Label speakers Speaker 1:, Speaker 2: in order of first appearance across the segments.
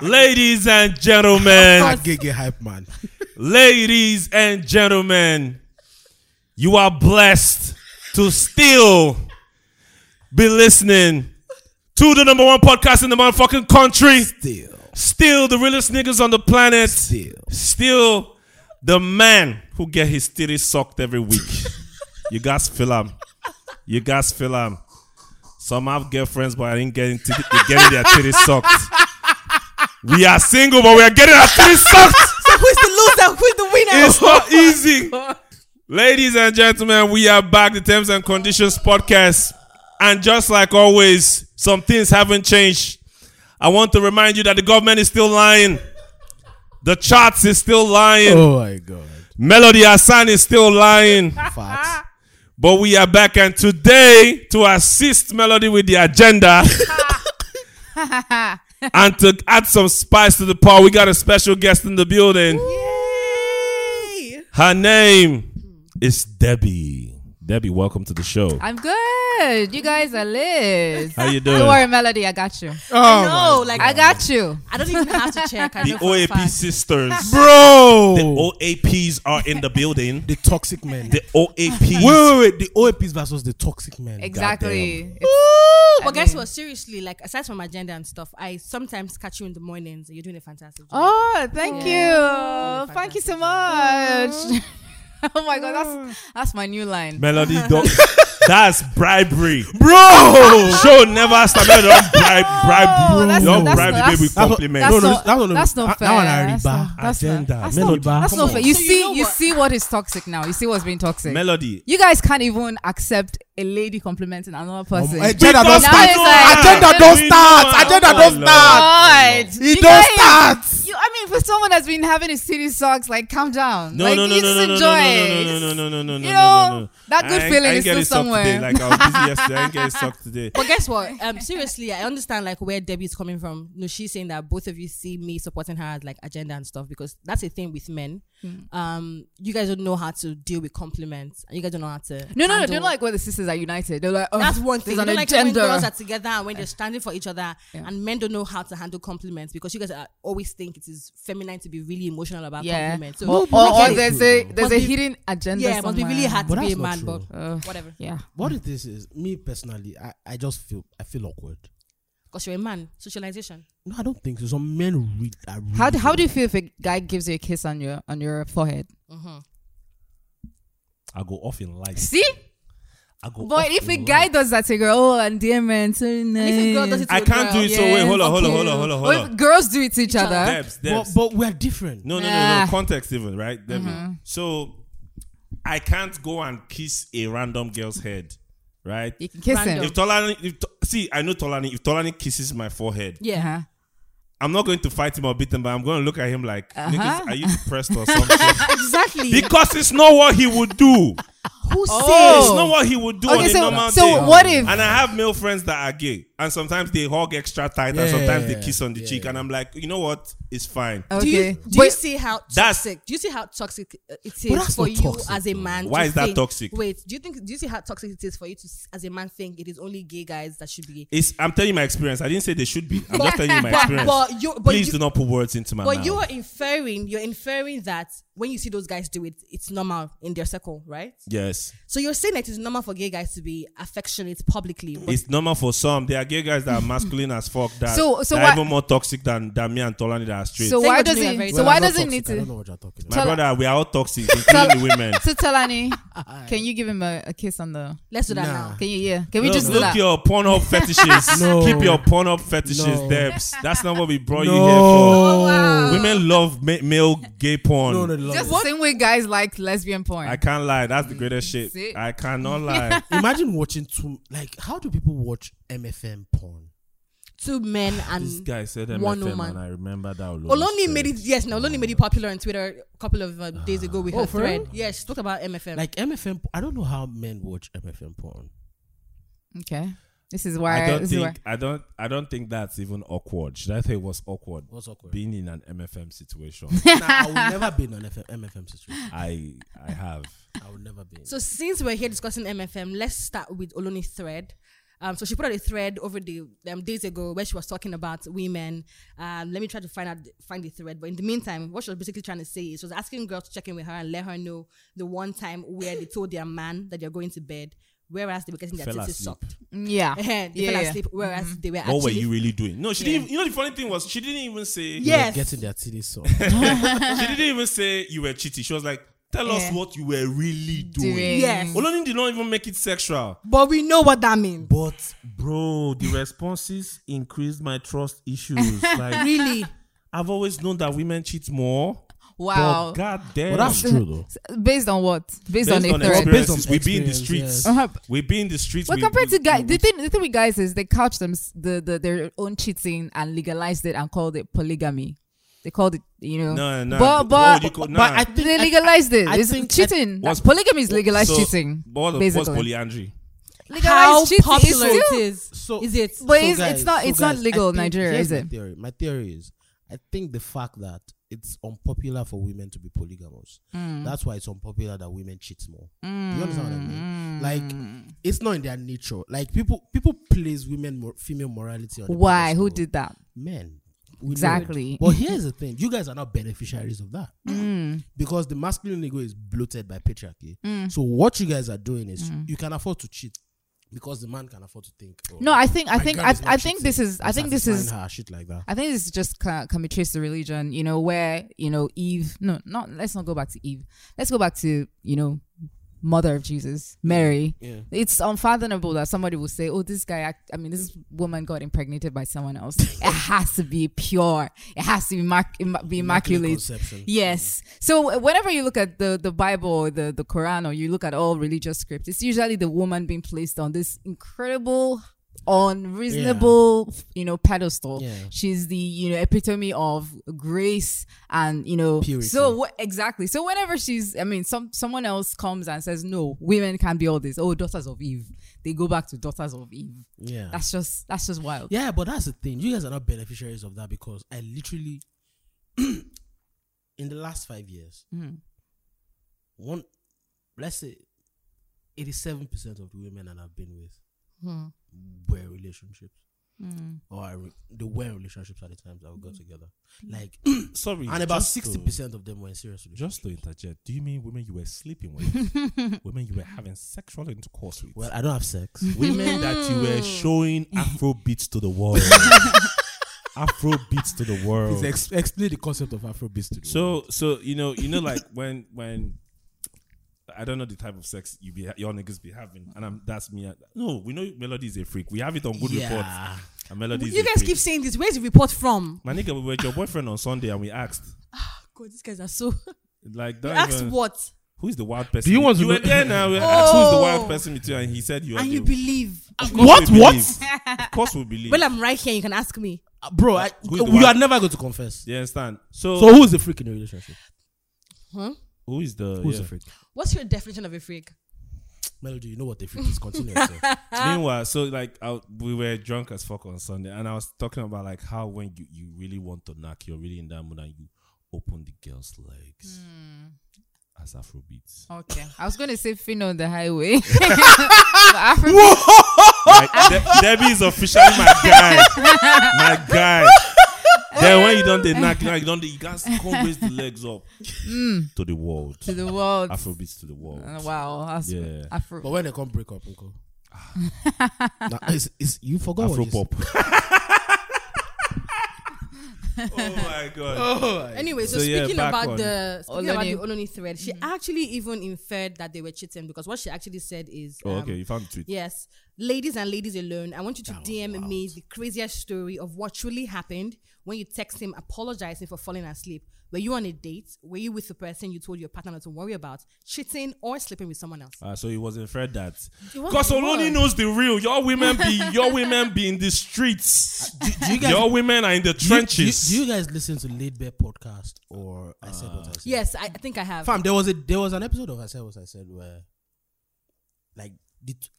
Speaker 1: Ladies and gentlemen,
Speaker 2: Gigi hype man.
Speaker 1: ladies and gentlemen, you are blessed to still be listening to the number one podcast in the motherfucking country.
Speaker 2: Still,
Speaker 1: Still the realest niggas on the planet.
Speaker 2: still.
Speaker 1: Still the man who get his titty sucked every week. you guys feel him. You guys feel him. Some have girlfriends, but I didn't get into getting their titty sucked. We are single, but we are getting our titty sucked.
Speaker 3: So who's the loser? Who's the winner?
Speaker 1: It's not easy. Ladies and gentlemen, we are back, the Terms and Conditions podcast. And just like always, some things haven't changed. I want to remind you that the government is still lying. The charts is still lying.
Speaker 2: Oh my god.
Speaker 1: Melody Hassan is still lying,
Speaker 2: Facts.
Speaker 1: but we are back. And today, to assist Melody with the agenda and to add some spice to the pot, we got a special guest in the building.
Speaker 3: Yay!
Speaker 1: Her name is Debbie. Debbie, welcome to the show.
Speaker 4: I'm good. You guys are lit.
Speaker 1: How you
Speaker 4: Don't
Speaker 1: doing?
Speaker 4: worry, Melody. I got you.
Speaker 2: Oh my-
Speaker 3: No, like
Speaker 4: I
Speaker 3: I,
Speaker 4: got you.
Speaker 3: I don't even have to check. I
Speaker 1: The
Speaker 3: know for a
Speaker 1: OAP
Speaker 3: fact.
Speaker 1: sisters.
Speaker 2: bro.
Speaker 1: The
Speaker 2: The,
Speaker 1: OAPs are in the building.
Speaker 2: toxic men.
Speaker 1: The OAPs.
Speaker 2: wait, wait, wait. The OAPs versus the toxic men.
Speaker 4: Exactly. It's-
Speaker 3: Ooh,
Speaker 4: I
Speaker 3: but guess
Speaker 4: mean-
Speaker 3: what? Seriously, like aside from agenda and stuff, I sometimes catch you in the mornings. You're doing a fantastic job.
Speaker 4: Oh, thank
Speaker 3: Yeah.
Speaker 4: you. Thank you so much. oh my god, that's that's my new line.
Speaker 1: Melody, don't. That's bribery.
Speaker 2: Bro.
Speaker 1: Show never stop. Melody, Don't bribe, bribe,
Speaker 4: Oh, that's-
Speaker 1: don't
Speaker 4: that's-
Speaker 1: bribe the
Speaker 4: that's-
Speaker 1: baby with
Speaker 2: That's what-
Speaker 1: compliments.
Speaker 2: No,
Speaker 4: That's
Speaker 2: no,
Speaker 4: not,
Speaker 2: that's not-
Speaker 4: that's
Speaker 2: that-
Speaker 4: not fair.
Speaker 2: that one I
Speaker 4: That's
Speaker 2: rebar.
Speaker 4: not- that's not-
Speaker 2: Agenda.
Speaker 4: That's
Speaker 2: Melody
Speaker 4: not,
Speaker 2: bar.
Speaker 4: that's
Speaker 2: Come
Speaker 4: not
Speaker 2: on.
Speaker 4: fair. You
Speaker 3: So you
Speaker 4: see,
Speaker 3: know
Speaker 4: you
Speaker 3: what-
Speaker 4: see what is toxic now. You see what's being toxic.
Speaker 1: Melody.
Speaker 4: you guys can't even accept a lady complimenting another person.
Speaker 2: Um, agenda don't
Speaker 4: Because
Speaker 2: start.
Speaker 4: now it's like-
Speaker 2: Agenda don't
Speaker 1: We know
Speaker 2: start.
Speaker 1: her.
Speaker 2: Agenda
Speaker 1: Oh,
Speaker 2: don't
Speaker 1: Lord.
Speaker 2: start.
Speaker 4: God.
Speaker 2: He
Speaker 4: You
Speaker 2: don't
Speaker 4: guys-
Speaker 2: start.
Speaker 4: You, I mean, for someone that's been having his city socks, like calm down.
Speaker 1: No,
Speaker 4: like,
Speaker 1: no, no,
Speaker 4: you
Speaker 1: no,
Speaker 4: just
Speaker 1: no, no, no,
Speaker 4: enjoy
Speaker 1: no,
Speaker 4: it.
Speaker 1: no, no, no, no, no, no, no, no,
Speaker 4: You know,
Speaker 1: no.
Speaker 4: that good
Speaker 1: I ain't-
Speaker 4: feeling
Speaker 1: I ain't
Speaker 4: is
Speaker 1: get
Speaker 4: still
Speaker 1: it sucked Today.
Speaker 4: somewhere.
Speaker 1: Like I was busy yesterday, I ain't get it sucked today.
Speaker 3: But guess what? Um, seriously, I understand like where Debbie's coming from. No, she's saying that both of you see me supporting her as like agenda and stuff because that's a thing with men.
Speaker 4: Hmm.
Speaker 3: Um, you guys don't know how to deal with compliments. You guys don't know how to.
Speaker 4: No, no, no.
Speaker 3: handle-
Speaker 4: Don't like where the sisters are united. They're like, oh,
Speaker 3: That's one
Speaker 4: There's
Speaker 3: thing. You
Speaker 4: an
Speaker 3: know, like when
Speaker 4: agenda.
Speaker 3: girls are together and when they're standing for each other,
Speaker 4: Yeah.
Speaker 3: and men don't know how to handle compliments because you guys are, always think it is feminine to be really emotional about
Speaker 4: yeah.
Speaker 3: compliments.
Speaker 4: or,
Speaker 3: So,
Speaker 4: or,
Speaker 2: get
Speaker 4: or
Speaker 2: it.
Speaker 4: there's a there's
Speaker 3: Must
Speaker 4: a
Speaker 3: be-
Speaker 4: hidden agenda.
Speaker 3: yeah, it must be really
Speaker 4: somewhere.
Speaker 3: hard
Speaker 2: But
Speaker 3: to be a
Speaker 2: that's not
Speaker 3: man, but
Speaker 2: true.
Speaker 4: Ugh,
Speaker 3: whatever.
Speaker 4: yeah.
Speaker 2: What it is is me personally. I, I just feel I feel awkward.
Speaker 3: Because you're a man, socialization.
Speaker 2: No, I don't think so. Some men read. Are really
Speaker 4: How do, how do you feel if a guy gives you a kiss on your on your forehead?
Speaker 2: Mm-hmm.
Speaker 1: I go off in life.
Speaker 4: See,
Speaker 1: I go
Speaker 4: but
Speaker 1: off
Speaker 4: if a
Speaker 1: in
Speaker 4: guy
Speaker 1: life.
Speaker 4: does that to a girl, oh, endearment, so nice.
Speaker 3: And if a girl does it to
Speaker 1: I
Speaker 3: a
Speaker 1: can't do
Speaker 3: girl,
Speaker 1: it. So wait,
Speaker 4: Yes,
Speaker 1: hold on, hold on,
Speaker 4: okay.
Speaker 1: hold on, hold on,
Speaker 4: Or
Speaker 1: hold
Speaker 4: if
Speaker 1: on.
Speaker 4: girls do it to each other.
Speaker 1: Debs,
Speaker 2: But,
Speaker 1: Debs.
Speaker 2: but we're different.
Speaker 1: No, no, no, no.
Speaker 4: Ah.
Speaker 1: Context even right. Debbie.
Speaker 4: Mm-hmm.
Speaker 1: So I can't go and kiss a random girl's head, right?
Speaker 4: You can kiss
Speaker 3: Random.
Speaker 4: him.
Speaker 1: If Tolani, if To- see, I know Tolani. If Tolani kisses my forehead,
Speaker 3: Yeah.
Speaker 4: Uh-huh.
Speaker 1: I'm not going to fight him or beat him, but I'm going to look at him like,
Speaker 4: Uh-huh.
Speaker 1: "Niggas, are you depressed or something?"
Speaker 3: Exactly.
Speaker 1: because it's not what he would do.
Speaker 3: Who
Speaker 4: Oh.
Speaker 1: It's not what he would do on
Speaker 4: Okay,
Speaker 1: a
Speaker 4: so
Speaker 1: normal
Speaker 4: so
Speaker 1: day.
Speaker 4: what if?
Speaker 1: and I have male friends that are gay, and sometimes they hug extra tight, and
Speaker 2: Yeah,
Speaker 1: sometimes they kiss on the
Speaker 2: yeah.
Speaker 1: cheek, and I'm like, you know what? It's fine.
Speaker 4: Okay,
Speaker 3: Do you, do you
Speaker 4: but-
Speaker 3: see how
Speaker 1: That's-
Speaker 3: toxic? Do you see how toxic uh, it
Speaker 2: that's
Speaker 3: is for
Speaker 2: not
Speaker 3: you
Speaker 2: toxic,
Speaker 3: as a
Speaker 2: though.
Speaker 3: man?
Speaker 1: Why
Speaker 3: to
Speaker 1: is that
Speaker 3: think-
Speaker 1: toxic?
Speaker 3: Wait, do you think? Do you see how toxic it is for you to, s- as a man, think it is only gay guys that should be?
Speaker 1: It's, I'm telling you my experience. I didn't say they should be. I'm just telling you my experience.
Speaker 3: But you, but
Speaker 1: Please
Speaker 3: you,
Speaker 1: do not put words into my
Speaker 3: but
Speaker 1: mouth.
Speaker 3: you are inferring. You're inferring that when you see those guys do it, it's normal in their circle, right?
Speaker 1: yes,
Speaker 3: So you're saying that it's normal for gay guys to be affectionate publicly. But
Speaker 1: it's normal for some. There are gay guys that are masculine as fuck. That,
Speaker 4: So- so
Speaker 1: that are
Speaker 4: why-
Speaker 1: even more toxic than, than me and Tolani that are straight.
Speaker 4: So
Speaker 3: Thank
Speaker 4: why
Speaker 3: God
Speaker 4: does
Speaker 3: you are
Speaker 4: it?
Speaker 3: very
Speaker 4: So
Speaker 2: Well,
Speaker 4: why
Speaker 2: I'm not
Speaker 4: does it
Speaker 2: toxic.
Speaker 4: need
Speaker 2: I don't know
Speaker 4: to?
Speaker 2: what you're talking
Speaker 1: my
Speaker 2: about.
Speaker 4: Tell-
Speaker 1: brother, we are all toxic, including the women.
Speaker 4: So Talani, can you give him a, a kiss on the?
Speaker 3: let's do that
Speaker 2: Nah.
Speaker 3: now.
Speaker 4: Can you? Yeah. Can we
Speaker 1: Look-
Speaker 4: just do
Speaker 1: look
Speaker 4: that?
Speaker 1: your Pornhub fetishes.
Speaker 2: No.
Speaker 1: Keep your Pornhub fetishes,
Speaker 2: No.
Speaker 1: Debs. That's not what we brought you here for.
Speaker 4: Oh,
Speaker 2: no.
Speaker 1: Women love ma- male gay porn.
Speaker 2: No, no, no.
Speaker 4: Just the same way guys like lesbian porn.
Speaker 1: I can't lie. That's the greatest shit.
Speaker 4: See?
Speaker 1: I cannot lie.
Speaker 2: Imagine watching two. Like, how do people watch MFM porn?
Speaker 3: Two men and
Speaker 1: this guy said MFM,
Speaker 3: One
Speaker 1: and
Speaker 3: woman.
Speaker 1: I remember that. Oloni
Speaker 3: Oloni
Speaker 1: said.
Speaker 3: made it. Yes, now Oloni made it popular on Twitter a couple of uh, days ago with
Speaker 2: Oh,
Speaker 3: her
Speaker 2: for
Speaker 3: thread.
Speaker 2: real?
Speaker 3: Yeah, she talked about MFM.
Speaker 2: Like MFM. po- I don't know how men watch MFM porn.
Speaker 4: okay. This is
Speaker 1: I
Speaker 4: why.
Speaker 1: don't
Speaker 4: This is why.
Speaker 1: think. I don't. I don't think that's even awkward. Should I say it was awkward?
Speaker 2: What's awkward?
Speaker 1: Being in an MFM situation,
Speaker 2: nah, I would never be in an FF MFM situation.
Speaker 1: I I have.
Speaker 2: I would never be. in-
Speaker 3: So since we're here discussing MFM, let's start with Oloni's thread. Um, so she put out a thread over the um, days ago where she was talking about women. Um, let me try to find out find the thread. But in the meantime, what she was basically trying to say is she was asking girls to check in with her and let her know the one time where they told their man that they're going to bed, whereas they were getting their
Speaker 1: Fell
Speaker 3: titties
Speaker 1: asleep.
Speaker 3: sucked.
Speaker 4: Mm, Yeah.
Speaker 3: they
Speaker 4: Yeah,
Speaker 3: fell
Speaker 4: yeah.
Speaker 3: asleep, whereas they were
Speaker 1: What were
Speaker 3: actually
Speaker 1: you really doing? No, she didn't. You know, the funny thing was she didn't even say.
Speaker 3: Yeah. Yes.
Speaker 2: Getting their titties so
Speaker 1: She didn't even say you were cheating. She was like, "Tell us
Speaker 4: Yeah.
Speaker 1: what you were really doing."
Speaker 4: Doing.
Speaker 3: Yes.
Speaker 1: Oloni did not even make it sexual.
Speaker 3: But we know what that means.
Speaker 1: But bro, the responses increased my trust issues. Like
Speaker 3: Really?
Speaker 1: I've always known that women cheat more.
Speaker 4: Wow.
Speaker 1: But god damn.
Speaker 2: But that's true though.
Speaker 4: Based on what? Based, on a thread.
Speaker 2: experience.
Speaker 1: experiences,
Speaker 2: Based on
Speaker 1: we be in the
Speaker 2: experience,
Speaker 1: streets.
Speaker 2: yes.
Speaker 4: Uh-huh.
Speaker 1: We be in the streets.
Speaker 4: Well,
Speaker 1: we-
Speaker 4: compared
Speaker 1: we-
Speaker 4: to guys,
Speaker 1: we-
Speaker 4: the thing, the thing with guys is they couch them the, the their own cheating and legalized it and called it polygamy. They called it, you know.
Speaker 1: No, no.
Speaker 4: But,
Speaker 1: what
Speaker 4: but,
Speaker 1: would you call-
Speaker 4: but
Speaker 1: nah.
Speaker 2: I think
Speaker 4: they legalized it.
Speaker 2: I
Speaker 4: it's
Speaker 2: think-
Speaker 4: cheating.
Speaker 1: What's-
Speaker 4: polygamy is legalized
Speaker 1: So,
Speaker 4: cheating.
Speaker 1: What, what's
Speaker 4: basically.
Speaker 1: polyandry?
Speaker 4: legalized
Speaker 3: How
Speaker 4: cheating
Speaker 3: popular
Speaker 4: is
Speaker 3: it
Speaker 4: still,
Speaker 3: is.
Speaker 2: So-
Speaker 3: is it?
Speaker 4: But
Speaker 2: So
Speaker 4: it's,
Speaker 2: guys,
Speaker 4: it's not.
Speaker 2: so
Speaker 4: It's
Speaker 2: guys,
Speaker 4: not
Speaker 2: I
Speaker 4: legal in
Speaker 2: think-
Speaker 4: Nigeria,
Speaker 2: here's
Speaker 4: is
Speaker 2: my
Speaker 4: it?
Speaker 2: Theory. My theory is, I think the fact that it's unpopular for women to be polygamous,
Speaker 4: Mm.
Speaker 2: that's why it's unpopular that women cheat more. Do you understand what I mean? Like, it's not in their nature. Like people, people place women, mor- female morality on. the
Speaker 4: Why? Who
Speaker 2: pedestal.
Speaker 4: did that?
Speaker 2: men. We know it.
Speaker 4: Exactly.
Speaker 2: But here's the thing: you guys are not beneficiaries of that
Speaker 4: Mm.
Speaker 2: because the masculine ego is bloated by patriarchy. So what you guys are doing is
Speaker 4: Mm.
Speaker 2: you can afford to cheat because the man can afford to think. oh,
Speaker 4: No, I think. I
Speaker 2: my
Speaker 4: think.
Speaker 2: girl
Speaker 4: I,
Speaker 2: is not
Speaker 4: I think this
Speaker 2: cheating.
Speaker 4: is. I
Speaker 2: I'm
Speaker 4: think this
Speaker 2: satisfying
Speaker 4: is.
Speaker 2: her shit like that.
Speaker 4: I think this is just can, can be traced to religion, you know, where, you know, Eve, no, not, let's not go back to Eve. Let's go back to, you know, mother of Jesus, Mary.
Speaker 2: Yeah.
Speaker 4: It's unfathomable that somebody will say, oh, this guy, act, I mean, this woman got impregnated by someone else. it has to be pure. It has to be, immac- imma- be immaculate.
Speaker 2: Conception.
Speaker 4: Yes. So uh, whenever you look at the, the Bible or the, the Quran or you look at all religious scripts, it's usually the woman being placed on this incredible, unreasonable, you know, pedestal.
Speaker 2: Yeah.
Speaker 4: She's the, you know, epitome of grace and, you know,
Speaker 2: Purity.
Speaker 4: so wh- exactly. So whenever she's, I mean, some someone else comes and says, no, women can be all this. Oh, daughters of Eve. They go back to daughters of Eve.
Speaker 2: Yeah.
Speaker 4: That's just, that's just wild.
Speaker 2: yeah, but that's the thing. You guys are not beneficiaries of that because I literally, in the last five years,
Speaker 4: Mm.
Speaker 2: one, let's say, eighty-seven percent of the women that I've been with
Speaker 3: Hmm.
Speaker 2: were relationships.
Speaker 4: Mm.
Speaker 2: or I re- they were in relationships at the time that we got together.
Speaker 4: Hmm.
Speaker 2: Like,
Speaker 1: Sorry.
Speaker 2: and about
Speaker 1: just to-
Speaker 2: sixty percent of them were in serious relationships.
Speaker 1: Just to interject, do you mean women you were sleeping with? women you were having sexual intercourse with?
Speaker 2: Well, I don't have sex.
Speaker 1: women that you were showing Afro beats to the world. Afro beats to the world.
Speaker 2: explain the concept of Afrobeats to
Speaker 1: so, so you know, you know, like when when I don't know the type of sex you be your niggas be having, and I'm that's me. No, we know Melody is a freak. We have it on good report.
Speaker 2: yeah.
Speaker 1: And Melody is
Speaker 3: You
Speaker 1: a
Speaker 3: guys
Speaker 1: freak.
Speaker 3: keep saying this. Where's the report from?
Speaker 1: my nigga, we were at your boyfriend on Sunday, and we asked
Speaker 3: God, these guys are so.
Speaker 1: like
Speaker 3: You
Speaker 1: don't
Speaker 3: asked
Speaker 1: even-
Speaker 3: what?
Speaker 1: who is the wild person?
Speaker 2: you want to
Speaker 1: were
Speaker 2: know-
Speaker 1: there now. We asked who's the
Speaker 3: Oh.
Speaker 1: wild person with you, and he said you. are
Speaker 3: And you
Speaker 1: the-
Speaker 3: believe.
Speaker 1: Of course
Speaker 2: What?
Speaker 1: we
Speaker 2: What?
Speaker 1: believe. Of course we believe.
Speaker 3: Well, I'm right here. You can ask me.
Speaker 2: Uh, bro, I,
Speaker 1: Who is the
Speaker 2: you
Speaker 1: one?
Speaker 2: are never going to confess.
Speaker 1: you understand? So,
Speaker 2: So who is the freak in the relationship?
Speaker 3: Huh?
Speaker 1: who is the
Speaker 2: Who's
Speaker 1: yeah.
Speaker 2: the freak?
Speaker 3: What's your definition of a freak?
Speaker 2: Melody, you know what the freak is. Continue. yourself.
Speaker 1: Meanwhile, so like I, we were drunk as fuck on Sunday, and I was talking about like how when you, you really want to knock, you're really in that mood, and you open the girl's legs
Speaker 4: Hmm.
Speaker 1: as Afrobeats.
Speaker 4: Okay. I was going to say Finn on the highway.
Speaker 1: Like, De- Debbie is officially my guy, my guy. then when you don't dey knock, like, you don't dey- you guys can't raise the legs up to the world.
Speaker 4: Hmm. to the world.
Speaker 1: Afrobeats to the world.
Speaker 4: Uh, wow. That's
Speaker 1: Yeah.
Speaker 4: Afro.
Speaker 2: but when they come break up, uncle. nah, it's, it's, you forgot
Speaker 1: Afro
Speaker 2: what you said.
Speaker 1: pop. oh my god.
Speaker 3: Anyway, so,
Speaker 1: So, yeah,
Speaker 3: speaking
Speaker 1: back
Speaker 3: about
Speaker 1: on
Speaker 3: the speaking about the
Speaker 4: Oloni.
Speaker 3: Oloni Mm-hmm. thread, she actually even inferred that they were cheating because what she actually said is,
Speaker 1: Oh,
Speaker 3: um,
Speaker 1: okay, you found the tweet.
Speaker 3: yes, ladies and ladies alone, I want you to DM me the craziest story of what truly happened when you text him apologizing for falling asleep. Were you on a date? Were you with the person you told your partner not to worry about cheating or sleeping with someone else?
Speaker 1: Uh, so he was afraid that
Speaker 3: It was-
Speaker 1: because
Speaker 3: it
Speaker 1: Oloni
Speaker 3: was.
Speaker 1: knows the real. Your women be your women be in the streets.
Speaker 2: Do you guys,
Speaker 1: your women are in the
Speaker 2: do you-
Speaker 1: trenches.
Speaker 2: Do you, do you guys listen to Laid Bear podcast or I said what I said?
Speaker 3: Yes, I, I think I have.
Speaker 2: Fam, there was a there was an episode of I said what I said where, like, the t-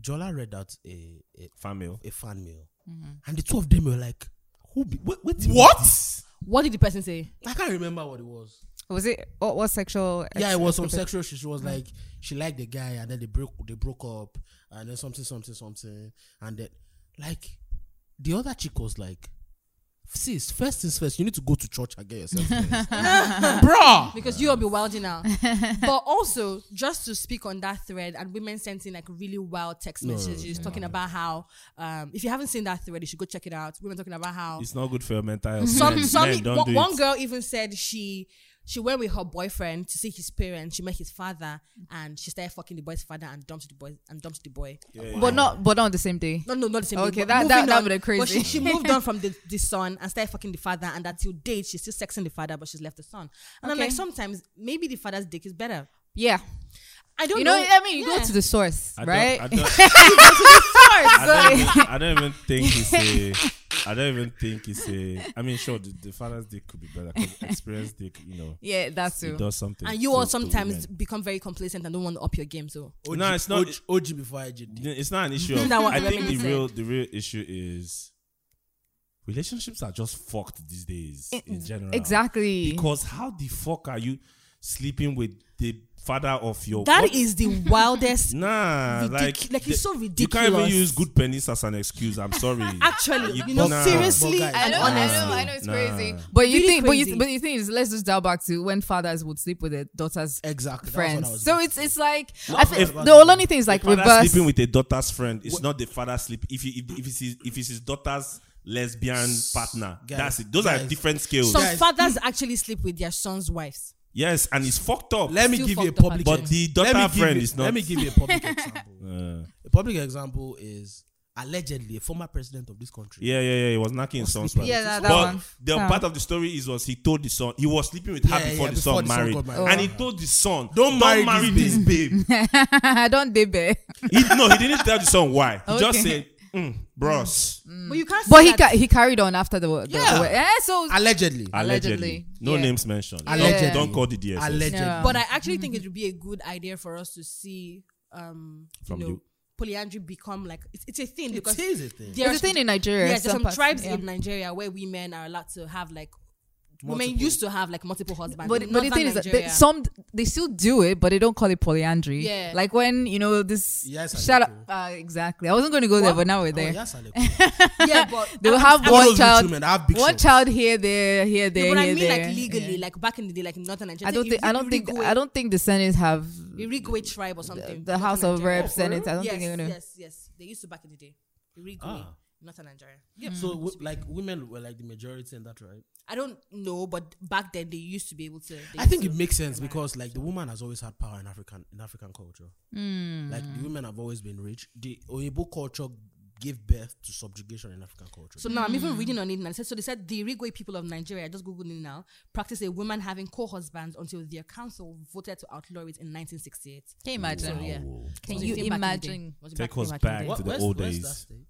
Speaker 2: Jola read out a a,
Speaker 1: Fan mail.
Speaker 2: a fan mail, and the two of them were like, "Who? Be, wait, wait,
Speaker 1: What?
Speaker 2: this?
Speaker 3: What did the person say?
Speaker 2: I can't remember what it was.
Speaker 4: Was it what, what sexual?
Speaker 2: yeah, it was some
Speaker 4: escapade?
Speaker 2: sexual. She, she was like, she liked the guy, and then they broke, they broke up, and then something, something, something, and then like the other chick was like, "Sis, first things first, you need to go to church and get yourself, cleansed." bruh."
Speaker 3: because you'll be wilding out. but also, just to speak on that thread, and women sent in like really wild text messages talking about how, um, if you haven't seen that thread, you should go check it out. Women talking about how
Speaker 1: It's not good for your mental health.
Speaker 3: some
Speaker 4: Mm-hmm.
Speaker 1: Men-
Speaker 3: some e-
Speaker 1: men don't
Speaker 3: one,
Speaker 1: do
Speaker 3: one
Speaker 1: it.
Speaker 3: girl even said she she went with her boyfriend to see his parents. She met his father, and she started fucking the boy's father and dumped the boy and dumped the boy.
Speaker 4: But not but not on the same day.
Speaker 3: No, no, not the same.
Speaker 4: Okay,
Speaker 3: thing,
Speaker 4: that-
Speaker 3: but
Speaker 4: that-
Speaker 3: moving
Speaker 4: that
Speaker 3: on.
Speaker 4: would've
Speaker 3: But she,
Speaker 4: crazy.
Speaker 3: she moved on from the, the son and started fucking the father, and that till date she's still sexing the father, but she's left the son. And I'm
Speaker 4: Okay.
Speaker 3: like, sometimes maybe the father's dick is better.
Speaker 4: Yeah,
Speaker 3: I don't
Speaker 4: you know. I mean, you
Speaker 3: Yeah.
Speaker 4: go to the source,
Speaker 1: I don't-
Speaker 4: right?
Speaker 1: I don't-
Speaker 4: source.
Speaker 1: I don't, even, I don't even think it's a. I don't even think it's a. I mean, sure, the, the father's dick could be better because experience dick, you know,
Speaker 4: yeah, that's
Speaker 1: it
Speaker 4: true.
Speaker 1: does something.
Speaker 3: and you
Speaker 1: to-
Speaker 3: all
Speaker 1: to
Speaker 3: sometimes
Speaker 1: women.
Speaker 3: become very complacent and don't want to up your game. So
Speaker 2: OG,
Speaker 1: No, it's not-
Speaker 2: OG, OG before IGD.
Speaker 1: It's not an issue. Of,
Speaker 3: That one
Speaker 1: I think
Speaker 3: Lemon
Speaker 1: the
Speaker 3: said.
Speaker 1: real the real issue is relationships are just fucked these days in general.
Speaker 4: Exactly.
Speaker 1: Because how the fuck are you sleeping with the father of your?
Speaker 3: that
Speaker 1: what-
Speaker 3: is the wildest.
Speaker 1: nah,
Speaker 3: ridic-
Speaker 1: like
Speaker 3: like, it's so
Speaker 1: You can't even
Speaker 3: ridiculous.
Speaker 1: use good penis as an excuse. I'm sorry.
Speaker 3: Actually,
Speaker 1: You-
Speaker 3: you, know,
Speaker 1: Nah.
Speaker 3: seriously
Speaker 2: But guys-
Speaker 4: I
Speaker 3: and
Speaker 4: know,
Speaker 1: don't-
Speaker 3: honestly,
Speaker 4: I know, I know, it's
Speaker 1: Nah.
Speaker 4: crazy. But you
Speaker 3: Really
Speaker 4: think, but you,
Speaker 3: crazy.
Speaker 4: but the thing is, let's just dial back to when fathers would sleep with their daughters'
Speaker 2: Exactly. that's what I
Speaker 4: friends.
Speaker 2: was
Speaker 4: So
Speaker 2: doing.
Speaker 4: it's it's like I think
Speaker 1: if-
Speaker 4: the only thing is like
Speaker 1: father
Speaker 4: reverse.
Speaker 1: sleeping with a daughter's friend it's not the father sleep if he, if, if it's his, if it's his daughter's lesbian partner
Speaker 2: Guys,
Speaker 1: that's it those are
Speaker 2: guys.
Speaker 1: different scales
Speaker 3: some
Speaker 2: Guys.
Speaker 3: fathers actually sleep with their sons' wives.
Speaker 1: yes and it's fucked up
Speaker 2: let me
Speaker 3: still
Speaker 2: give you a
Speaker 3: fucked up
Speaker 2: public.
Speaker 3: actually.
Speaker 1: but the
Speaker 2: let me
Speaker 1: daughter
Speaker 2: give
Speaker 1: friend
Speaker 2: you-
Speaker 1: is not
Speaker 2: Let me give you a public example.
Speaker 1: Uh,
Speaker 2: A public example is allegedly a former president of this country.
Speaker 1: yeah yeah yeah he was knocking his son's wife.
Speaker 4: Yeah, that- that
Speaker 1: but
Speaker 4: one.
Speaker 1: the
Speaker 4: That
Speaker 1: part of the story is was he told the son he was sleeping with her
Speaker 2: Yeah, yeah,
Speaker 1: before the
Speaker 2: before
Speaker 1: son
Speaker 2: the son
Speaker 1: married,
Speaker 2: got married.
Speaker 1: and he
Speaker 2: Oh.
Speaker 1: told the son
Speaker 2: Don't marry this
Speaker 1: babe,
Speaker 4: don't they bear?
Speaker 1: he, no he didn't tell the son why he just
Speaker 4: Okay.
Speaker 1: said mm, bros
Speaker 3: But you can't.
Speaker 4: But
Speaker 3: say
Speaker 4: he
Speaker 3: that-
Speaker 4: ca- he carried on after the the-
Speaker 2: Yeah.
Speaker 4: the- eh, so
Speaker 2: Allegedly.
Speaker 1: allegedly,
Speaker 4: Allegedly.
Speaker 1: no
Speaker 4: Yeah.
Speaker 1: names mentioned
Speaker 2: Allegedly.
Speaker 1: don't, don't call the DSS
Speaker 2: Allegedly.
Speaker 4: Yeah.
Speaker 3: But I actually think it would be a good idea for us to see, um,
Speaker 1: From
Speaker 3: you know,
Speaker 1: you.
Speaker 3: polyandry become like it's, it's a thing
Speaker 2: It
Speaker 3: because
Speaker 2: is a thing.
Speaker 4: It's a thing in Nigeria.
Speaker 3: Yeah, there's
Speaker 4: some
Speaker 3: some
Speaker 4: parts,
Speaker 3: tribes
Speaker 4: yeah.
Speaker 3: in Nigeria where women are allowed to have like women
Speaker 2: Multiple.
Speaker 3: used to have like multiple husbands.
Speaker 4: But,
Speaker 3: in
Speaker 4: but the
Speaker 3: northern
Speaker 4: thing is, that they,
Speaker 3: Nigeria.
Speaker 4: some they still do it, but they don't call it polyandry.
Speaker 3: Yeah.
Speaker 4: like when you know this.
Speaker 2: Yes, I
Speaker 4: shut up.
Speaker 2: think
Speaker 4: Uh, exactly. I wasn't going to go there,
Speaker 3: What?
Speaker 4: but now we're
Speaker 2: Oh,
Speaker 4: there.
Speaker 2: yes, Aleko.
Speaker 3: yeah, but
Speaker 4: They will
Speaker 3: I'm-
Speaker 4: have
Speaker 2: I'm
Speaker 4: one
Speaker 2: those rich
Speaker 4: child.
Speaker 2: women, I have big
Speaker 4: one
Speaker 2: shows.
Speaker 4: child here, there, here, there,
Speaker 3: No, but
Speaker 4: here,
Speaker 3: I mean,
Speaker 4: there.
Speaker 3: like legally,
Speaker 4: Yeah.
Speaker 3: like back in the day, like in Northern Nigeria.
Speaker 4: I don't think. I don't think. I don't think the Senate have
Speaker 3: Irigwe tribe or something.
Speaker 4: the
Speaker 3: Northern
Speaker 4: House of
Speaker 3: Nigeria.
Speaker 4: Reps, Senate. I don't
Speaker 3: yes,
Speaker 4: think they're gonna.
Speaker 3: yes, yes. They used to back in the day. Irigwe,
Speaker 2: Ah.
Speaker 3: Northern Nigeria. Mm.
Speaker 2: so, w- like, women were like the majority in that, right?
Speaker 3: I don't know, but back then they used to be able to. they
Speaker 2: I
Speaker 3: used
Speaker 2: think
Speaker 3: to-
Speaker 2: it makes sense because, like, the woman has always had power in African in African culture.
Speaker 4: Hmm.
Speaker 2: Like, the women have always been rich. The Oyibo culture gave birth to subjugation in African culture.
Speaker 3: So now I'm
Speaker 4: Mm.
Speaker 3: even reading on it and it says so they said the Irigwe people of Nigeria, I just googled it now, practice a woman having co-husbands until their council voted to outlaw it in 1968.
Speaker 4: Can you
Speaker 3: So
Speaker 4: imagine?
Speaker 3: yeah.
Speaker 4: Can
Speaker 3: Was
Speaker 4: you
Speaker 3: it back in the day?
Speaker 4: imagine?
Speaker 3: Was it
Speaker 1: Take
Speaker 3: back in-
Speaker 1: us
Speaker 3: in the
Speaker 1: back
Speaker 3: day?
Speaker 1: to the old days.
Speaker 2: that state?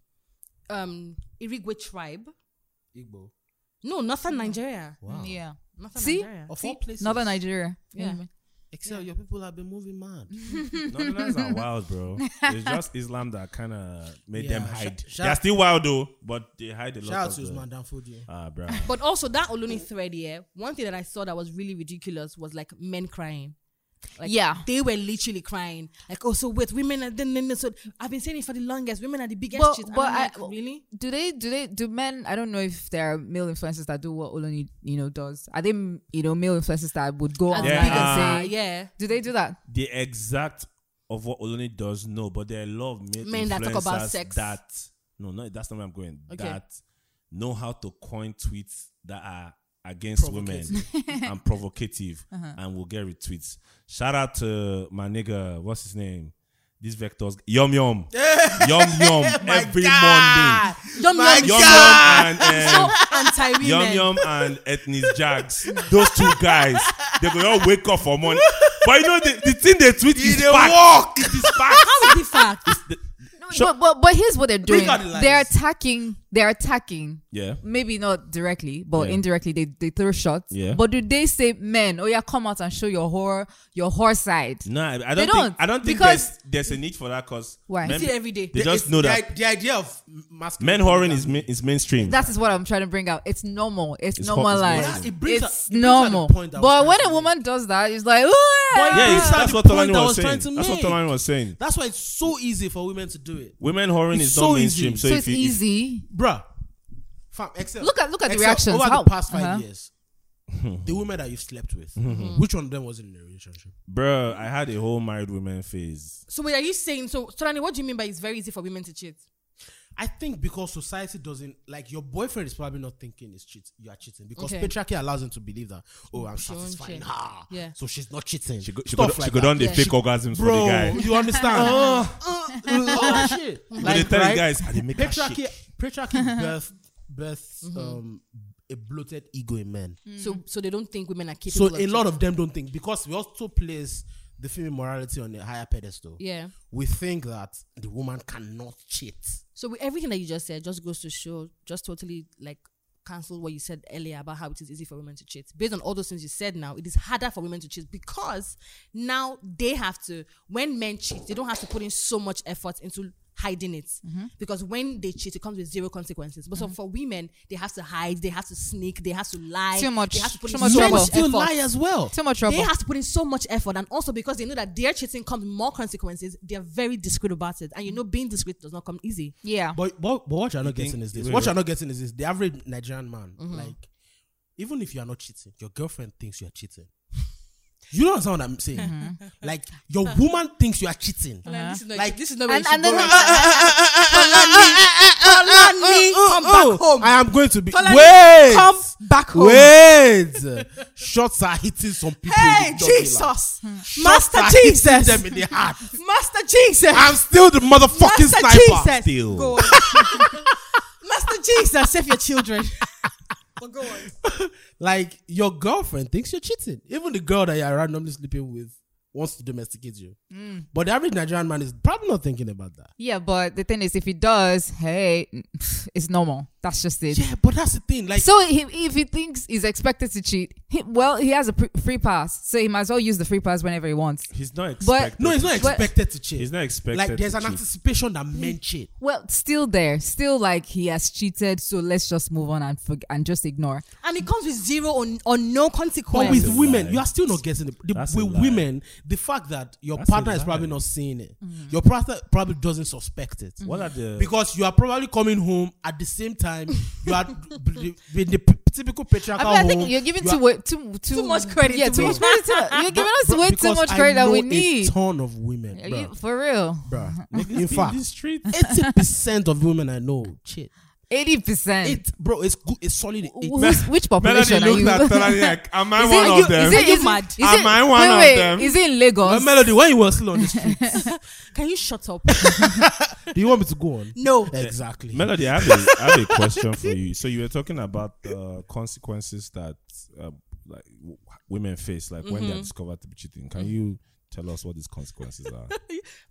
Speaker 3: Um, Irigwe tribe.
Speaker 2: Igbo.
Speaker 3: No, northern Nigeria.
Speaker 2: Wow.
Speaker 4: Yeah.
Speaker 3: Northern
Speaker 4: Mm. See?
Speaker 3: Nigeria.
Speaker 2: Of
Speaker 4: See?
Speaker 2: all places.
Speaker 4: Northern Nigeria.
Speaker 3: Yeah.
Speaker 2: Excel, your people have been moving mad.
Speaker 4: Mm.
Speaker 1: Northerners are wild, bro. It's just Islam that kind of made them
Speaker 2: Yeah, sh-
Speaker 1: hide.
Speaker 2: shout-
Speaker 1: They're still wild though, but they hide a lot.
Speaker 2: Shout out
Speaker 1: of
Speaker 2: to
Speaker 1: the-
Speaker 2: Usman Danfodio.
Speaker 1: Ah, bro.
Speaker 3: But also that Oloni thread here, one thing that I saw that was really ridiculous was like men crying. Like,
Speaker 4: Yeah.
Speaker 3: they were literally crying. Like, oh, so wait, women are then, then, then- so I've been saying it for the longest. Women are the biggest.
Speaker 4: But-
Speaker 3: cheats. And
Speaker 4: but
Speaker 3: I'm like, oh,
Speaker 4: I-
Speaker 3: really,
Speaker 4: Do they? Do they? Do men? I don't know if there are male influencers that do what Oloni you know does. Are they you know male influencers that would go on
Speaker 1: Yeah.
Speaker 4: big
Speaker 1: Ah.
Speaker 4: and say?
Speaker 3: yeah.
Speaker 4: Do they do that?
Speaker 1: The exact of what Oloni does know, but there are a lot of men,
Speaker 3: Men that talk about
Speaker 1: influencers
Speaker 3: sex.
Speaker 1: That no, no, that's not where I'm going.
Speaker 3: Okay.
Speaker 1: That know how to coin tweets that are against women and provocative,
Speaker 3: Uh-huh.
Speaker 1: and will get retweets. Shout out to my nigga, what's his name? These vectors, yum yum, yum yum, every morning.
Speaker 3: Yum
Speaker 2: My
Speaker 3: yum, is
Speaker 1: Yum
Speaker 2: God.
Speaker 1: yum and um,
Speaker 3: so anti
Speaker 1: Yum
Speaker 3: women.
Speaker 1: Yum and Ethnic Jags, those two guys, they go all wake up for money. But you know the, the thing they tweet is
Speaker 2: dey
Speaker 1: fact.
Speaker 2: work.
Speaker 1: It is fact.
Speaker 3: How is it fact?
Speaker 4: but, but but here's what they're doing.
Speaker 2: are the lies.
Speaker 4: They're attacking they're attacking.
Speaker 1: Yeah.
Speaker 4: Maybe not directly, but
Speaker 1: Yeah.
Speaker 4: indirectly, they, they throw shots.
Speaker 1: Yeah.
Speaker 4: But do they say, "Men, oh yeah, come out and show your horror, your horror side"?
Speaker 1: No, I, I
Speaker 4: They
Speaker 1: don't,
Speaker 4: don't,
Speaker 1: think I don't think
Speaker 4: because-
Speaker 1: there's there's a need for that because
Speaker 4: Why?
Speaker 1: men,
Speaker 3: See it every day.
Speaker 1: they just
Speaker 2: It's-
Speaker 1: know
Speaker 2: the,
Speaker 1: that
Speaker 2: i- the idea of masculine
Speaker 1: men whoring is ma- is mainstream.
Speaker 4: That is what I'm trying to bring out. It's normal. It's,
Speaker 1: It's hot, it's
Speaker 4: normalized.
Speaker 1: normal.
Speaker 2: Yeah, it brings out-
Speaker 4: it's
Speaker 2: it brings out the
Speaker 4: normal.
Speaker 2: point I was
Speaker 4: But
Speaker 2: trying
Speaker 4: when
Speaker 2: to
Speaker 4: a
Speaker 2: make.
Speaker 4: woman does that, it's like,
Speaker 2: But
Speaker 1: yeah, it's,
Speaker 2: These are
Speaker 1: that's
Speaker 2: the
Speaker 1: what Tolani
Speaker 2: point I
Speaker 1: was
Speaker 2: was
Speaker 1: saying.
Speaker 2: trying to
Speaker 1: That's what
Speaker 2: make.
Speaker 1: Tolani was saying.
Speaker 2: That's why it's so easy for women to do it,
Speaker 1: Women whoring
Speaker 2: It's
Speaker 1: is
Speaker 2: so
Speaker 1: not mainstream.
Speaker 2: easy.
Speaker 1: So,
Speaker 4: so
Speaker 1: if
Speaker 4: it's
Speaker 1: you, if-
Speaker 4: easy.
Speaker 2: bruh. Fam, Excel.
Speaker 4: Look at- look at the
Speaker 2: Excel,
Speaker 4: reactions.
Speaker 2: over
Speaker 4: How-
Speaker 2: the past 5
Speaker 4: Uh-huh. Mm-hmm.
Speaker 2: years. the women that you slept with, which one of them was in a relationship?
Speaker 1: Bruh, I had a whole married women phase.
Speaker 3: So wait, are you saying so, Solani? What do you mean by it's very easy for women to cheat?
Speaker 2: I think because society doesn't like your boyfriend is probably not thinking it's cheat you are cheating because
Speaker 3: Okay.
Speaker 2: patriarchy allows him to believe that oh I'm
Speaker 3: She won't
Speaker 2: satisfying
Speaker 3: cheat.
Speaker 2: her
Speaker 3: Yeah.
Speaker 2: so she's not cheating
Speaker 1: She go, she go,
Speaker 2: Stuff
Speaker 1: she
Speaker 2: like
Speaker 1: go
Speaker 2: that.
Speaker 1: down the
Speaker 3: Yeah.
Speaker 1: fake orgasms for
Speaker 2: bro
Speaker 1: the guy.
Speaker 2: you understand uh,
Speaker 4: Uh-huh.
Speaker 2: oh shit
Speaker 1: But they
Speaker 2: like,
Speaker 1: tell
Speaker 2: right?
Speaker 1: you guys, "Ah, they make her
Speaker 2: patriarchy
Speaker 1: shake."
Speaker 2: patriarchy birth birth
Speaker 4: Mm-hmm.
Speaker 2: um a bloated ego in men
Speaker 4: Mm.
Speaker 3: So so they don't think women are
Speaker 2: so
Speaker 3: capable.
Speaker 2: a lot of them don't think because we also place the female morality on a higher pedestal
Speaker 3: yeah.
Speaker 2: we think that the woman cannot cheat
Speaker 3: So with everything that you just said just goes to show, just totally like cancel what you said earlier about how it is easy for women to cheat. Based on all those things you said now, it is harder for women to cheat because now they have to, when men cheat, they don't have to put in so much effort into hiding it
Speaker 4: Mm-hmm.
Speaker 3: because when they cheat it comes with zero consequences but so for women they have to hide they have to sneak they have to lie
Speaker 4: Too much-
Speaker 3: they have to put
Speaker 4: too
Speaker 3: in
Speaker 4: much
Speaker 3: so
Speaker 2: men
Speaker 4: trouble.
Speaker 3: much
Speaker 2: still
Speaker 3: effort.
Speaker 2: lie as well
Speaker 4: Too much trouble.
Speaker 3: They have to put in so much effort, and also because they know that their cheating comes with more consequences, they're very discreet about it. And you know, being discreet does not come easy.
Speaker 4: yeah.
Speaker 2: But, but but what you're not
Speaker 1: You think-
Speaker 2: getting is this.
Speaker 1: wait,
Speaker 2: What
Speaker 1: wait.
Speaker 2: you're not getting is this. The average Nigerian man,
Speaker 3: Mm-hmm.
Speaker 2: like, even if you are not cheating, your girlfriend thinks you are cheating. You don't understand what I'm saying.
Speaker 3: Mm-hmm.
Speaker 2: Like your woman thinks you are cheating.
Speaker 3: Like, this is not,
Speaker 2: Like-
Speaker 3: this is not where
Speaker 4: and
Speaker 3: you
Speaker 4: and
Speaker 3: should
Speaker 4: then
Speaker 3: go Uh, right
Speaker 2: Tolani,
Speaker 3: come back home.
Speaker 2: I am going to be
Speaker 3: Tolani,
Speaker 2: wait.
Speaker 3: now. Come back home.
Speaker 2: Wait. Shots are hitting some people.
Speaker 3: Hey,
Speaker 2: in the jugular.
Speaker 3: Jesus.
Speaker 2: Hmm. Shots
Speaker 3: Master
Speaker 2: are hitting
Speaker 3: Jesus.
Speaker 2: them in the heart.
Speaker 3: Master Jesus.
Speaker 2: I'm still the motherfucking
Speaker 3: Master
Speaker 2: sniper.
Speaker 3: Jesus.
Speaker 1: Still.
Speaker 3: Go on. Master Jesus, save your children. But go on.
Speaker 2: Like your girlfriend thinks you're cheating. Even the girl that you're randomly sleeping with wants to domesticate you.
Speaker 3: Mm.
Speaker 2: But the average Nigerian man is probably not thinking about that.
Speaker 4: Yeah, but the thing is, if he does, hey, it's normal. That's just it.
Speaker 2: Yeah, but that's the thing. Like
Speaker 4: So he, if he thinks he's expected to cheat, he, well, he has a pr- free pass, so he might as well use the free pass whenever he wants.
Speaker 1: He's not expected.
Speaker 4: But-
Speaker 2: no, he's not
Speaker 4: But-
Speaker 2: expected to cheat.
Speaker 1: He's not expected
Speaker 2: Like there's
Speaker 1: to
Speaker 2: an
Speaker 1: cheat.
Speaker 2: anticipation that men cheat.
Speaker 4: Well, still there, still like he has cheated, so let's just move on and forg- and just ignore.
Speaker 3: And it comes with zero or, or no
Speaker 2: But
Speaker 3: consequence.
Speaker 2: with
Speaker 1: a
Speaker 2: women,
Speaker 1: lie.
Speaker 2: you are still not getting it. The,
Speaker 1: That's a
Speaker 2: with
Speaker 1: lie.
Speaker 2: women, the fact that your
Speaker 1: That's a
Speaker 2: partner is probably
Speaker 1: lie.
Speaker 2: not seeing it,
Speaker 4: Mm.
Speaker 2: your partner probably doesn't suspect it.
Speaker 1: What are the
Speaker 2: Because you are probably coming home at the same time you are b- in the p- typical
Speaker 4: I
Speaker 2: patriarchal
Speaker 4: mean, I think
Speaker 2: home,
Speaker 4: you're giving
Speaker 2: you
Speaker 4: too,
Speaker 2: are-
Speaker 4: way, too, too
Speaker 3: Too much credit
Speaker 4: Yeah,
Speaker 3: to
Speaker 4: too much
Speaker 3: women.
Speaker 4: credit. To, you're giving us
Speaker 2: Bro,
Speaker 4: way too
Speaker 2: because
Speaker 4: much
Speaker 2: I
Speaker 4: credit that we
Speaker 2: know
Speaker 4: need.
Speaker 2: A ton of women,
Speaker 4: Are
Speaker 2: bruh.
Speaker 4: you- for real,
Speaker 2: Bruh.
Speaker 1: niggas
Speaker 2: In fact,
Speaker 1: these streets?
Speaker 2: eighty percent of women I know cheat.
Speaker 4: eighty percent.
Speaker 2: It, bro, it's good. It's solid. Eight.
Speaker 4: Which
Speaker 1: Melody
Speaker 4: population are you?
Speaker 1: looked at Tolani like, "Am I
Speaker 4: Is
Speaker 1: one
Speaker 4: it,
Speaker 1: of
Speaker 4: you-
Speaker 1: them?"
Speaker 4: Is it,
Speaker 3: Are you
Speaker 4: is it,
Speaker 3: mad?
Speaker 4: Is
Speaker 1: Am
Speaker 4: it-
Speaker 1: I one
Speaker 4: wait,
Speaker 1: of
Speaker 4: wait,
Speaker 1: them?
Speaker 4: Is it in Lagos?
Speaker 2: Melody, when you were still on the street,
Speaker 3: Can you shut up?
Speaker 2: do you want me to go on?
Speaker 3: no.
Speaker 2: Exactly.
Speaker 1: Melody, I have, a, I have a question for you. So you were talking about the consequences that uh, like w- women face, like when they're discovered to be cheating. Can you tell us what these consequences are?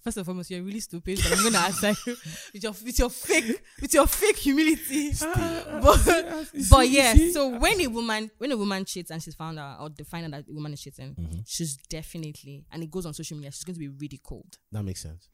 Speaker 3: First and foremost, you're really stupid. But I'm gonna answer you with your with your fake with your fake humility. but but yeah, so when a woman when a woman cheats and she's found out or they find out that the woman is cheating,
Speaker 1: Mm-hmm.
Speaker 3: she's definitely and it goes on social media. She's going to be ridiculed.
Speaker 2: That makes sense.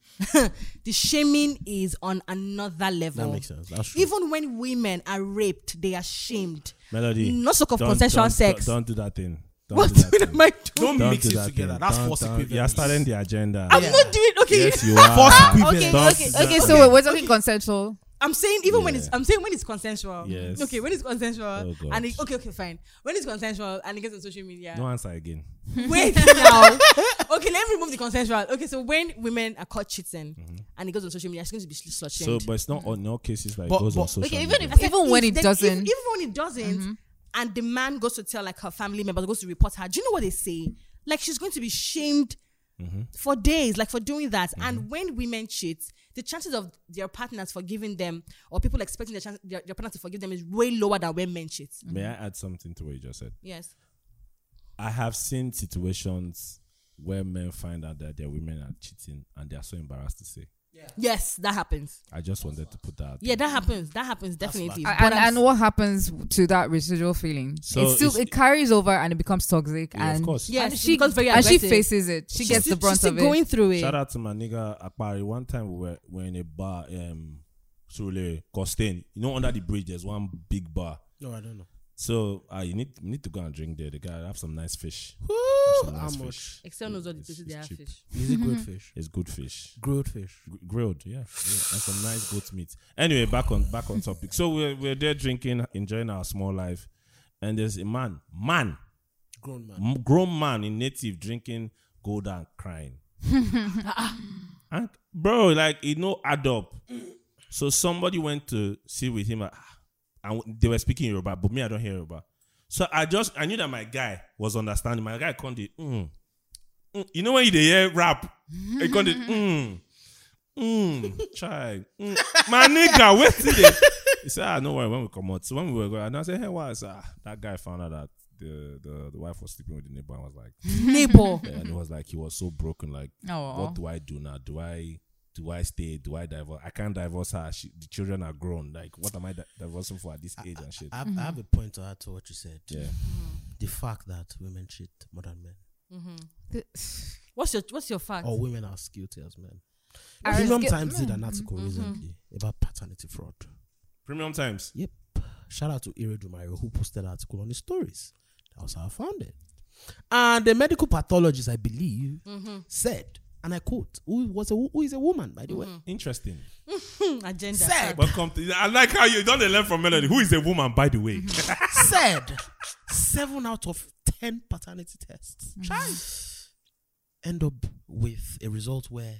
Speaker 3: The shaming is on another level.
Speaker 2: That makes sense. That's true.
Speaker 3: Even when women are raped, they are shamed.
Speaker 1: Melody,
Speaker 3: No sort of
Speaker 1: don't-
Speaker 3: consensual
Speaker 1: don't-
Speaker 3: sex.
Speaker 1: Don't, do that thing. Don't
Speaker 3: what
Speaker 1: do that
Speaker 3: am I doing?
Speaker 2: don't,
Speaker 1: Don't
Speaker 2: mix
Speaker 1: do
Speaker 2: it
Speaker 1: that
Speaker 2: together.
Speaker 1: thing.
Speaker 2: That's
Speaker 1: Don't-
Speaker 2: false
Speaker 1: don't-
Speaker 2: equivalence.
Speaker 1: You're starting the agenda.
Speaker 3: I'm
Speaker 2: Yeah.
Speaker 3: not doing okay.
Speaker 1: Yes, you are.
Speaker 2: False
Speaker 1: Ah,
Speaker 2: equivalence.
Speaker 4: Okay,
Speaker 1: Don't-
Speaker 4: okay, okay. So wait, we're talking consensual.
Speaker 3: I'm saying even when it's
Speaker 1: Yeah.
Speaker 3: I'm saying when it's consensual.
Speaker 1: Yes.
Speaker 3: Okay, when it's consensual
Speaker 1: Oh, God.
Speaker 3: and it, okay, okay, fine. When it's consensual and it gets on social media.
Speaker 1: No answer again.
Speaker 3: Wait now. Okay, let me remove the consensual. Okay, so when women are caught cheating and it goes on social media, it's going to be sl- slut
Speaker 1: Mm-hmm. So,
Speaker 3: shamed.
Speaker 1: but it's not on all cases that it
Speaker 2: But-
Speaker 1: goes on
Speaker 2: but-
Speaker 1: social
Speaker 4: Okay, even
Speaker 1: media.
Speaker 4: if
Speaker 3: I said
Speaker 4: even when
Speaker 3: if
Speaker 4: it
Speaker 3: then-
Speaker 4: doesn't, Mm-hmm.
Speaker 3: if- even, when it doesn't, and the man goes to tell like her family members, goes to report her. Do you know what they say? Like she's going to be shamed
Speaker 1: Mm-hmm.
Speaker 3: for days, like for doing that. And when women cheat, the chances of their partners forgiving them or people expecting their, chance, their, their partner to forgive them is way lower than when men cheat.
Speaker 1: May I add something to what you just said?
Speaker 3: Yes.
Speaker 1: I have seen situations where men find out that their women are cheating and they are so embarrassed to say.
Speaker 3: Yeah. Yes, that happens.
Speaker 1: I just wanted to put that. out
Speaker 3: Yeah, that happens. That happens definitely.
Speaker 4: A-
Speaker 3: But
Speaker 4: and,
Speaker 3: I'm
Speaker 4: and what happens to that residual feeling?
Speaker 1: So
Speaker 4: it still
Speaker 1: it's-
Speaker 4: it carries over and it becomes toxic.
Speaker 1: there. Yeah,
Speaker 4: and
Speaker 1: of course.
Speaker 3: Yes,
Speaker 4: and
Speaker 3: it
Speaker 4: she
Speaker 3: becomes very
Speaker 4: and she
Speaker 3: aggressive.
Speaker 4: faces it. She
Speaker 3: she's
Speaker 4: gets
Speaker 3: still-
Speaker 4: the brunt
Speaker 3: she's still
Speaker 4: of
Speaker 3: going
Speaker 4: it.
Speaker 3: through it.
Speaker 1: Shout out to my nigga Akpari. One time we were, we were in a bar, um, Surule, Costain. You know, under the bridge, there's one big bar.
Speaker 2: No, I don't know.
Speaker 1: So uh, you need you need to go and drink there. The guy have some nice fish.
Speaker 2: Woo,
Speaker 1: Some
Speaker 2: how
Speaker 1: nice
Speaker 2: much?
Speaker 3: Excel knows all the
Speaker 1: It's-
Speaker 3: places
Speaker 1: it's
Speaker 3: they have
Speaker 1: cheap.
Speaker 3: fish.
Speaker 2: Is
Speaker 4: Mm-hmm.
Speaker 2: it good fish?
Speaker 1: It's good fish.
Speaker 2: Grilled fish.
Speaker 1: Gr- grilled yeah, yeah and some nice goat meat anyway back on back on topic so we're, we're there drinking enjoying our small life and there's a man man
Speaker 2: Grown man.
Speaker 1: m- grown man in native drinking gold and crying and bro like he no add up so somebody went to sit with him ah, and they were speaking yoruba but me i don't hear yoruba so i just i knew that my guy was understanding my guy called it mm, mm. you know when you dey hear rap he called it mm, mm, try mm. my nigga wait till they he said ah no worry when we come out so when we were going and i said hey why I said, ah, that guy found out that the, the the wife was sleeping with the neighbor and was like
Speaker 3: Neighbor.
Speaker 1: and he was like he was so broken like
Speaker 4: Oh,
Speaker 1: what do I do now? Do I do I stay? Do I divorce? I can't divorce her. She, the children are grown. Like, what am I di- divorcing for at this age and shit?
Speaker 2: I have, I have a point to add to what you said.
Speaker 1: yeah,
Speaker 2: The fact that women cheat more than men,
Speaker 4: Mm-hmm.
Speaker 3: What's your What's your fact?
Speaker 1: Oh.
Speaker 2: or women are as guilty as men.
Speaker 4: Are as
Speaker 2: Premium
Speaker 4: gui-
Speaker 2: Times did an article
Speaker 4: mm-hmm.
Speaker 2: recently about paternity fraud.
Speaker 1: premium times.
Speaker 2: Yep. Shout out to Iridu Mario who posted an article on his stories. That was how I found it. And the medical pathologist, I believe,
Speaker 4: Mm-hmm.
Speaker 2: said, and I quote, who was a wo- who is a woman, by the
Speaker 4: Mm-hmm.
Speaker 2: way.
Speaker 1: Interesting.
Speaker 4: Hmm,
Speaker 3: Agenda.
Speaker 2: Said
Speaker 1: Welcome. To, I like how you don't learn from Melody, who is a woman, by the way.
Speaker 2: Mm-hmm. said seven out of ten paternity tests
Speaker 1: Mm.
Speaker 2: end up with a result where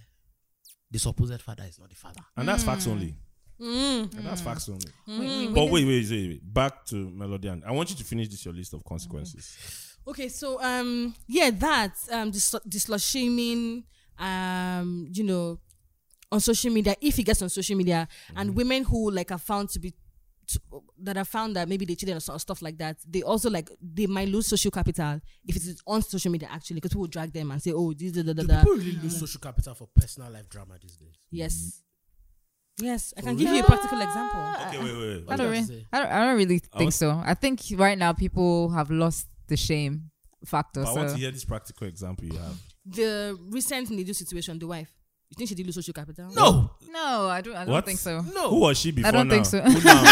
Speaker 2: the supposed father is not the father.
Speaker 1: and that's facts only.
Speaker 3: Mm.
Speaker 1: And that's facts only.
Speaker 4: We- we- we
Speaker 1: But wait, wait, wait, wait. Back to Melody, and I want you to finish this your list of consequences.
Speaker 3: Okay, so um, yeah, that um, the slut- the slut shaming, um, you know, on social media. If he gets on social media,
Speaker 2: Mm.
Speaker 3: and women who like are found to be to, that are found that maybe they cheated or sort- stuff like that, they also like they might lose social capital if it is on social media actually, because people will drag them and say, oh, this, da, da, da,
Speaker 2: Do
Speaker 3: da.
Speaker 2: people really
Speaker 1: Mm.
Speaker 2: lose social capital for personal life drama these days?
Speaker 3: yes, yes, I can give you a practical example.
Speaker 2: Mm-hmm.
Speaker 1: Okay, wait, wait.
Speaker 4: I
Speaker 1: wait.
Speaker 2: What do
Speaker 4: don't,
Speaker 2: you have
Speaker 4: re-
Speaker 2: to say?
Speaker 4: I don't. I don't really
Speaker 1: I
Speaker 4: think
Speaker 1: want-
Speaker 4: so. I think right now people have lost the shame factor.
Speaker 1: But I want
Speaker 4: so-
Speaker 1: to hear this practical example you have.
Speaker 3: The recent Nidu situation, the wife. You think she did lose social capital?
Speaker 2: No,
Speaker 4: no, I don't. I don't
Speaker 1: What?
Speaker 4: think so.
Speaker 2: no.
Speaker 1: Who was she before
Speaker 4: I don't
Speaker 1: now?
Speaker 4: think so.
Speaker 1: Who now?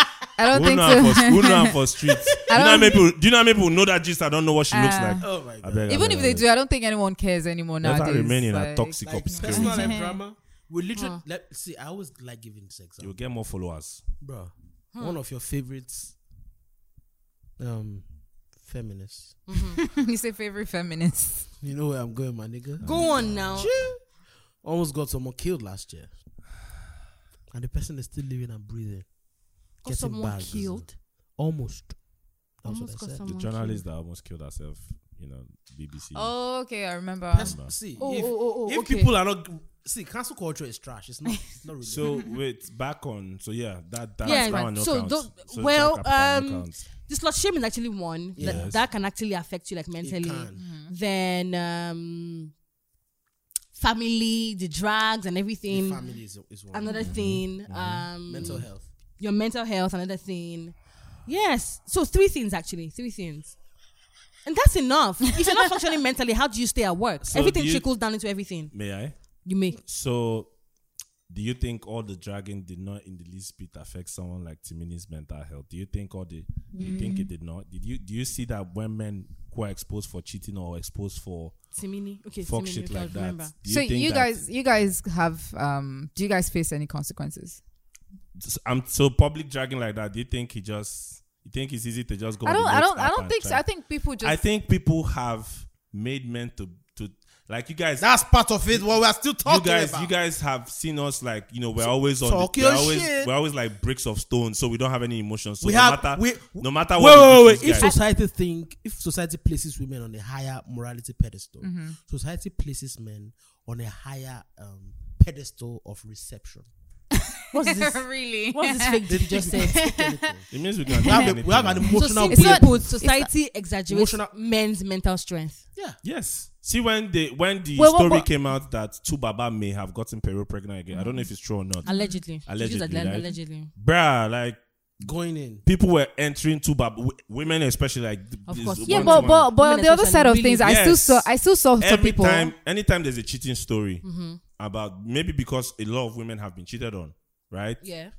Speaker 4: I don't
Speaker 1: Who
Speaker 4: think
Speaker 1: know
Speaker 4: so.
Speaker 1: her for, who know her for streets?
Speaker 4: I
Speaker 1: you know how
Speaker 4: don't-
Speaker 1: many people? Do you know how many people know that gist? I don't know what she looks
Speaker 4: Ah.
Speaker 1: like.
Speaker 2: Oh my
Speaker 1: I
Speaker 2: god.
Speaker 1: beg, I
Speaker 4: Even
Speaker 1: beg,
Speaker 4: if
Speaker 1: I
Speaker 4: they
Speaker 1: beg.
Speaker 4: do, I don't think anyone cares anymore
Speaker 1: let her
Speaker 4: nowadays.
Speaker 1: remain in a
Speaker 4: Like-
Speaker 1: toxic
Speaker 2: Like
Speaker 1: obscurity.
Speaker 2: personal life drama. We literally let see. I always like giving this example,
Speaker 1: You'll get more followers.
Speaker 2: bro. One of your favorites, um, feminists.
Speaker 3: Mm-hmm.
Speaker 4: you say favorite feminist.
Speaker 2: You know where I'm going, my nigga.
Speaker 3: Go on now.
Speaker 2: Almost got someone killed last year, and the person is still living and breathing.
Speaker 3: Got someone
Speaker 2: bags.
Speaker 3: killed.
Speaker 2: Almost. That's
Speaker 3: Almost
Speaker 2: what
Speaker 3: got
Speaker 2: I said.
Speaker 1: The
Speaker 3: someone killed.
Speaker 1: journalist that almost killed herself, you know, BBC.
Speaker 4: Oh, okay, I remember.
Speaker 2: Pers-
Speaker 1: Remember.
Speaker 2: see,
Speaker 3: Oh,
Speaker 2: if,
Speaker 3: oh, oh, oh,
Speaker 2: if
Speaker 3: okay.
Speaker 2: people are not see, cancel culture is trash. It's not. It's not really.
Speaker 1: So wait, back on. So yeah, that that,
Speaker 3: Yeah,
Speaker 1: that one no
Speaker 3: so
Speaker 1: counts.
Speaker 3: don't-
Speaker 1: So
Speaker 3: well,
Speaker 1: that capital no
Speaker 3: um,
Speaker 1: counts.
Speaker 3: this slut shame is actually one
Speaker 1: Yes.
Speaker 3: that, that can actually affect you like
Speaker 2: It
Speaker 3: mentally. mm.
Speaker 2: can.
Speaker 3: Then um, family, the drugs and
Speaker 2: The
Speaker 3: everything.
Speaker 2: family is, is one.
Speaker 3: Another thing. Um,
Speaker 2: Mental health.
Speaker 3: Your mental health. Another thing. Yes. So three things actually. Three things. And that's enough. if you're not functioning mentally, how do you stay at work?
Speaker 1: So
Speaker 3: everything
Speaker 1: do you-
Speaker 3: trickles down into everything
Speaker 1: May I?
Speaker 3: you make.
Speaker 1: So, do you think all the dragging did not in the least bit affect someone like Timini's mental health? Do you think all the? Do you
Speaker 3: Mm.
Speaker 1: think it did not? Did you? Do you see that when men who are exposed for cheating or exposed for
Speaker 3: Timini. Okay.
Speaker 1: fuck
Speaker 3: Timini,
Speaker 1: shit
Speaker 3: okay, I
Speaker 1: like that?
Speaker 3: remember.
Speaker 1: do
Speaker 4: so
Speaker 1: think
Speaker 4: you
Speaker 1: that-
Speaker 4: guys, you guys have. Um, do you guys face any consequences?
Speaker 1: s- I'm so public dragging like that. Do you think he just? You think it's easy to just go?
Speaker 4: I
Speaker 1: on the
Speaker 4: don't. I
Speaker 1: next
Speaker 4: don't. I
Speaker 1: app
Speaker 4: don't
Speaker 1: and
Speaker 4: think so.
Speaker 1: try-
Speaker 4: I think people just.
Speaker 1: I think people have made men to to like you guys.
Speaker 2: That's part of it. What we are still
Speaker 1: you
Speaker 2: talking
Speaker 1: guys,
Speaker 2: about.
Speaker 1: you guys have seen us like you know we're always on.
Speaker 2: talk
Speaker 1: the,
Speaker 2: your
Speaker 1: we're always
Speaker 2: shit.
Speaker 1: we're always like bricks of stone, so we don't have any emotions. So
Speaker 2: we
Speaker 1: no
Speaker 2: have.
Speaker 1: matter
Speaker 2: we,
Speaker 1: no matter
Speaker 2: wait,
Speaker 1: what. we do
Speaker 2: wait,
Speaker 1: to
Speaker 2: wait,
Speaker 1: these
Speaker 2: If
Speaker 1: guys-
Speaker 2: society think, if society places women on a higher morality pedestal,
Speaker 3: Mm-hmm.
Speaker 2: society places men on a higher um, pedestal of reception.
Speaker 3: What's this?
Speaker 4: really?
Speaker 3: What's this fake dick you just said?
Speaker 1: It means we can do
Speaker 2: We have, a,
Speaker 1: anything.
Speaker 2: we have an
Speaker 3: So
Speaker 2: emotional.
Speaker 3: simply
Speaker 2: bullet.
Speaker 3: put, society exaggerates
Speaker 2: Emotional-
Speaker 3: men's mental strength.
Speaker 2: yeah.
Speaker 1: Yes. See when the when the
Speaker 4: Well, well,
Speaker 1: story
Speaker 4: well-
Speaker 1: came out that Tubaba may have gotten Peru pregnant again. I don't know if it's true or not.
Speaker 3: Allegedly. She used
Speaker 1: Allegedly,
Speaker 3: alle-
Speaker 1: right?
Speaker 3: allegedly.
Speaker 1: Bruh, like
Speaker 2: Going in.
Speaker 1: people were entering Tubaba, w- women especially, like
Speaker 3: Of
Speaker 1: this
Speaker 3: course.
Speaker 1: one
Speaker 4: Yeah,
Speaker 1: to
Speaker 4: but
Speaker 1: one.
Speaker 4: but but on
Speaker 3: Women
Speaker 4: the other
Speaker 3: especially
Speaker 4: side of
Speaker 3: really-
Speaker 4: things, I still
Speaker 1: Yes.
Speaker 4: saw I still saw some
Speaker 1: every
Speaker 4: people. Mm-hmm.
Speaker 1: time anytime there's a cheating story about maybe because a lot of women have been cheated on, right?
Speaker 3: Yeah.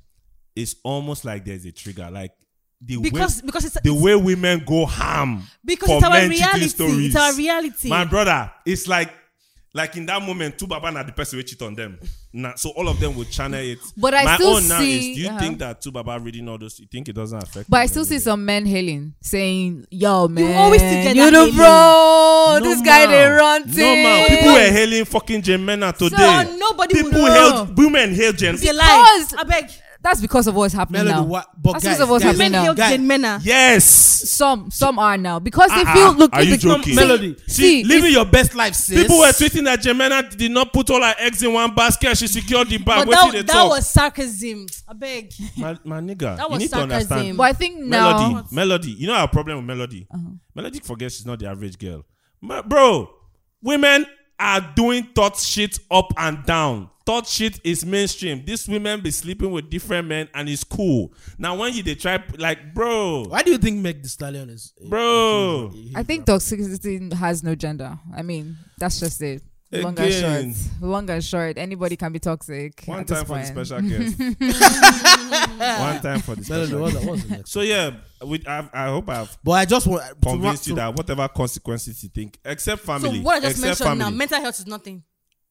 Speaker 1: It's almost like there's a trigger, like the
Speaker 3: Because
Speaker 1: way
Speaker 3: because it's
Speaker 1: the way women go ham
Speaker 3: because
Speaker 1: for
Speaker 3: it's our
Speaker 1: men cheating
Speaker 3: reality.
Speaker 1: stories.
Speaker 3: It's our reality.
Speaker 1: My brother, it's like like in that moment, two baba na the person who cheat on them. Nah, so all of them will channel it.
Speaker 4: But I
Speaker 1: My
Speaker 4: still
Speaker 1: own now is
Speaker 4: see-
Speaker 1: do you
Speaker 4: uh-huh.
Speaker 1: think that two baba reading all those you think it doesn't affect
Speaker 4: But I
Speaker 1: them
Speaker 4: still
Speaker 1: in
Speaker 4: see
Speaker 1: any way?
Speaker 4: some men hailing, saying, "Yo, man,
Speaker 3: always still get
Speaker 4: you
Speaker 3: that
Speaker 4: know,
Speaker 3: hailing.
Speaker 4: bro, oh, this guy
Speaker 1: man.
Speaker 4: they run uh,
Speaker 1: No man, people were hailing fucking Jemena today.
Speaker 3: nobody
Speaker 1: people
Speaker 3: will
Speaker 1: hailed women hailed Jen.
Speaker 3: It's a lie.
Speaker 4: Because-
Speaker 3: I beg.
Speaker 4: That's because of what's happening
Speaker 2: Melody,
Speaker 4: now.
Speaker 2: what? But
Speaker 4: That's
Speaker 2: guys,
Speaker 4: because of what's
Speaker 2: guys,
Speaker 4: happening
Speaker 3: Men
Speaker 4: now.
Speaker 3: hailed
Speaker 2: Guy-
Speaker 3: Jane Mena.
Speaker 1: Yes.
Speaker 4: Some some are now because they
Speaker 1: Uh-uh.
Speaker 4: feel look.
Speaker 1: Are
Speaker 4: if
Speaker 1: you
Speaker 4: the- no,
Speaker 1: joking?
Speaker 4: see-
Speaker 2: Melody,
Speaker 4: see,
Speaker 2: living
Speaker 4: it's-
Speaker 2: your best life, sis.
Speaker 1: People were tweeting that Jemena did not put all her eggs in one basket. She secured the bag.
Speaker 3: But
Speaker 1: What
Speaker 3: that,
Speaker 1: did they
Speaker 3: that
Speaker 1: talk?
Speaker 3: was sarcasm. I beg.
Speaker 1: my, my nigga.
Speaker 3: That
Speaker 1: you
Speaker 3: was
Speaker 1: need to understand.
Speaker 3: sarcasm.
Speaker 4: but I think now.
Speaker 1: Melody, Melody. You know our problem with Melody.
Speaker 3: Uh-huh.
Speaker 1: Melody forgets she's not the average girl. Ma- bro, women are doing thought shit up and down. Thought shit is mainstream. These women be sleeping with different men and it's cool. Now when you they try like bro,
Speaker 2: Why do you think Meg Thee Stallion is,
Speaker 1: Bro.
Speaker 4: I think toxicity has no gender. I mean, that's just it. Long
Speaker 1: Again.
Speaker 4: and short. Long and short. Anybody can be toxic.
Speaker 1: one
Speaker 4: at this
Speaker 1: time for the
Speaker 4: point.
Speaker 1: special guest. one time for the
Speaker 2: Melody,
Speaker 1: special.
Speaker 2: what,
Speaker 1: guest.
Speaker 2: what's the next?
Speaker 1: So yeah, we, I, I hope I've
Speaker 2: But I just want to-
Speaker 1: convinced
Speaker 2: to,
Speaker 1: you that whatever consequences you think, except
Speaker 3: So
Speaker 1: family,
Speaker 3: what I just
Speaker 1: except
Speaker 3: mentioned
Speaker 1: family.
Speaker 3: now, mental health is nothing.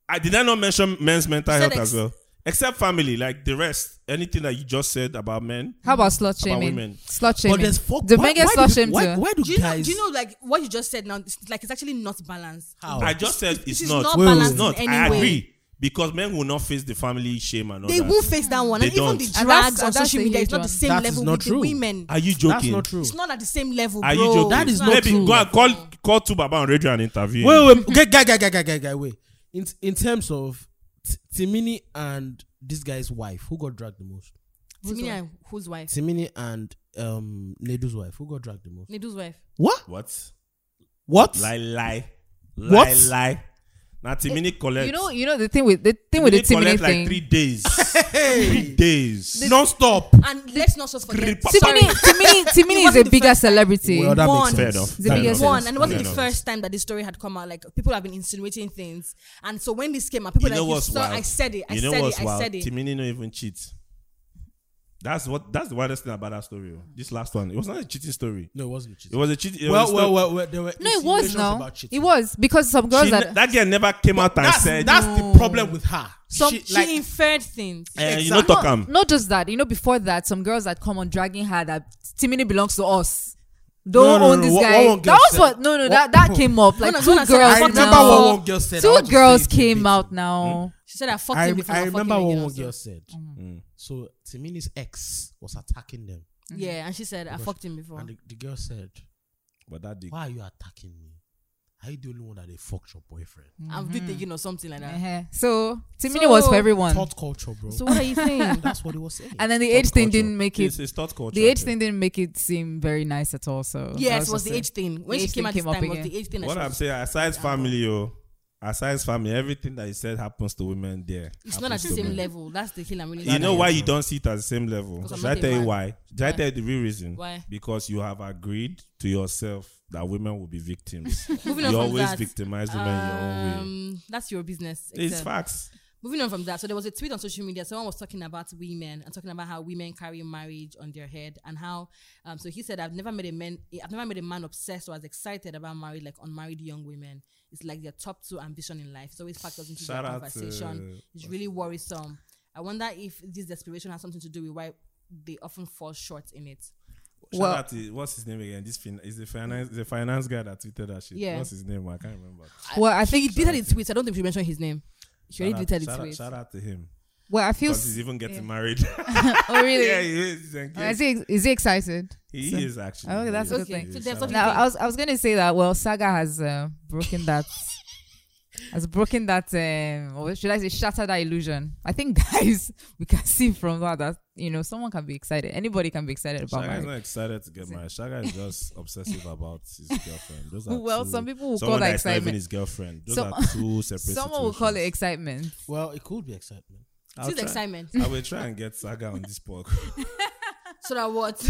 Speaker 1: I did I not mention men's mental
Speaker 3: You said
Speaker 1: health as
Speaker 3: ex-
Speaker 1: well, except family, like the rest, anything that you just said about men.
Speaker 4: How about slut
Speaker 1: How about
Speaker 4: shaming?
Speaker 1: women?
Speaker 4: Slut
Speaker 2: But
Speaker 4: shaming.
Speaker 2: there's fuck.
Speaker 4: Do
Speaker 2: why-
Speaker 4: men get
Speaker 2: why
Speaker 4: slut
Speaker 2: do-
Speaker 4: shamed
Speaker 2: why-
Speaker 4: too?
Speaker 2: Why do
Speaker 3: Do you, know,
Speaker 2: guys?
Speaker 3: do you know, like, what you just said now, it's, like, it's actually not balanced.
Speaker 2: How?
Speaker 1: I just said it's,
Speaker 3: This Oh.
Speaker 1: not.
Speaker 3: is not
Speaker 2: Wait, wait,
Speaker 3: balanced
Speaker 1: It's not.
Speaker 3: in
Speaker 1: I
Speaker 3: any way.
Speaker 1: agree because men will not face the family shame and all
Speaker 3: They
Speaker 1: that.
Speaker 3: will face that one.
Speaker 1: They
Speaker 3: And
Speaker 1: don't.
Speaker 3: even the
Speaker 4: And that's-
Speaker 3: drags on
Speaker 4: and that's
Speaker 3: social
Speaker 4: a
Speaker 3: media
Speaker 4: huge
Speaker 3: is not
Speaker 4: one.
Speaker 3: the same
Speaker 2: That is
Speaker 3: level
Speaker 2: not
Speaker 3: with
Speaker 2: true.
Speaker 3: the women.
Speaker 1: Are you joking?
Speaker 2: That's not true.
Speaker 3: It's not at the same level,
Speaker 1: Are
Speaker 3: bro.
Speaker 1: you joking?
Speaker 2: That is not
Speaker 1: Maybe
Speaker 2: true.
Speaker 1: go and call call Tubaba on radio and interview. him.
Speaker 2: Wait, wait, wait, guy, guy, guy, guy, guy, guy, wait. In in terms of T- Timini and this guy's wife, who got dragged the most?
Speaker 3: Timini and whose wife?
Speaker 2: Timini and um Nedu's wife, who got dragged the most?
Speaker 3: Nidu's wife.
Speaker 2: What?
Speaker 1: what?
Speaker 2: What?
Speaker 1: Lie, lie, lie,
Speaker 2: What?
Speaker 1: lie. Now Timini collect.
Speaker 4: You know, you know the thing with the thing with the
Speaker 1: Timini collect
Speaker 4: Timini
Speaker 1: like
Speaker 4: thing.
Speaker 1: three days. three days.
Speaker 2: Non-stop.
Speaker 3: And let's not so forget.
Speaker 1: Creeper.
Speaker 4: Timini, Timini, Timini is
Speaker 3: wasn't
Speaker 4: a
Speaker 3: the
Speaker 4: bigger
Speaker 3: first time.
Speaker 4: celebrity.
Speaker 2: Well, that
Speaker 3: One.
Speaker 2: makes
Speaker 1: Fair
Speaker 2: sense.
Speaker 1: enough.
Speaker 4: The
Speaker 1: Fair
Speaker 4: biggest
Speaker 1: enough.
Speaker 3: one and it wasn't
Speaker 1: Fair
Speaker 3: the
Speaker 1: enough.
Speaker 3: first time that this story had come out like people have been insinuating things and so when this came out people
Speaker 1: you know
Speaker 3: like
Speaker 1: what's
Speaker 3: you saw,
Speaker 1: wild?
Speaker 3: i said it i
Speaker 1: you know
Speaker 3: said
Speaker 1: what's
Speaker 3: it
Speaker 1: wild?
Speaker 3: i said it
Speaker 1: Timini no even cheat. That's what. That's the wildest thing about that story. oh. This last one, it was not a cheating story.
Speaker 2: No, it wasn't
Speaker 1: It
Speaker 2: cheating.
Speaker 1: was a cheating.
Speaker 2: Well, well, well, well, there were
Speaker 4: no, it was
Speaker 2: insinuations
Speaker 4: now.
Speaker 2: about cheating.
Speaker 4: It was because some girls
Speaker 1: She,
Speaker 4: that
Speaker 1: that girl never came out and
Speaker 2: That's,
Speaker 1: said.
Speaker 2: that's the problem with her.
Speaker 3: Some,
Speaker 2: she,
Speaker 3: she,
Speaker 2: like,
Speaker 3: inferred things
Speaker 1: Eh, you
Speaker 2: Exact-
Speaker 1: know,
Speaker 2: Not-
Speaker 1: talk am.
Speaker 4: Not just that, you know, before that, some girls that come on dragging her that Timini belongs to us.
Speaker 2: No,
Speaker 4: Don't
Speaker 2: no,
Speaker 4: own
Speaker 2: no,
Speaker 4: this
Speaker 2: what-
Speaker 4: guy.
Speaker 2: what one girl
Speaker 4: that was
Speaker 2: said-
Speaker 4: what. No, no,
Speaker 2: what-
Speaker 4: that that came up. Like
Speaker 3: No, no,
Speaker 4: two
Speaker 3: someone
Speaker 4: girls.
Speaker 3: said, I
Speaker 2: remember
Speaker 4: now.
Speaker 2: what one girl said, I
Speaker 4: Two
Speaker 2: want to
Speaker 4: girls
Speaker 2: say it
Speaker 4: came
Speaker 2: verbatim.
Speaker 4: out now.
Speaker 3: she said i fucked
Speaker 2: I,
Speaker 3: him before
Speaker 2: I
Speaker 3: fucked
Speaker 2: remember
Speaker 3: him
Speaker 2: what
Speaker 3: again
Speaker 2: one
Speaker 3: also.
Speaker 2: girl said.
Speaker 4: Mm.
Speaker 3: Mm.
Speaker 1: Mm.
Speaker 2: So Timini's ex was attacking them,
Speaker 3: yeah and she said
Speaker 1: Mm-hmm.
Speaker 3: i fucked him before
Speaker 2: and the, the girl said,
Speaker 1: But that dick.
Speaker 2: "Why are you attacking me? Are you the only one that they fucked your boyfriend?"
Speaker 3: i'm do thinking or something like
Speaker 1: Mm-hmm.
Speaker 3: that
Speaker 4: Uh-huh. So Timini was for
Speaker 3: So-
Speaker 4: everyone.
Speaker 2: Thought culture, bro.
Speaker 3: so what are you saying
Speaker 2: That's what he was saying.
Speaker 4: And then the age thing
Speaker 2: culture.
Speaker 4: didn't make it.
Speaker 1: It's, it's thought culture.
Speaker 4: The age thing didn't make it seem very nice at all. So that
Speaker 3: yes
Speaker 4: just
Speaker 3: was the
Speaker 4: it.
Speaker 3: age thing
Speaker 4: The
Speaker 3: when she
Speaker 4: age
Speaker 3: came
Speaker 4: thing
Speaker 3: out this
Speaker 4: came up
Speaker 3: time was
Speaker 4: again.
Speaker 3: the age thing that
Speaker 1: What
Speaker 3: she
Speaker 1: I'm
Speaker 3: was-
Speaker 1: saying, aside family, oh, aside family, everything that you said happens to women there.
Speaker 3: it's not at
Speaker 1: happens
Speaker 3: the
Speaker 1: to
Speaker 3: same
Speaker 1: men.
Speaker 3: level that's the hill i'm really
Speaker 1: You know
Speaker 3: saying.
Speaker 1: why you don't see it at the same level?
Speaker 3: 'Cause I'm
Speaker 1: Should I
Speaker 3: not a
Speaker 1: tell you
Speaker 3: man.
Speaker 1: why? Should I tell you the real reason?
Speaker 3: Why?
Speaker 1: Because you have agreed to yourself that women will be victims.
Speaker 3: moving on
Speaker 1: you
Speaker 3: from
Speaker 1: always
Speaker 3: that
Speaker 1: victimize women your own way.
Speaker 3: um, that's your business
Speaker 1: It's
Speaker 3: except-
Speaker 1: facts.
Speaker 3: Moving on from that, so there was a tweet on social media. Someone was talking about women and talking about how women carry marriage on their head and how. Um, so he said, "I've never made a man. I've never made a man obsessed or as excited about married like unmarried young women. It's like their top two ambition in life. It's always factors into
Speaker 1: Shout
Speaker 3: their
Speaker 1: out
Speaker 3: conversation.
Speaker 1: to-
Speaker 3: It's really worrisome. I wonder if this desperation has something to do with why they often fall short in it.
Speaker 1: Shout
Speaker 4: Well-
Speaker 1: out to- what's his name again? This fin- is the finance the finance guy that tweeted that shit.
Speaker 3: Yeah.
Speaker 1: What's his name? I can't remember.
Speaker 4: Well, I think.
Speaker 3: He deleted the tweet. I don't think we mentioned his name. She
Speaker 1: Shout
Speaker 3: already
Speaker 1: out-
Speaker 3: deleted the
Speaker 1: shout out-
Speaker 3: tweet.
Speaker 1: Shout out to him
Speaker 4: Well, I feel.
Speaker 1: because he's even getting married.
Speaker 4: Oh really?
Speaker 1: yeah, he is. He's engaged.
Speaker 4: Is he is he excited?
Speaker 1: He
Speaker 4: So-
Speaker 1: is actually.
Speaker 4: Okay,
Speaker 1: He
Speaker 4: that's
Speaker 1: is.
Speaker 4: a good thing.
Speaker 1: He is.
Speaker 3: So there's
Speaker 1: Shout
Speaker 3: nothing-
Speaker 1: out.
Speaker 4: Now, I was I was gonna say that. Well, Saga has uh, broken that has broken that, um, or should I say, shattered that illusion. I think, guys, we can see from that that you know someone can be excited. Anybody can be excited about
Speaker 1: Shaga's
Speaker 4: marriage.
Speaker 1: not excited to get married. Shaga is just obsessive about his girlfriend. Those are
Speaker 4: Well,
Speaker 1: two-
Speaker 4: some people will
Speaker 1: someone
Speaker 4: call that
Speaker 1: is not even
Speaker 4: excitement.
Speaker 1: his girlfriend. Those
Speaker 4: Some-
Speaker 1: are two separate.
Speaker 4: Someone will call it
Speaker 1: situations.
Speaker 4: excitement.
Speaker 2: Well, it could be excitement.
Speaker 1: I'll
Speaker 3: This is
Speaker 1: try-
Speaker 3: excitement.
Speaker 1: I will try and get Saga on this podcast.
Speaker 3: So that what?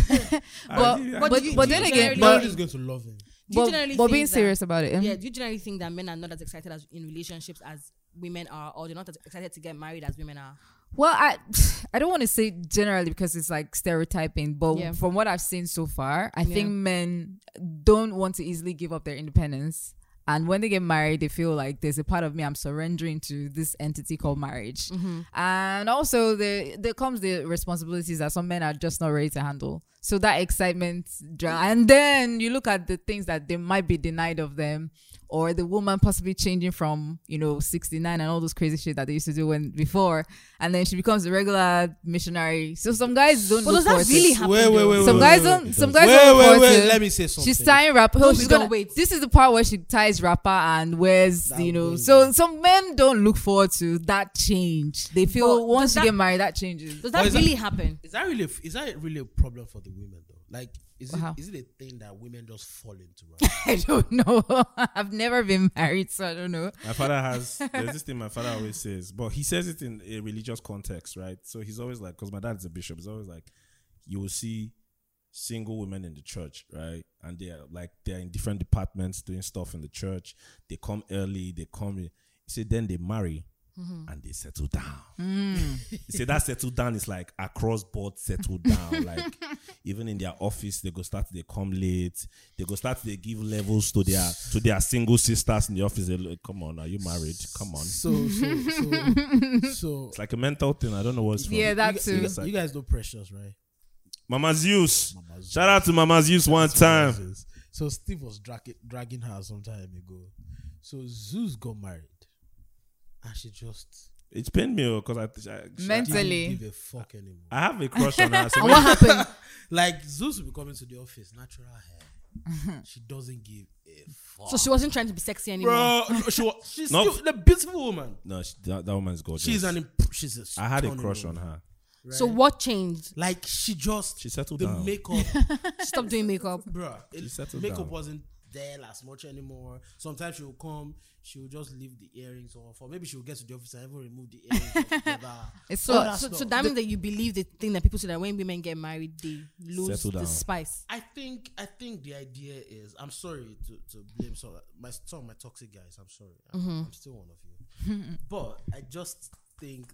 Speaker 4: But- but- but then again-
Speaker 2: No
Speaker 4: But-
Speaker 2: one is going to love him.
Speaker 3: Do you
Speaker 4: But,
Speaker 3: generally
Speaker 4: but
Speaker 3: think
Speaker 4: being
Speaker 3: that-
Speaker 4: serious about it. um,
Speaker 3: yeah, do you generally think that men are not as excited as in relationships as women are, or they're not as excited to get married as women are?
Speaker 4: Well, I I don't want to say generally because it's like stereotyping, but
Speaker 3: Yeah.
Speaker 4: from what I've seen so far, I
Speaker 3: Yeah.
Speaker 4: think men don't want to easily give up their independence. And when they get married, they feel like there's a part of me I'm surrendering to this entity called marriage.
Speaker 3: Mm-hmm.
Speaker 4: And also, there there comes the responsibilities that some men are just not ready to handle. So that excitement, dra- and then you look at the things that they might be denied of them, or the woman possibly changing from you know 69 and all those crazy shit that they used to do when before, and then she becomes a regular missionary. So some guys don't.
Speaker 3: But
Speaker 4: look
Speaker 3: does that
Speaker 4: forward to it.
Speaker 3: really happen?
Speaker 2: Wait, wait, wait.
Speaker 4: Some
Speaker 2: wait,
Speaker 4: guys
Speaker 2: wait,
Speaker 4: don't-
Speaker 2: wait.
Speaker 4: some guys
Speaker 2: wait,
Speaker 4: don't
Speaker 2: Wait,
Speaker 4: want
Speaker 2: wait,
Speaker 4: to-
Speaker 2: Let me say something.
Speaker 4: She's tying wrapper.
Speaker 3: No,
Speaker 4: Oh, she's
Speaker 3: she's
Speaker 4: gonna
Speaker 3: gonna wait.
Speaker 4: This is the part where she ties wrapper and wears,
Speaker 2: That
Speaker 4: you know.
Speaker 2: will-
Speaker 4: So some men don't look forward to that change. They feel
Speaker 3: But
Speaker 4: once
Speaker 3: does
Speaker 4: you
Speaker 3: that-
Speaker 4: get married, that changes.
Speaker 3: Does that
Speaker 2: Or is that-
Speaker 3: really happen?
Speaker 2: Is that really? Is that really a problem for the women though? Like, is it
Speaker 4: Wow.
Speaker 2: is it a thing that women just fall into? Right?
Speaker 4: I don't know. I've never been married, so I don't know.
Speaker 1: My father has there's this thing my father always says, but he says it in a religious context, right? So he's always like, because my dad's a bishop, he's always like, you will see single women in the church, right? And they're like they're in different departments doing stuff in the church. They come early, they come. He said then they marry
Speaker 4: Mm-hmm.
Speaker 1: and they settle down.
Speaker 4: Mm.
Speaker 1: he said that settle down is like across board settle down. like even in their office, they go start they come late. They go start they give levels to their to their single sisters in the office. They look, come on, are you married? Come on.
Speaker 2: so, so, so, so.
Speaker 1: It's like a mental thing. I don't know what's wrong.
Speaker 4: Yeah, that
Speaker 2: you,
Speaker 4: too.
Speaker 2: guys- you guys know precious, right?
Speaker 1: Mama Zeus.
Speaker 2: Mama Zeus.
Speaker 1: Shout out to Mama Zeus one time.
Speaker 2: Zeus. So Steve was dragging dragging her some time ago. So Zeus got married, and she just
Speaker 1: It pained me because I, I,
Speaker 4: Men-
Speaker 2: didn't
Speaker 4: Mentally.
Speaker 2: give a fuck anymore.
Speaker 1: I have a crush on her. So
Speaker 4: And what happened?
Speaker 2: Like Zeus will be coming to the office, natural hair. she doesn't give a fuck.
Speaker 3: So she wasn't trying to be sexy anymore.
Speaker 2: Bro, no, she was, she's
Speaker 1: Uh, No.
Speaker 2: still a beautiful woman.
Speaker 1: no, she, that, that woman's gorgeous.
Speaker 2: She's an imp- she's a
Speaker 1: I had a
Speaker 2: stunning
Speaker 1: crush on
Speaker 2: woman.
Speaker 1: her.
Speaker 3: So what changed?
Speaker 2: Like she just
Speaker 1: She settled
Speaker 2: the
Speaker 1: down.
Speaker 2: makeup,
Speaker 3: Stop doing makeup.
Speaker 2: bro.
Speaker 1: settled
Speaker 2: Makeup
Speaker 1: down.
Speaker 2: wasn't there as much anymore. Sometimes she will come, she will just leave the earrings off, or maybe she will get to the office and even remove the earrings altogether.
Speaker 4: It's so.
Speaker 3: So,
Speaker 2: that's
Speaker 3: so,
Speaker 2: not-
Speaker 3: so that means that you believe the thing that people say that when women get married, they lose
Speaker 1: Settle down.
Speaker 3: the spice.
Speaker 2: I think I think the idea is I'm sorry to, to blame some my some of my toxic guys. I'm sorry. I'm, I'm still one of you. but I just think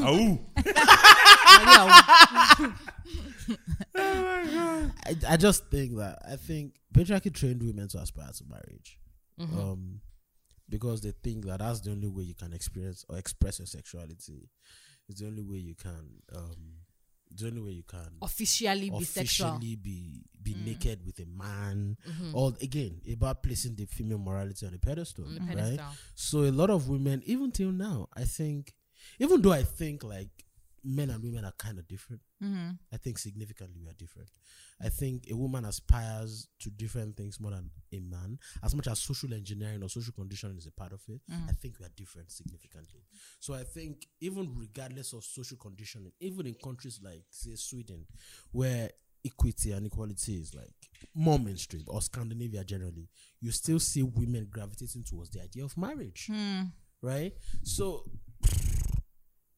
Speaker 1: Oh,
Speaker 3: Like,
Speaker 2: I, I just think that I think patriarchy trained women to aspire to marriage,
Speaker 3: Mm-hmm.
Speaker 2: um, because they think that that's the only way you can experience or express your sexuality. It's the only way you can, um, the only way you can
Speaker 3: officially be Mm. sexual.
Speaker 2: officially be be naked with a man. Or again, about placing the female morality on a pedestal,
Speaker 3: Mm-hmm. On a
Speaker 2: right?
Speaker 3: pedestal.
Speaker 2: So a lot of women, even till now, I think, even though I think like men and women are kind of different.
Speaker 4: Mhm.
Speaker 2: I think significantly we are different. I think a woman aspires to different things more than a man. As much as social engineering or social conditioning is a part of it, I think we are different significantly. So I think even regardless of social conditioning, even in countries like say Sweden, where equity and equality is like more mainstream or Scandinavia generally, you still see women gravitating towards the idea of marriage. Right? So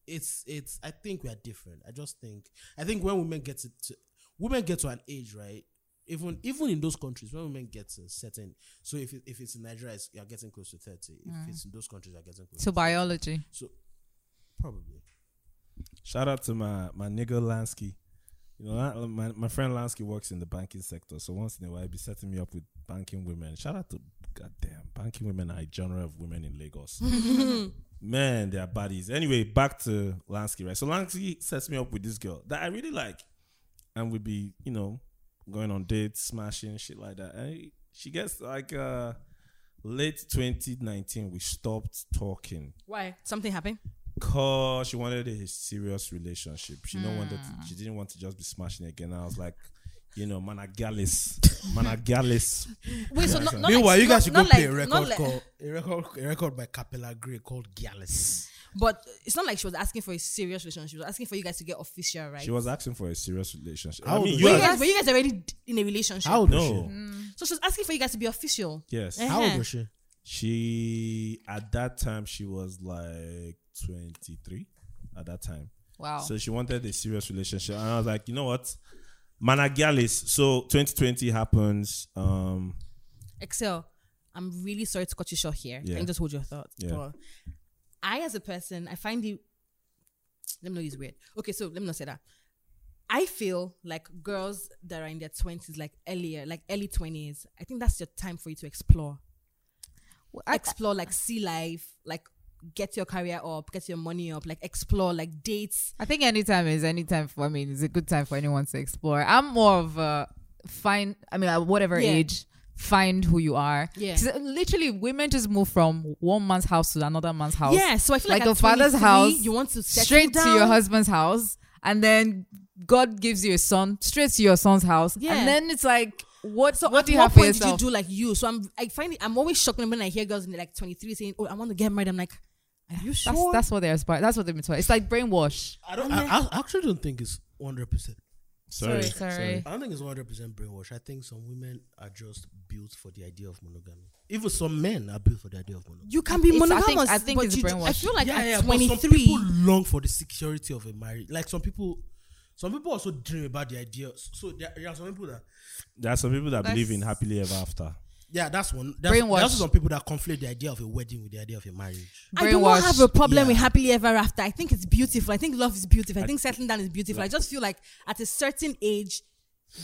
Speaker 2: it's it's i think we are different i just think i think when women get to, to women get to an age right even even in those countries when women get to a certain so if, it, if it's in nigeria it's, you're getting close to 30 if it's in those countries you're getting close
Speaker 4: So biology.
Speaker 2: so probably
Speaker 1: shout out to my my nigga Lansky. You know, Lan- my, my friend Lansky works in the banking sector, so once in a while, he be setting me up with banking women. Shout out to goddamn banking women are a genre of women in Lagos. Man, they are baddies. Anyway, back to Lansky, right? So Lansky sets me up with this girl that I really like, and we be you know going on dates, smashing shit like that. And she gets like uh late 2019, we stopped talking.
Speaker 3: Why? Something happened?
Speaker 1: Cause
Speaker 4: Hmm.
Speaker 1: she wanted a serious relationship. She no wanted to, she didn't want to just be smashing again. I was like, you know, Managalis. Managalis.
Speaker 3: Wait, so not, not
Speaker 2: Meanwhile,
Speaker 3: like,
Speaker 2: you guys should
Speaker 3: not,
Speaker 2: go
Speaker 3: not
Speaker 2: play a
Speaker 3: like-
Speaker 2: record
Speaker 3: not like-
Speaker 2: called a record, a record by Capella Gray called Gallus.
Speaker 3: But it's not like she was asking for a serious relationship. She was asking for you guys to get official, right?
Speaker 1: She was asking for a serious relationship.
Speaker 2: How
Speaker 1: I mean,
Speaker 2: old
Speaker 1: you
Speaker 3: Were you
Speaker 2: was-
Speaker 1: are,
Speaker 3: guys, were you guys already d- in a relationship?
Speaker 2: How old was
Speaker 1: no.
Speaker 4: Hmm.
Speaker 3: So she was asking for you guys to be official.
Speaker 1: Yes.
Speaker 2: she?
Speaker 3: Eh.
Speaker 2: How old was she?
Speaker 1: She at that time she was like 23 at that time.
Speaker 4: Wow.
Speaker 1: So she wanted a serious relationship. And I was like, you know what? Managalis. So 2020 happens. Um
Speaker 3: Excel, I'm really sorry to cut you short here.
Speaker 1: Yeah.
Speaker 3: I just hold your thoughts.
Speaker 1: Yeah.
Speaker 3: But I, as a person, I find you. Let me not use weird. Okay, so let me not say that. I feel like girls that are in their twenties, like earlier, like early twenties. I think that's your time for you to explore, explore like see life, like get your career up, get your money up, like explore like dates.
Speaker 4: I think anytime is any time for. I mean, it's a good time for anyone to explore. I'm more of a find. I mean, at whatever
Speaker 3: Yeah.
Speaker 4: age, find who you are.
Speaker 3: Yeah.
Speaker 4: 'Cause uh, Literally, women just move from one man's house to another man's house.
Speaker 3: Yeah, so I feel like,
Speaker 4: Like
Speaker 3: at
Speaker 4: your father's
Speaker 3: 23,
Speaker 4: house,
Speaker 3: you want to settle
Speaker 4: straight to your
Speaker 3: down.
Speaker 4: husband's house, and then God gives you a son. Straight to your son's house,
Speaker 3: Yeah.
Speaker 4: and then it's like, what?
Speaker 3: So
Speaker 4: what
Speaker 3: at
Speaker 4: do you
Speaker 3: what
Speaker 4: have for
Speaker 3: point
Speaker 4: yourself?
Speaker 3: did you do like you? So I'm I find it, I'm always shocked when I hear girls in like 23 saying, "Oh, I want to get married." I'm like, "Are you sure?"
Speaker 4: that's that's what they're aspiring. That's what they've been taught. It's like brainwash.
Speaker 2: I don't. I, I actually don't think it's one hundred percent.
Speaker 1: sorry.
Speaker 4: Sorry, sorry.
Speaker 2: I don't think it's one hundred percent brainwash. I think some women are just built for the idea of monogamy. Even some men are built for the idea of monogamy.
Speaker 3: you can be
Speaker 4: It's- I think-
Speaker 3: monogamous.
Speaker 4: I think
Speaker 3: but
Speaker 4: it's
Speaker 3: you do- I
Speaker 4: brainwashed.
Speaker 3: feel like at
Speaker 2: but
Speaker 3: 23,
Speaker 2: some people long for the security of a marriage. Like some people, some people also dream about the idea. So there, there are some people that,
Speaker 1: There are some people that believe in
Speaker 4: That's-
Speaker 1: happily ever after.
Speaker 2: yeah, that's one. That's, there are
Speaker 4: Brainwashed.
Speaker 2: also some people that conflate the idea of a wedding with the idea of a marriage.
Speaker 3: I do not
Speaker 4: brainwashed.
Speaker 3: have a problem
Speaker 2: Yeah.
Speaker 3: with happily ever after. I think it's beautiful. I think love is beautiful. I,
Speaker 1: I-
Speaker 3: think settling down is beautiful. I just feel like at a certain age,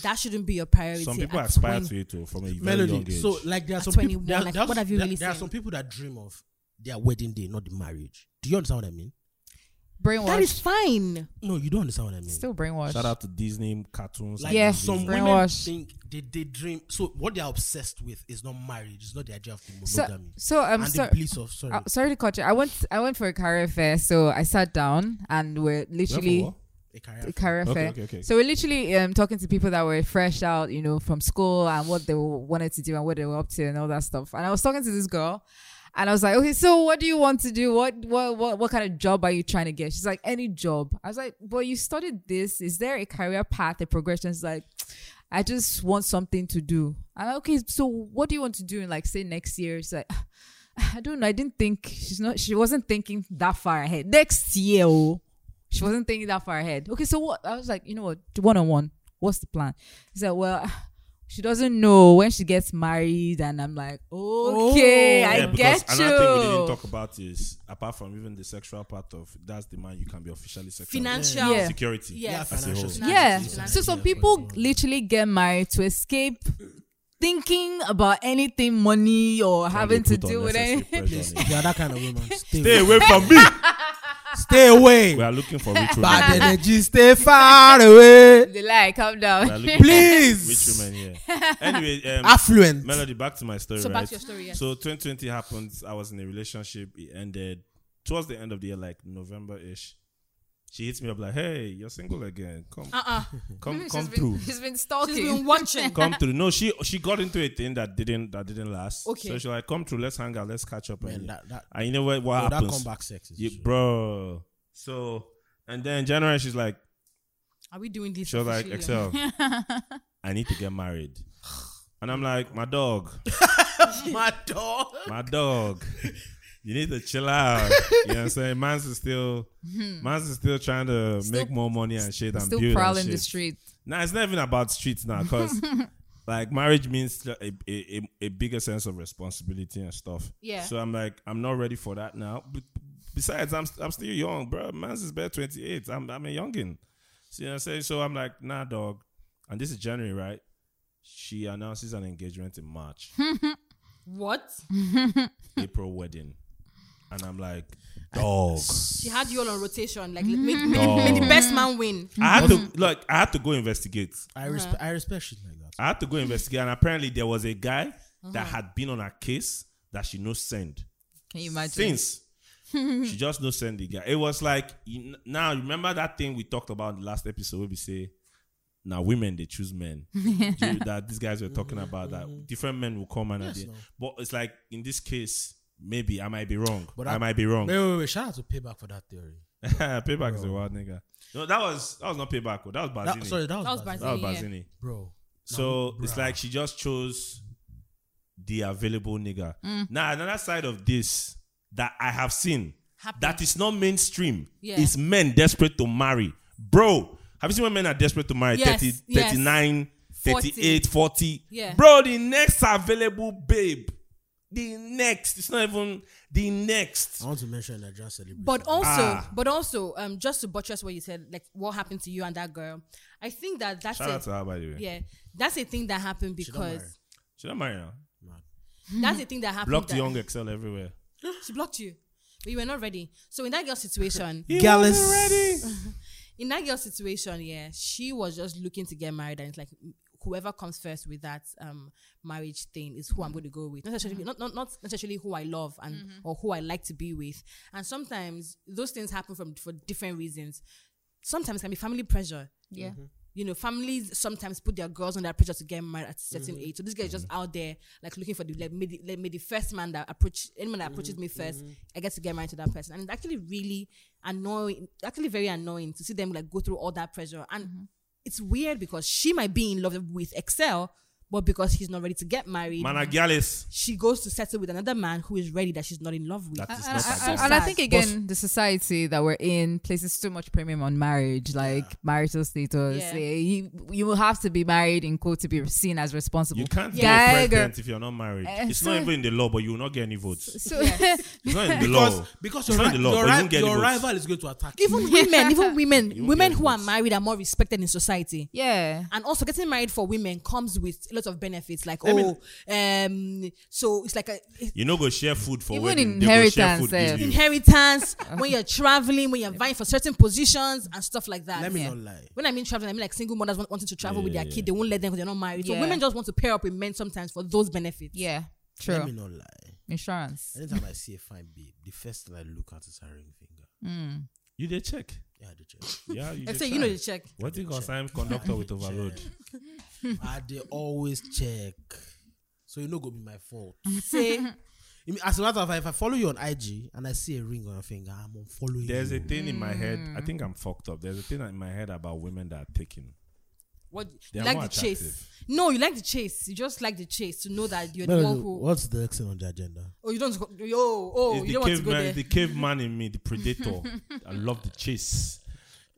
Speaker 3: that shouldn't be your priority.
Speaker 1: Some people
Speaker 3: at
Speaker 1: aspire
Speaker 3: 20.
Speaker 1: to it too from a very young
Speaker 2: Melody.
Speaker 1: age.
Speaker 2: So like there are
Speaker 3: At
Speaker 2: some
Speaker 3: 21,
Speaker 2: people. There, are-
Speaker 3: like,
Speaker 2: there are
Speaker 3: what
Speaker 2: some-
Speaker 3: have you
Speaker 2: there-
Speaker 3: really
Speaker 2: there are
Speaker 3: seen?
Speaker 2: some people that dream of their wedding day, not the marriage. Do you understand what I mean?
Speaker 4: Brainwash.
Speaker 3: That is fine.
Speaker 2: No, you don't understand what I mean.
Speaker 4: still brainwash.
Speaker 1: Shout out to Disney cartoons.
Speaker 2: Like
Speaker 4: Yeah,
Speaker 2: some
Speaker 1: Disney.
Speaker 2: women
Speaker 4: brainwash.
Speaker 2: think they, they dream. So what they are obsessed with is not marriage. It's not the idea of the
Speaker 4: So, um,
Speaker 2: monogamy.
Speaker 4: so I'm
Speaker 2: and
Speaker 4: sorry.
Speaker 2: the beliefs of sorry.
Speaker 4: Uh, sorry to cut you. I went. I went for a career fair, so I sat down and we're literally
Speaker 1: Therefore,
Speaker 2: a career
Speaker 4: a
Speaker 2: fair.
Speaker 4: career
Speaker 1: Okay,
Speaker 4: fair.
Speaker 1: okay, okay.
Speaker 4: So we're literally um, talking to people that were fresh out, you know, from school and what they wanted to do and what they were up to and all that stuff. And I was talking to this girl, and I was like, "Okay, so what do you want to do? What what what what kind of job are you trying to get?" She's like, "Any job." I was like, "Well, you studied this. Is there a career path, a progression?" She's like. I just want something to do. I'm like, okay, so what do you want to do in like say next year? She's like, I don't know. I didn't think she's not. She wasn't thinking that far ahead. Next year, oh, she wasn't thinking that far ahead. Okay, so what? I was like, you know what? One on one. What's the plan? He said, well, she doesn't know when she gets married, and I'm like, oh, okay,
Speaker 3: Oh.
Speaker 4: I
Speaker 1: yeah, because
Speaker 4: get you.
Speaker 1: another thing we didn't talk about is apart from even the sexual part of that's the man you can be officially sexual.
Speaker 3: Financial.
Speaker 4: Yeah.
Speaker 1: security.
Speaker 3: Yeah,
Speaker 1: as a whole.
Speaker 2: financial security.
Speaker 4: yeah.
Speaker 2: It's
Speaker 3: Yeah.
Speaker 4: So some people literally get married to escape thinking about anything money or having to
Speaker 1: Don't put
Speaker 4: deal with
Speaker 1: unnecessary
Speaker 4: anything.
Speaker 1: pressure on
Speaker 2: Please,
Speaker 1: it.
Speaker 2: if you are that kind of woman, stay,
Speaker 1: Stay
Speaker 2: away.
Speaker 1: away from me.
Speaker 2: Stay
Speaker 1: We
Speaker 2: away.
Speaker 1: are looking for rich
Speaker 2: Bad
Speaker 1: women.
Speaker 2: energy, stay far away.
Speaker 4: They lie, calm down.
Speaker 1: We are looking
Speaker 2: Please.
Speaker 1: for rich women here. Anyway, um,
Speaker 2: Affluent.
Speaker 1: Melody, back to my story.
Speaker 3: So back
Speaker 1: right?
Speaker 3: to your story. Yes.
Speaker 1: So 2020 happened. I was in a relationship. It ended towards the end of the year, like November ish. She hits me up like, "Hey, you're single again? Come,
Speaker 3: uh-uh.
Speaker 1: come,
Speaker 4: She's
Speaker 1: come
Speaker 4: been-
Speaker 1: through."
Speaker 4: She's been stalking.
Speaker 3: She's been watching.
Speaker 1: come through. No, she she got into a thing that didn't that didn't last.
Speaker 3: Okay.
Speaker 1: So she like, come through, let's hang out, let's catch up.
Speaker 2: Man,
Speaker 1: And,
Speaker 2: that, that,
Speaker 1: and you know what, what
Speaker 2: no, that
Speaker 1: happens?
Speaker 2: comeback sex is
Speaker 1: You,
Speaker 2: true.
Speaker 1: bro. So and then January she's like,
Speaker 3: Are we doing this?
Speaker 1: she was like,
Speaker 3: officially or
Speaker 1: Excel, I need to get married. And I'm like, my dog,
Speaker 2: my dog.
Speaker 1: my dog. You need to chill out. You know what I'm saying? Man's is still man's is still trying to make more money and shit and
Speaker 4: Hmm. Still
Speaker 1: build and
Speaker 4: prowling the
Speaker 1: shit.
Speaker 4: street.
Speaker 1: Now it's not even about streets now, cause like marriage means a, a, a- a bigger sense of responsibility and stuff.
Speaker 3: Yeah.
Speaker 1: So I'm like, I'm not ready for that now. But besides, I'm I'm still young, bro. Man's is bare 28. I'm I'm a youngin. So you know what I'm saying? So I'm like, nah, dog. And this is January, right? She announces an engagement in March,
Speaker 3: What?
Speaker 1: April wedding, and I'm like, dog.
Speaker 3: She had you all on rotation. Like, may,
Speaker 2: Mm-hmm.
Speaker 3: may, may the
Speaker 2: Oh.
Speaker 3: best man win.
Speaker 1: I had to like, I had to go investigate.
Speaker 2: I respect. I respect shit like that.
Speaker 1: I had to go investigate, and apparently there was a guy that had been on her case that she no send
Speaker 4: Can you imagine?
Speaker 1: since. she just no send the guy. It was like you kn- now. Remember that thing we talked about in the last episode? Where we say now women they choose men You- that these guys were talking about that different men will come and
Speaker 2: Yes,
Speaker 1: at the-
Speaker 2: no.
Speaker 1: but it's like in this case maybe I might be wrong
Speaker 2: But
Speaker 1: I,
Speaker 2: I-
Speaker 1: might be wrong
Speaker 2: Wait, wait, wait. Shout out to Payback for that theory.
Speaker 1: payback is a wild nigga no that was that was not payback oh, that was
Speaker 2: That-
Speaker 1: Bazzini that,
Speaker 2: sorry, that was,
Speaker 3: That was
Speaker 2: Basil.
Speaker 3: Basil.
Speaker 1: was
Speaker 3: Yeah.
Speaker 1: Bazzini
Speaker 2: Bro.
Speaker 1: so
Speaker 2: Now,
Speaker 1: it's
Speaker 2: bruh.
Speaker 1: like she just chose the available nigga.
Speaker 3: Mm.
Speaker 1: Now another side of this that I have seen
Speaker 3: Happen.
Speaker 1: that is not mainstream
Speaker 3: Yeah.
Speaker 1: is men desperate to marry. Bro, have you seen when men are desperate to marry?
Speaker 3: Yes,
Speaker 1: 30,
Speaker 3: yes.
Speaker 1: 39, 38, 40.
Speaker 3: Yeah.
Speaker 1: Bro, the next available babe. The next. It's not even the next.
Speaker 2: I want to mention that just celebrity.
Speaker 3: But also,
Speaker 1: Ah.
Speaker 3: but also, um, just to buttress what you said, like what happened to you and that girl, I think that that's
Speaker 1: Shout
Speaker 3: a,
Speaker 1: out to her, by the way.
Speaker 3: yeah, that's a thing that happened
Speaker 2: She don't marry.
Speaker 3: because
Speaker 1: Should I marry now?
Speaker 3: that's a thing that happened.
Speaker 1: Block the
Speaker 3: that-
Speaker 1: young Excel everywhere.
Speaker 3: She blocked you, but you were not ready. So in that girl situation,
Speaker 1: He
Speaker 2: Gallus.
Speaker 1: wasn't ready.
Speaker 3: in that girl situation, yeah, she was just looking to get married, and it's like whoever comes first with that um marriage thing is who I'm going to go with. Not necessarily, not, not not necessarily who I love and or who I like to be with. And sometimes those things happen from for different reasons. Sometimes it can be family pressure.
Speaker 4: Yeah.
Speaker 1: Mm-hmm.
Speaker 3: You know, families sometimes put their girls under pressure to get married at a certain
Speaker 1: Mm-hmm.
Speaker 3: age. So this girl is just out there, like looking for the like, may the, like, may the first man that approach anyone that
Speaker 1: Mm-hmm.
Speaker 3: approaches me 1st I get to get married to that person. And it's actually really annoying, actually very annoying to see them like go through all that pressure. And
Speaker 4: Mm-hmm.
Speaker 3: it's weird because she might be in love with Excel, but because he's not ready to get married,
Speaker 1: Managalis.
Speaker 3: she goes to settle with another man who is ready that she's not in love with.
Speaker 1: That is
Speaker 4: And,
Speaker 1: not
Speaker 4: I-
Speaker 1: acceptable.
Speaker 4: and I think
Speaker 3: But-
Speaker 4: again, the society that we're in places too much premium on marriage, like marital status.
Speaker 3: Yeah.
Speaker 4: Eh, You, you will have to be married in quote to be seen as responsible.
Speaker 1: You can't
Speaker 4: Yeah.
Speaker 1: be a
Speaker 4: Geiger.
Speaker 1: president if you're not married.
Speaker 4: Eh,
Speaker 1: It's not
Speaker 4: so-
Speaker 1: even in the law, but you will not get any votes.
Speaker 4: So
Speaker 1: It's not in the
Speaker 2: because
Speaker 1: law. It's
Speaker 2: because your,
Speaker 1: not
Speaker 2: ri-
Speaker 1: in the law, but
Speaker 2: your,
Speaker 1: you
Speaker 2: ri-
Speaker 1: don't get
Speaker 2: your
Speaker 1: any votes.
Speaker 2: rival is going to attack you.
Speaker 3: even women, even
Speaker 1: You
Speaker 3: women,
Speaker 1: won't
Speaker 3: women
Speaker 1: get
Speaker 3: who are
Speaker 1: votes.
Speaker 3: married are more respected in society.
Speaker 4: yeah,
Speaker 3: And also, getting married for women comes with lots of benefits, like
Speaker 2: Let me-
Speaker 3: oh, um, so it's like a it's
Speaker 1: You know, go share food for
Speaker 4: Even
Speaker 1: wedding. They go share food.
Speaker 4: inheritance,
Speaker 1: give
Speaker 4: eh.
Speaker 1: you.
Speaker 3: inheritance when you're traveling, when you're vying for certain positions and stuff like that.
Speaker 2: Let me
Speaker 4: Yeah.
Speaker 2: not lie.
Speaker 3: when I mean traveling, I mean like single mothers want, wanting to travel with their
Speaker 1: Yeah.
Speaker 3: kid, they won't let them because they're not married. So
Speaker 4: Yeah.
Speaker 3: women just want to pair up with men sometimes for those benefits.
Speaker 4: yeah,
Speaker 2: Let me
Speaker 4: true.
Speaker 2: not lie.
Speaker 4: Insurance.
Speaker 2: Anytime I see a fine babe, the first thing I look at is her ring finger.
Speaker 4: Mm.
Speaker 1: You did check.
Speaker 2: Yeah, the check.
Speaker 1: Yeah, you
Speaker 3: I
Speaker 1: did check.
Speaker 3: say Eh, you know the check.
Speaker 1: What do you concern conductor with overload?
Speaker 2: Check. I they always check. So you know, go be my fault.
Speaker 3: Say
Speaker 2: I mean, As a matter of fact, if I follow you on IG and I see a ring on your finger, I'm unfollowing
Speaker 1: There's
Speaker 2: you.
Speaker 1: a thing in my head. I think I'm fucked up. There's a thing in my head about women that are taken.
Speaker 3: what
Speaker 1: They
Speaker 3: you
Speaker 1: are
Speaker 3: like
Speaker 1: more
Speaker 3: the chase.
Speaker 1: attractive.
Speaker 3: No, you like the chase. You just like the chase to know that you're
Speaker 2: No,
Speaker 3: the
Speaker 2: no,
Speaker 3: one
Speaker 2: no.
Speaker 3: who.
Speaker 2: What's the next thing on the agenda?
Speaker 3: Oh, you don't. Go, oh, oh,
Speaker 1: it's
Speaker 3: you
Speaker 1: the
Speaker 3: don't want to go
Speaker 1: caveman,
Speaker 3: there.
Speaker 1: the caveman in me, the predator. I love the chase.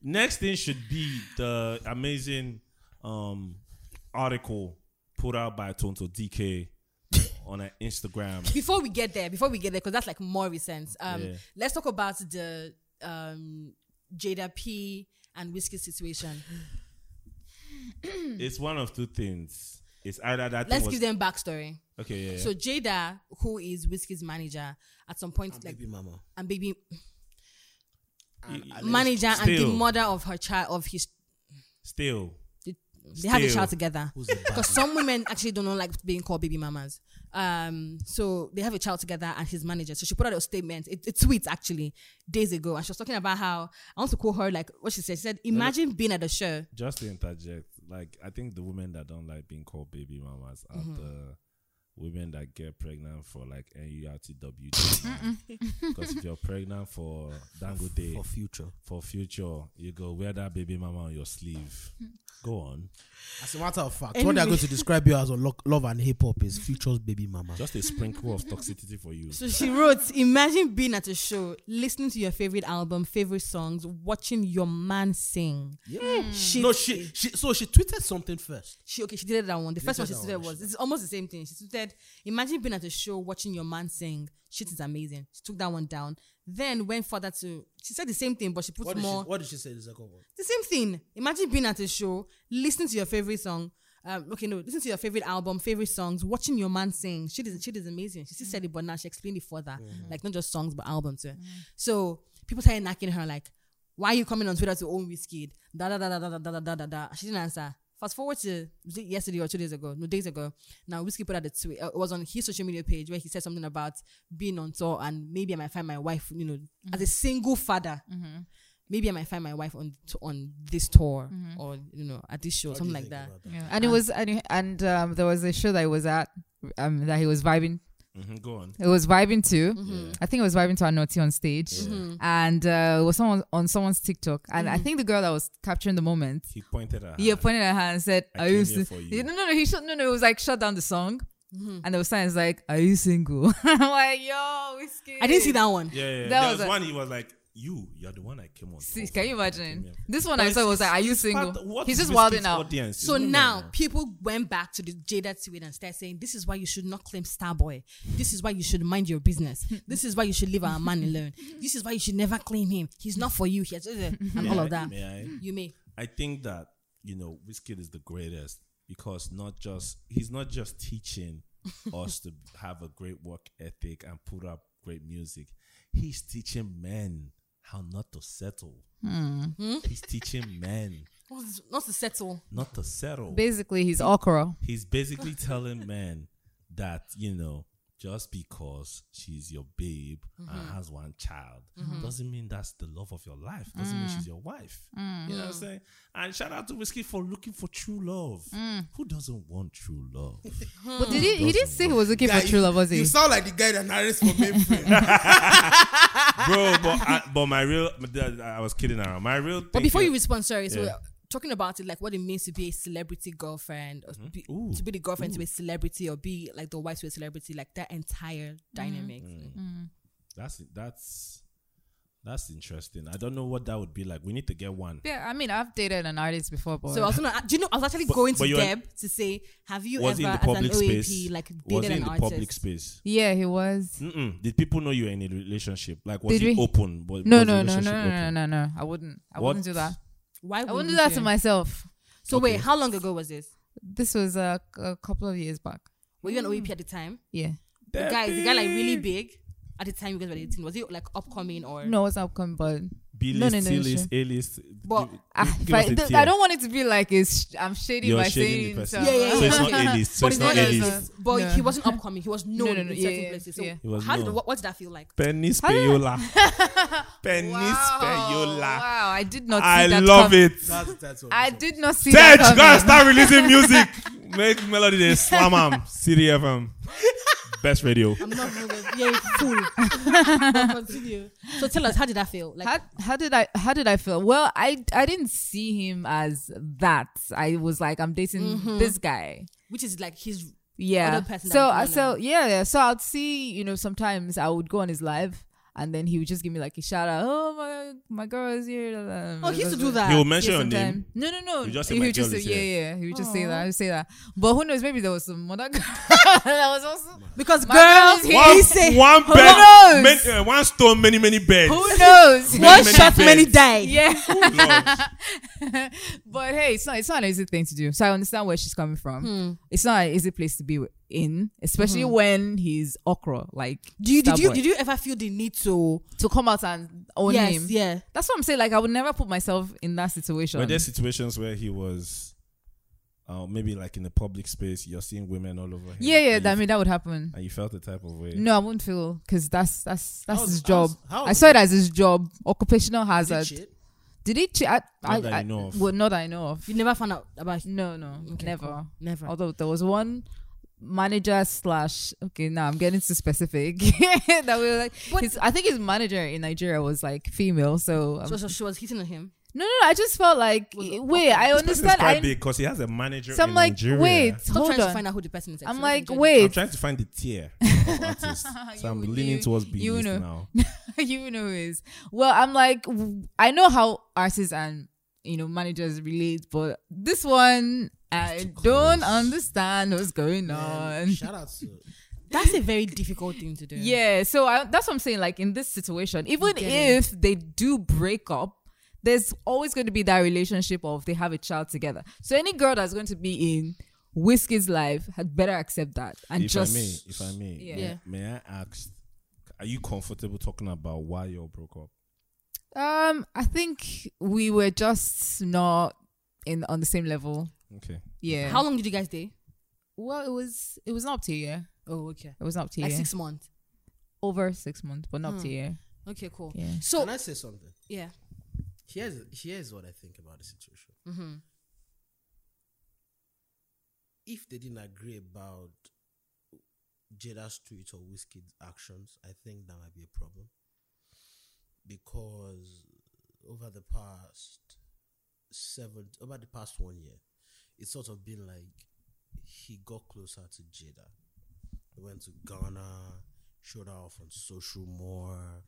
Speaker 1: Next thing should be the amazing um, article put out by Tonto DK on her Instagram.
Speaker 3: before we get there, before we get there, because that's like more recent. Um,
Speaker 1: Yeah.
Speaker 3: let's talk about the um Jada P and whiskey situation.
Speaker 1: it's one of two things. It's either that thing
Speaker 3: Hmm. Let's
Speaker 1: was,
Speaker 3: give them backstory.
Speaker 1: okay, yeah, yeah.
Speaker 3: So Jada, who is whiskey's manager, at some point, like
Speaker 2: Baby mama.
Speaker 3: and baby
Speaker 2: And I-
Speaker 3: manager and the
Speaker 1: Still.
Speaker 3: mother of her child of his.
Speaker 1: still
Speaker 3: They, they have a
Speaker 1: Still.
Speaker 3: child together.
Speaker 2: Who's the bad?
Speaker 3: because some women actually do not like being called baby mamas. Um, so they have a child together and his manager. So she put out a statement, it, a tweet actually days ago, and she was talking about how I want to quote her like what she said. She said, "Imagine being at a show."
Speaker 1: just to interject, like I think the women that don't like being called baby mamas are
Speaker 4: Mm-hmm.
Speaker 1: the women that get pregnant for like NURTW. Because if you're pregnant for Dangote
Speaker 2: for future.
Speaker 1: for future, you go wear that baby mama on your sleeve.
Speaker 4: Mm.
Speaker 1: Go on,
Speaker 2: As a matter of fact, what
Speaker 3: Anyway.
Speaker 2: they're going to describe you as on lo- love and hip hop is future's baby mama.
Speaker 1: just a sprinkle of toxicity for you.
Speaker 3: So she wrote, "Imagine being at a show, listening to your favorite album, favorite songs, watching your man sing."
Speaker 2: Yeah.
Speaker 3: She,
Speaker 2: No, she, she so she tweeted something first.
Speaker 3: she okay, she did that one. The first
Speaker 2: did
Speaker 3: one she
Speaker 2: that
Speaker 3: tweeted
Speaker 2: one,
Speaker 3: was it's almost the same thing. She tweeted, "Imagine being at a show watching your man sing shit is amazing." She took that one down. Then went further to she said the same thing, but she put
Speaker 2: What did, she,
Speaker 3: more
Speaker 2: what did she say the second one?
Speaker 3: the same thing. Imagine being at a show, listening to your favorite song. Um, okay, no, listen to your favorite album, favorite songs, watching your man sing. Shit is shit is amazing. She still said it, but now she explained it further, like not just songs but albums. too. So people started knocking her like, "Why are you coming on Twitter to own whiskey?" Da da da da da da da da da da. She didn't answer. Fast forward to was it yesterday or two days ago, no days ago. Now whiskey put out a tweet. Uh, it was on his social media page where he said something about being on tour and maybe I might find my wife. You know, as a single father maybe I might find my wife on t- on this tour or you know at this show,
Speaker 2: What do
Speaker 3: something
Speaker 2: you think
Speaker 3: like that.
Speaker 2: about
Speaker 4: mm-hmm. And it was and, and um, there was a show that he was at um, that he was vibing.
Speaker 1: hmm Go on.
Speaker 4: It was vibing to.
Speaker 3: Mhm.
Speaker 4: I think it was vibing to Anotti on stage,
Speaker 3: Mhm.
Speaker 4: and uh, it was someone on someone's TikTok. And I
Speaker 3: Mhm.
Speaker 4: think the girl that was capturing the moment,
Speaker 1: He pointed at her.
Speaker 4: he pointed at her and said,
Speaker 1: Uh, I
Speaker 4: "Are
Speaker 1: came here
Speaker 4: you?" si-
Speaker 1: for you.
Speaker 4: No, no, no. He shut. No, no. It was like shut down the song,
Speaker 3: Mhm.
Speaker 4: and there was signs like, "Are you single?" I'm like, "Yo, whiskey."
Speaker 3: I didn't see that one.
Speaker 1: Yeah, yeah, yeah.
Speaker 4: That
Speaker 1: there
Speaker 4: was
Speaker 1: was
Speaker 4: a-
Speaker 1: one. He was like, "You, you're the one I came on."
Speaker 4: See,
Speaker 1: for.
Speaker 4: can you
Speaker 1: I came
Speaker 4: imagine?
Speaker 1: here."
Speaker 4: This one
Speaker 1: But
Speaker 4: I
Speaker 1: it's-
Speaker 4: saw was
Speaker 1: it's
Speaker 4: like, "Are you
Speaker 1: part-
Speaker 4: single?"
Speaker 1: what
Speaker 4: He's
Speaker 1: is
Speaker 4: just
Speaker 1: this
Speaker 4: wilding
Speaker 1: kid's
Speaker 4: out.
Speaker 1: Audience?
Speaker 3: So
Speaker 1: It's women.
Speaker 3: now people went back to the jaded Sweden and started saying, "This is why you should not claim Starboy. This is why you should mind your business. This is why you should leave our man alone. This is why you should never claim him. He's not for you. He's and
Speaker 1: May
Speaker 3: all
Speaker 1: I-
Speaker 3: of that."
Speaker 1: may I?
Speaker 3: You may.
Speaker 1: I think that you know Wizkid is the greatest because not just he's not just teaching us to have a great work ethic and put up great music. He's teaching men how not to settle. He's teaching men
Speaker 3: What's, not to settle.
Speaker 1: not to settle.
Speaker 4: Basically, he's okra.
Speaker 1: he's basically telling men that you know just because she's your babe
Speaker 3: Mm-hmm.
Speaker 1: and has one child doesn't mean that's the love of your life doesn't
Speaker 3: Mm.
Speaker 1: mean she's your wife you know what i'm saying and shout out to whiskey for looking for true love
Speaker 3: Mm.
Speaker 1: who doesn't want true love
Speaker 4: But did he? He didn't say he was looking
Speaker 2: Guy,
Speaker 4: for true love, was
Speaker 2: You
Speaker 4: he?
Speaker 2: sound like the guy that narrates for mainframe.
Speaker 1: bro but I, but my real i was kidding around my real
Speaker 3: But before you respond, sorry, so
Speaker 1: Yeah.
Speaker 3: talking about it, like what it means to be a celebrity girlfriend, or be,
Speaker 1: Mm-hmm. Ooh.
Speaker 3: to be the girlfriend to a celebrity, or be like the wife to a celebrity, like that entire
Speaker 4: Mm-hmm.
Speaker 3: dynamic.
Speaker 1: Mm.
Speaker 4: Mm.
Speaker 1: that's that's that's interesting i don't know what that would be like we need to get one
Speaker 4: Yeah, I mean, I've dated an artist before, but
Speaker 3: So I was gonna, do you know, I was actually
Speaker 1: But-
Speaker 3: going to
Speaker 1: but you were-
Speaker 3: Deb to say, have you
Speaker 1: was it
Speaker 3: ever
Speaker 1: in the
Speaker 3: as an
Speaker 1: public
Speaker 3: OAP
Speaker 1: space
Speaker 3: like
Speaker 1: was it
Speaker 3: dated
Speaker 1: in
Speaker 3: an
Speaker 1: the
Speaker 3: artist?
Speaker 1: public space
Speaker 4: yeah, he was.
Speaker 1: Mm-mm. Did people know you were in a relationship? Like, was
Speaker 4: Did
Speaker 1: it
Speaker 4: we?
Speaker 1: open? Was,
Speaker 4: No,
Speaker 1: was the
Speaker 4: no, no, no,
Speaker 1: relationship
Speaker 4: no, no,
Speaker 1: open?
Speaker 4: no, no. I wouldn't. I
Speaker 1: What?
Speaker 4: wouldn't do that.
Speaker 3: Why
Speaker 4: I
Speaker 3: would
Speaker 4: wouldn't
Speaker 3: you
Speaker 4: do that
Speaker 3: say-
Speaker 4: to myself.
Speaker 3: So
Speaker 1: Okay.
Speaker 3: wait, how long ago was this?
Speaker 4: This was a, a couple of years back.
Speaker 3: Were you an OAP at the time?
Speaker 4: Yeah.
Speaker 3: The guy, is the guy like really big at the time you guys were dating. Was he like upcoming or
Speaker 4: No, it's upcoming, but
Speaker 1: B
Speaker 4: No,
Speaker 1: list,
Speaker 4: no, no,
Speaker 1: C
Speaker 4: no,
Speaker 1: list, A list.
Speaker 3: But-
Speaker 4: I,
Speaker 1: give
Speaker 4: but
Speaker 1: us a
Speaker 4: th-
Speaker 1: tier.
Speaker 4: I don't want it to be like it's. I'm shady
Speaker 1: You're
Speaker 4: by
Speaker 1: shading the
Speaker 4: saying.
Speaker 1: person.
Speaker 4: so-
Speaker 3: Yeah, yeah,
Speaker 1: So
Speaker 3: yeah.
Speaker 1: it's not
Speaker 3: Yeah.
Speaker 1: A list. So
Speaker 3: But
Speaker 1: it's
Speaker 3: it's
Speaker 1: not
Speaker 3: not
Speaker 1: A
Speaker 3: as
Speaker 1: list.
Speaker 3: But
Speaker 4: No.
Speaker 3: he wasn't upcoming. He was known
Speaker 4: No, no, no,
Speaker 3: in
Speaker 4: yeah,
Speaker 3: certain
Speaker 4: yeah,
Speaker 3: places. So
Speaker 4: yeah.
Speaker 1: He was
Speaker 3: how did,
Speaker 1: known.
Speaker 3: what, what did that feel like?
Speaker 1: Penis payola. Penis payola.
Speaker 4: wow, I did not. See
Speaker 1: I
Speaker 4: that
Speaker 1: love
Speaker 4: com-
Speaker 1: it.
Speaker 2: That's that's what
Speaker 4: I did not see
Speaker 1: Tej,
Speaker 4: that.
Speaker 1: go and
Speaker 4: coming.
Speaker 1: start releasing music. Make melody day. Slam am. CDFM. Best radio.
Speaker 3: I'm not moving. Yeah, fool. but continue. So tell us, how did that feel? Like,
Speaker 4: How, how did I how did I feel? Well, I I didn't see him as that. I was like, I'm dating this guy.
Speaker 3: which is like his.
Speaker 4: yeah
Speaker 3: Mm-hmm. other person that
Speaker 4: so
Speaker 3: would go
Speaker 4: uh,
Speaker 3: on
Speaker 4: so
Speaker 3: and-
Speaker 4: yeah, yeah so i'd see you know sometimes i would go on his live and then he would just give me like a shout out oh my my girl is here
Speaker 3: Oh, he used to do that.
Speaker 1: He will
Speaker 4: Yeah,
Speaker 1: mention your name.
Speaker 4: sometime. no no no
Speaker 1: You just say,
Speaker 4: he
Speaker 1: "My
Speaker 4: would just
Speaker 1: girl
Speaker 4: say
Speaker 1: is
Speaker 4: yeah
Speaker 1: here."
Speaker 4: yeah he would just say that he would say that but who knows maybe there was some other girl that was also
Speaker 3: because
Speaker 4: My girl is
Speaker 3: girls,
Speaker 4: here.
Speaker 1: One,
Speaker 3: he say,
Speaker 1: one
Speaker 4: who
Speaker 1: bed.
Speaker 4: knows?
Speaker 1: Many, uh, one stone, many, many beds.
Speaker 4: who knows
Speaker 3: one
Speaker 1: many
Speaker 3: shot, many
Speaker 1: birds.
Speaker 3: die.
Speaker 4: yeah
Speaker 1: Lord.
Speaker 4: but hey, it's not it's not an easy thing to do. So I understand where she's coming from.
Speaker 3: Hmm.
Speaker 4: It's not an easy place to be in, especially when he's okra. Like,
Speaker 3: Do you, did you
Speaker 4: Starboy.
Speaker 3: did you ever feel the need to?
Speaker 4: to come out and own
Speaker 3: yes,
Speaker 4: him?
Speaker 3: yeah.
Speaker 4: That's what I'm saying. Like, I would never put myself in that situation.
Speaker 1: Were there situations where he was, uh, maybe like in the public space, you're seeing women all over him?
Speaker 4: yeah, yeah.
Speaker 1: and
Speaker 4: That, I
Speaker 1: you,
Speaker 4: mean, that would happen.
Speaker 1: and you felt the type of way.
Speaker 4: No, I wouldn't feel because that's that's that's
Speaker 2: How's-
Speaker 4: his job.
Speaker 2: how's- how's
Speaker 4: I saw it as his job, occupational hazard.
Speaker 2: Did it?
Speaker 4: Did he? Che- I, I,
Speaker 1: that you
Speaker 4: I,
Speaker 1: know of.
Speaker 4: Well, not that I know of.
Speaker 3: You never found out about.
Speaker 4: No, no,
Speaker 3: Okay,
Speaker 4: Mm, never.
Speaker 3: cool. Never.
Speaker 4: Although there was one manager slash okay, now I'm getting too specific. that we were like,
Speaker 3: What-
Speaker 4: his, I think his manager in Nigeria was like female. So, um,
Speaker 3: So, so she was hitting on him.
Speaker 4: no, no, no, I just felt like eh,
Speaker 3: Was it-
Speaker 4: wait, I
Speaker 1: This person is
Speaker 4: understand.
Speaker 1: quite
Speaker 4: I,
Speaker 1: big because he has a manager.
Speaker 4: so I'm
Speaker 1: in
Speaker 4: like,
Speaker 1: Nigeria.
Speaker 4: wait,
Speaker 3: Stop
Speaker 4: hold
Speaker 3: trying to
Speaker 4: on.
Speaker 3: find out who the person is.
Speaker 4: I'm
Speaker 3: actually.
Speaker 4: like,
Speaker 3: Enjoy.
Speaker 1: I'm
Speaker 4: wait,
Speaker 1: trying to find the tier of artists. So I'm
Speaker 4: You-
Speaker 1: leaning
Speaker 4: you-
Speaker 1: towards B.
Speaker 4: you
Speaker 1: list
Speaker 4: know.
Speaker 1: now.
Speaker 4: you know who is. Well, I'm like, w- I know how artists and you know managers relate, but this one. I don't understand what's going on.
Speaker 2: Man, Shout out to
Speaker 3: That's a very difficult thing to do.
Speaker 4: Yeah, so I, that's what I'm saying. Like in this situation, even
Speaker 3: Get it.
Speaker 4: if they do break up, there's always going to be that relationship of they have a child together. So any girl that's going to be in Whiskey's life had better accept that and
Speaker 1: if
Speaker 4: just.
Speaker 1: I may, if I may,
Speaker 4: Yeah.
Speaker 1: may-
Speaker 3: Yeah.
Speaker 1: may, I ask, are you comfortable talking about why you all broke up?
Speaker 4: Um, I think we were just not in on the same level.
Speaker 1: Okay.
Speaker 4: Yeah.
Speaker 3: How long did you guys date?
Speaker 4: Well, it was it was not up to a year.
Speaker 3: Oh, okay.
Speaker 4: It was not up to a
Speaker 3: Like
Speaker 4: year. Hmm.
Speaker 3: six months.
Speaker 4: Over six months, but not up to a year.
Speaker 3: Okay, cool.
Speaker 4: Yeah.
Speaker 3: So
Speaker 2: Can I say something?
Speaker 3: yeah,
Speaker 2: Here's here's what I think about the situation.
Speaker 3: Mm-hmm.
Speaker 2: If they didn't agree about Jada's tweet or Whiskey's actions, I think that might be a problem. Because over the past seven over the past one year, it's sort of been like he got closer to Jada. He went to Ghana, showed her off on social more.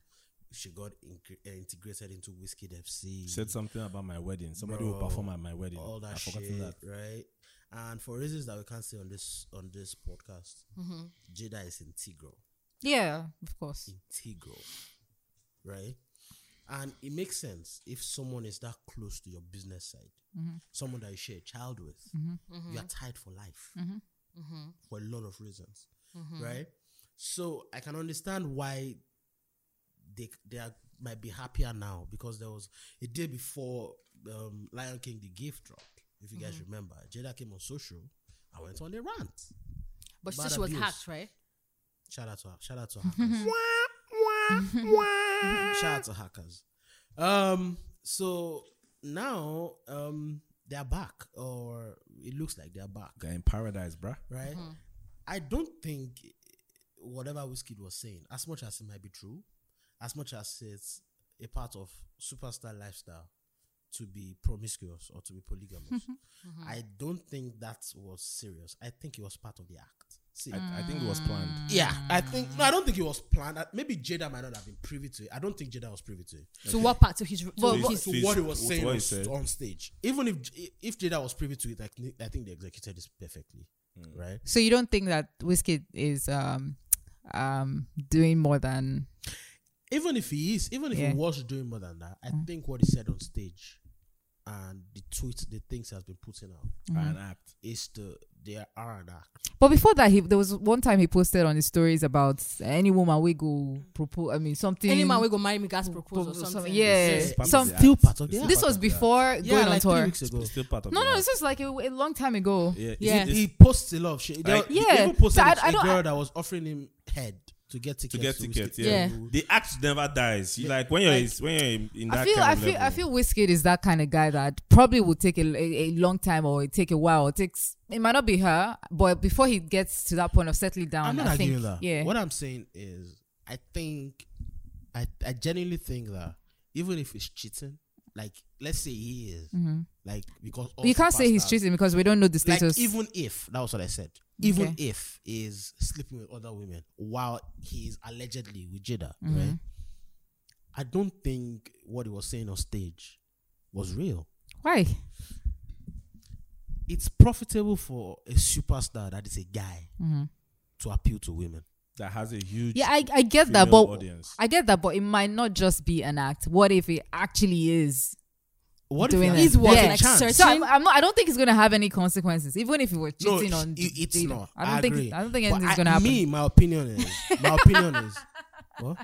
Speaker 2: She got incre- uh, integrated into Whiskey FC.
Speaker 1: Said something about my wedding. Somebody will
Speaker 2: Bro,
Speaker 1: perform at my wedding.
Speaker 2: all
Speaker 1: I
Speaker 2: that
Speaker 1: forgot
Speaker 2: shit,
Speaker 1: that.
Speaker 2: right? And for reasons that we can't say on this on this podcast, Jada is integral,
Speaker 4: Yeah, of course.
Speaker 2: integral, right? And it makes sense if someone is that close to your business side, someone that you share a child with, you are tied for life for a lot of reasons, right? So I can understand why they they are, might be happier now because there was a day before um, Lion King the gift dropped. If you guys remember, Jada came on social and went on a rant.
Speaker 3: But she
Speaker 2: Bad
Speaker 3: said she was
Speaker 2: abuse.
Speaker 3: hacked, right?
Speaker 2: Shout out to her. Shout out to hackers. Shout out to hackers. Um, so now um they are back, or it looks like they are back,
Speaker 1: Guy in paradise, bruh.
Speaker 2: right? I don't think whatever Whiskey was saying, as much as it might be true, as much as it's a part of superstar lifestyle to be promiscuous or to be polygamous, I don't think that was serious. I think it was part of the act. See,
Speaker 1: I, I think it was planned.
Speaker 2: yeah, Mm. I think no, I don't think it was planned. Uh, Maybe Jada might not have been privy to it. I don't think Jada was privy to it.
Speaker 3: To what part? To his. To
Speaker 4: Well,
Speaker 3: his-
Speaker 4: what-
Speaker 1: This-
Speaker 2: To
Speaker 1: this-
Speaker 2: what he was saying
Speaker 1: what he
Speaker 2: on,
Speaker 1: said.
Speaker 2: on stage, even if if Jada was privy to it, I, thi- I think they executed this perfectly,
Speaker 1: Mm.
Speaker 2: right?
Speaker 4: So you don't think that Whiskey is um um doing more than
Speaker 2: Even if he is, even if
Speaker 4: Yeah.
Speaker 2: he
Speaker 4: Mm.
Speaker 2: was doing more than that, I think what he said on stage and the tweets, the things has been putting out
Speaker 4: Mm.
Speaker 1: An act.
Speaker 2: is the they are an act.
Speaker 4: But before that, he there was one time he posted on his stories about any woman we go propose. I mean something.
Speaker 3: Any man we go marry me, gas propose
Speaker 4: propose
Speaker 3: or something.
Speaker 4: Yeah,
Speaker 1: It's part of
Speaker 4: some.
Speaker 1: the
Speaker 2: Still
Speaker 1: act.
Speaker 2: part of the
Speaker 1: It's
Speaker 2: act.
Speaker 4: This
Speaker 1: part
Speaker 4: was
Speaker 1: of the act.
Speaker 4: before
Speaker 2: yeah,
Speaker 4: going on
Speaker 2: like three
Speaker 4: tour.
Speaker 2: weeks ago.
Speaker 1: It's still part of
Speaker 4: No,
Speaker 1: the
Speaker 4: no,
Speaker 1: act.
Speaker 4: this was like a, a long time ago.
Speaker 1: Yeah, it's-
Speaker 3: Yeah.
Speaker 1: it's-
Speaker 2: He posts a lot of shit.
Speaker 1: Like-
Speaker 2: Like,
Speaker 4: Yeah.
Speaker 2: he even posted
Speaker 4: So I-
Speaker 2: a-
Speaker 4: I
Speaker 2: a
Speaker 4: don't-
Speaker 2: girl
Speaker 4: I-
Speaker 2: that was offering him head to get tickets.
Speaker 1: to get
Speaker 2: Whiskey-
Speaker 1: tickets.
Speaker 3: Yeah.
Speaker 1: Yeah. the act never dies. You like when you're
Speaker 2: Like-
Speaker 1: when you're in, in that
Speaker 4: I feel,
Speaker 1: kind
Speaker 4: I
Speaker 1: of
Speaker 4: feel,
Speaker 1: level.
Speaker 4: I feel. Whiskey is that kind of guy that probably will take a, a, a long time, or it take a while. It takes. It might not be her, but before he gets to that point of settling down,
Speaker 2: I'm not
Speaker 4: I
Speaker 2: arguing
Speaker 4: think,
Speaker 2: that.
Speaker 4: Yeah,
Speaker 2: What I'm saying is, I think, I, I genuinely think that even if he's cheating, like let's say he is, like because all
Speaker 4: you Mm-hmm. can't say he's
Speaker 2: superstars-
Speaker 4: cheating because we don't know the
Speaker 2: Like
Speaker 4: status.
Speaker 2: even if that was what I said, even
Speaker 4: Okay.
Speaker 2: if is sleeping with other women while he is allegedly with Jada,
Speaker 4: Mm-hmm.
Speaker 2: right? I don't think what he was saying on stage was real.
Speaker 4: Why?
Speaker 2: It's profitable for a superstar that is a guy
Speaker 4: Mm-hmm.
Speaker 2: to appeal to women.
Speaker 1: that has a huge
Speaker 4: Yeah, I, I get that, but
Speaker 1: female audience.
Speaker 4: I get that, but it might not just be an act. What if it actually is?
Speaker 2: What
Speaker 4: Doing
Speaker 2: if
Speaker 4: that. He's
Speaker 2: what
Speaker 4: working,
Speaker 2: a
Speaker 4: like,
Speaker 2: chance?
Speaker 3: search-
Speaker 4: So I'm,
Speaker 3: Cheating-
Speaker 4: I'm not. I don't think it's gonna have any consequences, even if you were
Speaker 2: No,
Speaker 4: cheating on.
Speaker 2: it-
Speaker 4: the
Speaker 2: it's
Speaker 4: data.
Speaker 2: not.
Speaker 4: I don't think.
Speaker 2: agree.
Speaker 4: I don't think
Speaker 2: But
Speaker 4: anything's
Speaker 2: I-
Speaker 4: gonna happen.
Speaker 2: Me, my opinion is my opinion is what?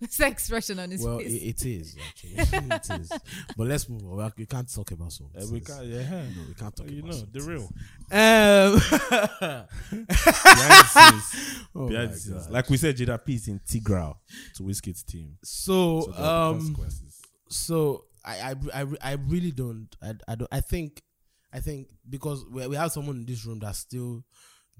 Speaker 4: It's the expression on his
Speaker 2: well,
Speaker 4: face.
Speaker 2: it, it is actually it is. But let's move on. We can't talk about some.
Speaker 1: Uh, we can't, yeah,
Speaker 2: No, we can't talk
Speaker 1: you
Speaker 2: about
Speaker 1: know the real.
Speaker 2: Um,
Speaker 1: Behind the scenes.
Speaker 2: Oh
Speaker 1: Behind
Speaker 2: my
Speaker 1: the scenes.
Speaker 2: God.
Speaker 1: Like we said, Jada P is integral to Whiskey's team.
Speaker 2: so,
Speaker 1: So there are the
Speaker 2: um,
Speaker 1: consequences.
Speaker 2: so I, I, I, I really don't. I, I don't. I think, I think because we, we have someone in this room that still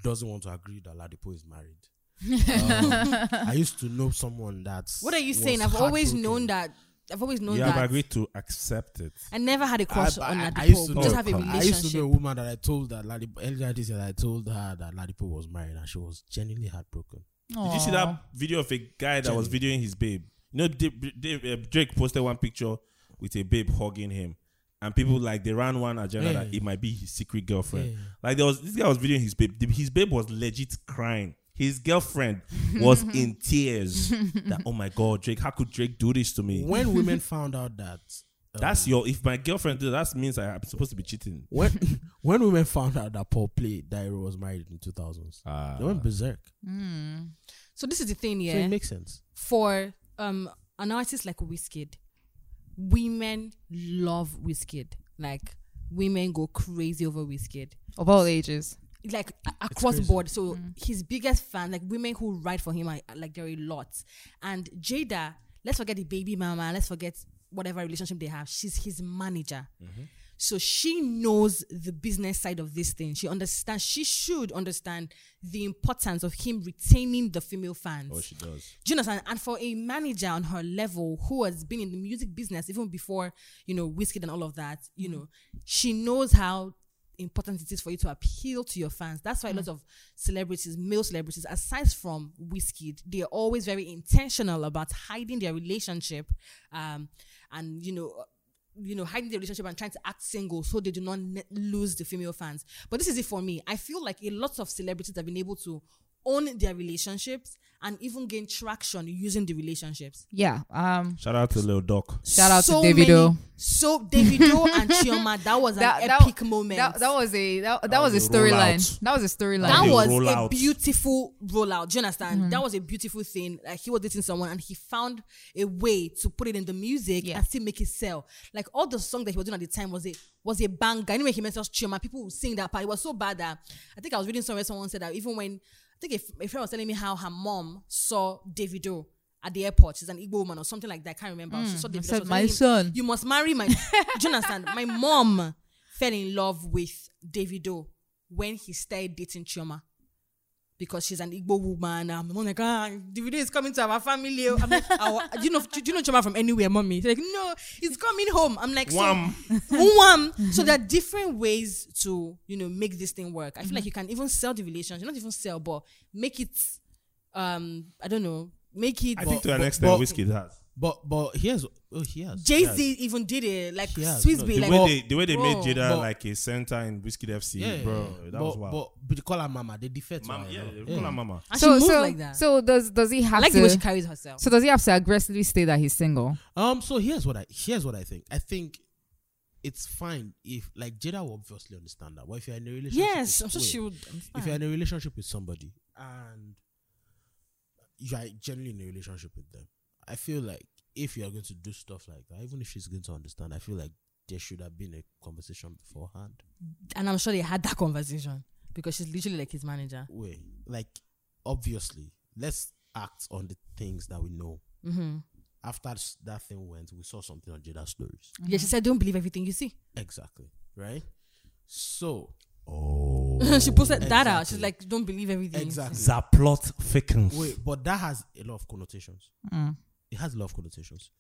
Speaker 2: doesn't want to agree that Ladipo is married. Um, I used to know someone that's.
Speaker 3: What are you
Speaker 2: was
Speaker 3: saying? I've always
Speaker 2: heartbroken.
Speaker 3: known that. I've always known
Speaker 1: You
Speaker 3: that.
Speaker 1: have agreed to accept it.
Speaker 3: I never had a crush
Speaker 2: I-
Speaker 3: on
Speaker 2: I-
Speaker 3: Ladipo.
Speaker 2: I used to
Speaker 3: just
Speaker 2: know-
Speaker 3: have a
Speaker 1: I used
Speaker 3: relationship.
Speaker 2: I used to know a woman that I told that Ladipo earlier this year. that I told her that Ladipo was married, and she was genuinely heartbroken.
Speaker 1: Did you see that video of a guy that was videoing his babe? You know, Dave, Dave, uh, Drake posted one picture with a babe hugging him, and people like they ran one agenda that
Speaker 2: Yeah.
Speaker 1: it might be his secret girlfriend.
Speaker 2: Yeah.
Speaker 1: Like there was this guy was videoing his babe. The- His babe was legit crying. His girlfriend was in tears. that oh my god, Drake, how could Drake do this to me?
Speaker 2: When women found out that. um,
Speaker 1: that's your if my girlfriend do that means I am supposed to be cheating.
Speaker 2: when when women found out that Paul played Dairo was married in two thousands,
Speaker 1: Ah.
Speaker 2: they went berserk.
Speaker 3: So this is the thing, yeah.
Speaker 2: So it makes sense.
Speaker 3: for um an artist like Wizkid, women love Wizkid. Like women go crazy over Wizkid.
Speaker 4: Of all ages.
Speaker 3: Like a- across
Speaker 2: crazy.
Speaker 3: board. So his biggest fan, like women who write for him are like there are a lot. And Jada, let's forget the baby mama, let's forget whatever relationship they have, she's his manager.
Speaker 5: Mm-hmm.
Speaker 3: So she knows the business side of this thing. She understands, she should understand the importance of him retaining the female fans.
Speaker 5: Oh, she does.
Speaker 3: Do you understand? And for a manager on her level who has been in the music business even before, you know, Whiskey and all of that, you know, she knows how important it is for you to appeal to your fans. That's why a lot of celebrities, male celebrities, aside from Whiskey, they are always very intentional about hiding their relationship um, and, you know, you know, hiding the relationship and trying to act single so they do not ne- lose the female fans. But this is it for me. I feel like a lot of celebrities have been able to own their relationships and even gain traction using the relationships.
Speaker 4: Yeah. Um.
Speaker 1: Shout out to Lil Doc.
Speaker 4: Shout out to Davido.
Speaker 3: many- so Davido and Chioma, that was an epic moment.
Speaker 4: That, that was a that, that,
Speaker 1: That
Speaker 4: was,
Speaker 1: was a
Speaker 4: a
Speaker 1: rollout.
Speaker 4: storyline. That was a storyline.
Speaker 3: that
Speaker 1: Like a
Speaker 3: was a
Speaker 1: rollout.
Speaker 3: beautiful rollout. Do you understand?
Speaker 4: Mm-hmm.
Speaker 3: That was a beautiful thing. Like he was dating someone and he found a way to put it in the music
Speaker 4: Yeah.
Speaker 3: and still make it sell. Like all the songs that he was doing at the time was a was a banger. Anyway, he mentions Chioma. People would sing that part. It was so bad that I think I was reading somewhere someone said that even when I think if a friend was telling me how her mom saw Davido. At the airport, she's an Igbo woman or something like that. I can't remember. she saw Davido. she
Speaker 4: Mm, said,
Speaker 3: was
Speaker 4: "My
Speaker 3: telling him,
Speaker 4: son."
Speaker 3: you must marry my. do you understand? My mom fell in love with Davido when he started dating Chioma because she's an Igbo woman. I'm like, ah, Davido is coming to our family. oh." I'm like, our, do you know? Do you know Chioma from anywhere, mommy? She's like, no, he's coming home. I'm like, so,
Speaker 1: Wham.
Speaker 3: wham. So there are different ways to you know make this thing work. I feel like you can even sell the relationship, not even sell, but make it. Um, I don't know. Make it.
Speaker 1: I think to an
Speaker 2: but-
Speaker 1: extent,
Speaker 2: but-
Speaker 1: Whiskey has.
Speaker 2: But but here's oh here's
Speaker 3: Jay Z even did it, like
Speaker 2: Yes.
Speaker 3: Swiss
Speaker 2: No,
Speaker 3: Beat,
Speaker 1: The
Speaker 3: like
Speaker 1: way
Speaker 2: But-
Speaker 1: they the way they made
Speaker 3: Bro.
Speaker 1: Jada
Speaker 2: oh, But-
Speaker 1: like a center in Whiskey FC, bro, that
Speaker 2: but,
Speaker 1: was wild.
Speaker 2: But, but they call her mama. They defer to
Speaker 1: Mama,
Speaker 2: her.
Speaker 1: yeah,
Speaker 2: you know?
Speaker 1: they call her mama.
Speaker 3: and she
Speaker 4: so
Speaker 3: moves
Speaker 4: so
Speaker 3: like that.
Speaker 4: so does does he
Speaker 3: I
Speaker 4: have
Speaker 3: like the way she
Speaker 4: to?
Speaker 3: carries herself.
Speaker 4: So does he have to aggressively say that he's single?
Speaker 2: Um. So here's what I here's what I think. I think it's fine if like Jada will obviously understand that. But if you're in a relationship,
Speaker 3: yes,
Speaker 2: with-
Speaker 3: I'm sure
Speaker 2: with-
Speaker 3: she would.
Speaker 2: If
Speaker 3: Ah.
Speaker 2: you're in a relationship with somebody and you are generally in a relationship with them, I feel like if you are going to do stuff like that, even if she's going to understand, I feel like there should have been a conversation beforehand.
Speaker 3: and I'm sure they had that conversation because she's literally like his manager.
Speaker 2: Way like obviously, let's act on the things that we know.
Speaker 3: Mm-hmm.
Speaker 2: After s- that thing went, we saw something on Jada's stories.
Speaker 3: Yeah, she said, "Don't believe everything you see."
Speaker 2: Exactly. Right? So
Speaker 3: she posted that out. She's
Speaker 2: Oh, Exactly.
Speaker 3: like, "Don't believe everything."
Speaker 2: exactly.
Speaker 1: Zaplot Fickens.
Speaker 2: Wait, but that has a lot of connotations.
Speaker 3: Mm.
Speaker 2: It has a lot of connotations.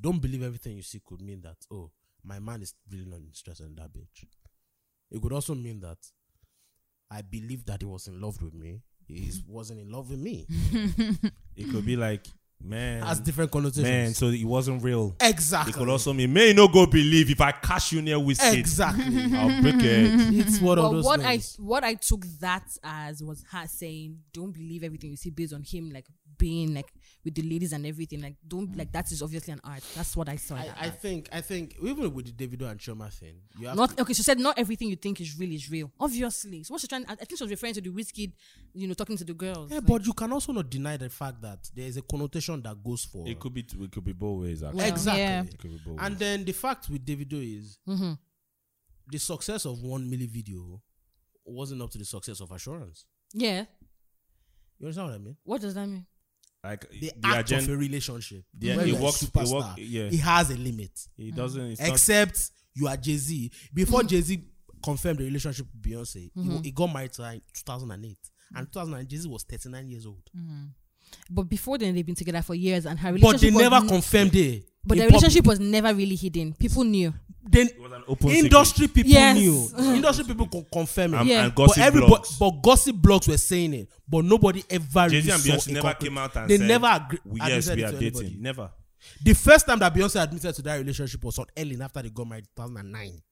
Speaker 2: Don't believe everything you see could mean that, oh, my man is really not interested in that bitch. It could also mean that I believe that he was in love with me. He wasn't in love with me.
Speaker 3: Mm.
Speaker 1: It could be like, man,
Speaker 2: Has different connotations.
Speaker 1: man, so it wasn't real.
Speaker 2: exactly.
Speaker 1: It could also mean, may you no go believe if I cash you near Whiskey,
Speaker 2: exactly.
Speaker 1: I'll break it.
Speaker 2: it's one of
Speaker 3: But
Speaker 2: those
Speaker 3: what
Speaker 2: things.
Speaker 3: I what I took that as was her saying, "Don't believe everything you see," based on him like being like with the ladies and everything. Like, don't like that is obviously an art. That's what I saw.
Speaker 2: I,
Speaker 3: that
Speaker 2: I
Speaker 3: as.
Speaker 2: think I think even with the Davido and Choma thing, you have
Speaker 3: Not okay. She said not everything you think is real is real. Obviously, so what she's trying. I I think she was referring to the whiskey, you know, talking to the girls.
Speaker 2: Yeah,
Speaker 3: Like,
Speaker 2: but you can also not deny the fact that there is a connotation that goes for
Speaker 1: It could be it could be both ways actually.
Speaker 3: Well,
Speaker 2: exactly.
Speaker 4: Yeah.
Speaker 1: It could be both
Speaker 2: And
Speaker 1: ways.
Speaker 2: then the fact with Davido is
Speaker 3: Mhm.
Speaker 2: the success of one milli video wasn't up to the success of Assurance.
Speaker 3: yeah.
Speaker 2: You understand what I mean?
Speaker 3: What does that mean?
Speaker 1: like
Speaker 2: The,
Speaker 1: the,
Speaker 2: act
Speaker 1: agenda,
Speaker 2: of a relationship.
Speaker 1: Yeah,
Speaker 2: when
Speaker 1: it
Speaker 2: you're a
Speaker 1: works- it work-
Speaker 2: superstar,
Speaker 1: yeah.
Speaker 2: It has a limit.
Speaker 1: it doesn't. It's not,
Speaker 2: Except you are Jay Z. Before Jay Z confirmed the relationship with Beyonce, he wa-
Speaker 3: Mm-hmm.
Speaker 2: he, got married to her in 2008. And 2009, Jay Z was 39 years old.
Speaker 3: Mm-hmm. But before then, they've been together for years, and her
Speaker 2: But they
Speaker 3: relationship. was
Speaker 2: never
Speaker 3: n-
Speaker 2: confirmed it.
Speaker 3: But
Speaker 2: in
Speaker 3: the
Speaker 2: public.
Speaker 3: relationship was never really hidden. People knew.
Speaker 2: Then
Speaker 1: it was an open
Speaker 2: industry people
Speaker 3: Yes.
Speaker 2: knew. industry people could confirm it.
Speaker 1: secret. and,
Speaker 3: Yeah.
Speaker 1: and gossip
Speaker 2: but everybody,
Speaker 1: blogs.
Speaker 2: but gossip blogs were saying it, but nobody ever.
Speaker 1: Jay Z
Speaker 2: really
Speaker 1: and
Speaker 2: saw
Speaker 1: Beyonce
Speaker 2: it
Speaker 1: never
Speaker 2: concrete.
Speaker 1: came out and
Speaker 2: they
Speaker 1: said,
Speaker 2: never agreed.
Speaker 1: we, yes, we are dating.
Speaker 2: Anybody.
Speaker 1: Never.
Speaker 2: The first time that Beyonce admitted to that relationship was on Ellen after they got married in 2009.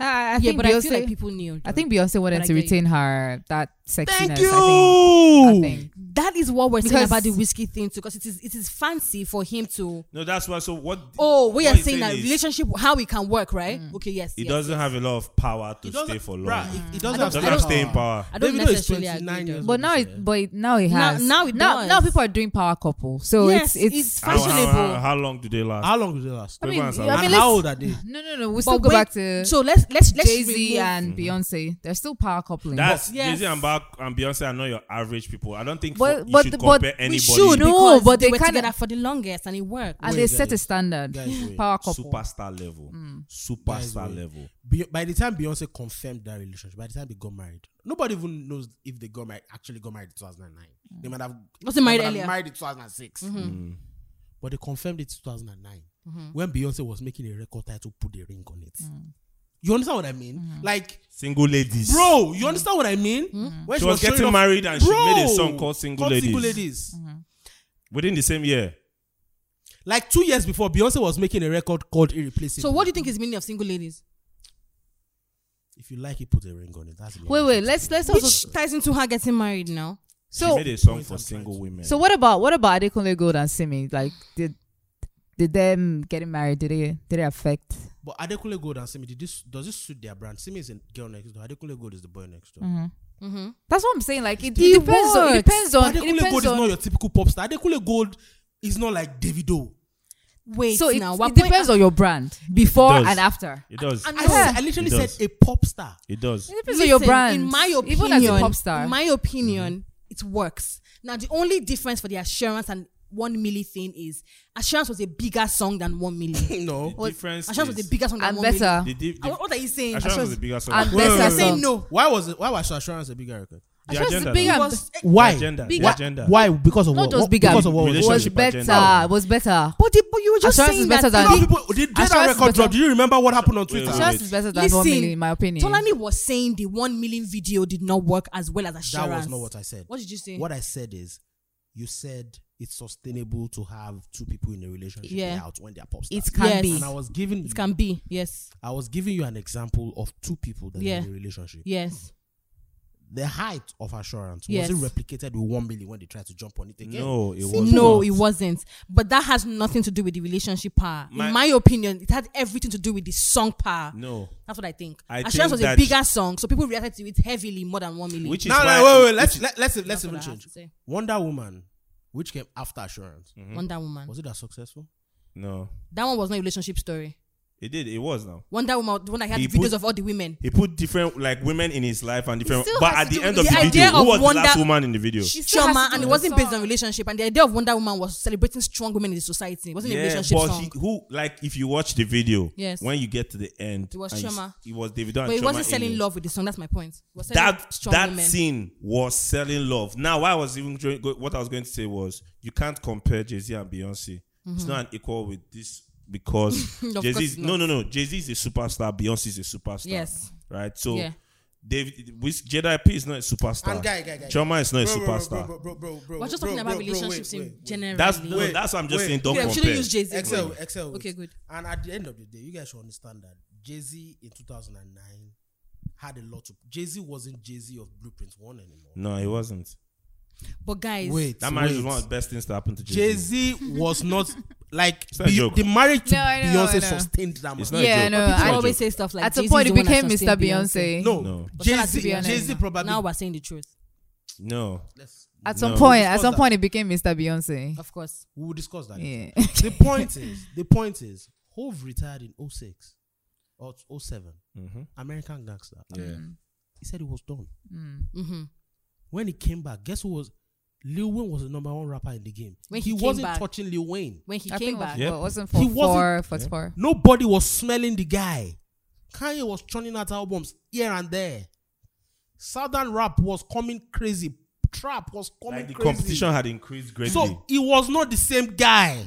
Speaker 4: I, I
Speaker 3: yeah,
Speaker 4: think
Speaker 3: but Ah, I
Speaker 4: Beyonce.
Speaker 3: feel like people knew.
Speaker 4: I think Beyonce wanted
Speaker 3: I
Speaker 4: to
Speaker 3: get you.
Speaker 4: retain her that sexiness.
Speaker 2: Thank
Speaker 4: I
Speaker 2: you.
Speaker 4: think. I think.
Speaker 3: that is what we're saying
Speaker 4: Because-
Speaker 3: about the whiskey thing too, because it is it is fancy for him to.
Speaker 1: No, that's why. So what?
Speaker 3: Oh, we are
Speaker 1: what he's
Speaker 3: saying that
Speaker 1: is,
Speaker 3: relationship how it can work, right? Okay, yes.
Speaker 1: It
Speaker 3: yes,
Speaker 1: doesn't
Speaker 3: yes.
Speaker 1: have a lot of power to
Speaker 2: It
Speaker 1: stay
Speaker 2: doesn't-
Speaker 1: for
Speaker 2: bruh,
Speaker 1: long.
Speaker 2: It, it doesn't
Speaker 3: I
Speaker 2: have
Speaker 1: doesn't
Speaker 3: I
Speaker 1: have
Speaker 3: don't-
Speaker 1: staying power.
Speaker 3: I don't
Speaker 2: Davido is
Speaker 3: necessarily
Speaker 2: 29
Speaker 3: agree.
Speaker 2: years
Speaker 3: though.
Speaker 4: But now it, but it- now it
Speaker 3: Now-
Speaker 4: has.
Speaker 3: now it
Speaker 4: now,
Speaker 3: does.
Speaker 4: now people are doing power couple, so
Speaker 3: Yes,
Speaker 4: it's
Speaker 3: it's
Speaker 4: it's
Speaker 1: How, how,
Speaker 3: fashionable.
Speaker 1: how, how long do they last?
Speaker 2: How long did it last?
Speaker 4: I mean,
Speaker 1: Quick answer.
Speaker 4: I mean,
Speaker 2: and how
Speaker 4: let's-
Speaker 2: old are they?
Speaker 4: No, no, no. We
Speaker 3: But
Speaker 4: still go
Speaker 3: wait-
Speaker 4: back to
Speaker 3: So let's let's let's let's
Speaker 4: Jay Z
Speaker 3: remove-
Speaker 4: and Beyonce, they're still power coupling.
Speaker 1: That's
Speaker 3: Yes.
Speaker 1: Jay Z and, ba- and Beyonce are not your average people. I don't think
Speaker 4: But-
Speaker 1: for, you
Speaker 4: but-
Speaker 1: should
Speaker 4: but
Speaker 1: compare
Speaker 4: we
Speaker 1: anybody.
Speaker 4: should, no,
Speaker 3: because
Speaker 4: but
Speaker 3: they,
Speaker 4: they
Speaker 3: were
Speaker 4: kinda-
Speaker 3: together for the longest and it worked.
Speaker 4: and
Speaker 2: Wait,
Speaker 4: they set a
Speaker 2: guys.
Speaker 4: standard.
Speaker 2: Guys, wait.
Speaker 4: power couple.
Speaker 1: Superstar level. Superstar
Speaker 2: Guys, wait.
Speaker 1: level.
Speaker 2: Be- by the time Beyonce confirmed that relationship, by the time they got married, nobody even knows if they got married actually got married in 2009. They might have
Speaker 3: Mm. Was
Speaker 2: they
Speaker 3: it married
Speaker 2: might have
Speaker 3: earlier? Mm-hmm.
Speaker 2: married in 2006, Mm. but they confirmed it in 2009 when Beyonce was making a record title, put the ring on it.
Speaker 3: Mm.
Speaker 2: You understand what I mean?
Speaker 3: Mm-hmm.
Speaker 2: Like,
Speaker 1: Single ladies.
Speaker 2: bro, you understand what I mean? When
Speaker 1: She was
Speaker 2: showing
Speaker 1: getting
Speaker 2: off-
Speaker 1: married and she made a
Speaker 2: Bro,
Speaker 1: song called Single
Speaker 2: called
Speaker 1: Ladies.
Speaker 2: Single Ladies.
Speaker 3: Mm-hmm.
Speaker 1: Within the same year.
Speaker 2: Like two years before, Beyonce was making a record called Irreplaceable.
Speaker 3: So what do you think is the meaning of single ladies?
Speaker 2: If you like it, put a ring on it. That's
Speaker 4: Wait, wait. Let's let's also.
Speaker 3: Which ties into her getting married now.
Speaker 1: she
Speaker 4: So
Speaker 1: made a song
Speaker 2: Point
Speaker 1: for
Speaker 2: I'm
Speaker 1: single
Speaker 2: trying to-
Speaker 1: women.
Speaker 4: so what about what about Adekunle Gold and Simi? Like did did them getting married? Did it did it affect?
Speaker 2: But Adekunle Gold and Simi, did this does this suit their brand? Simi is a girl next door. Adekunle Gold is the boy next door.
Speaker 4: Mm-hmm. That's what I'm saying. Like it,
Speaker 3: It
Speaker 4: it depends. On,
Speaker 3: works.
Speaker 4: it depends
Speaker 2: But
Speaker 4: on. It
Speaker 2: Adekunle Gold
Speaker 4: depends
Speaker 2: is not
Speaker 4: on.
Speaker 2: your typical pop star. Adekunle Gold is not like Davido.
Speaker 3: Wait,
Speaker 4: So it,
Speaker 3: now
Speaker 4: it depends on your brand before
Speaker 1: It does.
Speaker 4: and after.
Speaker 1: it does.
Speaker 2: I,
Speaker 3: No.
Speaker 2: said- I literally
Speaker 1: He
Speaker 2: said
Speaker 1: does.
Speaker 2: a pop star.
Speaker 1: it does.
Speaker 4: It depends on your brand.
Speaker 3: In my opinion,
Speaker 4: even as a pop star,
Speaker 3: in my opinion, it works. Now the only difference for the assurance and one milli thing is assurance was a bigger song than one milli.
Speaker 2: no.
Speaker 1: The difference
Speaker 3: assurance was
Speaker 1: is-
Speaker 3: a bigger song than
Speaker 4: and
Speaker 3: one Milli.
Speaker 4: better.
Speaker 1: The, diff- the,
Speaker 3: Uh, What are you saying?
Speaker 1: Assurance was the biggest song.
Speaker 4: and
Speaker 1: Wait, wait,
Speaker 4: better
Speaker 1: wait, wait.
Speaker 3: Say
Speaker 4: song.
Speaker 3: no.
Speaker 2: Why was it, why was Assurance a bigger record?
Speaker 1: The
Speaker 4: Assurance is
Speaker 1: agenda,
Speaker 4: big
Speaker 1: though.
Speaker 4: and-
Speaker 3: Was-
Speaker 2: Why?
Speaker 1: agenda,
Speaker 2: why?
Speaker 1: agenda.
Speaker 2: Why? Because of
Speaker 4: Not
Speaker 2: what?
Speaker 4: just
Speaker 2: what-
Speaker 4: bigger.
Speaker 2: Because of what?
Speaker 4: It was
Speaker 1: Relationship
Speaker 4: better.
Speaker 1: agenda.
Speaker 4: It was better.
Speaker 3: But, the, but you were just
Speaker 4: Assurance is
Speaker 3: saying
Speaker 4: better
Speaker 3: that
Speaker 4: than
Speaker 2: No,
Speaker 4: big-
Speaker 2: people, they, did that
Speaker 4: Assurance is
Speaker 2: record
Speaker 4: better.
Speaker 2: drop. Do you remember what happened on Twitter?
Speaker 1: wait,
Speaker 4: Assurance is better than one
Speaker 3: Listen,
Speaker 4: million, in my opinion.
Speaker 3: Tolani was saying the one million video did not work as well as assurance.
Speaker 2: That was not what I said.
Speaker 3: What did you say?
Speaker 2: What I said is, you said it's sustainable to have two people in a relationship
Speaker 3: Yeah.
Speaker 2: without when they're pop stars.
Speaker 4: it can
Speaker 3: Yes.
Speaker 4: be.
Speaker 2: and I was giving
Speaker 3: it can be yes,
Speaker 2: I was giving you an example of two people that are
Speaker 3: Yeah.
Speaker 2: in a relationship.
Speaker 3: yes.
Speaker 2: The height of assurance
Speaker 3: Yes.
Speaker 2: was it replicated with one million when they tried to jump on it again?
Speaker 1: No, it was
Speaker 3: No,
Speaker 1: not.
Speaker 3: it wasn't. But that has nothing to do with the relationship power.
Speaker 1: My-
Speaker 3: in my opinion, it had everything to do with the song power.
Speaker 1: No.
Speaker 3: That's what I think.
Speaker 1: I
Speaker 3: Assurance
Speaker 1: think
Speaker 3: was a
Speaker 1: that-
Speaker 3: bigger song, so people reacted to it heavily more than one million.
Speaker 1: Which is
Speaker 2: No,
Speaker 1: why.
Speaker 2: no, wait, wait.
Speaker 1: which
Speaker 2: Let's
Speaker 1: is-
Speaker 2: let, let's let's
Speaker 3: That's what
Speaker 2: even
Speaker 3: I have
Speaker 2: change.
Speaker 3: to say.
Speaker 2: Wonder Woman, which came after Assurance,
Speaker 3: Wonder Woman.
Speaker 2: was it as successful?
Speaker 1: no,
Speaker 3: That one was not a relationship story.
Speaker 1: it did. It was now.
Speaker 3: Wonder Woman, the one that had
Speaker 1: He
Speaker 3: the videos
Speaker 1: put-
Speaker 3: of all the women.
Speaker 1: He put different like women in his life and different.
Speaker 4: still
Speaker 1: But
Speaker 4: has
Speaker 1: at
Speaker 4: to
Speaker 1: the
Speaker 4: do
Speaker 1: end of
Speaker 4: with the
Speaker 1: the
Speaker 3: idea
Speaker 1: video,
Speaker 3: of
Speaker 1: who was the last
Speaker 3: wonder-
Speaker 1: woman in the video?
Speaker 4: She's- still has
Speaker 3: Chama,
Speaker 4: to do
Speaker 3: and it
Speaker 4: with
Speaker 3: wasn't
Speaker 4: the
Speaker 3: based on
Speaker 4: song.
Speaker 3: relationship. And the idea of Wonder Woman was celebrating strong women in the society. It wasn't a relationship
Speaker 1: but
Speaker 3: song.
Speaker 1: he- who like if you watch the video,
Speaker 3: Yes.
Speaker 1: when you get to the end,
Speaker 3: It was
Speaker 1: and you
Speaker 3: Chioma.
Speaker 1: s- It was Davido and
Speaker 3: but he
Speaker 1: Chioma
Speaker 3: wasn't
Speaker 1: in
Speaker 3: selling
Speaker 1: it.
Speaker 3: love with the song. That's my point. It was selling
Speaker 1: that
Speaker 3: strong
Speaker 1: that
Speaker 3: women.
Speaker 1: scene was selling love. Now, why I was even trying- go- what I was going to say was you can't compare Jay Z and Beyonce. It's not an equal with this because
Speaker 3: Mm-hmm. Of
Speaker 1: Jay Z.
Speaker 3: course it's
Speaker 1: No,
Speaker 3: not.
Speaker 1: no, no. Jay Z is a superstar. Beyonce is a superstar.
Speaker 3: Yes.
Speaker 1: Right. So.
Speaker 3: Yeah.
Speaker 1: David, with JDIP is not a superstar.
Speaker 2: And guy, guy, guy.
Speaker 1: Choma is not a superstar.
Speaker 2: Bro, bro, bro, bro,
Speaker 3: We're just
Speaker 2: bro,
Speaker 3: talking about
Speaker 2: bro, bro,
Speaker 3: relationships
Speaker 2: wait,
Speaker 3: in
Speaker 2: wait, wait.
Speaker 3: general.
Speaker 1: That's no,
Speaker 2: Wait,
Speaker 1: that's what I'm just
Speaker 2: wait.
Speaker 1: saying. Don't
Speaker 3: Yeah,
Speaker 1: compare.
Speaker 3: we shouldn't use Jay Z.
Speaker 2: Excel, Excel.
Speaker 3: Okay, good.
Speaker 2: And at the end of the day, you guys should understand that Jay Z in 2009 had a lot of. Jay Z wasn't Jay Z of Blueprint One anymore.
Speaker 1: no, it wasn't.
Speaker 3: But guys,
Speaker 1: That marriage was one of the best things to happen to Jay
Speaker 2: Jay
Speaker 1: Z.
Speaker 2: Z was not like
Speaker 1: not a
Speaker 2: Be-
Speaker 1: joke.
Speaker 2: the marriage to
Speaker 4: No, I know, I
Speaker 2: Beyonce
Speaker 4: know.
Speaker 2: sustained that
Speaker 1: It's
Speaker 2: much.
Speaker 1: not
Speaker 4: Yeah,
Speaker 1: a joke.
Speaker 4: no,
Speaker 1: It's not
Speaker 4: I-
Speaker 3: people
Speaker 1: a
Speaker 3: always
Speaker 1: joke.
Speaker 3: say stuff like
Speaker 4: At a
Speaker 3: Jay-Z
Speaker 4: point,
Speaker 3: is
Speaker 4: it
Speaker 3: the one that
Speaker 4: became Mr.
Speaker 3: sustained
Speaker 4: Beyonce.
Speaker 2: No,
Speaker 1: No.
Speaker 3: But
Speaker 2: Jay
Speaker 3: shall I
Speaker 2: Z.
Speaker 3: be honest?
Speaker 2: Jay Z probably.
Speaker 3: Now we're saying the truth,
Speaker 1: no.
Speaker 2: Let's-
Speaker 4: At some
Speaker 1: No.
Speaker 4: point, at
Speaker 2: Discuss
Speaker 4: some
Speaker 2: that.
Speaker 4: point, it became Mr. Beyonce.
Speaker 3: of course.
Speaker 2: we will discuss that.
Speaker 4: Yeah.
Speaker 2: the point is, the point is, Hove retired in 06 or 07.
Speaker 1: Mhm.
Speaker 2: American Gangster.
Speaker 1: Yeah.
Speaker 2: He said it was done.
Speaker 3: hmm
Speaker 2: When he came back, guess who was Lil Wayne was the number one rapper in the game.
Speaker 3: When
Speaker 2: he
Speaker 3: he came
Speaker 2: wasn't
Speaker 3: back.
Speaker 2: touching Lil Wayne.
Speaker 3: When he
Speaker 4: I
Speaker 3: came
Speaker 4: think
Speaker 3: back,
Speaker 1: Yep.
Speaker 4: it wasn't for
Speaker 2: He
Speaker 4: four,
Speaker 2: wasn't-
Speaker 4: for four.
Speaker 2: Nobody was smelling the guy. Kanye was churning out albums here and there. Southern rap was coming crazy. Trap was coming
Speaker 1: Like the
Speaker 2: crazy.
Speaker 1: competition had increased greatly.
Speaker 2: so it was not the same guy.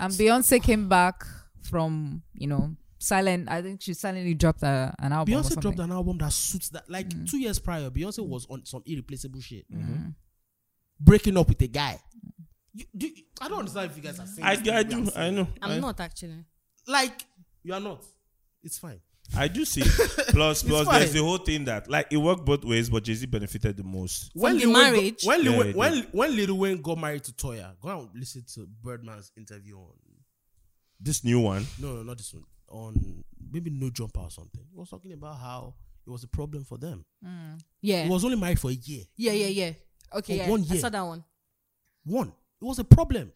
Speaker 4: And Beyonce came back from, you know, silent. I think she silently dropped a, an album. or
Speaker 2: Beyonce
Speaker 4: something.
Speaker 2: dropped an album that suits that. Like two years prior, Beyonce was on some irreplaceable shit,
Speaker 1: Mm-hmm.
Speaker 2: breaking up with a guy. You- do you- I don't understand if you guys are saying.
Speaker 1: I,
Speaker 2: this the
Speaker 1: I
Speaker 2: way
Speaker 1: do.
Speaker 2: I'm
Speaker 1: I
Speaker 2: saying
Speaker 1: know.
Speaker 3: I'm
Speaker 1: I,
Speaker 3: not actually.
Speaker 2: it. Like you are not. It's fine.
Speaker 1: I do see. plus, plus,
Speaker 2: fine.
Speaker 1: there's the whole thing that like it worked both ways, but Jay Z benefited the most.
Speaker 2: When
Speaker 3: the
Speaker 2: Lil Wayne
Speaker 3: marriage-
Speaker 2: got, when, Lil
Speaker 1: Yeah,
Speaker 2: Wayne-
Speaker 1: it
Speaker 2: when when Lil Wayne got married to Toya, go and listen to Birdman's interview on.
Speaker 1: This new one,
Speaker 2: No, no, not this one. On maybe No Jumper or something. He was talking about how it was a problem for them. He
Speaker 3: Yeah,
Speaker 2: was only married for a year.
Speaker 3: yeah, yeah, yeah. Okay,
Speaker 2: For
Speaker 3: yeah.
Speaker 2: one
Speaker 3: I
Speaker 2: year.
Speaker 3: saw that one.
Speaker 2: One. It was a problem.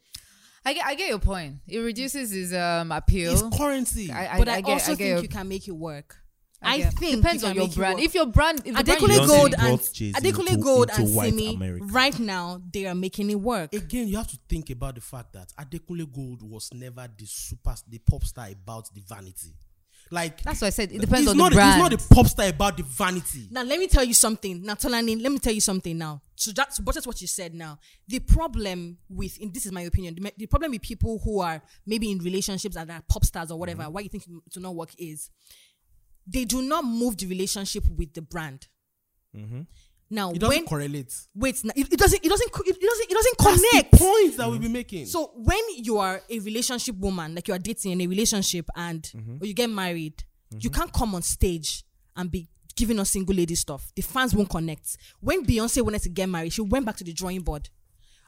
Speaker 4: I get, I get your point. It reduces his um appeal.
Speaker 2: It's currency.
Speaker 4: I, I,
Speaker 3: but I,
Speaker 4: I, get,
Speaker 3: also
Speaker 4: I get
Speaker 3: think
Speaker 4: your,
Speaker 3: you can make it work.
Speaker 4: I
Speaker 3: I,
Speaker 4: get-
Speaker 3: think
Speaker 4: depends
Speaker 3: you
Speaker 4: on
Speaker 3: can
Speaker 4: your
Speaker 3: make it
Speaker 4: brand.
Speaker 3: work.
Speaker 4: If your brand, if the brand you
Speaker 1: You
Speaker 3: Adekunle
Speaker 1: don't
Speaker 4: don't
Speaker 3: Gold
Speaker 1: see
Speaker 3: and
Speaker 1: both Jay-Z
Speaker 3: Adekunle
Speaker 1: into-
Speaker 3: Gold
Speaker 1: into
Speaker 3: and
Speaker 1: white
Speaker 3: Simi
Speaker 1: America.
Speaker 3: right now they are making it work.
Speaker 2: Again, you have to think about the fact that Adekunle Gold was never the super, the pop star about the vanity. Like
Speaker 4: That's what I said. It depends
Speaker 2: he's
Speaker 4: on
Speaker 2: not,
Speaker 4: the
Speaker 2: He's
Speaker 4: brand.
Speaker 2: not a pop star about the vanity.
Speaker 3: Now let me tell you something. Now Tolani, let me tell you something now. So that's but that's what you said now. The problem with in this is my opinion. The, me- the problem with people who are maybe in relationships and are pop stars or
Speaker 2: Mm-hmm.
Speaker 3: whatever, why you think it to not work is they do not move the relationship with the brand. Now
Speaker 2: Mm-hmm. It doesn't
Speaker 3: when
Speaker 2: correlate.
Speaker 3: wait, now, it, it doesn't it doesn't co- it doesn't it doesn't
Speaker 2: That's
Speaker 3: connect.
Speaker 2: the point that we'll be making.
Speaker 3: So when you are a relationship woman, like you are dating in a relationship and
Speaker 4: Mm-hmm.
Speaker 3: or you get married, you can't come on stage and be giving us single lady stuff. The fans won't connect. When Beyonce wanted to get married, she went back to the drawing board.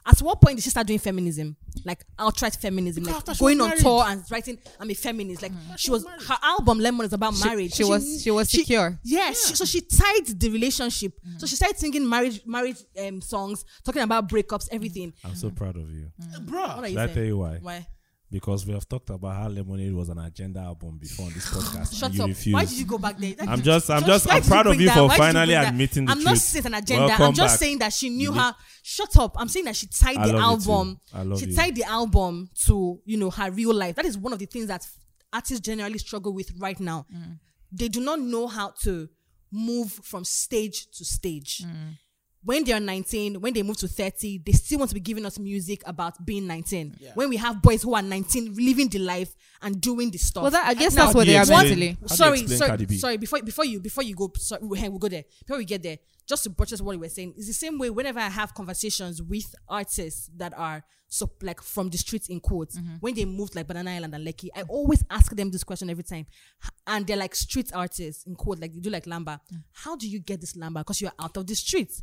Speaker 3: At what point did she start doing feminism? Like outright feminism,
Speaker 2: Because
Speaker 3: like
Speaker 2: after she
Speaker 3: going
Speaker 2: was
Speaker 3: on
Speaker 2: married. Mm-hmm.
Speaker 3: tour and writing, I'm a feminist. Like she was her album Lemon is about marriage.
Speaker 4: she was- she was secure.
Speaker 3: Yes, she- so she tied the relationship.
Speaker 2: Mm.
Speaker 3: So she started singing marriage marriage um, songs, talking about breakups, everything.
Speaker 4: Mm.
Speaker 1: I'm so proud of you.
Speaker 3: What
Speaker 2: Bruh,
Speaker 4: Ah,
Speaker 3: are you
Speaker 1: Should I
Speaker 3: saying?
Speaker 1: tell you why?
Speaker 3: Why?
Speaker 1: Because we have talked about how Lemonade was an agenda album before on this podcast.
Speaker 3: Shut
Speaker 1: and you
Speaker 3: up.
Speaker 1: refused.
Speaker 3: Why did you go back there? Why
Speaker 1: I'm
Speaker 3: did-
Speaker 1: just- I'm just-
Speaker 3: why
Speaker 1: I'm
Speaker 3: did you
Speaker 1: proud of
Speaker 3: bring
Speaker 1: you
Speaker 3: that?
Speaker 1: for
Speaker 3: Why did you
Speaker 1: finally
Speaker 3: bring that?
Speaker 1: admitting the
Speaker 3: I'm not
Speaker 1: truth.
Speaker 3: saying it's an agenda. I'm
Speaker 1: Welcome
Speaker 3: just
Speaker 1: back.
Speaker 3: saying that she knew
Speaker 1: You
Speaker 3: her. Shut up. I'm saying that she tied
Speaker 1: I
Speaker 3: the
Speaker 1: love you too.
Speaker 3: album.
Speaker 1: I love
Speaker 3: she
Speaker 1: you.
Speaker 3: tied the album to, you know, her real life. That is one of the things that artists generally struggle with right now.
Speaker 4: Mm.
Speaker 3: They do not know how to move from stage to stage.
Speaker 4: Mm.
Speaker 3: When they are 19, when they move to 30, they still want to be giving us music about being 19. When we have boys who are 19 living the life and doing the stuff.
Speaker 4: Well, that- I guess
Speaker 3: Now,
Speaker 4: that's what
Speaker 1: do
Speaker 4: they
Speaker 1: you
Speaker 4: are
Speaker 1: explain-
Speaker 4: mentally.
Speaker 1: how do you
Speaker 3: sorry,
Speaker 1: explain
Speaker 3: sorry,
Speaker 1: Cardi B?
Speaker 3: sorry. Before before you before you go, sorry, we we'll go there. Before we get there, just to buttress what you were saying, it's the same way. Whenever I have conversations with artists that are so like from the streets in quotes, when they moved like Banana Island and Lekki, I always ask them this question every time, H- and they're like street artists in quote, like they do like Lamba. How do you get this Lamba? Because you're out of the streets.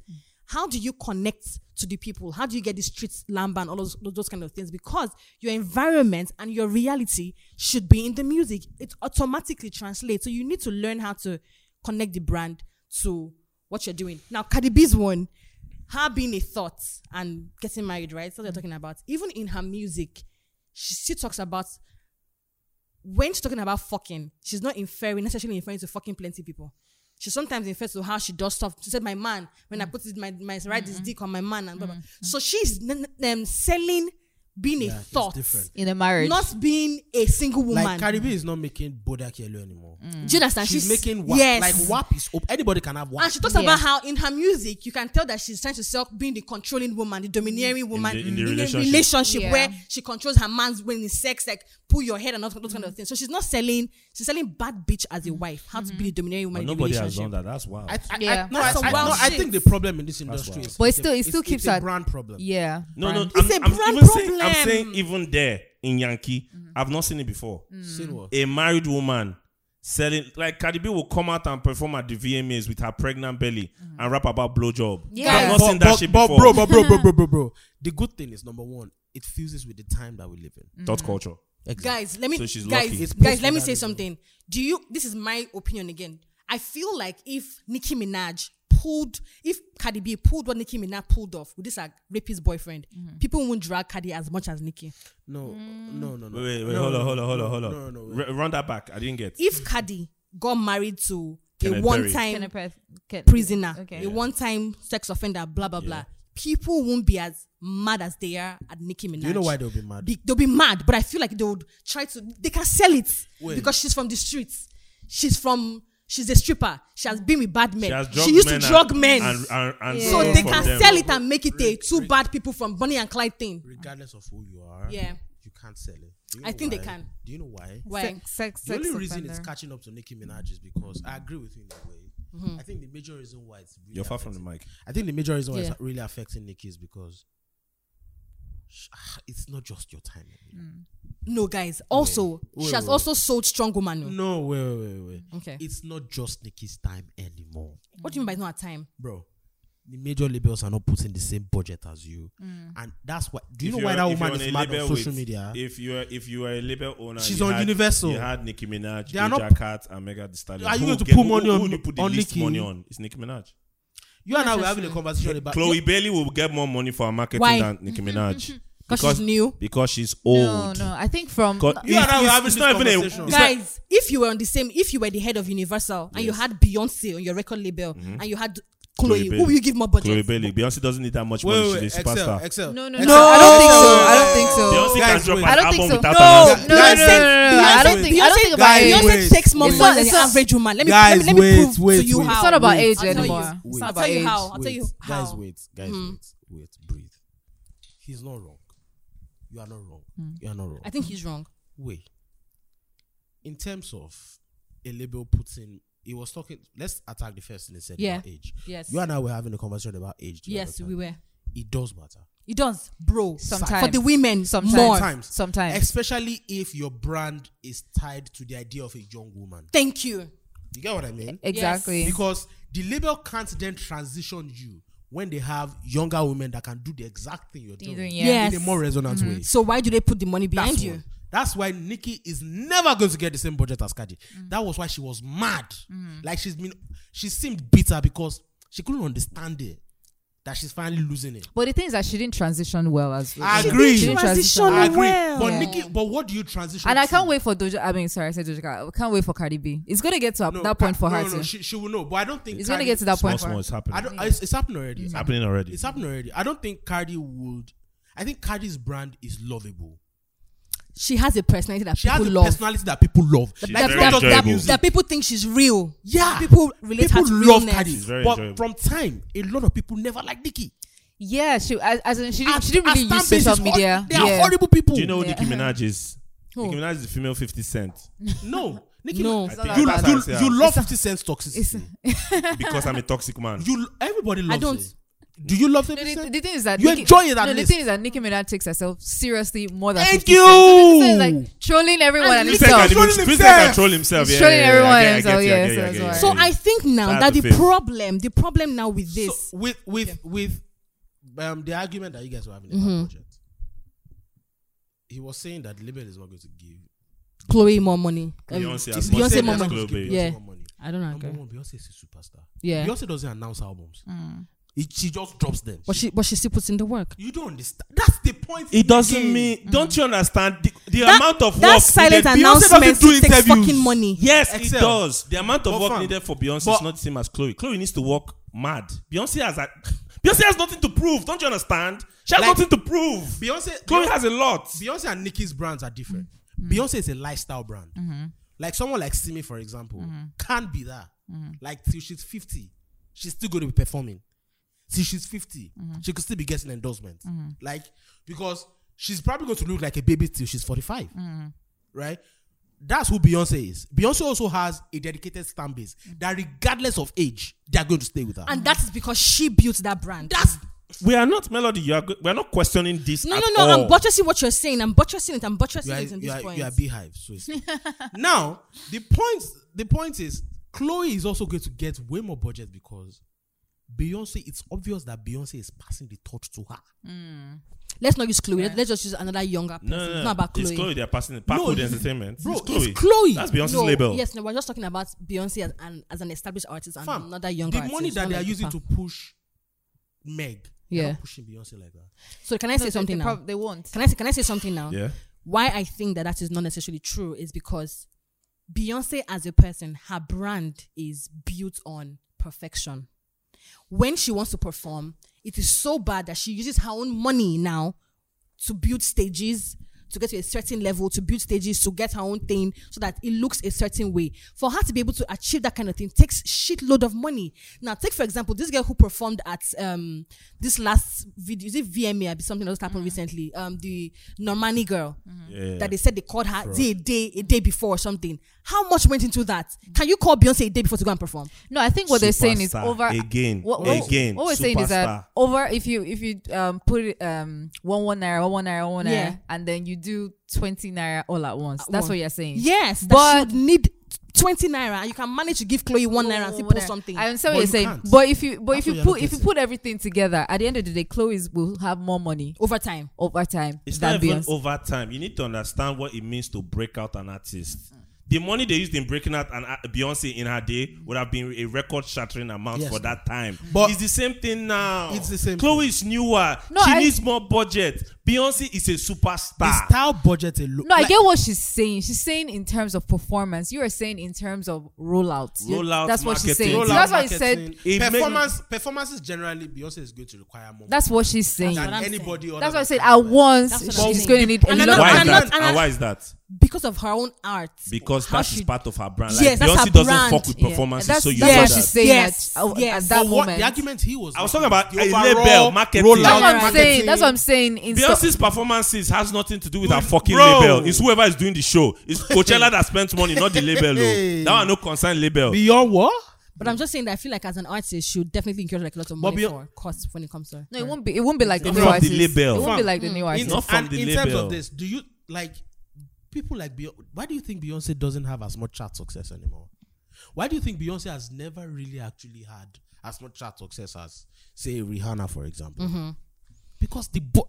Speaker 3: How do you connect to the people? How do you get the streets, Lamba, and all those, those kind of things? Because your environment and your reality should be in the music. It automatically translates. So you need to learn how to connect the brand to what you're doing. Now, Cardi B's one, her being a thought and getting married, right? That's what they're talking about. Even in her music, she still talks about when she's talking about fucking, she's not inferring necessarily inferring to fucking plenty people. She sometimes infers to how she does stuff. She said, "My man, when I put it, my my right this dick on my man," and blah, blah. so she's n- n- um, selling being
Speaker 2: Yeah,
Speaker 3: a
Speaker 2: it's
Speaker 3: thought,
Speaker 2: different.
Speaker 4: in a marriage.
Speaker 3: not being a single woman.
Speaker 2: like Caribbean is not making Bodak Yellow anymore.
Speaker 3: Do you understand?
Speaker 2: She's, making WAP.
Speaker 3: yes,
Speaker 2: Like WAP is open. Anybody can have WAP.
Speaker 3: and she talks
Speaker 4: Yeah.
Speaker 3: about how in her music you can tell that she's trying to sell being the controlling woman, the domineering woman
Speaker 1: the- in the
Speaker 3: a
Speaker 1: relationship.
Speaker 3: relationship
Speaker 4: Yeah.
Speaker 3: where she controls her man's when in sex, like pull your head and all those kind of things. So she's not selling, she's selling bad bitch as a wife, how to be a domineering
Speaker 1: But
Speaker 3: woman in a
Speaker 1: nobody has
Speaker 3: relationship.
Speaker 1: done that. That's wild.
Speaker 2: I, I,
Speaker 4: Yeah.
Speaker 2: I, no, I,
Speaker 3: That's some
Speaker 2: I-
Speaker 3: wild
Speaker 2: no, I
Speaker 3: shit.
Speaker 2: think the problem in this industry
Speaker 1: wild.
Speaker 2: is,
Speaker 4: But it
Speaker 2: it's a-
Speaker 4: still- it still
Speaker 2: it's,
Speaker 4: keeps
Speaker 2: it's a
Speaker 4: at-
Speaker 2: brand problem.
Speaker 4: yeah.
Speaker 1: no, no.
Speaker 4: brand.
Speaker 1: I'm,
Speaker 3: It's a
Speaker 1: I'm
Speaker 3: brand
Speaker 1: even saying, I'm
Speaker 3: problem. Mm-hmm.
Speaker 1: saying even there in Yankee, I've not seen it before.
Speaker 3: Mm.
Speaker 2: Say what?
Speaker 1: a married woman selling like Cardi B will come out and perform at the VMAs with her pregnant belly
Speaker 3: Mm-hmm.
Speaker 1: and rap about blowjob.
Speaker 4: Yeah.
Speaker 1: I've not
Speaker 2: But-
Speaker 1: seen that
Speaker 2: but-
Speaker 1: shit
Speaker 2: but
Speaker 1: before.
Speaker 2: bro, but bro, bro, bro, bro, bro. The good thing is number one, it fuses with the time that we live in.
Speaker 3: Mm.
Speaker 1: Thought culture.
Speaker 3: guys let me
Speaker 1: So she's
Speaker 3: guys
Speaker 1: lucky.
Speaker 2: It's
Speaker 3: guys let me say
Speaker 2: postmodernism.
Speaker 3: something do you this is my opinion again i feel like if nicki minaj pulled if cardi b pulled what nicki minaj pulled off with this like rapist boyfriend
Speaker 1: Mm-hmm.
Speaker 3: people won't drag cardi as much as nicki
Speaker 2: No,
Speaker 3: Mm.
Speaker 2: no, no, no.
Speaker 1: Wait, wait, wait,
Speaker 2: No,
Speaker 1: hold
Speaker 2: no,
Speaker 1: on, hold
Speaker 2: no,
Speaker 1: on, hold on, hold on.
Speaker 2: No, no, wait.
Speaker 1: R- run that back. I didn't get.
Speaker 3: if cardi got married to a
Speaker 1: Kenneth Perry.
Speaker 3: one-time
Speaker 4: Kenneth- Ken-
Speaker 3: prisoner
Speaker 4: Okay.
Speaker 3: a one-time sex offender blah blah blah people won't be as mad as they are at nicki minaj
Speaker 2: Do you know why they'll be mad?
Speaker 3: Be- they'll be mad, but I feel like they would try to. They can sell it
Speaker 2: Wait.
Speaker 3: because she's from the streets. She's from. She's a stripper. She has been with bad men.
Speaker 1: She, has
Speaker 3: She,
Speaker 1: drugged
Speaker 3: used to
Speaker 1: men
Speaker 3: drug
Speaker 1: and,
Speaker 3: men.
Speaker 1: and, and, and
Speaker 3: so
Speaker 1: sold
Speaker 3: they
Speaker 1: for
Speaker 3: can
Speaker 1: them.
Speaker 3: sell it and make it a two bad people from Bonnie and Clyde thing.
Speaker 2: Regardless of who you are,
Speaker 3: Yeah.
Speaker 2: you can't sell it. Do you
Speaker 3: I
Speaker 2: know
Speaker 3: think they
Speaker 2: why?
Speaker 3: can.
Speaker 2: Do you know why?
Speaker 3: Why?
Speaker 4: Sex, sex,
Speaker 2: The only
Speaker 4: sex
Speaker 2: reason it's
Speaker 4: offender.
Speaker 2: catching up to Nicki Minaj is because I agree with you in a way.
Speaker 4: Mm-hmm.
Speaker 2: I think the major reason why it's really
Speaker 1: You're far from the
Speaker 2: affecting-
Speaker 1: mic.
Speaker 2: I think the major reason why
Speaker 3: Yeah.
Speaker 2: it's really affecting Nicki is because sh- ah, it's not just your time.
Speaker 3: No, guys. Also,
Speaker 2: Wait,
Speaker 3: she has
Speaker 2: wait,
Speaker 3: also sold strong woman.
Speaker 4: Mm.
Speaker 3: oh.
Speaker 2: No, wait, wait, wait, wait.
Speaker 3: Okay.
Speaker 2: It's not just Nicki's time anymore,
Speaker 3: What do you mean by it's not her time?
Speaker 2: bro. The major labels are not putting the same budget as you,
Speaker 4: Mm.
Speaker 2: and that's why. Do you
Speaker 1: If
Speaker 2: know why
Speaker 1: you're-
Speaker 2: that
Speaker 1: if
Speaker 2: woman
Speaker 1: you're
Speaker 2: is
Speaker 1: a
Speaker 2: mad on
Speaker 1: label
Speaker 2: social
Speaker 1: with-
Speaker 2: media?
Speaker 1: If you are if you are a label owner,
Speaker 2: She's
Speaker 1: you
Speaker 2: on
Speaker 1: had,
Speaker 2: Universal.
Speaker 1: You had Nicki Minaj,
Speaker 2: They are not-
Speaker 1: Doja Cat, and Megan Thee Stallion.
Speaker 2: Are you
Speaker 1: Who
Speaker 2: going to
Speaker 1: get-
Speaker 2: put
Speaker 1: who-
Speaker 2: money
Speaker 1: who
Speaker 2: on-
Speaker 1: would you put the
Speaker 2: on
Speaker 1: least
Speaker 2: Nicki?
Speaker 1: money on? It's Nicki Minaj.
Speaker 2: you and I were having a conversation about
Speaker 1: Chloe Bailey will get more money for her marketing
Speaker 3: Why?
Speaker 1: than Nicki Minaj.
Speaker 3: because
Speaker 1: Because-
Speaker 3: she's new.
Speaker 1: because she's
Speaker 4: No,
Speaker 1: old.
Speaker 4: no. I think from
Speaker 1: God,
Speaker 4: no,
Speaker 2: You and I were
Speaker 1: it's-
Speaker 2: having
Speaker 1: it's
Speaker 2: this
Speaker 1: not even a-
Speaker 2: conversation.
Speaker 1: it's not-
Speaker 3: Guys, if you were on the same, if you were the head of Universal and you had Beyonce on your record label
Speaker 2: Mm-hmm.
Speaker 3: and you had
Speaker 1: Chloe
Speaker 3: Chloe,
Speaker 1: Bailey.
Speaker 3: who will you give more budget?
Speaker 1: Chloe Bailey. Beyonce doesn't need that much money.
Speaker 2: wait,
Speaker 1: she's a
Speaker 2: Excel,
Speaker 1: superstar.
Speaker 2: Excel.
Speaker 4: no, no,
Speaker 2: Excel.
Speaker 4: no. I don't think so. I don't think so.
Speaker 1: Beyonce
Speaker 2: Guys,
Speaker 1: can drop
Speaker 2: wait.
Speaker 1: an
Speaker 4: I don't
Speaker 1: album
Speaker 4: think so.
Speaker 1: without an
Speaker 4: No, no, no,
Speaker 2: Guys,
Speaker 4: no, no, no, no. I don't
Speaker 2: wait.
Speaker 4: think. I don't think about
Speaker 2: Guys,
Speaker 4: age.
Speaker 2: wait.
Speaker 3: Beyonce takes more
Speaker 4: It's
Speaker 3: money
Speaker 4: not-
Speaker 3: than
Speaker 4: it's
Speaker 3: the
Speaker 4: not-
Speaker 3: average woman. Let me
Speaker 2: Guys,
Speaker 3: let me, let
Speaker 2: wait,
Speaker 3: me prove
Speaker 2: wait,
Speaker 3: to you
Speaker 2: wait.
Speaker 3: how.
Speaker 4: It's not about
Speaker 3: I'll
Speaker 4: age
Speaker 3: tell you.
Speaker 4: anymore. It's
Speaker 2: Wait.
Speaker 4: not
Speaker 3: I'll
Speaker 4: about
Speaker 3: tell you
Speaker 4: age.
Speaker 3: how. Oh, I'll tell
Speaker 2: Wait,
Speaker 3: you how. Hmm.
Speaker 2: Guys, wait, guys, wait, wait, breathe. He's not wrong. You are not wrong. You are not wrong.
Speaker 3: Hmm. I think he's wrong.
Speaker 2: wait. In terms of a label putting, he was talking. Let's attack the first thing he said
Speaker 3: Yeah.
Speaker 2: about age.
Speaker 3: Yes.
Speaker 2: You and I were having a conversation about age. the
Speaker 3: Yes,
Speaker 2: other
Speaker 3: we
Speaker 2: time.
Speaker 3: were.
Speaker 2: It does matter.
Speaker 3: It does, bro.
Speaker 4: Sometimes.
Speaker 3: for the women,
Speaker 4: Sometimes.
Speaker 3: more.
Speaker 2: Sometimes.
Speaker 4: Sometimes.
Speaker 2: Especially if your brand is tied to the idea of a young woman.
Speaker 3: Thank you.
Speaker 2: You get what I mean?
Speaker 3: Eh,
Speaker 4: Exactly.
Speaker 2: Because the label can't then transition you when they have younger women that can do the exact thing you're doing
Speaker 4: doing,
Speaker 2: in
Speaker 4: yeah.
Speaker 3: Yes.
Speaker 2: a more resonant
Speaker 4: Mm-hmm.
Speaker 2: way.
Speaker 3: So why do they put the money behind
Speaker 2: That's
Speaker 3: you?
Speaker 2: one. That's why Nikki is never going to get the same budget as Cardi.
Speaker 4: Mm.
Speaker 2: That was why she was mad.
Speaker 4: Mm-hmm.
Speaker 2: Like she's been, she seemed bitter because she couldn't understand it that she's finally losing it.
Speaker 4: But the thing is that she didn't transition well as well.
Speaker 2: I agree.
Speaker 4: She didn't transition.
Speaker 3: Transition
Speaker 2: I agree.
Speaker 3: well.
Speaker 2: But
Speaker 3: Yeah.
Speaker 2: Nikki, but what do you transition?
Speaker 4: And I can't
Speaker 2: to?
Speaker 4: wait for Doja. I mean, sorry, I said Doja Cat. I can't wait for Cardi B. It's gonna get to
Speaker 2: No,
Speaker 4: that point for
Speaker 2: no,
Speaker 4: her
Speaker 2: No,
Speaker 4: too.
Speaker 2: she, she will know. But I don't think
Speaker 4: it's gonna
Speaker 2: Cardi-
Speaker 4: get to that
Speaker 1: Small,
Speaker 4: point
Speaker 1: small,
Speaker 4: Mm-hmm. for her.
Speaker 1: it's happening.
Speaker 2: I don't. It's, it's happening already.
Speaker 1: It's happening already.
Speaker 2: It's happening already. I don't think Cardi would. I think Cardi's brand is lovable.
Speaker 3: She has a personality that
Speaker 2: She
Speaker 3: people
Speaker 2: has a
Speaker 3: love.
Speaker 2: personality that people love.
Speaker 1: She's
Speaker 2: Like,
Speaker 1: very
Speaker 2: not just the
Speaker 1: enjoyable.
Speaker 2: music.
Speaker 3: That people think she's real.
Speaker 2: Yeah,
Speaker 3: People relate her
Speaker 2: people
Speaker 3: to
Speaker 2: love
Speaker 3: realness.
Speaker 2: Cardi.
Speaker 1: She's very
Speaker 2: but
Speaker 1: enjoyable.
Speaker 2: from time, a lot of people never liked Nicki.
Speaker 4: Yeah, she as, as in she didn't,
Speaker 2: As-
Speaker 4: she didn't
Speaker 2: as
Speaker 4: really use
Speaker 2: fan base
Speaker 4: social
Speaker 2: is hor-
Speaker 4: media.
Speaker 2: They are
Speaker 4: yeah.
Speaker 2: horrible people.
Speaker 1: Do you know who
Speaker 4: Yeah.
Speaker 1: Nicki Minaj is?
Speaker 3: Who?
Speaker 1: Nicki Minaj is the female 50 Cent.
Speaker 2: No, Nicki.
Speaker 3: No.
Speaker 2: Minaj-
Speaker 1: I
Speaker 4: It's
Speaker 1: think
Speaker 4: not
Speaker 2: You,
Speaker 4: like
Speaker 1: that's
Speaker 2: you,
Speaker 1: how I see
Speaker 2: you
Speaker 1: her.
Speaker 2: love Fifty Cent's toxicity.
Speaker 1: because I'm a toxic man.
Speaker 2: You everybody loves.
Speaker 3: don't.
Speaker 2: It. Do you love
Speaker 4: No,
Speaker 2: Fifty
Speaker 4: the,
Speaker 2: Cent?
Speaker 4: the thing is that
Speaker 2: You
Speaker 4: Nicki-
Speaker 2: enjoy it at
Speaker 4: no, the
Speaker 2: least.
Speaker 4: thing is that Nicki Minaj takes herself seriously more than
Speaker 2: Thank
Speaker 4: 50 Cent.
Speaker 2: you.
Speaker 4: So the thing is like trolling everyone and,
Speaker 3: And
Speaker 1: Fifty Cent can
Speaker 4: himself.
Speaker 1: even-
Speaker 2: Trolling
Speaker 1: Fifty Cent can
Speaker 2: himself.
Speaker 1: troll himself.
Speaker 4: He's
Speaker 1: Yeah, yeah,
Speaker 4: trolling
Speaker 1: yeah,
Speaker 4: everyone
Speaker 1: I get- I
Speaker 4: else,
Speaker 1: get
Speaker 4: oh,
Speaker 1: you, I
Speaker 4: yeah,
Speaker 1: get you, I get
Speaker 4: so
Speaker 1: you, I
Speaker 4: that's
Speaker 1: get
Speaker 3: So
Speaker 1: you.
Speaker 3: I think now
Speaker 1: That's
Speaker 3: that
Speaker 1: the
Speaker 3: the
Speaker 1: face.
Speaker 3: problem, the problem now with this,
Speaker 2: So with with with um the argument that you guys were having
Speaker 3: Mhm.
Speaker 2: about budget. He was saying that label is not going to give.
Speaker 3: Chloe more money. Um,
Speaker 1: Beyonce
Speaker 2: It's
Speaker 1: has
Speaker 3: Beyonce
Speaker 2: not saying
Speaker 3: more
Speaker 2: they're not
Speaker 3: money.
Speaker 2: going to give
Speaker 1: Globally.
Speaker 2: Beyonce
Speaker 3: Yeah.
Speaker 2: more money.
Speaker 3: I don't know.
Speaker 2: Number
Speaker 3: girl.
Speaker 2: one, Beyonce is a superstar.
Speaker 3: Yeah,
Speaker 2: Beyonce doesn't announce albums. It, she just drops them.
Speaker 3: but she but she still puts in the work.
Speaker 2: you don't understand. That's the point.
Speaker 1: It doesn't
Speaker 2: again.
Speaker 1: mean. Don't you understand the, the
Speaker 3: That-
Speaker 1: amount of
Speaker 3: that
Speaker 1: work
Speaker 3: silent
Speaker 1: needed?
Speaker 3: announcement
Speaker 2: do
Speaker 3: takes
Speaker 2: interviews.
Speaker 3: fucking money.
Speaker 1: Yes,
Speaker 2: Excel.
Speaker 1: it does. The amount of
Speaker 2: But
Speaker 1: work
Speaker 2: fam,
Speaker 1: needed for Beyonce
Speaker 2: but-
Speaker 1: is not the same as Chloe. Chloe needs to work mad. Beyonce has a, Beyonce has nothing to prove. Don't you understand? She has
Speaker 2: Like-
Speaker 1: nothing to prove.
Speaker 2: Beyonce,
Speaker 1: Chloe
Speaker 2: Beyonce,
Speaker 1: has a lot.
Speaker 2: Beyonce and Nicki's brands are different. Beyonce is a lifestyle brand. Like someone like Simi, for example, can't be that. Like till she's 50, she's still going to be performing. Till she's 50, she could still be getting endorsements. Like, because she's probably going to look like a baby till she's 45. Right? That's who Beyonce is. Beyonce also has a dedicated fan base that, regardless of age, they're going to stay with her.
Speaker 3: And that is because she built that brand.
Speaker 2: that's
Speaker 1: We are not melody. You are. go- We are not questioning this.
Speaker 3: no,
Speaker 1: at
Speaker 3: no, no.
Speaker 1: all.
Speaker 3: I'm buttressing what you're saying. I'm buttressing it. I'm buttressing
Speaker 2: you are,
Speaker 3: it in
Speaker 2: you
Speaker 3: this
Speaker 2: are,
Speaker 3: point.
Speaker 2: you are beehive. So it's now the point the point is Chloe is also going to get way more budget because Beyonce. It's obvious that Beyonce is passing the torch to her.
Speaker 3: Let's not use Chloe. Let- Let's just use another younger person.
Speaker 1: No, no, no.
Speaker 3: It's not about
Speaker 1: It's Chloe. They're passing it. Parkwood
Speaker 2: No,
Speaker 1: Entertainment.
Speaker 2: bro,
Speaker 1: it's
Speaker 2: it's
Speaker 1: Chloe.
Speaker 2: Chloe.
Speaker 1: That's Beyonce's
Speaker 3: no,
Speaker 1: label.
Speaker 3: Yes, no, we're just talking about Beyonce as an, as an established artist and
Speaker 2: Fam,
Speaker 3: another young
Speaker 2: the
Speaker 3: artist.
Speaker 2: money that
Speaker 3: not
Speaker 2: they are
Speaker 3: like
Speaker 2: using
Speaker 3: her.
Speaker 2: to push Meg. they're
Speaker 4: Yeah.
Speaker 2: not pushing Beyonce like that.
Speaker 3: So can I
Speaker 4: No,
Speaker 3: say
Speaker 4: they-
Speaker 3: something
Speaker 4: they,
Speaker 3: now?
Speaker 4: prob- they won't.
Speaker 3: Can I say, can I say something now?
Speaker 1: Yeah.
Speaker 3: Why I think that that is not necessarily true is because Beyonce as a person, her brand is built on perfection. When she wants to perform, it is so bad that she uses her own money now to build stages to get to a certain level to build stages to get her own thing so that it looks a certain way for her to be able to achieve that kind of thing takes shitload of money now take for example this girl who performed at um this last video is it vma or something else happened recently um the normani girl
Speaker 1: Yeah.
Speaker 3: that they said they called her a day a day before or something how much went into that can you call beyonce a day before to go and perform
Speaker 4: No, I think what they're saying is
Speaker 1: Superstar.
Speaker 4: over
Speaker 1: Again.
Speaker 4: What, what-
Speaker 1: Again.
Speaker 4: what we're saying is
Speaker 1: Superstar.
Speaker 4: that over if you if you um put it, um one one naira, one one naira, one naira,
Speaker 3: Yeah. Uh,
Speaker 4: and then you do twenty naira all at once.
Speaker 3: At
Speaker 4: That's
Speaker 3: once.
Speaker 4: what you're saying.
Speaker 3: yes
Speaker 4: But-
Speaker 3: but need 20 naira and you can manage to give chloe one naira and still post something
Speaker 4: I understand
Speaker 2: But
Speaker 4: what you're
Speaker 2: you
Speaker 4: saying,
Speaker 2: can't.
Speaker 4: but if you but
Speaker 2: That's what
Speaker 4: if you
Speaker 2: you're not
Speaker 4: put if you
Speaker 2: getting.
Speaker 4: put everything together, at the end of the day, Chloe's will have more money
Speaker 3: over time
Speaker 4: over time
Speaker 1: It's
Speaker 4: than
Speaker 1: not even
Speaker 4: Beyonce.
Speaker 1: over time. You need to understand what it means to break out an artist. The money they used in breaking out and uh, Beyonce in her day would have been a record shattering amount
Speaker 2: Yes.
Speaker 1: for that time.
Speaker 2: But-
Speaker 1: But it's the same thing now.
Speaker 2: It's the same
Speaker 1: Chloe is newer.
Speaker 4: No,
Speaker 1: she
Speaker 4: I-
Speaker 1: needs more budget. Beyonce is a
Speaker 2: The
Speaker 1: superstar.
Speaker 2: style budget alone.
Speaker 4: No, I
Speaker 2: like,
Speaker 4: get what she's saying. She's saying in terms of performance. You are saying in terms of rollout. You-
Speaker 1: Rollout,
Speaker 4: That's what she's
Speaker 1: marketing.
Speaker 4: saying.
Speaker 1: Rollout,
Speaker 4: So that's why I said.
Speaker 2: marketing,
Speaker 1: It make-
Speaker 2: performance. Performances generally, Beyonce is going to require more
Speaker 4: That's what she's saying.
Speaker 2: than
Speaker 3: what I'm
Speaker 2: anybody. other
Speaker 4: That's why I
Speaker 2: than
Speaker 4: said
Speaker 2: Beyonce.
Speaker 4: at once
Speaker 3: That's what
Speaker 1: I'm
Speaker 4: she's
Speaker 1: saying.
Speaker 4: going to need a
Speaker 3: And
Speaker 4: lot
Speaker 3: another-
Speaker 1: why
Speaker 4: of
Speaker 1: is
Speaker 3: and
Speaker 1: that?
Speaker 3: another-
Speaker 1: and why is that?
Speaker 3: because of her own art.
Speaker 1: Because
Speaker 3: How
Speaker 1: that is
Speaker 3: she-
Speaker 1: part of her brand.
Speaker 3: Yes,
Speaker 1: like,
Speaker 3: that's her
Speaker 1: Beyonce doesn't
Speaker 3: brand.
Speaker 1: fuck with
Speaker 4: Yeah.
Speaker 1: performances,
Speaker 4: That's,
Speaker 1: so you
Speaker 4: that's
Speaker 1: know
Speaker 4: what
Speaker 1: that.
Speaker 4: she's saying.
Speaker 3: Yes,
Speaker 4: At, at
Speaker 3: yes.
Speaker 4: that
Speaker 2: But what
Speaker 4: moment.
Speaker 2: the argument he was.
Speaker 1: I was
Speaker 2: making
Speaker 1: talking about
Speaker 2: the
Speaker 1: a
Speaker 2: overall
Speaker 1: label, marketing.
Speaker 2: rollout
Speaker 4: That's what I'm
Speaker 2: marketing.
Speaker 4: saying. That's what I'm saying. In sto-
Speaker 1: Beyonce's performances has nothing to do with her
Speaker 2: Dude,
Speaker 1: fucking
Speaker 2: bro.
Speaker 1: label. It's whoever is doing the show. It's Coachella that spends money, not the label. oh. That one no concern label.
Speaker 2: Beyond what?
Speaker 3: But I'm just saying that I feel like as an artist, she would definitely incur like a lot of
Speaker 2: But
Speaker 3: money
Speaker 2: Beyonce-
Speaker 3: for costs when it comes to.
Speaker 4: no, it won't be. It won't be like the
Speaker 1: From
Speaker 4: new
Speaker 1: the
Speaker 4: artist.
Speaker 1: label.
Speaker 4: It won't be
Speaker 2: From-
Speaker 4: like the new
Speaker 2: In,
Speaker 4: artist.
Speaker 1: Not from
Speaker 2: and
Speaker 1: the
Speaker 2: in terms
Speaker 1: label.
Speaker 2: of this, do you like people like Beyonce? Why do you think Beyonce doesn't have as much chart success anymore? Why do you think Beyonce has never really actually had as much chart success as say Rihanna, for example? Because the bu-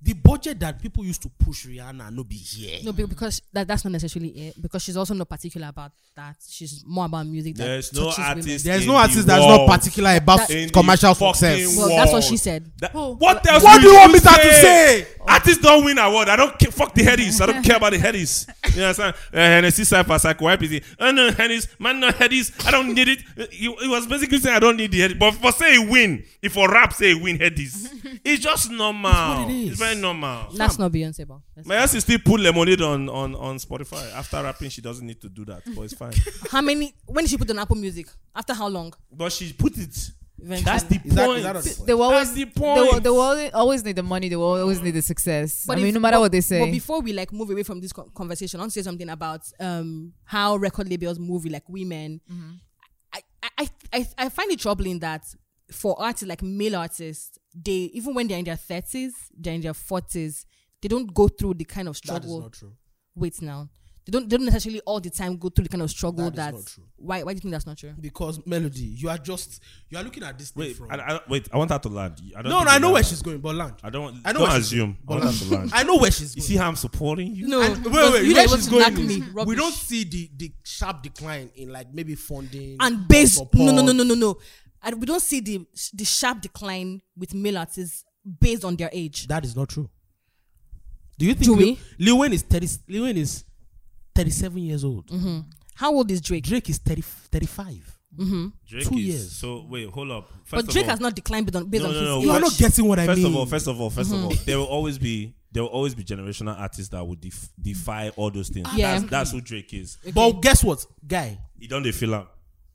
Speaker 2: the budget that people used to push Rihanna no be here.
Speaker 3: No, be- because that, that's not necessarily it. Because she's also not particular about that. She's more about music. That
Speaker 1: There's no
Speaker 3: touches women.
Speaker 1: artist
Speaker 2: There's
Speaker 1: in
Speaker 2: no
Speaker 1: the
Speaker 2: artist that's
Speaker 1: world.
Speaker 2: not particular about
Speaker 1: In the
Speaker 2: commercial
Speaker 1: fucking
Speaker 2: success.
Speaker 3: Well, that's what
Speaker 1: world.
Speaker 3: she said.
Speaker 1: That-
Speaker 4: Who?
Speaker 1: what else?
Speaker 2: What
Speaker 1: will
Speaker 2: do you want
Speaker 1: you
Speaker 2: me to say?
Speaker 1: Artists don't win award. I don't care. Fuck the headies. I don't care about the headies. You understand? Uh, Hennessy Cypher, Psycho YPZ. Oh no, headies. Man, no headies. I don't need it. Uh, you- It was basically saying I don't need the headies. But for say win, if for rap say win headies, it's just normal.
Speaker 2: It's what it is.
Speaker 1: It's very normal.
Speaker 3: That's not Beyonce, but that's-
Speaker 1: My ass is still put lemonade on, on, on Spotify. After rapping, she doesn't need to do that, but it's fine.
Speaker 3: how many? When did she put on Apple Music? After how long?
Speaker 1: but she put it.
Speaker 3: Eventually.
Speaker 1: That's the
Speaker 2: Is that-
Speaker 1: point.
Speaker 2: is that not the
Speaker 4: They will always.
Speaker 1: That's the
Speaker 4: They will,
Speaker 1: point.
Speaker 4: they will always- always need the money. They will always need the success. I
Speaker 3: But
Speaker 4: mean,
Speaker 3: if-
Speaker 4: no matter
Speaker 3: but-
Speaker 4: what they say.
Speaker 3: But before we like move away from this co- conversation, I want to say something about um how record labels move with like women.
Speaker 4: Mm-hmm.
Speaker 3: I, I I I find it troubling that for artists like male artists, they even when they're in their thirties, they're in their forties, they don't go through the kind of
Speaker 2: That is
Speaker 3: struggle.
Speaker 2: not true.
Speaker 3: Wait now. They don't, they don't necessarily all the time go through the kind of
Speaker 2: That
Speaker 3: struggle
Speaker 2: is
Speaker 3: that.
Speaker 2: not true.
Speaker 3: Why why do you think that's not true?
Speaker 2: Because melody, you are just you are looking at this thing
Speaker 1: Wait,
Speaker 2: from.
Speaker 1: I, I, wait. I want her to land. I don't
Speaker 2: no,
Speaker 1: think
Speaker 2: no, I
Speaker 1: you
Speaker 2: know
Speaker 1: land
Speaker 2: where
Speaker 1: her.
Speaker 2: she's going, but land.
Speaker 1: I don't.
Speaker 2: I know
Speaker 1: don't
Speaker 2: where she's
Speaker 1: assume. I
Speaker 2: going,
Speaker 1: want her to land.
Speaker 2: I know where she's
Speaker 1: You
Speaker 2: going.
Speaker 1: see how I'm supporting you?
Speaker 3: No,
Speaker 2: And- wait,
Speaker 3: because
Speaker 2: wait,
Speaker 3: you
Speaker 2: you know
Speaker 3: guys
Speaker 2: where she's
Speaker 3: just
Speaker 2: going.
Speaker 3: nag me,
Speaker 2: is we
Speaker 3: rubbish.
Speaker 2: don't see the the sharp decline in like maybe funding
Speaker 3: and based
Speaker 2: support.
Speaker 3: no no no no no no and we don't see the the sharp decline with male artists based on their age
Speaker 2: That is not true. Do you think
Speaker 3: Do
Speaker 2: Lil,
Speaker 3: we?
Speaker 2: Lil Wayne is thirty? Lil Wayne is thirty-seven years old.
Speaker 3: Mm-hmm. how old is drake
Speaker 2: Drake is 30, 35.
Speaker 1: Drake
Speaker 2: Two
Speaker 1: is,
Speaker 2: years.
Speaker 1: So wait, hold up. First
Speaker 3: but
Speaker 1: of
Speaker 3: drake
Speaker 1: all,
Speaker 3: has not declined based on, based
Speaker 1: No,
Speaker 3: on
Speaker 1: no,
Speaker 3: his
Speaker 1: no,
Speaker 3: age.
Speaker 2: You are
Speaker 1: Which-
Speaker 2: not getting what I
Speaker 1: First
Speaker 2: mean.
Speaker 1: of all, first of all, 1st of
Speaker 3: Mm-hmm.
Speaker 1: all, there will always be there will always be generational artists that would def- defy all those things.
Speaker 3: Yeah.
Speaker 1: That's, that's who Drake is.
Speaker 2: But guess what, guy,
Speaker 1: He don't dey feel am.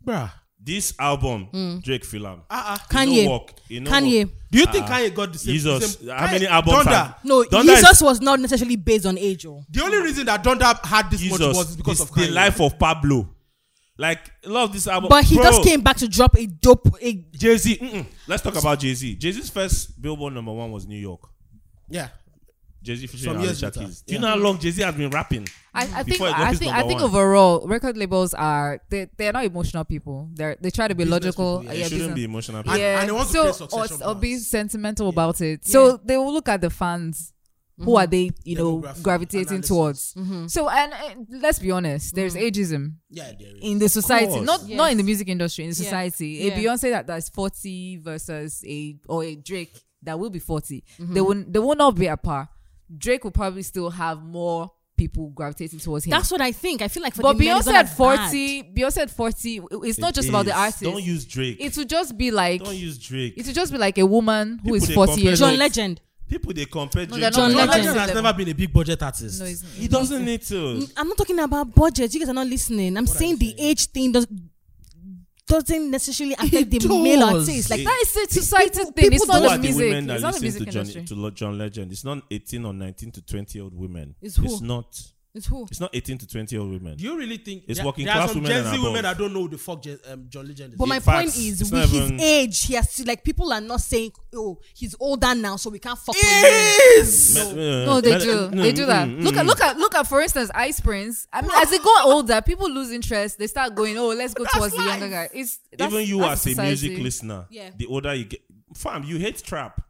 Speaker 2: bruh.
Speaker 1: This album, Drake feel am. He
Speaker 2: Uh-uh.
Speaker 3: Mm. Ah, kanye
Speaker 1: no work. He no
Speaker 3: kanye
Speaker 1: work.
Speaker 2: Do you think Kanye got the same?
Speaker 1: Ah, Jesus,
Speaker 2: the same-
Speaker 1: how
Speaker 2: Kanye-
Speaker 1: many albums?
Speaker 2: Donda.
Speaker 1: have-
Speaker 3: no
Speaker 1: Donda is-
Speaker 3: jesus was not necessarily based on age oh.
Speaker 2: The only reason that Donda had this much was
Speaker 1: Jesus,
Speaker 2: because
Speaker 1: this-
Speaker 2: of
Speaker 1: the
Speaker 2: Kanye.
Speaker 1: life of Pablo. Like love this album,
Speaker 3: but he
Speaker 1: Bro,
Speaker 3: just came back to drop a dope a,
Speaker 1: Jay Z. Let's talk about Jay Z. Jay Z's first Billboard number one was New York.
Speaker 2: Yeah.
Speaker 1: Jay Z featuring
Speaker 2: Some years
Speaker 1: Alicia
Speaker 2: later.
Speaker 1: Keys. Do you
Speaker 2: Yeah.
Speaker 1: know how long Jay Z has been rapping?
Speaker 4: I, I think
Speaker 1: Before it got
Speaker 4: I
Speaker 1: his
Speaker 4: think I
Speaker 1: number
Speaker 4: think
Speaker 1: one.
Speaker 4: overall record labels are they they're not emotional people. They they try to be
Speaker 2: Business
Speaker 4: logical.
Speaker 2: people, yeah.
Speaker 4: uh,
Speaker 1: It
Speaker 4: yeah,
Speaker 1: shouldn't
Speaker 4: business-
Speaker 1: be emotional.
Speaker 2: And-
Speaker 4: yeah.
Speaker 2: and they want to
Speaker 4: so
Speaker 2: play
Speaker 4: or,
Speaker 2: succession
Speaker 4: or be
Speaker 2: plans.
Speaker 4: sentimental about it. So
Speaker 3: Yeah.
Speaker 4: they will look at the fans.
Speaker 3: Mm-hmm.
Speaker 4: Who are they, you know,
Speaker 2: Demographic
Speaker 4: gravitating
Speaker 2: analysis.
Speaker 4: towards? So, and uh, let's be honest, there's ageism
Speaker 2: Yeah, there is.
Speaker 4: in the society,
Speaker 1: course.
Speaker 4: not not
Speaker 3: Yes.
Speaker 4: in the music industry, in the
Speaker 3: Yeah.
Speaker 4: society.
Speaker 3: Yeah.
Speaker 4: A Beyonce that that's 40 versus a or a Drake that will be 40,
Speaker 3: Mm-hmm.
Speaker 4: they will they will not be at par. Drake will probably still have more people gravitating towards him
Speaker 3: that's what i think i feel like for
Speaker 4: but
Speaker 3: the men, it's
Speaker 4: Beyonce
Speaker 3: not
Speaker 4: at
Speaker 3: as bad.
Speaker 4: 40, Beyonce at 40, it's not
Speaker 1: It
Speaker 4: just about the
Speaker 1: is.
Speaker 4: artist.
Speaker 1: Don't use Drake.
Speaker 4: it will just be like
Speaker 1: Don't use Drake.
Speaker 4: it will just be like a woman who is
Speaker 1: People they
Speaker 4: 40 years
Speaker 1: compare
Speaker 4: old.
Speaker 3: john legend
Speaker 1: People they compare
Speaker 4: No,
Speaker 1: Drake.
Speaker 4: they're
Speaker 1: to
Speaker 4: not
Speaker 3: John
Speaker 1: Drake.
Speaker 2: John
Speaker 3: Legend.
Speaker 2: Legend has
Speaker 4: level.
Speaker 2: never been a big budget artist.
Speaker 4: No, it's-
Speaker 1: He doesn't need to.
Speaker 3: i'm not talking about budget you guys are not listening i'm saying the age thing does doesn't necessarily affect the male
Speaker 2: does.
Speaker 3: artist like
Speaker 1: It-
Speaker 4: that is a society thing.
Speaker 3: people
Speaker 4: It's not
Speaker 3: don't-
Speaker 1: Who
Speaker 4: the
Speaker 1: are the
Speaker 4: music.
Speaker 1: women that
Speaker 4: it's not the
Speaker 1: listen
Speaker 4: music
Speaker 1: to John,
Speaker 4: industry.
Speaker 1: to Lo- John Legend? It's not 18 or 19 to 20 year old women.
Speaker 3: It's who?
Speaker 1: not.
Speaker 3: it's who
Speaker 1: It's not 18 to 20 year old women.
Speaker 2: Do you really think
Speaker 1: It's
Speaker 2: there,
Speaker 1: working
Speaker 2: there
Speaker 1: class
Speaker 2: are some
Speaker 1: women
Speaker 2: Gen
Speaker 1: and
Speaker 2: Z women
Speaker 1: above.
Speaker 2: that don't know who the fuck Gen- um, John Legend is?
Speaker 3: But my
Speaker 1: Big facts.
Speaker 3: point is,
Speaker 1: It's
Speaker 3: with
Speaker 1: not
Speaker 3: his
Speaker 1: even-
Speaker 3: age, he has to, like people are not saying, "Oh, he's older now, so we can't fuck with him."
Speaker 2: is.
Speaker 1: Me- uh,
Speaker 4: No, they
Speaker 1: me-
Speaker 4: do.
Speaker 1: no,
Speaker 4: They do that.
Speaker 1: mm,
Speaker 4: Look
Speaker 1: mm,
Speaker 4: at look at look at for instance Ice Prince. I mean, as they go older, people lose interest. They start going, oh, let's go towards the younger guy. It's that's,
Speaker 1: even you
Speaker 4: that's
Speaker 1: as a music
Speaker 4: society.
Speaker 1: listener,
Speaker 3: Yeah.
Speaker 1: the older you get, fam, you hate trap.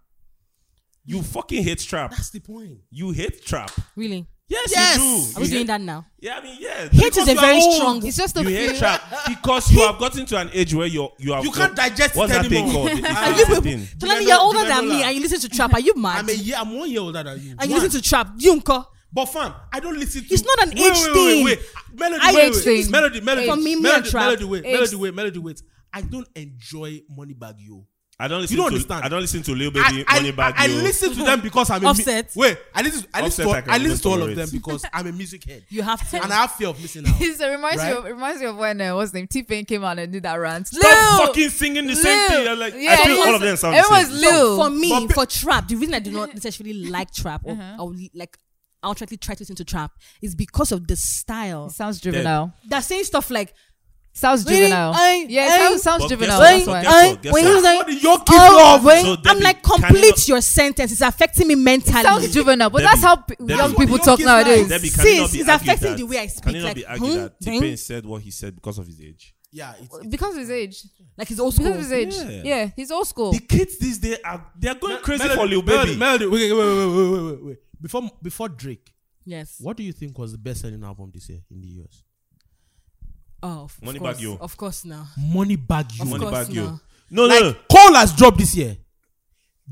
Speaker 1: You fucking hate trap.
Speaker 2: That's the point.
Speaker 1: You hate trap.
Speaker 3: Really?
Speaker 1: Yes,
Speaker 2: Yes.
Speaker 3: Are
Speaker 1: you do.
Speaker 3: we
Speaker 1: You
Speaker 3: doing
Speaker 1: hate-
Speaker 3: that now?
Speaker 1: Yeah, I mean, yes.
Speaker 3: Hate
Speaker 1: Because
Speaker 3: is a
Speaker 1: you are
Speaker 3: very
Speaker 1: old.
Speaker 3: strong.
Speaker 4: It's just a
Speaker 1: You hate
Speaker 4: few-
Speaker 1: trap because you have gotten to an age where you're you have
Speaker 2: You can't digest
Speaker 1: what's
Speaker 2: it
Speaker 1: that thing
Speaker 2: anymore.
Speaker 1: called? It's-
Speaker 2: Are
Speaker 1: it's
Speaker 2: you
Speaker 1: a
Speaker 2: people-
Speaker 1: thing.
Speaker 3: Tolani,
Speaker 2: Juvenola,
Speaker 3: you're older than
Speaker 2: Juvenola.
Speaker 3: me and you listen to trap. Are you mad?
Speaker 2: I'm a year. I'm one year older than you.
Speaker 3: and you
Speaker 2: One.
Speaker 3: listen to trap. Yunko.
Speaker 2: But fam, I don't listen to.
Speaker 3: It's not an
Speaker 2: wait,
Speaker 3: age
Speaker 2: wait, wait,
Speaker 3: thing.
Speaker 2: Wait, Melody,
Speaker 3: I-
Speaker 2: wait,
Speaker 4: Age
Speaker 2: wait.
Speaker 4: thing.
Speaker 2: Melody, melody,
Speaker 3: For me, me and
Speaker 2: melody,
Speaker 3: Trap.
Speaker 2: melody, wait,
Speaker 4: Age.
Speaker 2: melody, wait, melody, wait. I don't enjoy Moneybag Yo.
Speaker 1: I don't listen
Speaker 2: You don't
Speaker 1: to
Speaker 2: understand.
Speaker 1: I don't listen to Lil
Speaker 2: I,
Speaker 1: Baby
Speaker 2: I,
Speaker 1: Moneybag
Speaker 2: I, I
Speaker 1: Yo.
Speaker 2: listen to them because I'm a
Speaker 3: Offset.
Speaker 2: Mu- wait, I listen. I listen
Speaker 1: Offset, I
Speaker 2: to.
Speaker 1: can
Speaker 2: I, listen
Speaker 1: even
Speaker 2: to all of
Speaker 1: tolerate.
Speaker 2: them because I'm a music head,
Speaker 3: You have to.
Speaker 2: and I have fear of missing out.
Speaker 4: It reminds me
Speaker 2: Right?
Speaker 4: of reminds me of when uh, what's his name T Pain came out and did that rant.
Speaker 1: Stop
Speaker 4: Lil!
Speaker 1: fucking singing the same
Speaker 4: Lil!
Speaker 1: thing. You're like,
Speaker 4: Yeah,
Speaker 1: I feel
Speaker 4: it
Speaker 1: all
Speaker 4: was-
Speaker 1: of them sound
Speaker 4: it was
Speaker 1: the same.
Speaker 4: Lil-
Speaker 3: So for me,
Speaker 1: But-
Speaker 3: for trap, the reason I do not necessarily like trap or, or like outrightly try to listen to trap is because of the
Speaker 4: It
Speaker 3: style.
Speaker 4: sounds juvenile.
Speaker 3: They're saying stuff like
Speaker 4: Sounds
Speaker 3: Really?
Speaker 4: juvenile.
Speaker 3: I-
Speaker 4: yeah, it
Speaker 3: I-
Speaker 4: sounds, sounds
Speaker 1: But guess
Speaker 4: juvenile.
Speaker 1: what?
Speaker 4: That's
Speaker 1: So
Speaker 4: why.
Speaker 1: guess what?
Speaker 3: I- when he was
Speaker 1: what?
Speaker 3: like,
Speaker 2: Somebody, your kid
Speaker 3: oh,
Speaker 2: love.
Speaker 3: when-
Speaker 1: So,
Speaker 3: I'm
Speaker 1: Debbie,
Speaker 3: like,
Speaker 1: can you
Speaker 3: complete
Speaker 1: not-
Speaker 3: your sentence. It's affecting me mentally.
Speaker 4: sounds juvenile, but
Speaker 1: Debbie,
Speaker 4: that's how p-
Speaker 1: Debbie,
Speaker 4: young
Speaker 1: Debbie,
Speaker 4: people
Speaker 2: young
Speaker 4: talk
Speaker 2: kids like-
Speaker 4: nowadays.
Speaker 1: Debbie,
Speaker 3: Sis,
Speaker 1: can it not be
Speaker 3: it's
Speaker 1: argued
Speaker 3: affecting
Speaker 1: that-
Speaker 3: the way I
Speaker 1: Can
Speaker 3: speak,
Speaker 1: it not
Speaker 3: like,
Speaker 1: be argued
Speaker 3: hmm,
Speaker 1: that
Speaker 3: hmm.
Speaker 1: T-Pain said what he said because of his age?
Speaker 2: Yeah, it's, it's,
Speaker 4: Because of his age.
Speaker 3: like it's old
Speaker 4: Because
Speaker 3: school.
Speaker 4: of his age.
Speaker 1: Yeah.
Speaker 4: Yeah. he's old school.
Speaker 3: Oh.
Speaker 1: The kids these days are they're going crazy for Lil Baby.
Speaker 2: Melody, wait, wait, wait, wait, wait, wait, wait. Before before Drake,
Speaker 3: Yes.
Speaker 2: what do you think was the best-selling album this year in the US?
Speaker 3: Oh, of
Speaker 1: Money
Speaker 3: course.
Speaker 1: bag you.
Speaker 3: Of course now.
Speaker 2: Moneybag Yo.
Speaker 3: Of
Speaker 1: Money
Speaker 3: course
Speaker 1: bag you.
Speaker 3: now.
Speaker 1: No, no, no.
Speaker 2: Like Cole has dropped this year.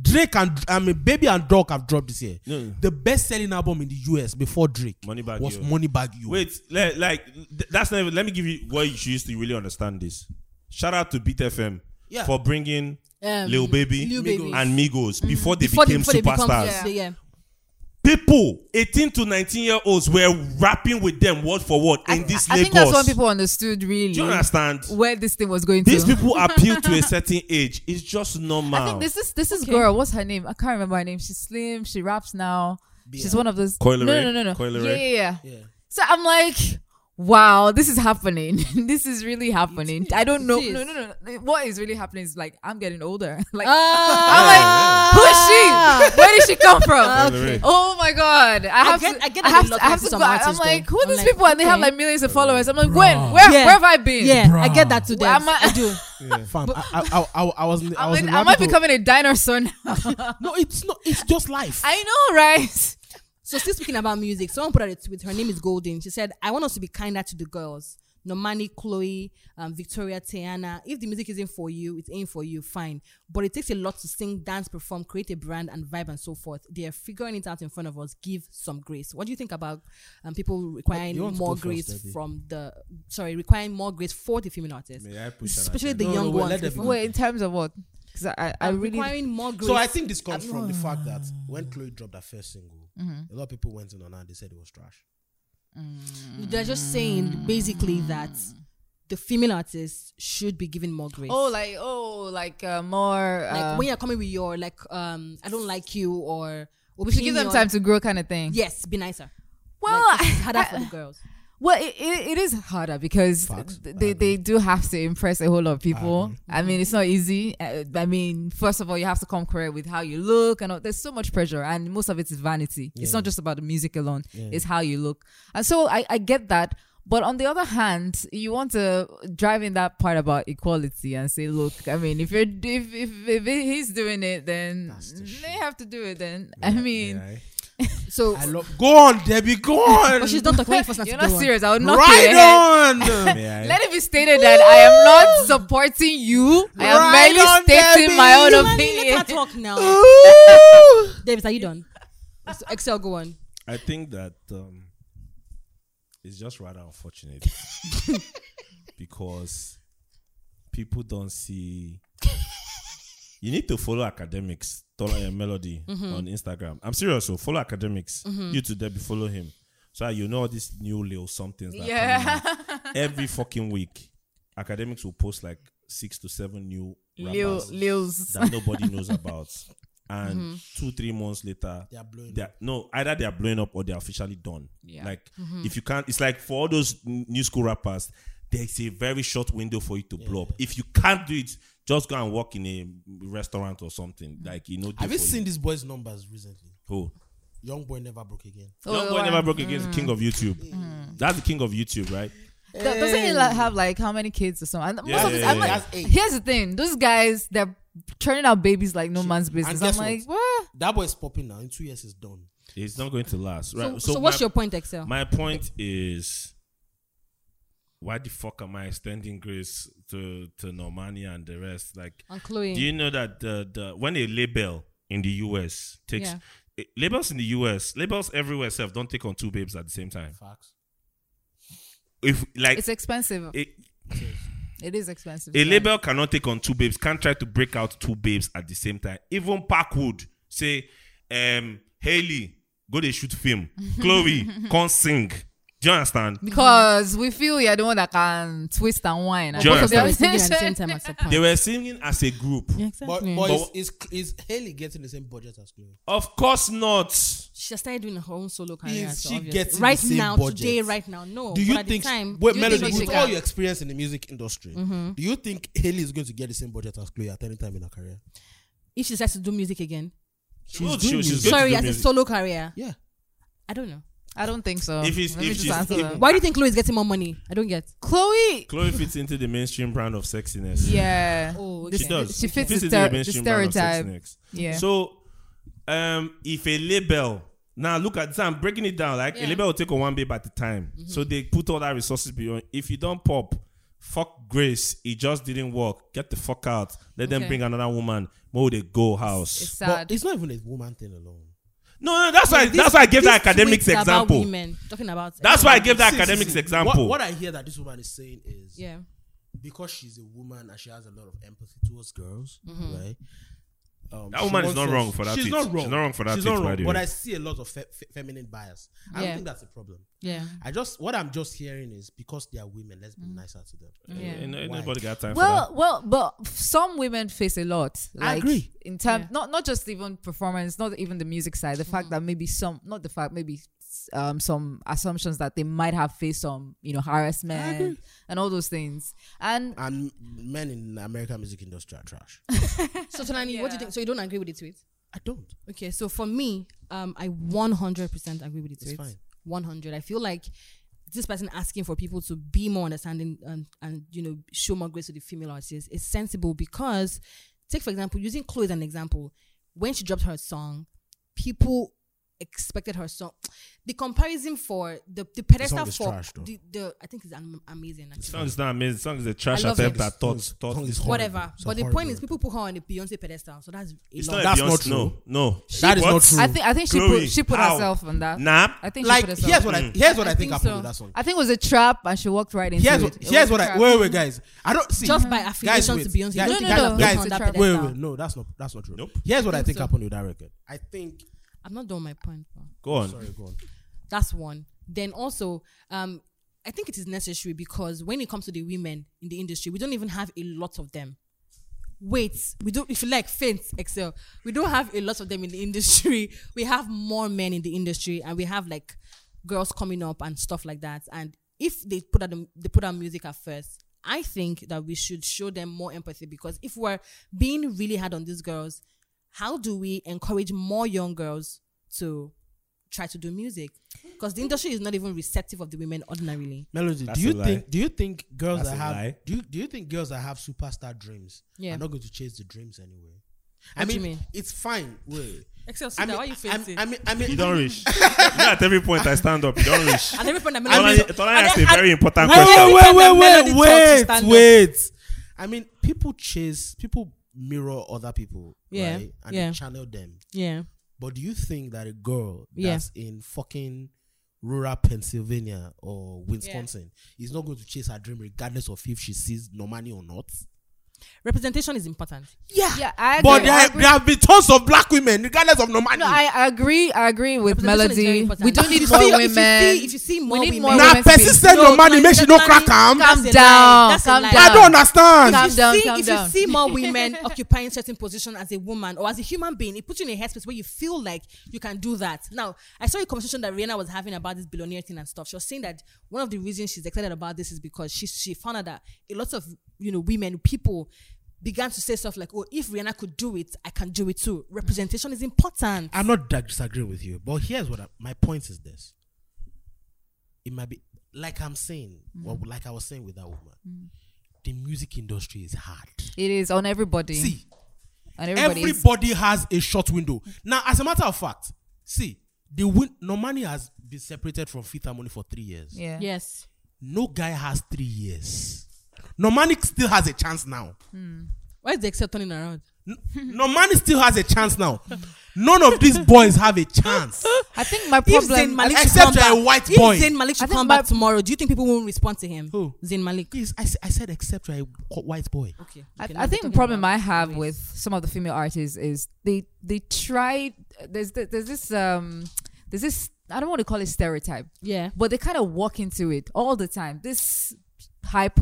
Speaker 2: Drake and I mean Baby and Doc have dropped this year.
Speaker 1: No.
Speaker 2: The best selling album in the US before Drake
Speaker 1: Moneybag
Speaker 2: was
Speaker 1: Yo.
Speaker 2: Moneybag Yo.
Speaker 1: Wait, le- like th- that's not even. Let me give you what you should use to really understand this. Shout out to Beat FM
Speaker 2: Yeah.
Speaker 1: for bringing
Speaker 3: Um,
Speaker 1: Lil Baby
Speaker 3: Lil Baby.
Speaker 1: and Migos
Speaker 4: Mm.
Speaker 1: before they
Speaker 3: Before they-
Speaker 1: became
Speaker 3: before they become-
Speaker 1: superstars.
Speaker 3: yeah. yeah.
Speaker 1: People 18 to 19 year olds were rapping with them word for word
Speaker 4: I,
Speaker 1: in this
Speaker 4: I think
Speaker 1: Lagos.
Speaker 4: that's when people understood
Speaker 1: Do you
Speaker 4: really
Speaker 1: understand?
Speaker 4: where this thing was going
Speaker 1: These
Speaker 4: to.
Speaker 1: people appeal to a certain age. It's just normal.
Speaker 4: I think this is this is
Speaker 3: Okay.
Speaker 4: girl. What's her name? I can't remember her name. She's slim. She raps now. She's one of those.
Speaker 1: Coil
Speaker 4: no,
Speaker 1: Ray?
Speaker 4: no, no, no,
Speaker 1: Coil
Speaker 4: no. Yeah,
Speaker 1: Ray?
Speaker 4: yeah, yeah.
Speaker 2: Yeah.
Speaker 4: So I'm like, wow, this is happening. this is really happening. I don't
Speaker 3: It
Speaker 4: know.
Speaker 3: is.
Speaker 4: No, no, no, no. What is really happening is like I'm getting older. like
Speaker 3: Ah,
Speaker 4: I'm like, who is she? Where did she come from?
Speaker 1: okay.
Speaker 4: Ah. Oh my god! I have
Speaker 3: get-
Speaker 4: to.
Speaker 3: I get
Speaker 4: I
Speaker 3: that a
Speaker 4: have
Speaker 3: lot
Speaker 4: to. I have
Speaker 3: with
Speaker 4: to
Speaker 3: some
Speaker 4: go. I'm
Speaker 3: artists,
Speaker 4: like,
Speaker 3: though.
Speaker 4: who are
Speaker 3: I'm
Speaker 4: these
Speaker 3: like,
Speaker 4: people? And they have
Speaker 3: okay.
Speaker 4: like millions of followers. I'm like, when? Where?
Speaker 3: Yeah.
Speaker 4: Where have I been?
Speaker 3: yeah, I
Speaker 2: Bruh.
Speaker 3: get that today.
Speaker 4: Where am I-
Speaker 3: I do.
Speaker 2: Fam, I, I, I, I, I was in, I
Speaker 4: I'm
Speaker 2: was
Speaker 4: like,
Speaker 2: in
Speaker 4: am I
Speaker 2: rabbit hole.
Speaker 4: becoming a dinosaur now?
Speaker 2: No, it's not it's just life.
Speaker 4: I know, right?
Speaker 3: So still speaking about music, someone put out a tweet. Her name is Golden. She said, "I want us to be kinder to the girls." Normani, Chloe, um, Victoria, Tiana. If the music isn't for you, it ain't for you. Fine, but it takes a lot to sing, dance, perform, create a brand and vibe, and so forth. They are figuring it out in front of us. Give some grace. What do you think about um, people requiring
Speaker 2: you want to
Speaker 3: more
Speaker 2: go first,
Speaker 3: grace
Speaker 2: Debbie?
Speaker 3: from the sorry requiring more grace for the female artists,
Speaker 1: May I push an
Speaker 3: especially the
Speaker 2: No, no,
Speaker 3: young
Speaker 2: wait, let
Speaker 3: ones?
Speaker 2: Debbie
Speaker 3: before-
Speaker 2: go.
Speaker 4: Wait, in terms of what? Because I, I
Speaker 3: um,
Speaker 4: really.
Speaker 3: requiring more grace.
Speaker 2: So I think this comes from the fact that when Chloe dropped her first single, a lot of people went in on her and they said it was trash.
Speaker 3: They're just saying basically that the female artists should be given more grace.
Speaker 4: Oh, like oh, like uh, more.
Speaker 3: like
Speaker 4: uh,
Speaker 3: when you're coming with your like um I don't like you or well,
Speaker 4: we should give them time to grow, kind of thing.
Speaker 3: Yes, be nicer.
Speaker 4: Well,
Speaker 3: like, it's harder for the girls.
Speaker 4: Well, it, it, it is harder because
Speaker 2: Facts.
Speaker 4: th- they, they do have to impress a whole lot of
Speaker 2: um,
Speaker 4: people. I, mean, it's not easy. Uh, I mean, first of all, you have to come correct with how you look, and all, there's so much pressure, and most of it is vanity. It's not just about the music alone, it's how you look. And so I, I get that. But on the other hand, you want to drive in that part about equality and say, look, I mean, if you're if if, if he's doing it, then
Speaker 2: the
Speaker 4: they have to do it. Then I mean,
Speaker 3: So
Speaker 2: I love go on, Debbie, go on.
Speaker 3: but she's not talking for
Speaker 4: you're
Speaker 3: you
Speaker 4: not serious. I would knock your head.
Speaker 2: right on.
Speaker 4: Let it be stated that I am not supporting you. I am
Speaker 2: Right
Speaker 4: merely
Speaker 2: on,
Speaker 4: stating
Speaker 2: Debbie.
Speaker 4: my own
Speaker 3: Let her
Speaker 4: opinion.
Speaker 3: talk now.
Speaker 2: Ooh.
Speaker 3: Davis, are you done? So Excel, go on.
Speaker 1: I think that um, it's just rather unfortunate because people don't see. You need to follow academics, Tola and Melody
Speaker 4: Mm-hmm.
Speaker 1: on Instagram. I'm serious, so follow academics. You too, Debbie, follow him. So that you know all these new little somethings that
Speaker 4: Yeah.
Speaker 1: yeah. every fucking week. Academics will post like six to seven new
Speaker 4: Lil,
Speaker 1: rappers
Speaker 4: Lil's. Mm-hmm.
Speaker 1: that nobody knows about. And two, three months later,
Speaker 2: They are blowing
Speaker 1: they're- no, either they are blowing up or they're officially done.
Speaker 4: Yeah.
Speaker 1: Like
Speaker 3: Mm-hmm.
Speaker 1: if you can't, it's like for all those n- new school rappers, there's a very short window for you to blow up. If you can't do it, just go and work in a restaurant or something. Like Mm. you know,
Speaker 2: Have you seen these boys' numbers recently?
Speaker 1: Who?
Speaker 2: Young boy never broke again.
Speaker 4: Oh,
Speaker 1: Young boy
Speaker 4: wow.
Speaker 1: never broke against the king
Speaker 3: Mm.
Speaker 1: of YouTube. That's the king of YouTube, right?
Speaker 4: Do- Doesn't he like, have like how many kids or something? And
Speaker 1: Yeah,
Speaker 4: most of
Speaker 1: yeah,
Speaker 4: it,
Speaker 1: yeah,
Speaker 4: I'm
Speaker 1: yeah.
Speaker 4: like,
Speaker 2: That's eight.
Speaker 4: here's the thing: those guys, they're turning out babies like no man's business.
Speaker 2: guess
Speaker 4: I'm like,
Speaker 2: what?
Speaker 4: what?
Speaker 2: That boy is popping now. In two years, he's done.
Speaker 1: It's not going to last. Right.
Speaker 3: So, so what's your point, Excel?
Speaker 1: My point is, why the fuck am I extending grace to to Normani and the rest? Like,
Speaker 3: On Chloe.
Speaker 1: do you know that the, the when a label in the US takes
Speaker 3: Yeah.
Speaker 1: eh, labels in the US, labels everywhere, self don't take on two babes at the same time.
Speaker 2: Facts.
Speaker 1: If like
Speaker 4: It's expensive.
Speaker 1: a,
Speaker 4: It is expensive.
Speaker 1: a
Speaker 4: yeah.
Speaker 1: label cannot take on two babes, can't try to break out two babes at the same time. Even Parkwood say, um, Haley, go they shoot film. Chloe, can't sing. Do you understand?
Speaker 4: Because we feel you're the one that can twist and whine.
Speaker 1: Do you
Speaker 3: Both of them are
Speaker 4: understand?
Speaker 3: singing at the same time at some point.
Speaker 1: They were singing as a group.
Speaker 3: Yeah,
Speaker 2: But,
Speaker 3: exactly.
Speaker 2: but
Speaker 1: But-
Speaker 2: is, is is Haley getting the same budget as Chloe?
Speaker 1: Of course not.
Speaker 3: she started doing her own solo career.
Speaker 2: Is
Speaker 3: so
Speaker 2: she
Speaker 3: obviously.
Speaker 2: getting
Speaker 3: right
Speaker 2: the same
Speaker 3: now,
Speaker 2: budget?
Speaker 3: today, right now? No.
Speaker 2: Do
Speaker 3: Oh, but
Speaker 2: you
Speaker 3: at the
Speaker 2: think?
Speaker 3: time,
Speaker 2: wait,
Speaker 3: do you
Speaker 2: Melody,
Speaker 3: think she
Speaker 2: with
Speaker 3: can?
Speaker 2: all your experience in the music industry,
Speaker 3: Mm-hmm.
Speaker 2: do you think Haley is going to get the same budget as Chloe at any time in her career?
Speaker 3: if she decides to do music again,
Speaker 1: She will- she- she's
Speaker 2: music.
Speaker 1: going to
Speaker 3: sorry,
Speaker 1: do
Speaker 3: as a
Speaker 1: music.
Speaker 3: solo career,
Speaker 2: Yeah.
Speaker 3: I don't know.
Speaker 4: I don't think so.
Speaker 1: If it's-
Speaker 4: Let me
Speaker 1: if
Speaker 4: just
Speaker 1: she's-
Speaker 4: answer
Speaker 1: if-
Speaker 4: that.
Speaker 3: Why do you think Chloe is getting more money? I don't get.
Speaker 4: Chloe.
Speaker 1: Chloe fits into the mainstream brand of sexiness.
Speaker 4: Yeah.
Speaker 3: Oh,
Speaker 1: She does.
Speaker 4: She fits the,
Speaker 1: into
Speaker 4: stere- the
Speaker 1: mainstream brand of
Speaker 4: stereotype.
Speaker 1: sexiness.
Speaker 4: Yeah.
Speaker 1: So, um, if a label now look at so I'm breaking it down like a
Speaker 3: Yeah.
Speaker 1: label will take on one babe at a time, so they put all that resources beyond. If you don't pop, fuck Grace, it just didn't work. Get the fuck out. Let them
Speaker 3: Okay.
Speaker 1: bring another woman. More they go house.
Speaker 4: it's sad.
Speaker 2: But it's not even a woman thing alone.
Speaker 1: no, no, that's why.
Speaker 3: This-
Speaker 1: that's why I gave that
Speaker 3: this
Speaker 1: academics
Speaker 3: tweet about
Speaker 1: example.
Speaker 3: women, talking about
Speaker 1: That's why I gave that
Speaker 2: See, see,
Speaker 1: academics
Speaker 2: see.
Speaker 1: example.
Speaker 2: What, what I hear that this woman is saying is
Speaker 3: Yeah.
Speaker 2: because she's a woman and she has a lot of empathy towards girls,
Speaker 4: Mm-hmm.
Speaker 2: right? Um,
Speaker 1: That
Speaker 2: she
Speaker 1: woman is
Speaker 2: wants
Speaker 1: not
Speaker 2: us-
Speaker 1: wrong for that
Speaker 2: She's
Speaker 1: tweet.
Speaker 2: not
Speaker 1: She's
Speaker 2: wrong.
Speaker 1: not wrong for that
Speaker 2: She's
Speaker 1: tweet,
Speaker 2: not
Speaker 1: by
Speaker 2: wrong.
Speaker 1: the
Speaker 2: But
Speaker 1: way.
Speaker 2: I see a lot of fe- fe- feminine bias. I
Speaker 3: Yeah.
Speaker 2: don't think that's a problem.
Speaker 3: Yeah.
Speaker 2: I just what I'm just hearing is because they are women, let's
Speaker 4: Mm.
Speaker 2: be nicer to them.
Speaker 3: Yeah.
Speaker 1: Ain't- ain't
Speaker 2: Why?
Speaker 1: nobody got time for that.
Speaker 4: Well, well, but some women face a lot.
Speaker 2: I
Speaker 4: Like,
Speaker 2: agree.
Speaker 4: In terms,
Speaker 3: Yeah. Mm.
Speaker 4: not not just even performance, not even the music side. The fact that maybe some, not the fact, maybe um, some assumptions that they might have faced some, you know, harassment and all those things. And
Speaker 2: And men in American music industry are trash.
Speaker 3: So Tonani, what do you think? So you don't agree with the tweet?
Speaker 2: I don't.
Speaker 3: Okay, so for me, um, I 100% agree with the tweet.
Speaker 2: fine.
Speaker 3: 100. I feel like this person asking for people to be more understanding and, and you know show more grace to the female artists is sensible because, take for example, using Chloe as an example, when she dropped her song, people expected her song. The comparison for the the pedestal
Speaker 2: song is
Speaker 3: for
Speaker 2: trash, though.
Speaker 3: the, the I think is am- amazing. actually.
Speaker 1: Song is not amazing. Song is a trash
Speaker 3: I love
Speaker 1: attempt
Speaker 3: it.
Speaker 1: at thoughts. thoughts
Speaker 2: Song is
Speaker 1: is-
Speaker 2: horrible.
Speaker 3: Whatever,
Speaker 2: It's a
Speaker 3: but the
Speaker 2: horrible
Speaker 3: point is,
Speaker 2: record.
Speaker 3: people put her on the Beyonce pedestal, so that's a
Speaker 1: It's
Speaker 3: lot.
Speaker 1: not
Speaker 2: That's
Speaker 1: a Beyonce,
Speaker 2: not true.
Speaker 1: No, no.
Speaker 2: That is
Speaker 1: What?
Speaker 2: not true.
Speaker 4: I think I think she
Speaker 1: Chloe,
Speaker 4: put she put
Speaker 1: how?
Speaker 4: herself on that.
Speaker 1: Nah.
Speaker 4: I think she
Speaker 2: Like
Speaker 4: put herself.
Speaker 2: here's what I here's what I,
Speaker 3: I
Speaker 2: think,
Speaker 3: think
Speaker 2: happened
Speaker 3: so.
Speaker 2: with that song.
Speaker 4: I think it was a trap, and she walked right into
Speaker 2: Here's
Speaker 4: it.
Speaker 2: what
Speaker 4: It
Speaker 2: here's
Speaker 4: was
Speaker 2: what
Speaker 4: a
Speaker 2: I
Speaker 4: trap.
Speaker 2: wait wait guys. I don't see
Speaker 3: Just by
Speaker 2: guys,
Speaker 3: affiliation
Speaker 2: wait,
Speaker 3: to Beyonce,
Speaker 2: Guys,
Speaker 4: no,
Speaker 3: you
Speaker 2: guys,
Speaker 4: no,
Speaker 2: guys,
Speaker 4: on
Speaker 3: that
Speaker 2: wait, wait,
Speaker 3: pedestal.
Speaker 2: wait, no, that's not that's not true.
Speaker 1: Nope.
Speaker 2: Here's what I think
Speaker 3: so.
Speaker 2: happened with that record. I think
Speaker 3: I'm not doing my point. Bro.
Speaker 1: Go on.
Speaker 2: sorry, go on.
Speaker 3: That's one. Then also, um, I think it is necessary because when it comes to the women in the industry, we don't even have a lot of them. Wait, we don't. If you like, faint excel. We don't have a lot of them in the industry. We have more men in the industry, and we have like girls coming up and stuff like that. And if they put out the, they put out music at first, I think that we should show them more empathy because if we're being really hard on these girls, how do we encourage more young girls to try to do music because the industry is not even receptive of the women ordinarily.
Speaker 2: Melody,
Speaker 1: That's
Speaker 2: do
Speaker 1: a
Speaker 2: you
Speaker 1: lie.
Speaker 2: think do you think girls
Speaker 1: That's
Speaker 2: that
Speaker 1: a
Speaker 2: have
Speaker 1: lie.
Speaker 2: do you, do you think girls that have superstar dreams
Speaker 3: Yeah.
Speaker 2: are not going to chase the dreams anyway? I
Speaker 3: What do
Speaker 2: mean,
Speaker 3: you mean?
Speaker 2: it's fine. Wait.
Speaker 3: Excel,
Speaker 2: I mean,
Speaker 3: why you
Speaker 2: I mean, I mean, I mean,
Speaker 1: You don't reach. you know, at every point I stand up, you don't reach.
Speaker 3: At every point, I'm
Speaker 1: Tolani Tolani asked a very important
Speaker 2: wait,
Speaker 1: question.
Speaker 3: Every
Speaker 2: wait,
Speaker 3: time that
Speaker 2: wait,
Speaker 3: Melody
Speaker 2: wait,
Speaker 3: talks, you
Speaker 2: wait,
Speaker 3: stand up.
Speaker 2: wait. I mean, people chase, people mirror other people,
Speaker 3: Yeah,
Speaker 2: right? And
Speaker 3: yeah.
Speaker 2: they channel them.
Speaker 3: yeah.
Speaker 2: But do you think that a girl
Speaker 3: Yeah.
Speaker 2: that's in fucking rural Pennsylvania or Wisconsin is not going to chase her dream regardless of if she sees no money or not?
Speaker 3: Representation is important.
Speaker 2: Yeah.
Speaker 4: Yeah, I agree.
Speaker 2: But
Speaker 4: I
Speaker 2: there,
Speaker 4: agree.
Speaker 2: there have been tons of black women, regardless of no money.
Speaker 4: No, I I agree. I agree with
Speaker 3: Representation is very
Speaker 4: Melody.
Speaker 3: important.
Speaker 4: We don't need
Speaker 3: If
Speaker 4: more
Speaker 3: you see-
Speaker 4: women.
Speaker 3: if you see- if you see more
Speaker 4: we need
Speaker 3: women-
Speaker 4: more
Speaker 3: Nah,
Speaker 4: women
Speaker 2: now,
Speaker 4: to be-
Speaker 2: person say no money, make she no crack am.
Speaker 4: Calm
Speaker 3: That's a
Speaker 4: down,
Speaker 3: lie. That's a
Speaker 4: calm
Speaker 3: lie.
Speaker 2: I
Speaker 4: down.
Speaker 2: don't understand.
Speaker 4: Calm
Speaker 3: if
Speaker 4: down,
Speaker 3: you see,
Speaker 4: calm
Speaker 3: if
Speaker 4: down.
Speaker 3: you see more women occupying certain position as a woman or as a human being, it puts you in a headspace where you feel like you can do that. Now, I saw a conversation that Rihanna was having about this billionaire thing and stuff. She was saying that one of the reasons she's excited about this is because she she found out that a lot of you know women people began to say stuff like, "Oh, if Rihanna could do it, I can do it too." Representation is important.
Speaker 2: I'm not that disagreeing with you, but here's what I, my point is: this. It might be like I'm saying,
Speaker 4: Mm.
Speaker 2: or like I was saying with that woman. The music industry is hard.
Speaker 4: It is on everybody.
Speaker 2: See,
Speaker 4: on everybody.
Speaker 2: everybody, has a short window. Now, as a matter of fact, see, The win- Normani has been separated from Fifth Harmony for three years.
Speaker 4: Yeah.
Speaker 3: Yes.
Speaker 2: No guy has three years. Normani still has a chance now.
Speaker 3: Why is the except turning around?
Speaker 2: Normani still has a chance now. None of these boys have a chance.
Speaker 4: I think my
Speaker 3: If Zayn
Speaker 4: problem.
Speaker 3: Malik should
Speaker 2: Except
Speaker 3: come
Speaker 2: you're a
Speaker 3: back-
Speaker 2: white
Speaker 3: if
Speaker 2: boy.
Speaker 3: Zayn Malik
Speaker 4: I
Speaker 3: should
Speaker 4: think
Speaker 3: come back
Speaker 4: my-
Speaker 3: tomorrow, do you think people won't respond to him?
Speaker 2: Who?
Speaker 3: Zayn Malik.
Speaker 2: Please, I, s- I said except you're a wh- white boy.
Speaker 3: Okay.
Speaker 4: I,
Speaker 3: okay, now
Speaker 4: I
Speaker 3: we're
Speaker 4: think the
Speaker 3: talking
Speaker 4: problem
Speaker 3: about
Speaker 4: I have
Speaker 3: race.
Speaker 4: with some of the female artists is they they try there's th- there's this um there's this I don't want to call it stereotype
Speaker 3: yeah.
Speaker 4: but they kind of walk into it all the time this hyper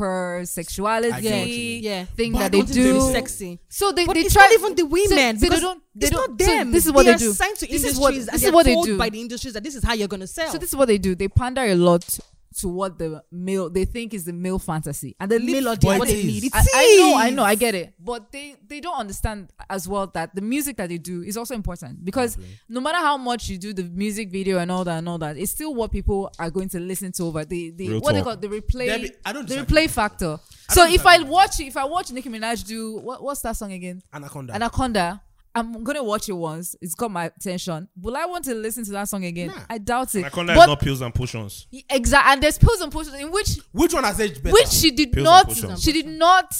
Speaker 2: I get what you
Speaker 4: sexuality
Speaker 2: mean.
Speaker 3: Yeah.
Speaker 4: thing
Speaker 2: But I
Speaker 4: that they
Speaker 2: don't think
Speaker 4: do
Speaker 2: it's
Speaker 3: sexy.
Speaker 4: so they
Speaker 3: But
Speaker 4: they
Speaker 3: it's
Speaker 4: try
Speaker 3: not even the women.
Speaker 4: so, so they
Speaker 3: because
Speaker 4: don't they
Speaker 3: it's
Speaker 4: don't
Speaker 3: not
Speaker 4: so
Speaker 3: them.
Speaker 4: this is what
Speaker 3: they
Speaker 4: they,
Speaker 3: are
Speaker 4: do
Speaker 3: Assigned to
Speaker 4: this
Speaker 3: industries
Speaker 4: is what
Speaker 3: and
Speaker 4: this is
Speaker 3: they're
Speaker 4: what they
Speaker 3: told
Speaker 4: do
Speaker 3: by the industries that this is how you're gonna sell.
Speaker 4: so this is what they do they pander a lot to what the male they think is the male fantasy and the
Speaker 3: Male
Speaker 4: lead
Speaker 3: audience,
Speaker 2: But
Speaker 3: what
Speaker 2: it
Speaker 3: they
Speaker 2: is.
Speaker 3: need. It
Speaker 4: I, I know, I
Speaker 3: is.
Speaker 4: know, I get it. But they they don't understand as well that the music that they do is also important because no matter how much you do the music video and all that and all that, it's still what people are going to listen to over the, the
Speaker 1: Real
Speaker 4: what they call
Speaker 1: talk.
Speaker 4: the replay
Speaker 2: Debbie, I don't
Speaker 4: the
Speaker 2: disagree.
Speaker 4: replay factor.
Speaker 2: I
Speaker 4: so
Speaker 2: don't
Speaker 4: if I
Speaker 2: disagree.
Speaker 4: watch if I watch Nicki Minaj do what, what's that song again?
Speaker 2: Anaconda.
Speaker 4: Anaconda. I'm gonna watch it once. It's got my attention. Will I want to listen to that song again?
Speaker 2: Nah.
Speaker 4: I doubt it.
Speaker 1: Anaconda is
Speaker 4: but
Speaker 1: not pills and potions.
Speaker 4: exactly, and there's pills and pushes in which
Speaker 2: Which one has aged better?
Speaker 4: which she did
Speaker 1: Pills and
Speaker 4: not
Speaker 1: potions.
Speaker 4: she did not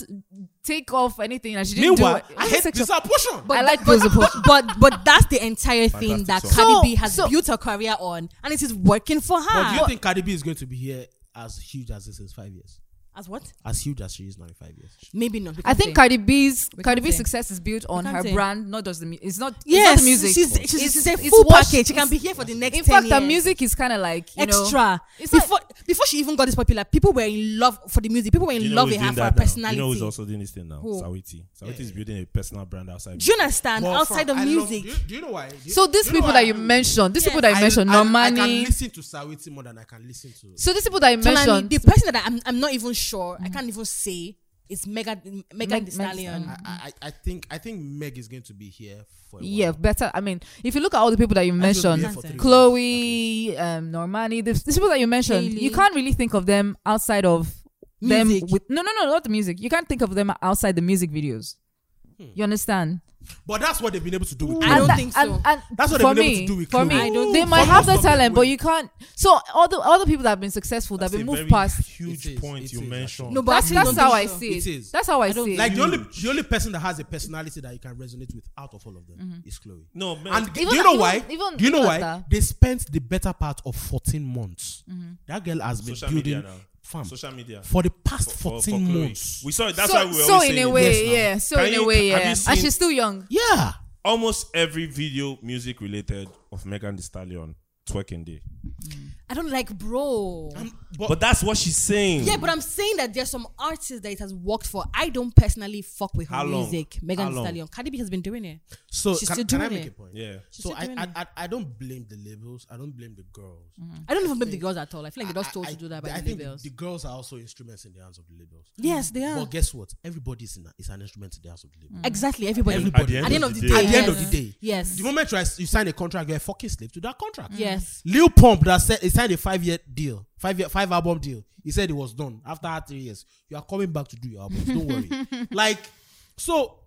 Speaker 4: take off anything and she didn't
Speaker 2: Meanwhile,
Speaker 4: do it.
Speaker 2: I hate
Speaker 4: Sexual-
Speaker 2: this portion.
Speaker 4: I like
Speaker 3: but,
Speaker 4: those approach.
Speaker 3: but, but but that's the entire thing
Speaker 1: Fantastic
Speaker 3: that
Speaker 1: song.
Speaker 3: Cardi
Speaker 4: So-
Speaker 3: B has
Speaker 4: so-
Speaker 3: built her career on, and it is working for
Speaker 2: But do
Speaker 3: her.
Speaker 2: you think Cardi B is going to be here as huge as this is five years?
Speaker 3: As what?
Speaker 2: As huge as she is now in five years.
Speaker 3: Maybe not. we
Speaker 4: I
Speaker 3: can't say.
Speaker 4: think Cardi B's Cardi
Speaker 3: can't
Speaker 4: B's
Speaker 3: say.
Speaker 4: success is built on
Speaker 3: can't
Speaker 4: her
Speaker 3: say.
Speaker 4: brand, not just the music. It's not. it's
Speaker 3: yes,
Speaker 4: not the music.
Speaker 3: She's, she's, she's a
Speaker 4: it's
Speaker 3: full
Speaker 4: what
Speaker 3: package. She
Speaker 4: she's-
Speaker 3: can be here for the next.
Speaker 4: in fact,
Speaker 3: 10
Speaker 4: her
Speaker 3: years.
Speaker 4: music is kind of like you know,
Speaker 3: extra.
Speaker 4: it's
Speaker 3: before before she even got this popular, people were in love for the music. People were in
Speaker 1: Do you know
Speaker 3: love
Speaker 1: who's
Speaker 3: with her
Speaker 1: doing
Speaker 3: for her
Speaker 1: that now? Do
Speaker 3: personality.
Speaker 1: You know who's also doing this thing now?
Speaker 3: Who?
Speaker 1: Sawiti. Sawiti is building a personal brand outside.
Speaker 3: Do you understand?
Speaker 2: But
Speaker 3: Outside
Speaker 2: Frank,
Speaker 3: of
Speaker 2: I love-
Speaker 3: music,
Speaker 2: do, you, do you know why? Do you-
Speaker 4: So these
Speaker 2: do you know
Speaker 4: people
Speaker 2: why
Speaker 4: that you mentioned, these
Speaker 3: Yes.
Speaker 4: people that you mentioned,
Speaker 2: I can
Speaker 4: Normani.
Speaker 2: listen to Sawiti more than I can listen to.
Speaker 4: So these people that you
Speaker 3: Tolani,
Speaker 4: mentioned,
Speaker 3: the person that I'm, I'm not even sure, I can't even say, is Mega Mega
Speaker 4: Mm. Meg-
Speaker 3: Thee Stallion.
Speaker 4: Meg-
Speaker 2: I, I, I think I think Meg is going to be here for a while.
Speaker 4: yeah, better. I mean, if you look at all the people that you
Speaker 2: I think she'll be
Speaker 4: mentioned,
Speaker 2: here for three
Speaker 4: Chloe, um, Normani, these, these people that you mentioned,
Speaker 3: Hailey.
Speaker 4: you can't really think of them outside of
Speaker 3: Music.
Speaker 4: them with no, no, no, not the music. You can't think of them outside the music videos. You understand?
Speaker 2: weeks. But that's what they've been able to do with
Speaker 3: I
Speaker 2: Chloe.
Speaker 3: don't
Speaker 4: that-
Speaker 3: think so.
Speaker 4: and
Speaker 2: That's what
Speaker 4: for
Speaker 2: they've been
Speaker 4: me,
Speaker 2: able to do with
Speaker 4: for
Speaker 2: Chloe.
Speaker 4: me,
Speaker 3: I don't
Speaker 4: they
Speaker 3: think
Speaker 4: might
Speaker 2: so.
Speaker 4: have the
Speaker 2: Most of them
Speaker 4: talent, but
Speaker 2: will.
Speaker 4: you can't. So all the all the people that have been successful that
Speaker 1: That's
Speaker 4: have been
Speaker 1: a
Speaker 4: moved
Speaker 1: very
Speaker 4: past.
Speaker 1: Huge
Speaker 2: It is,
Speaker 1: point
Speaker 2: it
Speaker 1: you
Speaker 2: is,
Speaker 1: mentioned.
Speaker 2: actually.
Speaker 3: No, but
Speaker 4: That's
Speaker 3: I really
Speaker 4: that's
Speaker 3: don't
Speaker 4: how I
Speaker 3: think so.
Speaker 4: see
Speaker 2: It
Speaker 4: it.
Speaker 2: is.
Speaker 4: That's how I,
Speaker 3: I don't
Speaker 4: see it.
Speaker 2: Like the only the only person that has a personality that you can resonate with out of all of them is Chloe.
Speaker 1: No, man.
Speaker 2: And do
Speaker 4: Mm-hmm. Even-
Speaker 2: you know
Speaker 4: even-
Speaker 2: why?
Speaker 4: even-
Speaker 2: do you know
Speaker 4: even
Speaker 2: why?
Speaker 4: that.
Speaker 2: They spent the better part of 14 months.
Speaker 4: Mm-hmm.
Speaker 2: That girl has been
Speaker 1: social media
Speaker 2: building
Speaker 1: now.
Speaker 2: fam
Speaker 1: Social media.
Speaker 2: for the past
Speaker 1: For- for
Speaker 2: 14
Speaker 1: Chloe.
Speaker 2: months.
Speaker 1: We saw it. That's
Speaker 4: so,
Speaker 1: why we were
Speaker 4: so
Speaker 1: always
Speaker 4: in a
Speaker 1: saying it.
Speaker 4: way,
Speaker 2: now.
Speaker 4: yeah. So
Speaker 1: Can
Speaker 4: in a
Speaker 1: you-
Speaker 4: way,
Speaker 1: have you
Speaker 4: yeah.
Speaker 1: seen-
Speaker 4: And she's still young.
Speaker 2: yeah.
Speaker 1: almost every video music related of Megan Thee Stallion twerking day.
Speaker 3: I don't like bro.
Speaker 2: Um,
Speaker 1: But that's what she's saying.
Speaker 3: yeah, but I'm saying that there's some artists that it has worked for. I don't personally fuck with her
Speaker 1: How long?
Speaker 3: music. Megan
Speaker 1: How
Speaker 3: Thee
Speaker 1: long?
Speaker 3: Stallion, Cardi B has been doing it.
Speaker 2: so
Speaker 3: she's
Speaker 2: can,
Speaker 3: still
Speaker 2: can I
Speaker 3: doing
Speaker 2: make
Speaker 3: it.
Speaker 2: a point?
Speaker 1: yeah.
Speaker 3: She's
Speaker 2: So
Speaker 3: still
Speaker 2: I,
Speaker 3: doing
Speaker 2: I,
Speaker 3: it. Mm-hmm.
Speaker 2: I I don't blame the labels. I don't blame the girls.
Speaker 3: I don't even blame the girls at all. I feel like they just told
Speaker 2: I-
Speaker 3: to do that by
Speaker 2: I
Speaker 3: the
Speaker 2: think
Speaker 3: labels.
Speaker 2: the girls are also instruments in the hands of the labels.
Speaker 3: yes, they are.
Speaker 2: But guess what? Everybody's in a, is an instrument in the hands of the
Speaker 4: Mm.
Speaker 2: labels.
Speaker 3: Exactly, Mm. everybody.
Speaker 2: Everybody.
Speaker 3: At the end of the day.
Speaker 2: At the end of the
Speaker 3: yes.
Speaker 2: day,
Speaker 3: Yes.
Speaker 2: the moment you, are- you sign a contract, you're a fucking slave to that contract.
Speaker 3: Yes.
Speaker 2: Lil Pump that said he signed a five year deal, five year five album deal. He said it was done after three years. You are coming back to do your albums. Don't worry. Like so,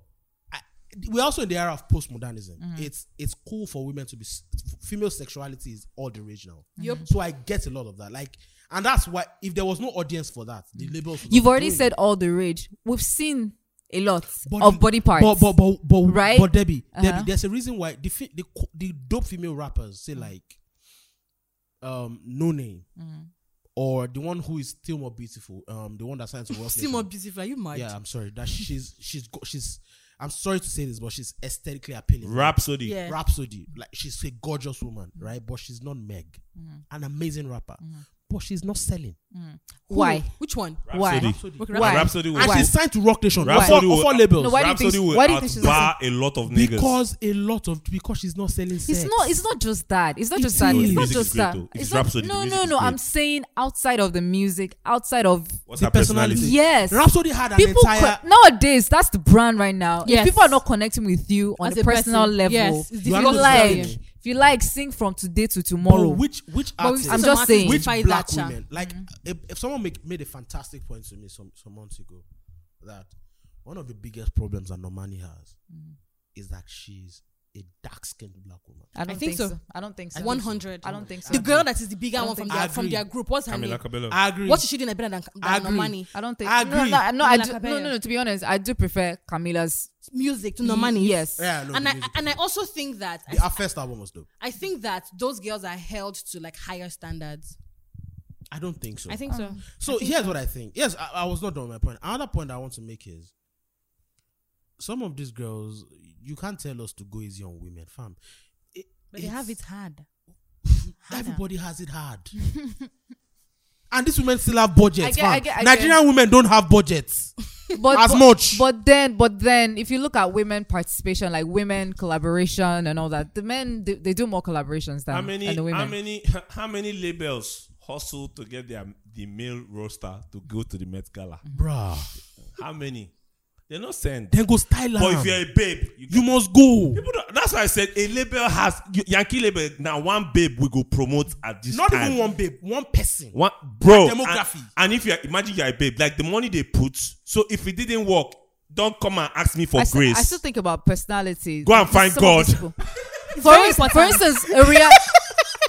Speaker 2: I, we're also in the era of postmodernism.
Speaker 4: Mm-hmm.
Speaker 2: It's it's cool for women to be s- f- female sexuality is all the rage now.
Speaker 4: Mm-hmm.
Speaker 3: Yep.
Speaker 2: So I get a lot of that. Like, and that's why if there was no audience for that, the labels. would not
Speaker 4: Mm-hmm. You've
Speaker 2: be
Speaker 4: already
Speaker 2: doing
Speaker 4: said
Speaker 2: it.
Speaker 4: all the rage. We've seen a lot
Speaker 2: But
Speaker 4: of
Speaker 2: the-
Speaker 4: body parts.
Speaker 2: But but but but,
Speaker 4: Right?
Speaker 2: but Debbie,
Speaker 4: Uh-huh.
Speaker 2: Debbie, there's a reason why the fi- the co- the dope female rappers
Speaker 4: Mm.
Speaker 2: say like, um, no name,
Speaker 4: Mm.
Speaker 2: or the one who is still more beautiful, um, the one that signs to work.
Speaker 3: Still more beautiful. Are you mad?
Speaker 2: Yeah, I'm sorry that she's she's go- she's. I'm sorry to say this, but she's aesthetically appealing.
Speaker 1: Rhapsody.
Speaker 3: Yeah.
Speaker 2: Rhapsody, like she's a gorgeous woman,
Speaker 4: Mm.
Speaker 2: right? But she's not Meg,
Speaker 4: Mm-hmm.
Speaker 2: an amazing rapper, but she's not selling.
Speaker 3: Who?
Speaker 4: Why?
Speaker 3: Which one?
Speaker 4: Why?
Speaker 1: Rhapsody.
Speaker 3: Okay,
Speaker 4: Why?
Speaker 1: Rhapsody will.
Speaker 2: And she's signed to Rock Nation. of all-
Speaker 1: Rhapsody
Speaker 2: of
Speaker 1: will.
Speaker 2: all labels.
Speaker 4: No, why do you think
Speaker 1: Rhapsody
Speaker 4: she-
Speaker 1: will
Speaker 4: why do you think she's
Speaker 1: outbar a lot of niggas.
Speaker 2: because a lot of because she's not selling sex.
Speaker 4: It's not. It's not just that. It's not
Speaker 2: It
Speaker 4: just that. It's
Speaker 2: is.
Speaker 4: not
Speaker 1: Music is
Speaker 4: just
Speaker 1: great
Speaker 4: that.
Speaker 1: though. If it's
Speaker 4: not-
Speaker 1: Rhapsody, the
Speaker 4: no,
Speaker 1: music
Speaker 4: no,
Speaker 1: is
Speaker 4: no.
Speaker 1: great.
Speaker 4: I'm saying outside of the music, outside of
Speaker 1: What's
Speaker 2: The
Speaker 1: her personality?
Speaker 2: personality.
Speaker 4: yes.
Speaker 2: Rhapsody had an
Speaker 4: People
Speaker 2: entire.
Speaker 4: co- nowadays, that's the brand right now.
Speaker 3: Yes.
Speaker 4: If people are not connecting with you on
Speaker 3: As
Speaker 4: the
Speaker 3: a person,
Speaker 4: personal level,
Speaker 3: yes, it's
Speaker 4: if you
Speaker 2: difficult to
Speaker 4: like,
Speaker 2: tell you.
Speaker 4: if you like, sing from today to
Speaker 2: But
Speaker 4: tomorrow.
Speaker 2: which which
Speaker 3: But we've
Speaker 2: artist?
Speaker 4: I'm
Speaker 3: seen
Speaker 4: just
Speaker 3: some
Speaker 4: saying.
Speaker 2: which
Speaker 3: artists fight
Speaker 2: black
Speaker 3: that, sha.
Speaker 2: women? Like,
Speaker 4: Mm-hmm.
Speaker 2: if, if someone make, made a fantastic point to me some some months ago,
Speaker 4: Mm-hmm.
Speaker 2: that one of the biggest problems that Normani has is that she's a dark skinned black woman.
Speaker 4: I don't think
Speaker 3: think so.
Speaker 4: so. I don't think so.
Speaker 3: One hundred.
Speaker 4: I don't think so.
Speaker 3: The girl that is the bigger
Speaker 4: don't
Speaker 3: one from
Speaker 4: think-
Speaker 3: their
Speaker 2: I
Speaker 3: from their group. What's her
Speaker 1: Camila
Speaker 3: name?
Speaker 1: Cabello.
Speaker 4: Ah,
Speaker 2: I agree.
Speaker 3: What is she doing better than than
Speaker 2: Agree.
Speaker 3: Normani?
Speaker 4: I don't think.
Speaker 2: I
Speaker 4: No,
Speaker 2: agree.
Speaker 4: no, no, I
Speaker 3: Camila
Speaker 4: do, no,
Speaker 3: Cabello.
Speaker 4: no, no. To be honest, I do prefer Camila's
Speaker 3: Music to Normani.
Speaker 4: Yes.
Speaker 2: yeah, no,
Speaker 3: And
Speaker 2: the
Speaker 3: I
Speaker 2: music
Speaker 3: and I
Speaker 2: was
Speaker 3: also think that
Speaker 2: dope. The- our first album was dope.
Speaker 3: I think that those girls are held to like higher standards.
Speaker 2: I
Speaker 3: um,
Speaker 2: don't think so.
Speaker 3: I think so.
Speaker 2: so. here's what I think. Yes, I, I was not done with my point. Another point I want to make is some of these girls, you can't tell us to go easy on women, fam. It-
Speaker 3: But they have it
Speaker 2: it's-
Speaker 3: hard. harder.
Speaker 2: Everybody has it hard. and these women still have budgets.
Speaker 4: I get-
Speaker 2: fam.
Speaker 4: I get- I get.
Speaker 2: Nigerian women don't have budgets.
Speaker 4: but,
Speaker 2: As
Speaker 4: but,
Speaker 2: much.
Speaker 4: But then, but then, if you look at women participation, like women collaboration and all that, the men they, they do more collaborations than,
Speaker 1: How Ah, many?
Speaker 4: than the women.
Speaker 1: How many? How many labels hustle to get their the male roster to go to the Met Gala?
Speaker 4: Mm.
Speaker 2: Bruh.
Speaker 1: How many? They're not sent.
Speaker 2: Then go style
Speaker 1: But
Speaker 2: am.
Speaker 1: if you're a babe, you,
Speaker 2: You must go.
Speaker 1: people don't, that's why I said a label has y- Yankee label now one babe we go promote at this
Speaker 2: Not
Speaker 1: time.
Speaker 2: even one babe, one person.
Speaker 1: One bro
Speaker 2: One demography.
Speaker 1: And, and if you are- imagine you're a babe, like the money they put. So if it didn't work, don't come and ask me for
Speaker 4: I, still-
Speaker 1: grace.
Speaker 4: I still think about personality.
Speaker 1: Go and find
Speaker 4: Some of these
Speaker 1: God.
Speaker 4: people- for,
Speaker 3: Very
Speaker 4: ins- for
Speaker 3: important.
Speaker 4: instance, uh, Ria-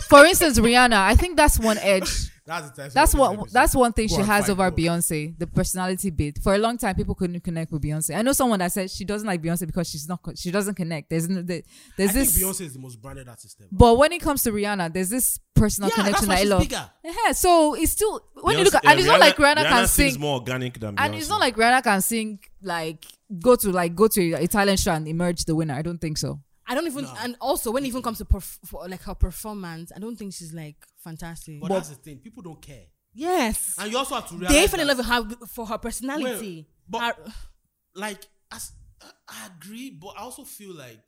Speaker 4: for instance, Rihanna. I think that's one edge.
Speaker 2: That's the title
Speaker 4: That's
Speaker 2: of this
Speaker 4: what.
Speaker 2: episode.
Speaker 4: That's one thing
Speaker 2: Go
Speaker 4: she
Speaker 2: and
Speaker 4: has
Speaker 2: find
Speaker 4: over
Speaker 2: God.
Speaker 4: Beyonce. The personality bit. For a long time, people couldn't connect with Beyonce. I know someone that said she doesn't like Beyonce because she's not. co- She doesn't connect. There's no. there-
Speaker 2: I
Speaker 4: There's
Speaker 2: think
Speaker 4: this.
Speaker 2: Beyonce is the most branded artist ever.
Speaker 4: But when it comes to Rihanna, there's this personal
Speaker 2: Yeah,
Speaker 4: connection
Speaker 2: that's
Speaker 4: that I
Speaker 2: why
Speaker 4: love.
Speaker 2: she's bigger.
Speaker 4: Yeah, so it's still when
Speaker 1: Beyonce-
Speaker 4: you look at,
Speaker 1: uh,
Speaker 4: and it's not like Rihanna, can
Speaker 1: seems
Speaker 4: sing,
Speaker 1: more organic than
Speaker 4: and
Speaker 1: Beyonce.
Speaker 4: it's not like Rihanna can sing like go to like go to a talent show and emerge the winner. I don't think so.
Speaker 3: I don't even. And also, when it even comes to perf- for, like her performance, I don't think she's like fantastic.
Speaker 2: But that's the thing. People don't care.
Speaker 3: yes,
Speaker 2: And you also have to realize
Speaker 3: they fell in
Speaker 2: that,
Speaker 3: love with her for her personality.
Speaker 2: but-
Speaker 3: Her-
Speaker 2: like as, I- I agree, but I also feel like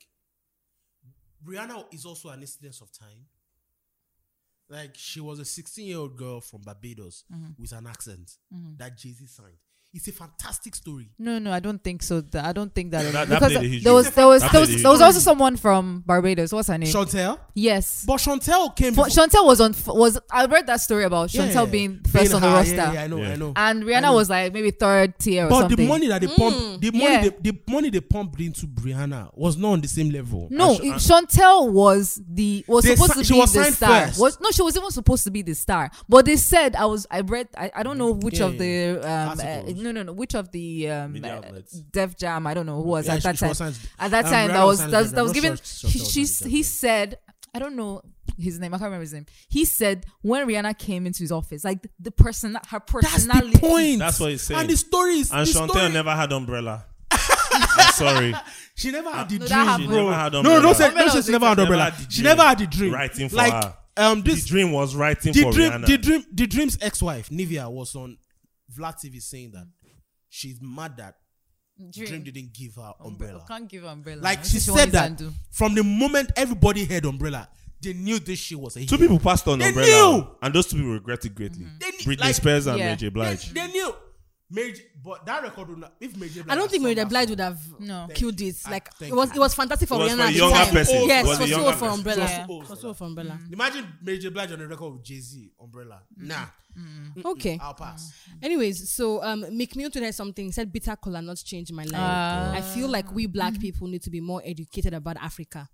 Speaker 2: Rihanna is also an incidence of time. Like she was a 16-year-old girl from Barbados
Speaker 4: Mm-hmm.
Speaker 2: with an accent that Jay-Z signed. It's a fantastic story.
Speaker 4: No, no, I don't think so. Th- I don't think that,
Speaker 1: That- that
Speaker 4: because
Speaker 1: played a huge
Speaker 4: there
Speaker 1: role.
Speaker 4: was there was
Speaker 1: That
Speaker 4: there
Speaker 1: played a
Speaker 4: was, there was also someone from Barbados. What's her name?
Speaker 2: Chantel?
Speaker 4: yes,
Speaker 2: But Chantel came
Speaker 4: F-
Speaker 2: before-
Speaker 4: Chantel was on f- was I read that story about
Speaker 2: Yeah,
Speaker 4: Chantel
Speaker 2: yeah, yeah.
Speaker 4: being first on the
Speaker 2: high,
Speaker 4: roster,
Speaker 2: Yeah, yeah, I know,
Speaker 1: Yeah.
Speaker 2: I know.
Speaker 4: and
Speaker 2: I
Speaker 4: Rihanna
Speaker 2: know.
Speaker 4: was like maybe third tier or
Speaker 2: but
Speaker 4: something. Mm.
Speaker 2: the money that they pumped, the money
Speaker 4: Yeah.
Speaker 2: they, the money they pumped into Brianna was not on the same level.
Speaker 4: No,
Speaker 1: And sh-
Speaker 4: it-
Speaker 1: and-
Speaker 4: Chantel was the was
Speaker 2: They
Speaker 4: supposed
Speaker 2: si-
Speaker 4: to
Speaker 2: she
Speaker 4: be
Speaker 2: was
Speaker 4: the
Speaker 2: signed
Speaker 4: star.
Speaker 2: first.
Speaker 4: Was, no, she was even supposed to be the star. But they said I was. I read. I, I don't know which of
Speaker 2: Yeah,
Speaker 4: the um, uh,
Speaker 2: Mm, articles.
Speaker 4: no no no which of the um,
Speaker 1: Media
Speaker 4: uh,
Speaker 1: outlets.
Speaker 4: Def Jam. I don't know who was
Speaker 2: Yeah,
Speaker 4: at that
Speaker 2: she- she
Speaker 4: time.
Speaker 2: was signed-
Speaker 4: at that
Speaker 2: um,
Speaker 4: time, that
Speaker 2: Rihanna
Speaker 4: was
Speaker 2: signed
Speaker 4: that
Speaker 2: Def
Speaker 4: was,
Speaker 2: Jam.
Speaker 4: that was
Speaker 2: Not
Speaker 4: given.
Speaker 2: sure Chantel
Speaker 4: he,
Speaker 2: was
Speaker 4: she
Speaker 2: at Def
Speaker 4: he
Speaker 2: Jam.
Speaker 4: said I don't know his name. I can't remember his name. He said when Rihanna came into his office, like the person her
Speaker 2: That's
Speaker 4: personality.
Speaker 2: the point.
Speaker 1: That's what he's saying.
Speaker 2: And the story is.
Speaker 1: and
Speaker 2: the
Speaker 1: Chantel
Speaker 2: story-
Speaker 1: never had umbrella. I'm sorry.
Speaker 2: She never had the
Speaker 4: No, that
Speaker 2: dream.
Speaker 4: happened. She
Speaker 1: never
Speaker 2: bro.
Speaker 1: had
Speaker 2: no,
Speaker 1: umbrella.
Speaker 2: no, don't say,
Speaker 4: Umbrella
Speaker 2: don't say
Speaker 4: was
Speaker 2: she never had
Speaker 1: different. Never
Speaker 2: umbrella.
Speaker 1: had the
Speaker 2: She
Speaker 1: dream.
Speaker 2: never had the dream.
Speaker 1: Writing for
Speaker 2: like,
Speaker 1: her.
Speaker 2: Um,
Speaker 1: This
Speaker 2: this
Speaker 1: dream was writing
Speaker 2: the
Speaker 1: for
Speaker 2: dream,
Speaker 1: Rihanna.
Speaker 2: the dream, the dream's ex-wife Nivea was on Vlad TV saying that she's mad that Dream didn't give her umbrella.
Speaker 4: Can't give umbrella.
Speaker 2: Like
Speaker 4: That's
Speaker 2: she
Speaker 4: what
Speaker 2: said
Speaker 4: wanted
Speaker 2: that
Speaker 4: to do.
Speaker 2: from the moment everybody heard umbrella, they knew this shit was a hit.
Speaker 1: Two people passed on
Speaker 2: They
Speaker 1: umbrella,
Speaker 2: knew!
Speaker 1: and those two people regret it greatly.
Speaker 3: Mm-hmm.
Speaker 2: They knew-
Speaker 1: Britney
Speaker 2: like-
Speaker 1: Spears and
Speaker 4: Yeah.
Speaker 1: Mary J. Blige.
Speaker 2: They, they knew. Major, but that record would not. If Major,
Speaker 3: I don't think Mary J. Blige would have
Speaker 4: No.
Speaker 3: killed it. Like
Speaker 2: thank
Speaker 3: it was,
Speaker 2: you.
Speaker 3: it was fantastic for
Speaker 1: It was
Speaker 3: Rihanna.
Speaker 1: for
Speaker 3: at the
Speaker 1: younger
Speaker 3: time.
Speaker 1: person. It
Speaker 3: Yes,
Speaker 1: was
Speaker 3: for
Speaker 1: a
Speaker 3: too
Speaker 1: younger
Speaker 3: old for
Speaker 1: person.
Speaker 3: umbrella.
Speaker 4: Yeah.
Speaker 3: For too old for umbrella.
Speaker 1: Mm-hmm.
Speaker 2: Imagine Major Blige on a record with Jay Z, Umbrella. Nah,
Speaker 3: Okay.
Speaker 2: I'll pass.
Speaker 3: Anyways, so um, McMill today something he said bitter cola not changed my life. I feel like we black people need to be more educated about Africa.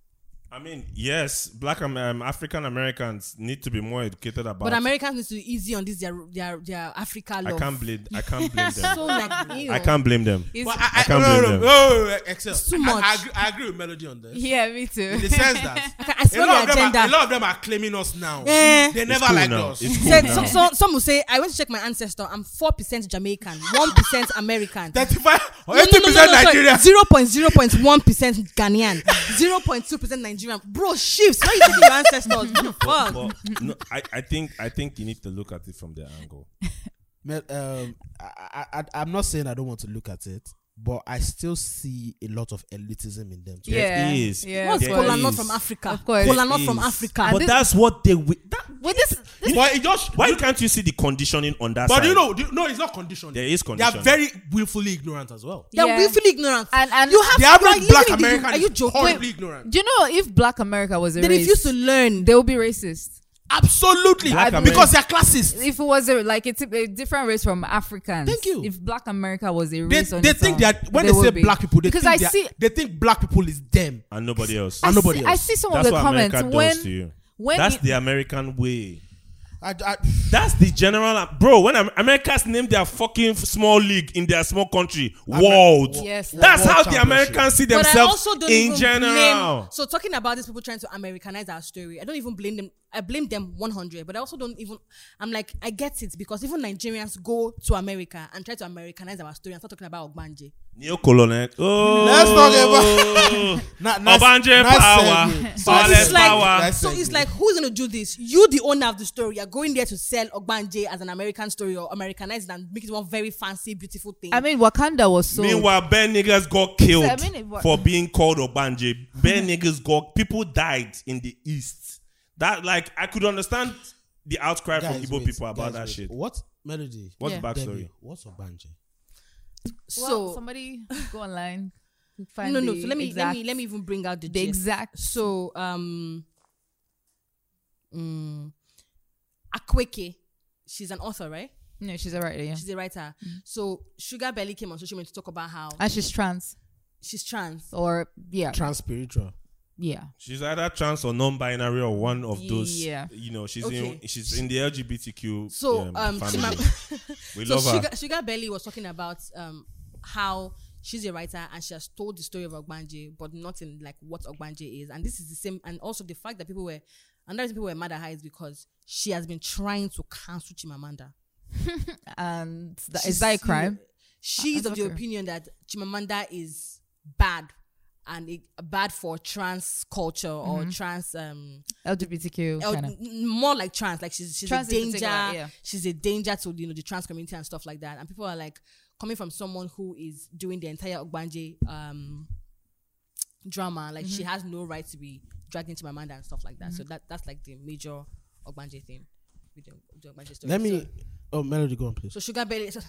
Speaker 1: I mean, yes, black Am- um, African Americans need to be more educated about.
Speaker 3: But Americans need to be easy on this their their their Africa
Speaker 1: I
Speaker 3: love.
Speaker 1: can't blame. I can't blame them.
Speaker 3: so like ew.
Speaker 1: I can't blame them.
Speaker 2: But
Speaker 1: I
Speaker 2: I, I,
Speaker 1: can't
Speaker 2: no, no,
Speaker 1: blame
Speaker 2: no,
Speaker 1: them.
Speaker 2: no, no, no, except
Speaker 3: too
Speaker 2: I- I,
Speaker 3: much.
Speaker 2: agree, I agree with Melody on this.
Speaker 4: Yeah, me too.
Speaker 2: In the sense that
Speaker 3: I, I
Speaker 2: a
Speaker 3: smell
Speaker 2: lot,
Speaker 3: your
Speaker 2: of them are, a
Speaker 3: agenda.
Speaker 2: lot of them are claiming us now.
Speaker 3: Eh.
Speaker 2: They
Speaker 1: It's
Speaker 2: never
Speaker 1: cool
Speaker 2: liked
Speaker 1: now.
Speaker 2: us.
Speaker 1: It's cool
Speaker 3: Said,
Speaker 1: now.
Speaker 3: so, so, some will say I went to check my ancestor. I'm four percent Jamaican, one percent American.
Speaker 2: 35 or
Speaker 3: No, no,
Speaker 2: 80
Speaker 3: no,
Speaker 2: Oh, percent Nigeria.
Speaker 3: Zero point zero point one percent Ghanaian, zero point two percent Nigerian. Bro, shifts. Why you taking your ancestors? What the fuck?
Speaker 1: But no, I, I think I think you need to look at it from their angle.
Speaker 2: Um, I, I, I'm not saying I don't want to look at it, but I still see a lot of elitism in them.
Speaker 4: yeah,
Speaker 1: is.
Speaker 4: yeah.
Speaker 3: What's
Speaker 4: of
Speaker 1: There
Speaker 4: course.
Speaker 3: cola not
Speaker 1: is.
Speaker 3: from Africa?
Speaker 4: Of course.
Speaker 3: Kola
Speaker 1: There
Speaker 3: not from
Speaker 1: is.
Speaker 3: Africa.
Speaker 1: But
Speaker 4: this-
Speaker 1: that's what they. Wi- that,
Speaker 4: With this, this
Speaker 2: But it just,
Speaker 1: why can't you see the conditioning on that?
Speaker 2: but
Speaker 1: side?
Speaker 2: you know, do you- no, it's not conditioning.
Speaker 1: There is
Speaker 2: They
Speaker 1: conditioning.
Speaker 2: are very willfully ignorant as well.
Speaker 3: They're
Speaker 4: Yeah.
Speaker 3: willfully ignorant.
Speaker 4: And- and-
Speaker 3: you have
Speaker 2: The
Speaker 3: to-
Speaker 2: average
Speaker 3: like,
Speaker 2: black
Speaker 3: living in the-
Speaker 2: American
Speaker 3: Are you
Speaker 2: is
Speaker 3: joking?
Speaker 2: horribly ignorant.
Speaker 4: Do you know if Black America was a
Speaker 3: They
Speaker 4: race,
Speaker 3: refuse to learn.
Speaker 4: they will be racist.
Speaker 2: Absolutely.
Speaker 1: Black Amer-
Speaker 2: because they're classist.
Speaker 4: If it was a, like a, typ- a different race from Africans,
Speaker 2: Thank you.
Speaker 4: If Black America was a
Speaker 2: They,
Speaker 4: race, on
Speaker 2: they
Speaker 4: its
Speaker 2: think
Speaker 4: own,
Speaker 2: that when
Speaker 4: they
Speaker 2: they,
Speaker 4: would
Speaker 2: say
Speaker 4: be.
Speaker 2: black people, they
Speaker 4: because
Speaker 2: think
Speaker 4: I
Speaker 2: they're-
Speaker 4: see
Speaker 2: they think black people is them.
Speaker 1: and nobody else.
Speaker 4: I
Speaker 2: and nobody
Speaker 4: see, I
Speaker 2: else.
Speaker 4: see some
Speaker 1: That's
Speaker 4: of the
Speaker 1: what
Speaker 4: comments
Speaker 1: America
Speaker 4: when
Speaker 1: does to you.
Speaker 4: when
Speaker 1: That's
Speaker 4: you-
Speaker 1: the American way.
Speaker 2: I, I,
Speaker 1: That's the general bro. When Am- Americans name their fucking small league in their small country, world.
Speaker 4: Yes,
Speaker 1: That's
Speaker 2: World
Speaker 1: how the
Speaker 2: Championship.
Speaker 1: Americans see
Speaker 3: But I
Speaker 1: themselves
Speaker 3: also don't
Speaker 1: in
Speaker 3: even
Speaker 1: general.
Speaker 3: Blame, so talking about these people trying to Americanize our story, I don't even blame them. I blame them 100, but I also don't even. I'm like, I get it because even Nigerians go to America and try to Americanize our story and start talking about Ogbanje.
Speaker 1: Neo-colonial. Oh.
Speaker 2: Let's talk
Speaker 1: about
Speaker 2: Na- nice-
Speaker 1: Obanje
Speaker 2: nice
Speaker 1: power.
Speaker 2: segue.
Speaker 3: So
Speaker 1: Ballot
Speaker 3: it's like,
Speaker 1: power.
Speaker 2: Nice
Speaker 3: so
Speaker 2: segue.
Speaker 3: it's like, who's gonna do this? You, the owner of the story, are going there to sell Ogbanje as an American story or Americanize it and make it one very fancy, beautiful thing.
Speaker 4: I mean Wakanda was so
Speaker 1: Meanwhile, bare niggas got killed
Speaker 4: So, I mean, it wa-
Speaker 1: for being called Obanje. Bare niggas got people died in the east. That like I could understand the outcry from
Speaker 2: Guys,
Speaker 1: Igbo
Speaker 2: wait,
Speaker 1: people about
Speaker 2: guys,
Speaker 1: that
Speaker 2: wait.
Speaker 1: shit.
Speaker 2: What melody?
Speaker 1: What's
Speaker 4: Yeah.
Speaker 1: the backstory?
Speaker 2: Debbie, What's Obanje?
Speaker 4: so
Speaker 3: so
Speaker 4: somebody go online find
Speaker 3: no, no.
Speaker 4: the
Speaker 3: So let me let
Speaker 4: exact-
Speaker 3: me let me even bring out the
Speaker 4: the
Speaker 3: gist.
Speaker 4: exact
Speaker 3: So, um, mm, Akweke, she's an author, right?
Speaker 4: no she's a writer yeah Mm.
Speaker 3: She's a writer. So, Sugar Belly came on social media to talk about how
Speaker 4: and she's trans
Speaker 3: she's trans.
Speaker 4: or yeah
Speaker 2: Trans spiritual.
Speaker 4: yeah
Speaker 1: She's either trans or non-binary or one of those.
Speaker 4: Yeah.
Speaker 1: You know, she's
Speaker 3: Okay.
Speaker 1: in she's in the LGBTQ.
Speaker 3: So, um,
Speaker 1: family.
Speaker 3: Chima-
Speaker 1: we
Speaker 3: so
Speaker 1: love her.
Speaker 3: Sugar, Sugar Belly was talking about um how she's a writer and she has told the story of Ogbanje, but not in like what Ogbanje is. And this is the same, and also the fact that people were, another reason people were mad at her is because she has been trying to cancel Chimamanda.
Speaker 4: and that,
Speaker 3: She's-
Speaker 4: is that a crime
Speaker 3: She's
Speaker 4: That's
Speaker 3: of the
Speaker 4: okay.
Speaker 3: opinion that Chimamanda is bad and it, bad for trans culture or trans um
Speaker 4: LGBTQ
Speaker 3: L-
Speaker 4: kind of
Speaker 3: n- more like trans like she's she's
Speaker 4: Trans
Speaker 3: a
Speaker 4: in
Speaker 3: danger
Speaker 4: particular, yeah.
Speaker 3: she's a danger to you know the trans community and stuff like that and people are like coming from someone who is doing the entire Ogbanje um drama like
Speaker 4: Mm-hmm.
Speaker 3: she has no right to be dragged into Mamanda and stuff like that so that that's like the major Ogbanje thing with the, the Ogbanje story
Speaker 2: Let
Speaker 3: So-
Speaker 2: me. Oh, melody, go on, please.
Speaker 3: so Sugar Belly, so-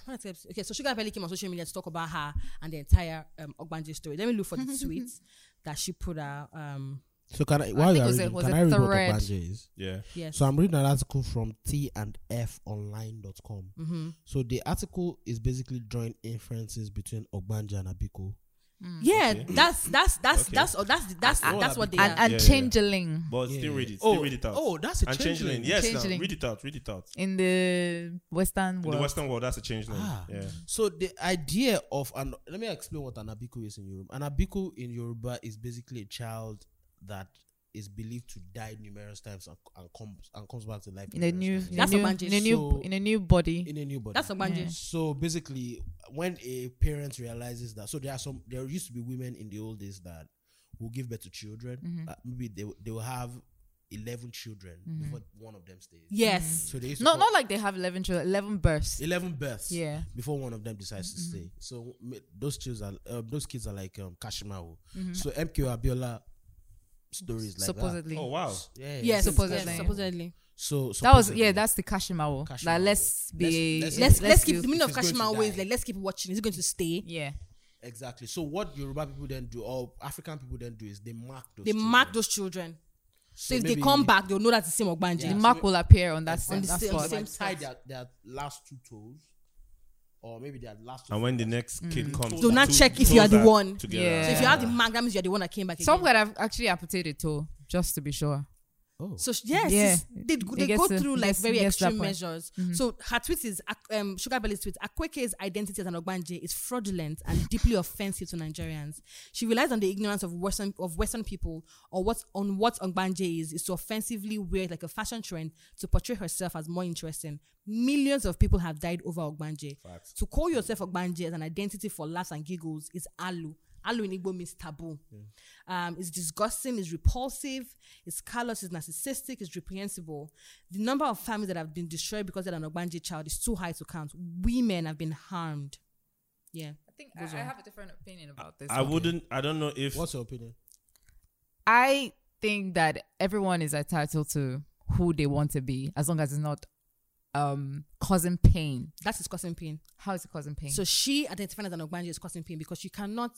Speaker 3: okay, so Sugar Belly came on social media to talk about her and the entire um, Ogbanje story. Let me look for the tweets that she put out. Um,
Speaker 2: So can I? While you
Speaker 4: think it
Speaker 2: are
Speaker 4: was a-
Speaker 2: reading,
Speaker 4: was
Speaker 2: can
Speaker 4: a
Speaker 2: I read what
Speaker 4: thread.
Speaker 2: Obanje is?
Speaker 1: yeah.
Speaker 3: yes.
Speaker 2: So I'm reading an article from T and F Online.com.
Speaker 3: Mm-hmm.
Speaker 2: So the article is basically drawing inferences between Ogbanja and Abiko.
Speaker 3: yeah,
Speaker 1: Okay.
Speaker 3: that's that's that's
Speaker 1: Okay.
Speaker 3: that's oh, that's the- that's
Speaker 1: I know
Speaker 3: that's
Speaker 1: that
Speaker 3: what they
Speaker 1: because-
Speaker 4: and
Speaker 3: are.
Speaker 4: and
Speaker 1: Yeah, yeah.
Speaker 4: changeling
Speaker 1: But
Speaker 2: Yeah,
Speaker 1: still
Speaker 2: yeah.
Speaker 1: read it.
Speaker 2: Oh,
Speaker 1: still read it out.
Speaker 2: oh, that's a
Speaker 1: and
Speaker 2: changeling.
Speaker 1: changeling. Yes, now,
Speaker 4: Changeling.
Speaker 1: read it out. Read it out.
Speaker 4: in the Western
Speaker 1: In the
Speaker 4: world
Speaker 1: Western world, that's a changeling.
Speaker 2: Ah.
Speaker 1: Yeah.
Speaker 2: So the idea of an let me explain what an Abiko is in Yoruba. An Abiko in Yoruba is basically a child that is believed to die numerous times and, and comes and comes back to life
Speaker 4: in a new
Speaker 2: numerous
Speaker 4: in a
Speaker 3: That's
Speaker 4: new,
Speaker 3: Ogbanje.
Speaker 4: in a new
Speaker 2: So-
Speaker 4: in a new
Speaker 2: times.
Speaker 4: body
Speaker 2: in a new body.
Speaker 3: That's Ogbanje.
Speaker 4: Yeah.
Speaker 2: So basically, when a parent realizes that, so there are some, there used to be women in the old days that will give birth to children.
Speaker 4: Mm-hmm.
Speaker 2: Uh, maybe they will- they will have eleven children before one of them stays.
Speaker 3: Yes.
Speaker 2: So they used to
Speaker 4: no
Speaker 2: call
Speaker 4: Mm-hmm. not like they have 11 children 11 births
Speaker 2: eleven births.
Speaker 4: Yeah.
Speaker 2: Before one of them decides to
Speaker 3: Mm-hmm.
Speaker 2: stay. So m- those kids are uh, those kids are like um, Kashimawo.
Speaker 3: Mm-hmm.
Speaker 2: So MQ Abiola stories like that.
Speaker 4: supposedly
Speaker 1: Oh wow.
Speaker 2: Yeah,
Speaker 3: Yes,
Speaker 2: so-
Speaker 4: Supposedly.
Speaker 3: yes, supposedly.
Speaker 2: So
Speaker 4: That was yeah.
Speaker 2: supposedly.
Speaker 4: That's the Kashimawo. Like
Speaker 2: Kashimawo.
Speaker 4: let's be
Speaker 2: Let's-
Speaker 3: Let's let's,
Speaker 4: do-
Speaker 3: keep the meaning
Speaker 2: if
Speaker 3: of
Speaker 2: it's going to
Speaker 3: Kashima ways.
Speaker 2: die.
Speaker 3: Like let's keep watching. Is it going to stay?
Speaker 4: yeah.
Speaker 2: exactly. So what Yoruba people then do, or African people then do, is they mark those.
Speaker 3: They
Speaker 2: children.
Speaker 3: mark those children. So, if they
Speaker 2: maybe-
Speaker 3: come back, they'll know that's the same Ogbanje.
Speaker 4: The
Speaker 2: Yeah.
Speaker 4: mark
Speaker 2: So
Speaker 4: will appear on that
Speaker 3: on
Speaker 4: same
Speaker 3: the
Speaker 4: that
Speaker 3: same-
Speaker 4: spot.
Speaker 3: same-
Speaker 2: might tie
Speaker 3: spot.
Speaker 2: their, their last two toes, or maybe their last. Two
Speaker 1: And when the next kid comes,
Speaker 3: Mm. Do not
Speaker 1: two
Speaker 3: check if
Speaker 1: toes
Speaker 3: you are the
Speaker 1: are
Speaker 3: one.
Speaker 1: Together.
Speaker 4: Yeah.
Speaker 3: So if you have the mark, that means you're the one that came back.
Speaker 4: Some
Speaker 3: Again.
Speaker 4: would have actually amputated too, just to be sure.
Speaker 2: oh,
Speaker 3: So sh- yes,
Speaker 4: Yeah.
Speaker 3: it's- they,
Speaker 4: It
Speaker 3: they
Speaker 4: gets
Speaker 3: go
Speaker 4: to-
Speaker 3: through like
Speaker 4: gets-
Speaker 3: very
Speaker 4: gets to that
Speaker 3: extreme
Speaker 4: point. Mm-hmm.
Speaker 3: measures. So her tweet is Ak- um, Sugar Belly's tweet: Akweke's identity as an Ogbanje is fraudulent and deeply offensive to Nigerians. She relies on the ignorance of Western of Western people or what on what Ogbanje is is to offensively wear it like a fashion trend to portray herself as more interesting. Millions of people have died over Ogbanje. To call yourself Ogbanje as an identity for laughs and giggles is alu. Alu in Igbo means taboo. Um, it's disgusting, it's repulsive, it's callous, it's narcissistic, it's reprehensible. The number of families that have been destroyed because they're an Ogbanje child is too high to count. Women have been harmed. Yeah.
Speaker 4: I think
Speaker 3: I- I have
Speaker 4: a different opinion about
Speaker 1: I wouldn't. I don't know if.
Speaker 2: what's your opinion?
Speaker 4: I think that everyone is entitled to who they want to be, as long as it's not um causing pain.
Speaker 3: That's is causing pain.
Speaker 4: How is it causing pain?
Speaker 3: So she identifying as an Ogbanje is causing pain because she cannot.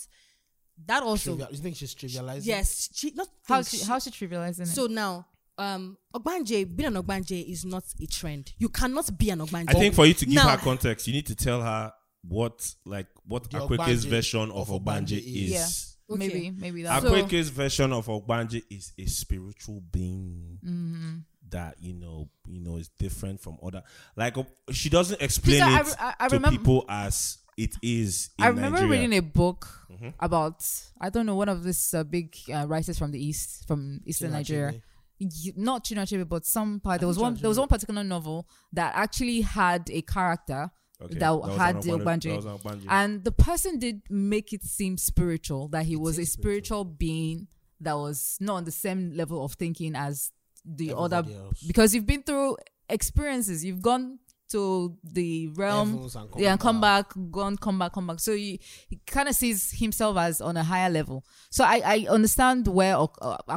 Speaker 3: That also.
Speaker 2: Trivial- you think she's trivializing?
Speaker 3: Yes. She, not
Speaker 4: how is she, how is she trivializing it?
Speaker 3: So now um Ogbanje, being an Ogbanje is not a trend. You cannot be an Ogbanje.
Speaker 1: I think for you to give
Speaker 3: Now-
Speaker 1: her context, you need to tell her what like what
Speaker 2: The
Speaker 1: Akweke's
Speaker 2: Ogbanje
Speaker 1: version of Ogbanje
Speaker 2: of Ogbanje
Speaker 1: is.
Speaker 2: is.
Speaker 4: Yeah.
Speaker 3: Okay.
Speaker 4: Maybe, maybe that's
Speaker 3: So-
Speaker 1: Akweke's version of Ogbanje is a spiritual being
Speaker 4: Mm-hmm.
Speaker 1: that you know, you know, is different from other. Like o- she doesn't explain
Speaker 4: Peter, I
Speaker 1: it
Speaker 4: re- I- I
Speaker 1: to
Speaker 4: remem-
Speaker 1: people as it is. In
Speaker 4: I remember
Speaker 1: Nigeria. Mm-hmm.
Speaker 4: reading a book about I don't know one of these uh, big uh, writers from the east, from eastern
Speaker 2: Chinua
Speaker 4: Nigeria.
Speaker 2: Achebe.
Speaker 4: Y- Not Chinachebe, but some part. There was
Speaker 2: think
Speaker 4: one. There was
Speaker 2: Chinua
Speaker 4: one particular novel that actually had a character
Speaker 1: Okay,
Speaker 4: that,
Speaker 1: was
Speaker 4: had
Speaker 1: an
Speaker 4: the
Speaker 1: That was
Speaker 4: Ogbanje,
Speaker 1: an Ogbanje.
Speaker 4: and the person did make it seem spiritual that he was a
Speaker 2: is
Speaker 4: spiritual being that was not on the same level of thinking as the other
Speaker 2: Everybody else.
Speaker 4: because you've been through experiences. You've gone to the realm
Speaker 2: Heavens and come
Speaker 4: yeah, and come
Speaker 2: back.
Speaker 4: back, gone, come back, come back. So he, he kind of sees himself as on a higher level. So I, I understand where. Uh, uh, uh,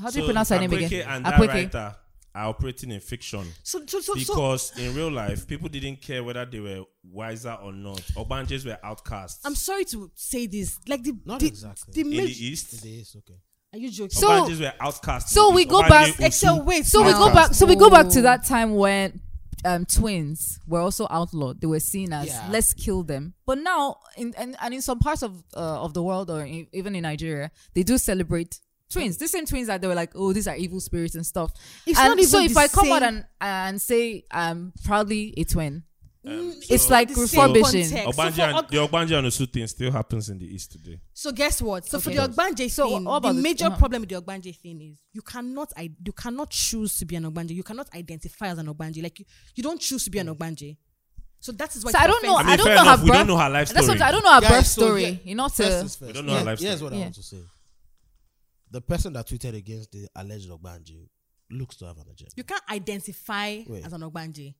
Speaker 4: how do you
Speaker 1: So
Speaker 4: pronounce her name
Speaker 1: Akweke
Speaker 4: again?
Speaker 1: And that
Speaker 4: Akweke.
Speaker 1: writer are operating in fiction.
Speaker 3: So, so, so, so
Speaker 1: because in real life, people didn't care whether they were wiser or not. Obanjes were outcasts
Speaker 3: I'm sorry to say this. Like the
Speaker 2: Not
Speaker 3: the,
Speaker 2: exactly.
Speaker 3: the
Speaker 1: in
Speaker 3: maj-
Speaker 1: the East.
Speaker 2: It is okay.
Speaker 3: Are you joking?
Speaker 4: So-
Speaker 1: Obanjes were outcasts. in
Speaker 4: so
Speaker 1: the
Speaker 4: we
Speaker 1: East.
Speaker 4: go
Speaker 1: Obanje,
Speaker 4: back-
Speaker 1: Usu,
Speaker 3: Excel, Eh, wait.
Speaker 4: So we go
Speaker 1: Outcast.
Speaker 4: back. So we go back to
Speaker 3: Oh.
Speaker 4: that time when um, twins were also outlawed. They were seen as
Speaker 2: Yeah.
Speaker 4: let's kill them. But now, in and, and in some parts of uh, of the world, or in, even in Nigeria, they do celebrate twins. The same twins that they were like, oh, these are evil spirits and stuff.
Speaker 3: It's
Speaker 4: and
Speaker 3: not even
Speaker 4: so if
Speaker 3: the
Speaker 4: I come out
Speaker 3: same-
Speaker 4: and and say I'm proudly a twin,
Speaker 1: Um,
Speaker 4: it's
Speaker 1: so
Speaker 4: like
Speaker 3: Mm, The same
Speaker 4: refurbishing.
Speaker 3: context.
Speaker 1: Obanje
Speaker 3: So, for,
Speaker 1: and,
Speaker 3: Og-
Speaker 1: the Obanje and Usu thing still happens in the East today.
Speaker 3: so guess what? So
Speaker 4: Okay.
Speaker 3: for the Ogbanje
Speaker 4: So
Speaker 3: thing,
Speaker 4: what about
Speaker 3: the
Speaker 4: the-
Speaker 3: major
Speaker 4: uh-huh.
Speaker 3: problem with the Ogbanje thing is you cannot I, you cannot choose to be an Ogbanje. You cannot identify as an Ogbanje. Like you, you don't choose to be an Ogbanje. So that is why.
Speaker 4: So
Speaker 3: it's
Speaker 4: I don't know.
Speaker 1: I mean,
Speaker 4: I
Speaker 3: offensive.
Speaker 4: don't
Speaker 1: fair
Speaker 4: know
Speaker 1: enough,
Speaker 4: her
Speaker 1: we don't
Speaker 4: birth-
Speaker 1: know her life
Speaker 4: That's what
Speaker 1: story.
Speaker 4: I don't know her
Speaker 2: Guys,
Speaker 4: birth
Speaker 2: so
Speaker 4: story.
Speaker 2: yeah,
Speaker 4: you know,
Speaker 2: first
Speaker 4: to
Speaker 2: is first.
Speaker 1: We don't know her
Speaker 2: Here-
Speaker 1: life
Speaker 2: Here's
Speaker 1: story.
Speaker 2: what I
Speaker 4: Yeah.
Speaker 2: want to say. The person that tweeted against the alleged Ogbanje looks to have an agenda.
Speaker 3: You can't identify
Speaker 2: Wait.
Speaker 3: as an Ogbanje.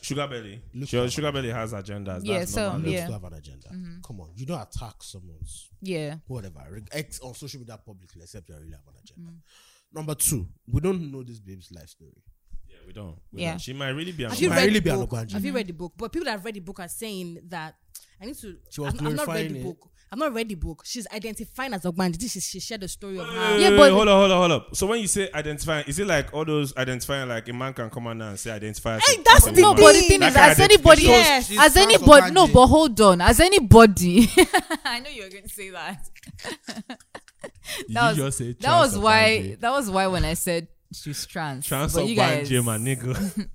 Speaker 1: Sugar Belly.
Speaker 2: Look
Speaker 1: Sure,
Speaker 2: at
Speaker 1: Sugar Belly has agendas.
Speaker 4: Yeah,
Speaker 1: That's
Speaker 4: so-
Speaker 1: normal.
Speaker 2: looks
Speaker 4: Yeah. Mm-hmm.
Speaker 2: to have an agenda. Come on, you don't attack someone's
Speaker 4: yeah.
Speaker 2: whatever reg- ex on social media publicly, except you really have an agenda.
Speaker 4: Mm-hmm.
Speaker 2: Number two, we don't know this babe's life story.
Speaker 1: Yeah, we don't. We
Speaker 4: Yeah.
Speaker 1: don't. She might really be an
Speaker 3: Have
Speaker 1: Ogbanje.
Speaker 3: you
Speaker 2: might
Speaker 3: read
Speaker 2: really
Speaker 3: the
Speaker 2: be an
Speaker 3: book?
Speaker 2: Ogbanje.
Speaker 3: Have
Speaker 4: Mm-hmm.
Speaker 3: you read the book? But people that have read the book are saying that I need to.
Speaker 2: She was
Speaker 3: I've, I've not read
Speaker 2: glorifying
Speaker 3: the
Speaker 2: it.
Speaker 3: book. I've not read the book. She's identifying as Ogbanje. This is she shared the story of her.
Speaker 1: Wait,
Speaker 4: Yeah,
Speaker 1: wait,
Speaker 4: but-
Speaker 1: wait, hold on, hold on, hold up. So when you say identifying, is it like all those identifying? Like a man can come out now and say identify. as a-
Speaker 3: Hey, that's
Speaker 1: as a
Speaker 3: the
Speaker 1: woman?
Speaker 3: thing.
Speaker 4: But the thing
Speaker 1: That
Speaker 4: is,
Speaker 1: kind
Speaker 4: as
Speaker 1: of
Speaker 4: anybody,
Speaker 1: identification-
Speaker 3: Yes.
Speaker 2: she's
Speaker 4: as
Speaker 2: part of
Speaker 4: anybody, no,
Speaker 2: Ogbanje.
Speaker 4: but hold on, as anybody, I know you were going to say that. That was, that was why. That was why when I said she's trans,
Speaker 1: Trans
Speaker 4: but
Speaker 1: of
Speaker 4: you
Speaker 1: one
Speaker 4: guys,
Speaker 1: J, my nigga.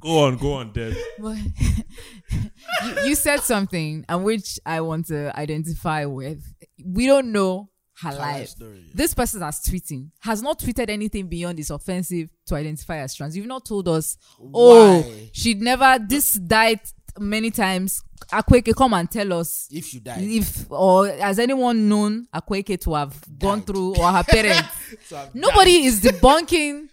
Speaker 1: go on, go on, Dev.
Speaker 4: but- you, you said something, and which I want to identify with. We don't know her
Speaker 2: life
Speaker 4: life.
Speaker 2: story, yeah.
Speaker 4: This person that's tweeting has not tweeted anything beyond it's offensive to identify as trans. You've not told us. Oh,
Speaker 2: Why?
Speaker 4: she never. This died many times. Akweke, come and tell us
Speaker 2: If you die,
Speaker 4: if or has anyone known Akweke to have gone
Speaker 2: Died.
Speaker 4: through or her parents?
Speaker 2: so I've
Speaker 4: Nobody is debunking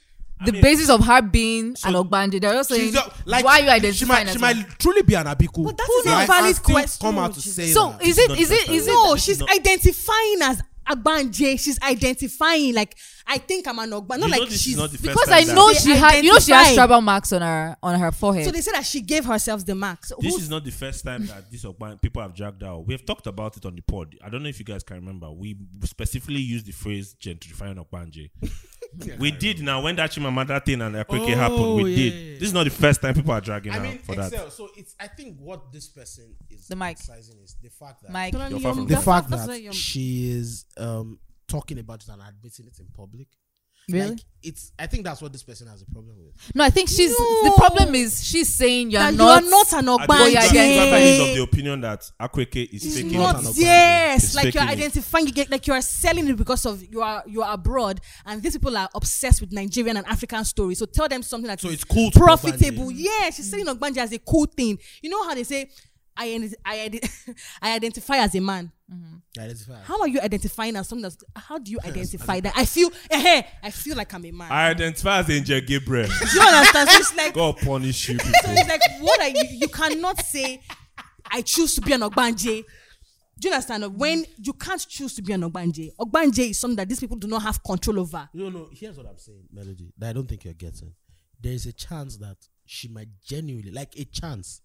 Speaker 4: the
Speaker 1: mean-
Speaker 4: basis of her being an Ogbanje. They're just saying
Speaker 2: She's not- like,
Speaker 4: why are you
Speaker 2: she
Speaker 4: identifying
Speaker 2: might, she
Speaker 4: as
Speaker 2: might
Speaker 4: one?"
Speaker 2: truly be an abiku.
Speaker 3: But that is a
Speaker 2: right?
Speaker 3: valid
Speaker 2: And still
Speaker 3: question,
Speaker 2: Come out to
Speaker 3: Jesus.
Speaker 2: say
Speaker 4: So
Speaker 2: that.
Speaker 4: is
Speaker 1: This is
Speaker 4: it
Speaker 1: not
Speaker 4: is
Speaker 1: the first
Speaker 4: it is
Speaker 1: time.
Speaker 4: it
Speaker 3: No,
Speaker 1: This is
Speaker 3: she's
Speaker 1: not-
Speaker 3: identifying as Agbanje. She's identifying like I think I'm an Ogbanje. Not
Speaker 1: You know
Speaker 3: like
Speaker 1: this is
Speaker 3: she's
Speaker 1: not the first
Speaker 4: because
Speaker 1: time
Speaker 4: I
Speaker 1: that-
Speaker 4: know
Speaker 3: They
Speaker 4: she had you know she has
Speaker 3: identify.
Speaker 4: tribal marks on her on her forehead.
Speaker 3: So they say that she gave herself the mark. So
Speaker 1: This
Speaker 3: who's-
Speaker 1: is not the first time that this Ogban people have dragged out. We have talked about it on the pod. I don't know if you guys can remember. We specifically used the phrase gentrifying Ogbanje. we did now when that Chimamanda thing and Akweke
Speaker 2: Oh,
Speaker 1: happened. We
Speaker 2: yeah,
Speaker 1: did.
Speaker 2: yeah, yeah.
Speaker 1: This is not the first time people are dragging
Speaker 2: I
Speaker 1: out
Speaker 2: mean,
Speaker 1: for
Speaker 2: Excel.
Speaker 1: that.
Speaker 2: So it's. I think what this person is
Speaker 4: The mic.
Speaker 2: emphasizing is the fact that
Speaker 4: Mike,
Speaker 1: You're far from
Speaker 2: the
Speaker 1: That's
Speaker 2: fact
Speaker 3: that's
Speaker 2: that
Speaker 3: where you're-
Speaker 2: she is um, talking about it and admitting it in public.
Speaker 4: Really?
Speaker 2: Like, it's. I think that's what this person has a problem with.
Speaker 4: no, I think she's the
Speaker 3: No.
Speaker 4: problem is she's saying you're
Speaker 3: that you
Speaker 4: not,
Speaker 3: are not an
Speaker 1: I think
Speaker 4: yeah,
Speaker 1: Sugar-
Speaker 4: yeah,
Speaker 1: Sugar is of
Speaker 3: Ogbanje.
Speaker 1: the opinion that Akweke is
Speaker 3: It's
Speaker 1: faking
Speaker 2: not
Speaker 1: it.
Speaker 3: not
Speaker 2: an Ogbanje.
Speaker 3: yes,
Speaker 1: It's
Speaker 3: like you're
Speaker 1: faking it.
Speaker 3: identifying, you get, like you are selling it because of you are you are abroad, and these people are obsessed with Nigerian and African stories. So tell them something that's
Speaker 2: So it's cool. To
Speaker 3: profitable.
Speaker 2: Ogbanje.
Speaker 3: Yeah, she's selling Ogbanje as a cool thing. You know how they say, I ident- I, ident- I identify as a man.
Speaker 2: Yeah, that's fact.
Speaker 3: How are you identifying as something that's? How do you identify that? I feel, eh, I feel like I'm a man.
Speaker 1: I identify as Angel Gabriel.
Speaker 3: do you understand? So it's like
Speaker 1: God punish you people.
Speaker 3: So it's like, what are you? You cannot say, I choose to be an Ogbanje. Do you understand? When you can't choose to be an Ogbanje, Ogbanje is something that these people do not have control over.
Speaker 2: No, no. Here's what I'm saying, Melody. That I don't think you're getting. There is a chance that she might genuinely, like a chance,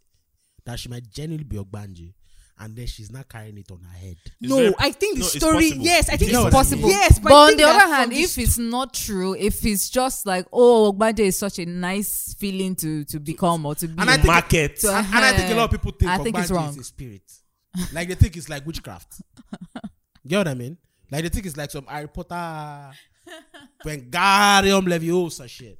Speaker 2: that she might genuinely be Ogbanje, and then she's not carrying it on her head.
Speaker 1: It's
Speaker 3: no,
Speaker 1: very-
Speaker 3: I think the
Speaker 1: no, it's
Speaker 3: story.
Speaker 1: possible.
Speaker 3: Yes, I
Speaker 1: It
Speaker 3: think
Speaker 1: is
Speaker 3: it's
Speaker 1: possible.
Speaker 3: possible. Yes,
Speaker 4: But,
Speaker 3: I
Speaker 4: on
Speaker 3: think
Speaker 4: the
Speaker 3: that
Speaker 4: other hand,
Speaker 3: from the
Speaker 4: if it's not true, if it's just like, oh, Ogbade is such a nice feeling to to become or to be,
Speaker 2: And I think-
Speaker 1: Market.
Speaker 4: So-
Speaker 2: And, and I think a lot of people think
Speaker 4: I think it's
Speaker 2: Ogbanje
Speaker 4: wrong.
Speaker 2: is a spirit. like they think it's like witchcraft. you know what I mean? Like they think it's like some Harry Potter Vengarium Leviosa shit.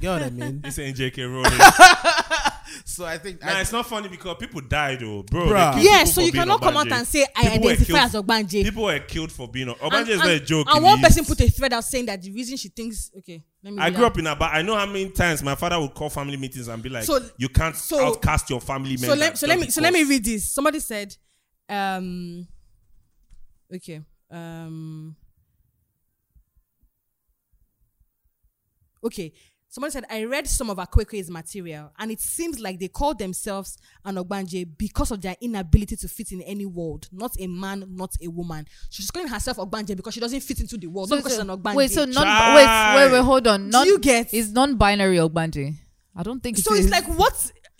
Speaker 2: You know what I mean?
Speaker 1: This ain't JK Rowling.
Speaker 2: So I think
Speaker 1: nah,
Speaker 2: I,
Speaker 1: it's not funny because people died, though, bro.
Speaker 2: Bruh.
Speaker 1: They killed
Speaker 3: yes,
Speaker 1: people
Speaker 3: so
Speaker 1: for
Speaker 3: you
Speaker 1: being
Speaker 3: cannot come out
Speaker 1: Obanje.
Speaker 3: and say
Speaker 1: People
Speaker 3: I
Speaker 1: were
Speaker 3: identify
Speaker 1: killed-
Speaker 3: as Ogbanje.
Speaker 1: People were killed for being Obanje.
Speaker 3: And-
Speaker 1: is not a
Speaker 3: and-
Speaker 1: joke.
Speaker 3: And
Speaker 1: in
Speaker 3: one
Speaker 1: the
Speaker 3: person
Speaker 1: East.
Speaker 3: put a thread out saying that the reason she thinks okay. Let me
Speaker 1: I
Speaker 3: do
Speaker 1: grew
Speaker 3: that.
Speaker 1: up in Aba. I know how many times my father would call family meetings and be like,
Speaker 3: So-
Speaker 1: "You can't
Speaker 3: so-
Speaker 1: outcast your family
Speaker 3: so
Speaker 1: members."
Speaker 3: let so let me so let me read this. Somebody said, um, okay, um, okay. Somebody said I read some of Akweke's material, and it seems like they call themselves an Ogbanje because of their inability to fit in any world. Not a man, not a woman. She's calling herself Ogbanje because she doesn't fit into the world. not because she's an Ogbanje.
Speaker 4: wait, so non
Speaker 1: Chai.
Speaker 4: wait, wait, wait, hold on. Non,
Speaker 3: you get-
Speaker 4: is non-binary Ogbanje? I don't think
Speaker 3: So
Speaker 4: it
Speaker 3: it's
Speaker 4: is.
Speaker 3: like, what?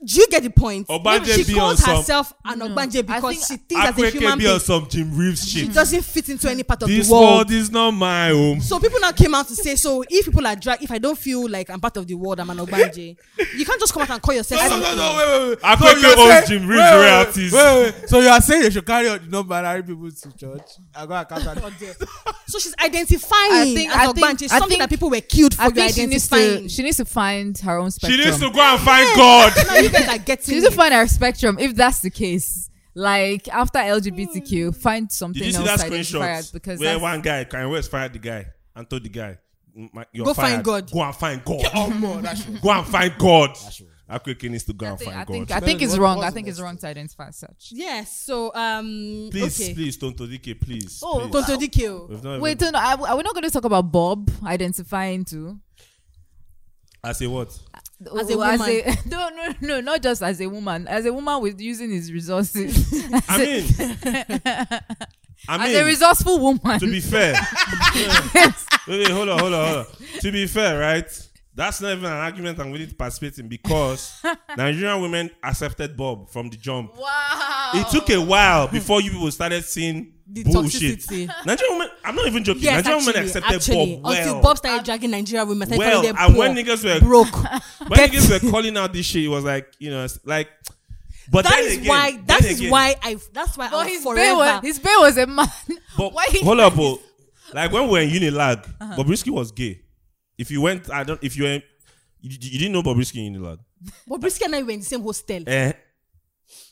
Speaker 3: Do you get the point?
Speaker 1: Ogbanje
Speaker 3: she
Speaker 1: be
Speaker 3: calls
Speaker 1: on some-
Speaker 3: herself an
Speaker 4: No, Mm. I
Speaker 3: Ogbanje because
Speaker 4: think-
Speaker 3: she
Speaker 1: I
Speaker 3: thinks as a
Speaker 1: can
Speaker 3: human
Speaker 1: be on
Speaker 3: being
Speaker 1: some Jim Reeves
Speaker 3: she
Speaker 1: shit.
Speaker 3: doesn't fit into any part of
Speaker 1: This
Speaker 3: the world.
Speaker 1: world is not my home.
Speaker 3: So people now came out to say, so if people are drag, if I don't feel like I'm part of the world, I'm an Ogbanje. you can't just come out and call yourself.
Speaker 2: No, no,
Speaker 3: something.
Speaker 2: no, wait, wait, wait.
Speaker 1: I
Speaker 2: So
Speaker 1: think
Speaker 2: you are
Speaker 1: it owns
Speaker 2: saying-
Speaker 1: Jim
Speaker 2: wait,
Speaker 1: Reeves
Speaker 2: wait, wait,
Speaker 1: royalties.
Speaker 2: Wait, wait. So you are saying they should carry out non-binary people to church? I got account
Speaker 3: God damn. So she's identifying
Speaker 4: I think-
Speaker 3: as
Speaker 4: I think-
Speaker 3: Ogbanje,
Speaker 4: I
Speaker 3: something
Speaker 4: think-
Speaker 3: that people were killed for.
Speaker 4: I think
Speaker 3: you're
Speaker 4: she needs to
Speaker 3: identifying.
Speaker 4: she needs to find her own
Speaker 1: She
Speaker 4: spectrum.
Speaker 1: needs to go and find God.
Speaker 3: now you guys are getting.
Speaker 4: She needs to
Speaker 3: it.
Speaker 4: find her spectrum if that's the case. Like after LGBTQ,
Speaker 3: Hmm.
Speaker 4: find something
Speaker 1: Did you see
Speaker 4: else
Speaker 1: that
Speaker 4: to identify as
Speaker 1: screenshot
Speaker 4: because
Speaker 1: where
Speaker 4: that's-
Speaker 1: one guy Kanye West fired the guy and told the guy, "Mm, my- "You're
Speaker 3: Go
Speaker 1: fired.
Speaker 3: find God."
Speaker 1: Go and find God.
Speaker 2: more. That's true.
Speaker 1: go and find God."
Speaker 2: true.
Speaker 1: Akweke needs to go
Speaker 4: I
Speaker 1: and
Speaker 4: think,
Speaker 1: find
Speaker 4: I
Speaker 1: Oh God.
Speaker 4: think, I
Speaker 2: God.
Speaker 4: think it's
Speaker 2: What-
Speaker 4: wrong.
Speaker 2: what's
Speaker 4: I
Speaker 2: the
Speaker 4: think it's
Speaker 2: next
Speaker 4: wrong to identify as such.
Speaker 3: Yes. So um.
Speaker 1: please,
Speaker 3: okay.
Speaker 1: please, Tonto Dike, please.
Speaker 4: Oh,
Speaker 1: please.
Speaker 4: Tonto-
Speaker 3: Tonto Dikeo.
Speaker 1: We've not
Speaker 4: Wait,
Speaker 1: even-
Speaker 4: no, no, are we- are we not going to talk about Bob identifying to Oh,
Speaker 1: I say what?
Speaker 3: As a
Speaker 4: a- no, no, no, not just as a woman. As a woman with using his resources. as,
Speaker 1: I mean, I
Speaker 4: as a
Speaker 1: mean,
Speaker 4: resourceful woman.
Speaker 1: to be fair, wait, wait, hold on, hold on, hold on. To be fair, right? That's not even an argument I'm willing to participate in because Nigerian women accepted Bob from the jump.
Speaker 4: wow.
Speaker 1: It took a while before you people started seeing
Speaker 3: The
Speaker 1: bullshit.
Speaker 3: toxicity.
Speaker 1: Nigerian women, I'm not even joking.
Speaker 3: Yes,
Speaker 1: Nigerian
Speaker 3: actually,
Speaker 1: women accepted
Speaker 3: actually,
Speaker 1: Bob well.
Speaker 3: until Bob started dragging Nigerian women. started
Speaker 1: well,
Speaker 3: calling them
Speaker 1: and when
Speaker 3: poor,
Speaker 1: niggas were
Speaker 3: broke.
Speaker 1: when
Speaker 3: Get-
Speaker 1: niggas were calling out this shit, it was like you know, it's like. But
Speaker 3: That
Speaker 1: then
Speaker 3: is
Speaker 1: again-
Speaker 3: why.
Speaker 1: then
Speaker 3: That is
Speaker 1: again-
Speaker 3: why I. That's why
Speaker 4: But
Speaker 3: I'm
Speaker 4: his bae,
Speaker 3: forever.
Speaker 4: was, his bae was a man.
Speaker 1: But
Speaker 4: Why he-
Speaker 1: hold up, oh. like when we were in Unilag,
Speaker 3: Uh-huh.
Speaker 1: Bobrisky was gay. If you went, I don't. If you went, you, you didn't know Bobrisky in Unilag.
Speaker 3: But Brisky and I were in the same hostel.
Speaker 1: Eh?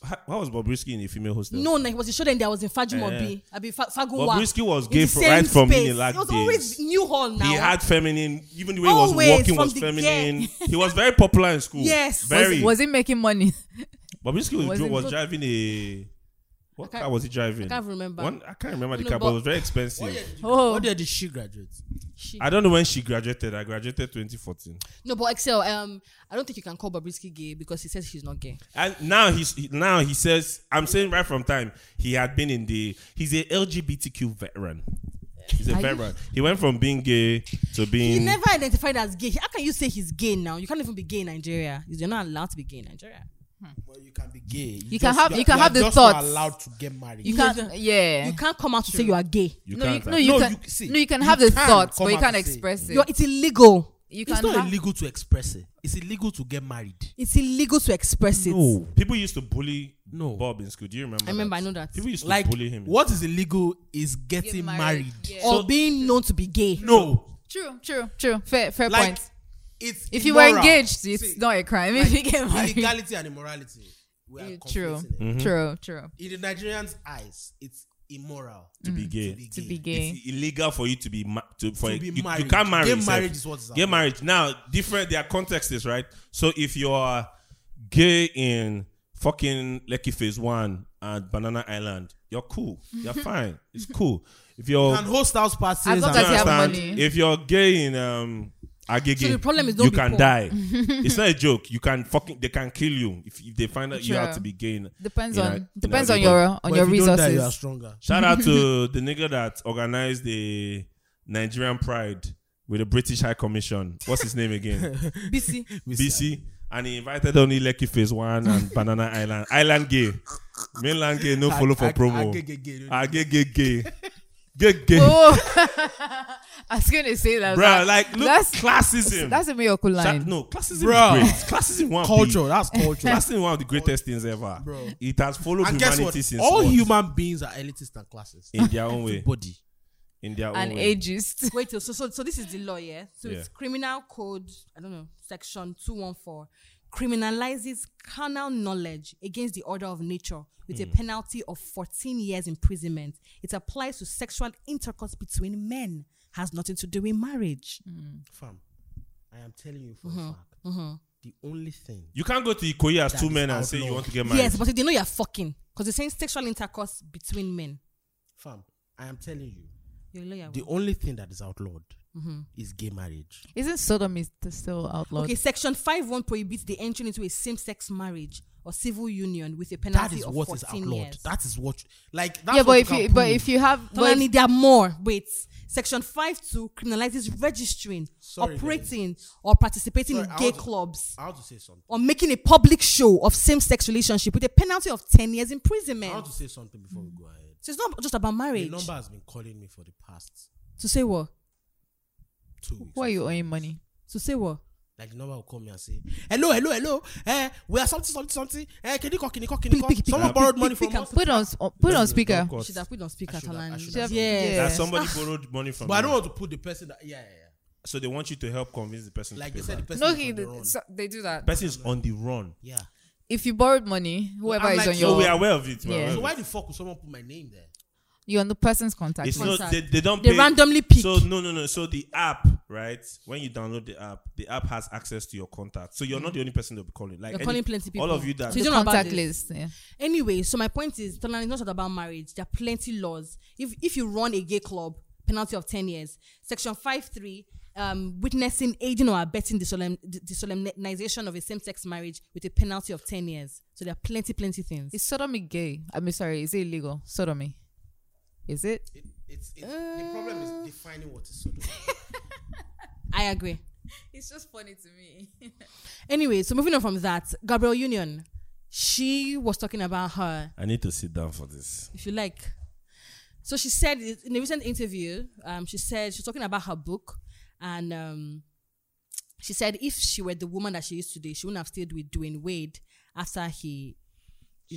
Speaker 1: How, how was Bobrisky in a female hostel?
Speaker 3: No, no, it was a show then there was in Fajumo
Speaker 1: Eh.
Speaker 3: B. I be Fa- Fagunwa.
Speaker 1: Bobrisky was
Speaker 3: In
Speaker 1: gay
Speaker 3: the
Speaker 1: fr-
Speaker 3: same
Speaker 1: right from
Speaker 3: space.
Speaker 1: Unilag
Speaker 3: It was
Speaker 1: days.
Speaker 3: always new hall now.
Speaker 1: He had feminine, even the way he
Speaker 3: Always,
Speaker 1: was walking
Speaker 3: from
Speaker 1: was
Speaker 3: the
Speaker 1: feminine. he was very popular in school.
Speaker 3: Yes. Was-
Speaker 1: very.
Speaker 4: was, was he making money?
Speaker 1: Bobrisky was,
Speaker 4: was
Speaker 1: dri-
Speaker 4: he-
Speaker 1: was driving a. What
Speaker 3: can't-
Speaker 1: car was he driving?
Speaker 3: I can't remember.
Speaker 1: One, I can't remember the
Speaker 3: No,
Speaker 1: car, but it
Speaker 3: but-
Speaker 1: was very expensive.
Speaker 4: Oh,
Speaker 2: What year did she graduate?
Speaker 3: She-
Speaker 1: I don't know when she graduated. I graduated 2014.
Speaker 3: no, but Excel, um, I don't think you can call Bobrisky gay because he says she's not gay.
Speaker 1: And now he's he- now he says I'm saying right from time he had been in the he's a LGBTQ veteran. He's a
Speaker 4: Are you-
Speaker 1: veteran. He went from being gay to
Speaker 3: He
Speaker 1: being
Speaker 3: never identified as gay. How can you say he's gay now? You can't even be gay in Nigeria. You're not allowed to be gay in Nigeria.
Speaker 2: Well, you can be gay. You,
Speaker 4: can have- you can
Speaker 2: are
Speaker 4: have the
Speaker 2: just not
Speaker 4: thoughts.
Speaker 2: allowed to get married.
Speaker 4: you
Speaker 3: You
Speaker 4: can't.
Speaker 3: can-
Speaker 4: Yeah.
Speaker 3: You can't come out to say you are gay.
Speaker 1: you
Speaker 4: no, you,
Speaker 1: can't
Speaker 4: no, you
Speaker 2: No,
Speaker 4: can.
Speaker 2: you- see,
Speaker 4: no, you can
Speaker 2: you
Speaker 4: have the
Speaker 2: can
Speaker 4: thoughts,
Speaker 2: come
Speaker 4: but you
Speaker 2: out
Speaker 4: can't
Speaker 2: and say-
Speaker 4: express it.
Speaker 3: You're, it's illegal.
Speaker 4: You
Speaker 2: it's
Speaker 4: can
Speaker 2: not
Speaker 4: have,
Speaker 2: illegal to express it. It's illegal to get married.
Speaker 3: It's illegal to express it.
Speaker 1: No. people used to bully
Speaker 2: No.
Speaker 1: Bob in school. Do you remember?
Speaker 3: I remember.
Speaker 1: that?
Speaker 3: I know that.
Speaker 1: People used to
Speaker 2: Like
Speaker 1: bully him.
Speaker 2: what is illegal is getting
Speaker 4: Get married,
Speaker 2: married.
Speaker 4: yeah.
Speaker 3: or being known to be gay.
Speaker 2: No,
Speaker 4: True, true, true. Fair, fair
Speaker 2: like
Speaker 4: point.
Speaker 2: it's
Speaker 4: If you were
Speaker 2: immoral.
Speaker 4: engaged, it's
Speaker 2: See,
Speaker 4: not a crime.
Speaker 2: like,
Speaker 4: if you get married,
Speaker 2: illegality and immorality. We are
Speaker 4: Yeah,
Speaker 2: true.
Speaker 4: true, true, true.
Speaker 2: In the Nigerians' eyes, it's immoral
Speaker 1: to be gay.
Speaker 2: to be gay.
Speaker 4: Mm. To be gay,
Speaker 1: It's illegal for you to be ma- to for
Speaker 2: To
Speaker 1: you,
Speaker 2: be
Speaker 1: you
Speaker 2: married.
Speaker 1: can't marry.
Speaker 2: Gay
Speaker 1: yourself.
Speaker 2: marriage is what is
Speaker 1: gay
Speaker 2: allowed.
Speaker 1: marriage. Now different. Their context is right. So if you're gay in fucking Lucky Phase One and Banana Island, you're cool. You're fine. It's cool. If you're
Speaker 2: You can host house parties.
Speaker 4: As long
Speaker 1: do you
Speaker 4: as you have
Speaker 1: understand?
Speaker 4: money.
Speaker 1: If you're gay in um Agege,
Speaker 3: So the problem is don't
Speaker 1: you
Speaker 3: be
Speaker 1: can
Speaker 3: poor.
Speaker 1: die. it's not a joke. You can fucking they can kill you if, if they find out you
Speaker 4: True.
Speaker 1: have to be gay. In,
Speaker 4: depends
Speaker 1: in
Speaker 4: on
Speaker 1: Ag- in
Speaker 4: depends on
Speaker 1: Agege.
Speaker 4: your on your resources.
Speaker 2: you are stronger.
Speaker 1: Shout out to the nigga that organized the Nigerian Pride with the British High Commission. What's his name again?
Speaker 3: BC.
Speaker 1: BC. And he invited only Lucky Phase One and Banana Island. Island Gay. Mainland gay no follow for
Speaker 2: Ag-
Speaker 1: promo. Ah, I
Speaker 2: agegege.
Speaker 1: get gay gay. Get gay.
Speaker 4: Oh, I was gonna say that.
Speaker 1: Bruh, like look
Speaker 4: That's-
Speaker 1: classism.
Speaker 4: that's a miracle
Speaker 1: Sha-
Speaker 4: line.
Speaker 1: no, classism
Speaker 2: Bruh.
Speaker 1: is great. Classism one
Speaker 2: culture.
Speaker 1: Be,
Speaker 2: That's culture.
Speaker 1: classism is one of the greatest things ever.
Speaker 2: Bro.
Speaker 1: It has followed
Speaker 2: and guess
Speaker 1: humanity
Speaker 2: what?
Speaker 1: since
Speaker 2: All
Speaker 1: what?
Speaker 2: human beings are elitist and classes.
Speaker 1: in their own way.
Speaker 2: Everybody.
Speaker 1: In their
Speaker 4: An
Speaker 1: own way.
Speaker 4: ageist.
Speaker 3: Wait, till- so, so so this is the law, yeah? So it's
Speaker 1: Yeah.
Speaker 3: criminal code, I don't know, section 214 criminalizes carnal knowledge against the order of nature with
Speaker 2: Hmm.
Speaker 3: a penalty of 14 years imprisonment. It applies to sexual intercourse between men. Has nothing to do with marriage.
Speaker 2: Hmm. Fam, I am telling you for a fact. The only thing
Speaker 1: You can't go to Ikoyi as
Speaker 2: That
Speaker 1: two
Speaker 2: is
Speaker 1: men and say you
Speaker 2: outlawed.
Speaker 1: want to get married.
Speaker 3: Yes, but they know you're fucking because they're saying sexual intercourse between men.
Speaker 2: fam, I am telling you,
Speaker 3: You're a lawyer.
Speaker 2: the only thing that is outlawed is gay marriage.
Speaker 4: Isn't sodomy st- still outlawed?
Speaker 3: Okay, section 51 prohibits the entry into a same sex marriage or civil union with a
Speaker 2: That
Speaker 3: penalty
Speaker 2: is
Speaker 3: of
Speaker 2: what is
Speaker 3: 14
Speaker 2: outlawed.
Speaker 3: years.
Speaker 2: That is what like that's
Speaker 4: yeah,
Speaker 2: what
Speaker 4: but if
Speaker 2: can
Speaker 4: you but
Speaker 2: prove.
Speaker 4: if you have but
Speaker 3: Tolani, there are more. Wait. Section 5.2 criminalizes registering,
Speaker 2: Sorry,
Speaker 3: operating, or participating
Speaker 2: Sorry,
Speaker 3: in
Speaker 2: I
Speaker 3: gay
Speaker 2: want to-
Speaker 3: clubs,
Speaker 2: I want to say something.
Speaker 3: or making a public show of same sex relationship with a penalty of 10 years
Speaker 2: I want
Speaker 3: imprisonment.
Speaker 2: to say something before we go ahead.
Speaker 3: So it's not just about
Speaker 2: The
Speaker 3: marriage.
Speaker 2: number has been calling me for the past
Speaker 3: To say what?
Speaker 2: two weeks.
Speaker 4: why are you owing money?
Speaker 3: To say what?
Speaker 2: Like the number will call me and say, "Hello, hello, hello. Eh, we are something, something, something. Eh, can you call, can you call, can you
Speaker 3: Pick,
Speaker 2: call?
Speaker 3: pick, pick,
Speaker 2: Someone
Speaker 3: pick,
Speaker 2: borrowed
Speaker 3: pick,
Speaker 2: money
Speaker 3: pick
Speaker 2: from
Speaker 3: up.
Speaker 2: us,
Speaker 4: Put on s- uh, put on speaker.
Speaker 1: Of course.
Speaker 3: Should have put on speaker,
Speaker 2: I should have- I
Speaker 3: Tolani.
Speaker 2: should
Speaker 4: have-
Speaker 3: Yes.
Speaker 4: Yeah.
Speaker 1: That somebody borrowed money from
Speaker 2: but I
Speaker 1: you.
Speaker 2: don't want to put the person that. Yeah, yeah, yeah.
Speaker 1: so they want you to help convince the person
Speaker 2: Like
Speaker 1: to
Speaker 2: they
Speaker 1: pay
Speaker 2: said, the
Speaker 1: back.
Speaker 2: person.
Speaker 4: No,
Speaker 2: is
Speaker 4: he,
Speaker 2: on their own.
Speaker 4: so, they do that.
Speaker 1: person is on the run.
Speaker 2: Yeah.
Speaker 4: If you borrowed money, whoever
Speaker 2: I'm
Speaker 4: is
Speaker 2: like,
Speaker 4: on
Speaker 2: so
Speaker 4: your
Speaker 1: So we are aware of it.
Speaker 4: Yeah.
Speaker 1: Yeah.
Speaker 2: So why the fuck would someone put my name there?
Speaker 4: you're on the person's contact.
Speaker 1: It's
Speaker 4: list.
Speaker 1: not, they, they don't
Speaker 3: They
Speaker 1: pay.
Speaker 3: randomly pick.
Speaker 1: So no, no, no. So the app, right? When you download the app, the app has access to your contact. So you're not the only person they'll be calling. Like
Speaker 3: You're
Speaker 1: any-
Speaker 3: calling plenty people.
Speaker 1: All of you that
Speaker 3: So you
Speaker 4: the
Speaker 3: don't know about
Speaker 4: contact
Speaker 3: this.
Speaker 4: list. Yeah.
Speaker 3: Anyway, so my point is, Tolani, it's not just about marriage. There are plenty laws. If if you run a gay club, penalty of ten years. Section five three, um, witnessing, aiding, or abetting the, solemn, the, the solemnization of a same-sex marriage with a penalty of ten years. So there are plenty, plenty things.
Speaker 4: Is sodomy gay? I mean, sorry, is it illegal? Sodomy. Is it?
Speaker 2: It, it's it, the problem is
Speaker 4: Uh.
Speaker 2: defining what is sodomy.
Speaker 3: I agree.
Speaker 4: It's just funny to me.
Speaker 3: Anyway, so moving on from that, Gabrielle Union, she was talking about her
Speaker 1: I need to sit down for this.
Speaker 3: if you like. So she said it- in a recent interview, um, she said she's talking about her book, and um, she said if she were the woman that she is today, she wouldn't have stayed with Dwayne Wade after he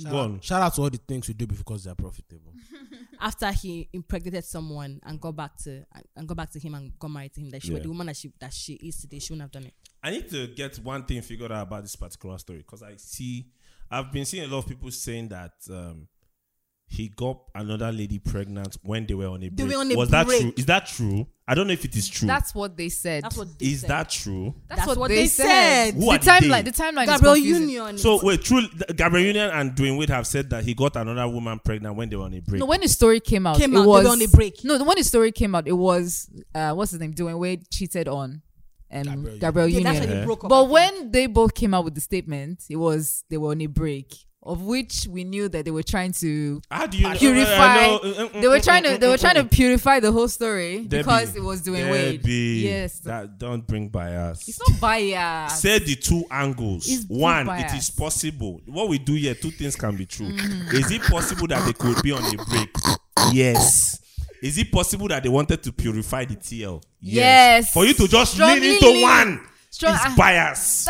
Speaker 1: Go on.
Speaker 2: Shout out to all the things we do because they are profitable.
Speaker 4: Oh
Speaker 3: after he impregnated someone and got back to and got back to him and got married to him. That she were
Speaker 1: Yeah.
Speaker 3: the woman that she that she is today, she wouldn't have done it.
Speaker 1: I need to get one thing figured out about this particular story because I see, I've been seeing a lot of people saying that um, he got another lady pregnant when they were on a
Speaker 3: They
Speaker 1: break.
Speaker 3: were on a
Speaker 1: Was that
Speaker 3: break.
Speaker 1: true? Is that true? I don't know if it is true.
Speaker 4: That's what they said.
Speaker 3: That's what they
Speaker 1: is
Speaker 3: said.
Speaker 1: that true?
Speaker 3: That's what they said.
Speaker 1: Who
Speaker 4: the
Speaker 1: are they?
Speaker 4: timeline. The timeline.
Speaker 3: Gabrielle
Speaker 4: is confusing.
Speaker 3: Union.
Speaker 1: So wait, true. Gabriel Union and Dwayne Wade have said that he got another woman pregnant when they were on a break.
Speaker 4: No, when the story came out,
Speaker 3: Came
Speaker 4: it
Speaker 3: out, they were
Speaker 4: was
Speaker 3: on a break.
Speaker 4: No, the- when the story came out, it was uh, what's his name? Dwayne Wade cheated on um,
Speaker 2: Gabrielle
Speaker 4: Gabriel
Speaker 3: yeah,
Speaker 4: Union.
Speaker 3: that's how they
Speaker 1: Yeah.
Speaker 3: broke up. I
Speaker 4: But
Speaker 3: think.
Speaker 4: when they both came out with the statement, it was they were on a break, of which we knew that they were trying to
Speaker 1: How do you know-
Speaker 4: purify.
Speaker 1: Uh, no, uh, uh,
Speaker 4: they were
Speaker 1: uh,
Speaker 4: trying
Speaker 1: uh,
Speaker 4: to
Speaker 1: uh,
Speaker 4: they were trying
Speaker 1: uh,
Speaker 4: to purify the whole story
Speaker 1: Debbie,
Speaker 4: because it was doing Wade.
Speaker 1: Debbie,
Speaker 4: Yes,
Speaker 1: that don't bring bias.
Speaker 4: it's not bias.
Speaker 1: Say the two angles.
Speaker 4: It's too
Speaker 1: One,
Speaker 4: biased.
Speaker 1: it is possible. What we do here, two things can be true.
Speaker 4: Mm.
Speaker 1: Is it possible that they could be on a break? Yes. Is it possible that they wanted to purify the TL?
Speaker 4: Yes.
Speaker 1: For you to just
Speaker 4: Strongly
Speaker 1: lean into
Speaker 4: lean.
Speaker 1: one
Speaker 4: Strong-
Speaker 1: is
Speaker 4: ah,
Speaker 1: bias.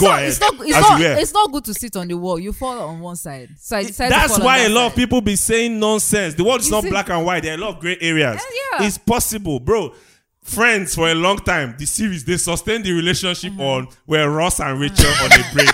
Speaker 1: Go
Speaker 4: not,
Speaker 1: ahead.
Speaker 4: it's not it's
Speaker 1: As
Speaker 4: not
Speaker 1: you were.
Speaker 4: it's not good to sit on the wall. You fall on one side. So I decided to
Speaker 1: That's
Speaker 4: fall on
Speaker 1: why
Speaker 4: that
Speaker 1: a lot of
Speaker 4: side.
Speaker 1: people be saying nonsense. The world is
Speaker 4: You
Speaker 1: not
Speaker 4: see-
Speaker 1: black and white. There are a lot of gray areas.
Speaker 4: Hell yeah.
Speaker 1: It's possible, bro. Friends for a long time. The series they sustained the relationship
Speaker 4: Mm-hmm.
Speaker 1: on where Ross and Rachel on a break.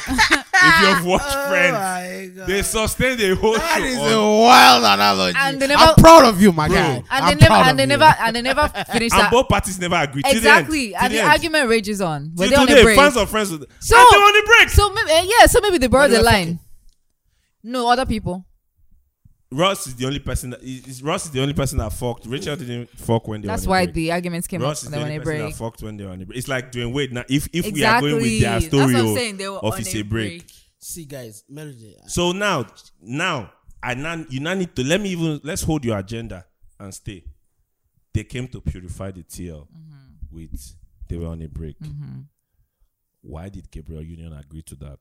Speaker 1: if you have watched Friends, They sustained the whole
Speaker 2: Oh That
Speaker 1: show
Speaker 2: is a
Speaker 1: on-
Speaker 2: wild analogy.
Speaker 4: And they
Speaker 2: I'm
Speaker 4: never-
Speaker 2: proud of you, my
Speaker 1: Bro.
Speaker 2: guy.
Speaker 1: And
Speaker 4: And
Speaker 2: I'm
Speaker 4: they never
Speaker 2: proud
Speaker 4: and
Speaker 2: of
Speaker 4: they
Speaker 2: you.
Speaker 4: never and they never finished
Speaker 1: and
Speaker 4: that.
Speaker 1: both parties never agreed. Till the end.
Speaker 4: Exactly.
Speaker 1: Till
Speaker 4: And
Speaker 1: the
Speaker 4: the
Speaker 1: end.
Speaker 4: argument rages on. Were
Speaker 1: Till
Speaker 4: they on a
Speaker 1: today,
Speaker 4: break?
Speaker 1: fans of friends. With,
Speaker 4: So-
Speaker 1: and they were on a break.
Speaker 4: So maybe, eh, yeah, so maybe they borrowed
Speaker 2: they
Speaker 4: the
Speaker 2: were
Speaker 4: line. No, other people.
Speaker 1: Ross is the only person. That, is, is- Ross is the only person that fucked. Rachel didn't fuck when they
Speaker 4: That's
Speaker 1: were on
Speaker 4: why
Speaker 1: a break.
Speaker 4: the arguments came
Speaker 1: Ross
Speaker 4: up
Speaker 1: is the
Speaker 4: when they were on
Speaker 1: only
Speaker 4: a
Speaker 1: person
Speaker 4: break.
Speaker 1: that fucked when they were on a break. It's like doing wait now. If if we are going with their
Speaker 4: Exactly. That's
Speaker 1: story
Speaker 4: what I'm
Speaker 1: oh,
Speaker 4: saying, they were
Speaker 1: of
Speaker 4: on
Speaker 1: it's
Speaker 4: a
Speaker 1: a break.
Speaker 4: break.
Speaker 2: See, guys, Melody. uh,
Speaker 1: So now, now I now you now need to let me even let's hold your agenda and stay. They came to purify the TL
Speaker 4: Mm-hmm.
Speaker 1: with they were on a break. Why did Gabriel Union agree to that?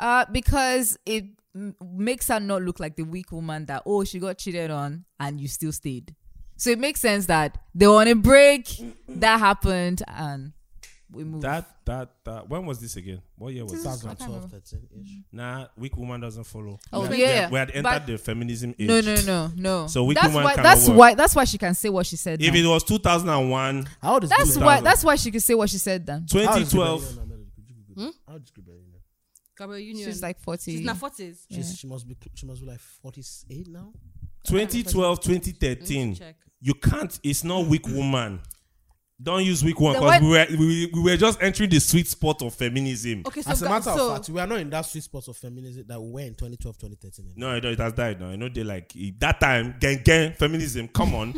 Speaker 4: Uh, because it m- makes her not look like the weak woman that oh she got cheated on and you still stayed. So it makes sense that they were on a break, that happened, and we moved.
Speaker 1: That that that. When was this again? What year was this?
Speaker 2: 2012, 13 ish.
Speaker 1: Nah, weak woman doesn't follow.
Speaker 4: Oh,
Speaker 1: we had,
Speaker 4: yeah,
Speaker 1: we had-
Speaker 4: yeah.
Speaker 1: We had entered
Speaker 4: But-
Speaker 1: the feminism age.
Speaker 4: no, no, no, no.
Speaker 1: So weak
Speaker 4: that's
Speaker 1: woman
Speaker 4: why.
Speaker 1: cannot
Speaker 4: That's
Speaker 1: work.
Speaker 4: why. That's why she can say what she said.
Speaker 1: If
Speaker 4: now.
Speaker 1: it was 2001,
Speaker 2: How old is
Speaker 4: That's
Speaker 2: Guberia?
Speaker 4: why.
Speaker 1: 2000.
Speaker 4: That's why she could say what she said. Then
Speaker 2: How old is
Speaker 1: 2012,
Speaker 2: Guberia now, Melody? Could you Google
Speaker 4: Hmm?
Speaker 2: it? How old is Guberia now?
Speaker 3: Gabrielle Union.
Speaker 4: she's like forty.
Speaker 3: She's in her forties.
Speaker 2: She's, she must be cl- she must be like 48 now.
Speaker 1: 2012, 2013.
Speaker 3: Check.
Speaker 1: You can't. It's not weak woman. Don't use weak woman
Speaker 4: Then
Speaker 1: because
Speaker 4: why-
Speaker 1: we were we, we were just entering the sweet spot of feminism.
Speaker 3: Okay, so
Speaker 2: As a
Speaker 3: ga-
Speaker 2: matter
Speaker 3: so
Speaker 2: of fact, we are not in that sweet spot of feminism that we were in 2012, 2013. anymore.
Speaker 1: No, no, it has died now. You know they like eh, that time gang gang feminism. Come on,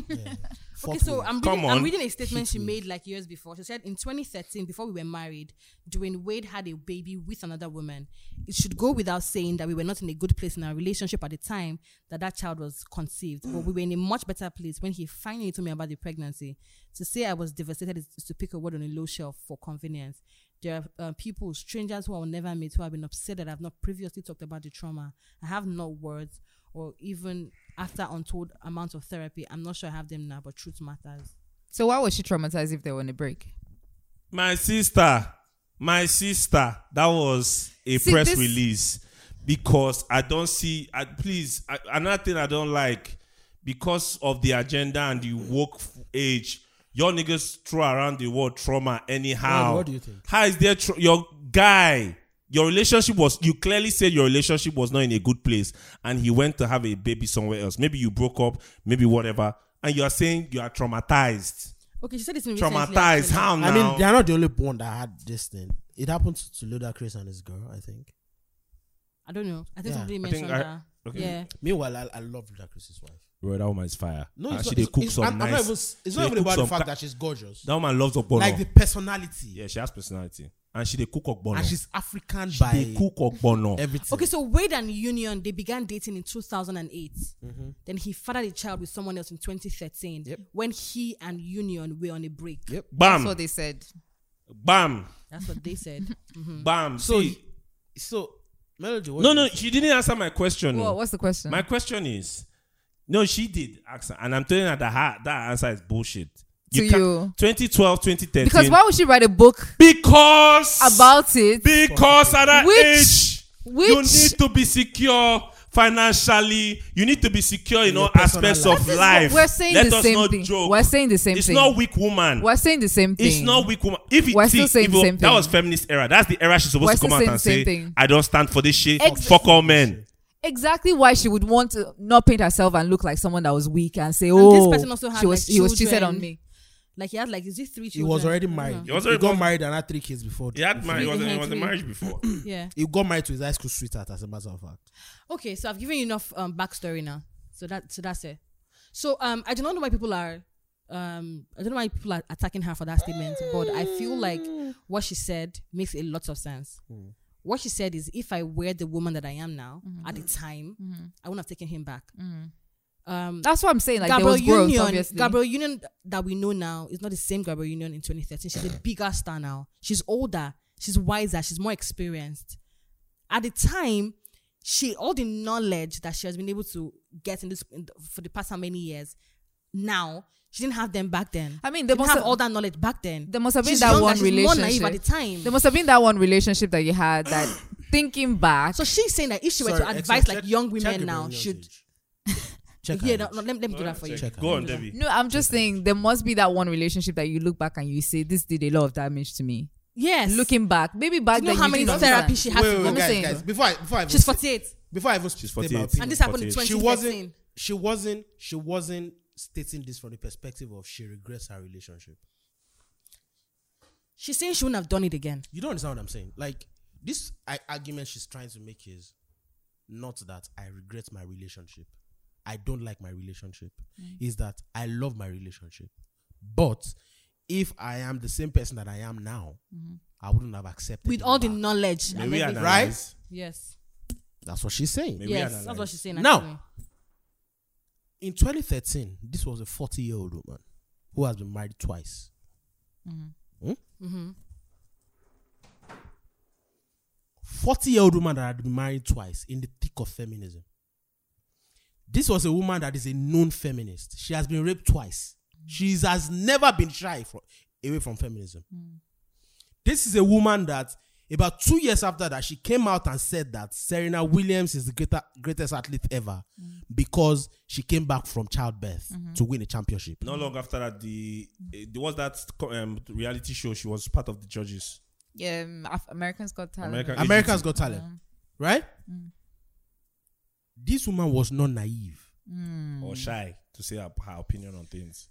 Speaker 2: Fuck
Speaker 3: Okay, so
Speaker 2: with.
Speaker 3: I'm
Speaker 1: Come
Speaker 3: reading, I'm
Speaker 1: on.
Speaker 3: reading a statement
Speaker 2: Hit
Speaker 3: she
Speaker 2: me.
Speaker 3: made like years before. She said in 2013, before we were married, Dwayne Wade had a baby with another woman. It should go without saying that we were not in a good place in our relationship at the time that that child was conceived, but we were in a much better place when he finally told me about the pregnancy. To say I was devastated is is to pick a word on a low shelf for convenience. There are uh, people, strangers who I will never meet, who have been upset that I've not previously talked about the trauma. I have no words, or even after untold amounts of therapy, I'm not sure I have them now. But truth matters.
Speaker 4: So why was she traumatized if they were on a break?
Speaker 1: my sister, my sister. That was a
Speaker 4: See,
Speaker 1: press
Speaker 4: this-
Speaker 1: release because I don't see. I, please, I, another thing I don't like because of the agenda and the woke f- age. Your niggas throw around the word trauma anyhow.
Speaker 2: Ronnie, what do you think?
Speaker 1: How is there tr- your guy? Your relationship was you clearly said your relationship was not in a good place, and he went to have a baby somewhere else. Maybe you broke up, maybe whatever, and you are saying you are traumatized.
Speaker 3: Okay, she said it's in recently,
Speaker 1: Traumatized?
Speaker 3: actually.
Speaker 1: How now?
Speaker 2: I mean, they're not the only one that had this thing. It happened to Ludacris and his girl, I think.
Speaker 3: I don't know. I think
Speaker 2: Yeah.
Speaker 3: somebody
Speaker 1: I think
Speaker 3: mentioned
Speaker 1: I-
Speaker 3: that.
Speaker 1: okay.
Speaker 3: Yeah,
Speaker 2: Meanwhile, I, I love Ludacris's wife.
Speaker 1: Bro, that woman is fire.
Speaker 2: No,
Speaker 1: and
Speaker 2: it's
Speaker 1: Ah, she
Speaker 2: not,
Speaker 1: they
Speaker 2: it's,
Speaker 1: cook
Speaker 2: it's,
Speaker 1: some
Speaker 2: I'm- I'm
Speaker 1: nice.
Speaker 2: not even, it's
Speaker 1: she
Speaker 2: not
Speaker 1: dey
Speaker 2: even
Speaker 1: cook
Speaker 2: about the
Speaker 1: some
Speaker 2: fact
Speaker 1: ca-
Speaker 2: that she's gorgeous.
Speaker 1: that woman loves ogbono.
Speaker 2: Like the personality.
Speaker 1: yeah, she has personality, and she they cook ogbono.
Speaker 2: And she's African
Speaker 1: she
Speaker 2: by
Speaker 1: they cook ogbono.
Speaker 2: everything.
Speaker 3: Okay, so Wade and Union they began dating in 2008.
Speaker 4: Mm-hmm.
Speaker 3: Then he fathered a child with someone else in 2013
Speaker 2: Yep.
Speaker 3: when he and Union were on a break.
Speaker 2: Yep.
Speaker 4: That's
Speaker 1: bam,
Speaker 4: what they said.
Speaker 1: bam,
Speaker 3: That's what they said.
Speaker 4: Mm-hmm.
Speaker 1: bam.
Speaker 2: So,
Speaker 1: See,
Speaker 2: so Melody, what
Speaker 1: no,
Speaker 2: do
Speaker 1: no,
Speaker 2: you-
Speaker 1: she didn't answer my question. no.
Speaker 4: What, what's the question?
Speaker 1: Mm. My question is, no, she did ask, her, and I'm telling her that her, that answer is bullshit.
Speaker 4: To
Speaker 1: can't-
Speaker 4: you.
Speaker 1: 2012, 2013.
Speaker 4: because why would she write a book
Speaker 1: Because
Speaker 4: about it?
Speaker 1: because at that
Speaker 4: Which-
Speaker 1: age, you
Speaker 4: which-
Speaker 1: need to be secure financially. You need to be secure in
Speaker 2: your
Speaker 1: all
Speaker 2: personal
Speaker 1: aspects
Speaker 2: life.
Speaker 1: of
Speaker 4: This is what-
Speaker 1: life.
Speaker 4: We're saying
Speaker 1: Let
Speaker 4: the
Speaker 1: us
Speaker 4: same
Speaker 1: not
Speaker 4: thing.
Speaker 1: joke.
Speaker 4: We're saying the same
Speaker 1: it's
Speaker 4: thing.
Speaker 1: not weak woman.
Speaker 4: We're saying the same thing.
Speaker 1: It's not weak woman. If it,
Speaker 4: We're still
Speaker 1: see,
Speaker 4: saying
Speaker 1: if
Speaker 4: the
Speaker 1: it-
Speaker 4: same
Speaker 1: that
Speaker 4: thing.
Speaker 1: was feminist era. That's the era she's supposed
Speaker 4: We're
Speaker 1: to come
Speaker 4: still
Speaker 1: out
Speaker 4: saying
Speaker 1: and
Speaker 4: the same
Speaker 1: say,
Speaker 4: thing.
Speaker 1: "I don't stand for this shit.
Speaker 4: Ex-
Speaker 1: Fuck all men."
Speaker 4: exactly why she would want to not paint herself and look like someone that was weak and say,
Speaker 3: this
Speaker 4: "Oh,
Speaker 3: person also had,
Speaker 4: she was
Speaker 3: like,
Speaker 4: he was cheated
Speaker 3: children.
Speaker 4: on me."
Speaker 3: Like he had like is it three
Speaker 2: he
Speaker 3: children?
Speaker 2: was already
Speaker 3: I don't
Speaker 2: married.
Speaker 1: He
Speaker 2: He,
Speaker 1: was already
Speaker 2: got
Speaker 1: married.
Speaker 2: married and had three kids before.
Speaker 1: He had married. He was, he was
Speaker 3: Three.
Speaker 1: in marriage before.
Speaker 3: know. Yeah.
Speaker 2: He got married to his high school sweetheart, as a matter of fact.
Speaker 3: Okay, so I've given you enough um, backstory now. So that so that's it. So um, I do not know why people are um, I don't know why people are attacking her for that statement, but I feel like what she said makes a lot of sense. What she said is, if I were the woman that I am now at the time, I wouldn't have taken him back. Um,
Speaker 4: That's what I'm saying. Like
Speaker 3: Gabrielle
Speaker 4: there was growth,
Speaker 3: Union,
Speaker 4: obviously.
Speaker 3: Gabrielle Union that we know now is not the same Gabrielle Union in 2013. She's a bigger star now. She's older. She's wiser. She's more experienced. At the time, she all the knowledge that she has been able to get in this in the- for the past how many years. Now she didn't have them back then.
Speaker 4: I mean,
Speaker 3: they
Speaker 4: there
Speaker 3: didn't
Speaker 4: must
Speaker 3: have
Speaker 4: have-
Speaker 3: all that knowledge back then.
Speaker 4: there must have been
Speaker 3: She's
Speaker 4: that
Speaker 3: younger,
Speaker 4: one
Speaker 3: she's More
Speaker 4: relationship.
Speaker 3: naive at the time.
Speaker 4: There must have been that one relationship that you had that thinking back.
Speaker 3: so she's saying that if she were
Speaker 2: Sorry,
Speaker 3: to
Speaker 2: Exo,
Speaker 3: advise
Speaker 2: check-
Speaker 3: like young
Speaker 2: check
Speaker 3: women
Speaker 2: your
Speaker 3: now,
Speaker 2: Brazilian
Speaker 3: should
Speaker 2: age. Check her
Speaker 3: yeah, no,
Speaker 2: age.
Speaker 3: no, let, me, let me do that for you.
Speaker 2: check.
Speaker 1: Go on, Debbie.
Speaker 4: no, I'm just saying there must be that one relationship that you look back and you say this did a lot of damage to me.
Speaker 3: Yes,
Speaker 4: Looking back, maybe back
Speaker 3: you know
Speaker 4: then
Speaker 3: how
Speaker 4: you
Speaker 3: many
Speaker 4: didn't
Speaker 3: therapy
Speaker 4: understand.
Speaker 3: she has
Speaker 2: Wait,
Speaker 3: to
Speaker 2: wait,
Speaker 3: go
Speaker 4: I'm
Speaker 2: wait, guys,
Speaker 4: saying.
Speaker 2: guys. Before I, before I even
Speaker 3: She's
Speaker 2: say-
Speaker 3: 48.
Speaker 2: Before I even state my
Speaker 1: 48.
Speaker 2: opinion,
Speaker 3: And this happened in
Speaker 1: She
Speaker 2: she
Speaker 3: 2013.
Speaker 2: wasn't. She wasn't. She wasn't stating this from the perspective of she regrets her relationship.
Speaker 3: She's saying she wouldn't have done it again.
Speaker 2: You don't understand what I'm saying. Like this I, argument she's trying to make is not that I regret my relationship. I don't like my relationship.
Speaker 3: Mm.
Speaker 2: Is that I love my relationship. But if I am the same person that I am now, I wouldn't have accepted
Speaker 3: Mm-hmm. With
Speaker 2: him
Speaker 3: all the
Speaker 2: back.
Speaker 3: knowledge.
Speaker 1: May
Speaker 3: and
Speaker 1: we
Speaker 3: everything.
Speaker 1: analyze?
Speaker 2: Right?
Speaker 3: Yes.
Speaker 2: That's what she's saying.
Speaker 1: Maybe
Speaker 3: yes.
Speaker 1: analyze.
Speaker 3: That's what she's saying.
Speaker 2: Now-
Speaker 3: actually.
Speaker 2: in 2013, this was a 40 year old woman who has been married twice. Hmm? 40-year-old woman that had been married twice in the thick of feminism. This was a woman that is a known feminist. She has been raped twice. She is- has never been shy from, away from feminism. This is a woman that about two years after that, she came out and said that Serena Williams is the greater, greatest athlete ever because she came back from childbirth to win a championship.
Speaker 1: Not long after that, the eh, there was that co- um, reality show. She was part of the judges.
Speaker 4: Yeah, um, Af- Americans got talent.
Speaker 1: American-
Speaker 2: America's Got Talent, right? This woman was not naive.
Speaker 4: Mm.
Speaker 1: Or shy to say her, her opinion on things.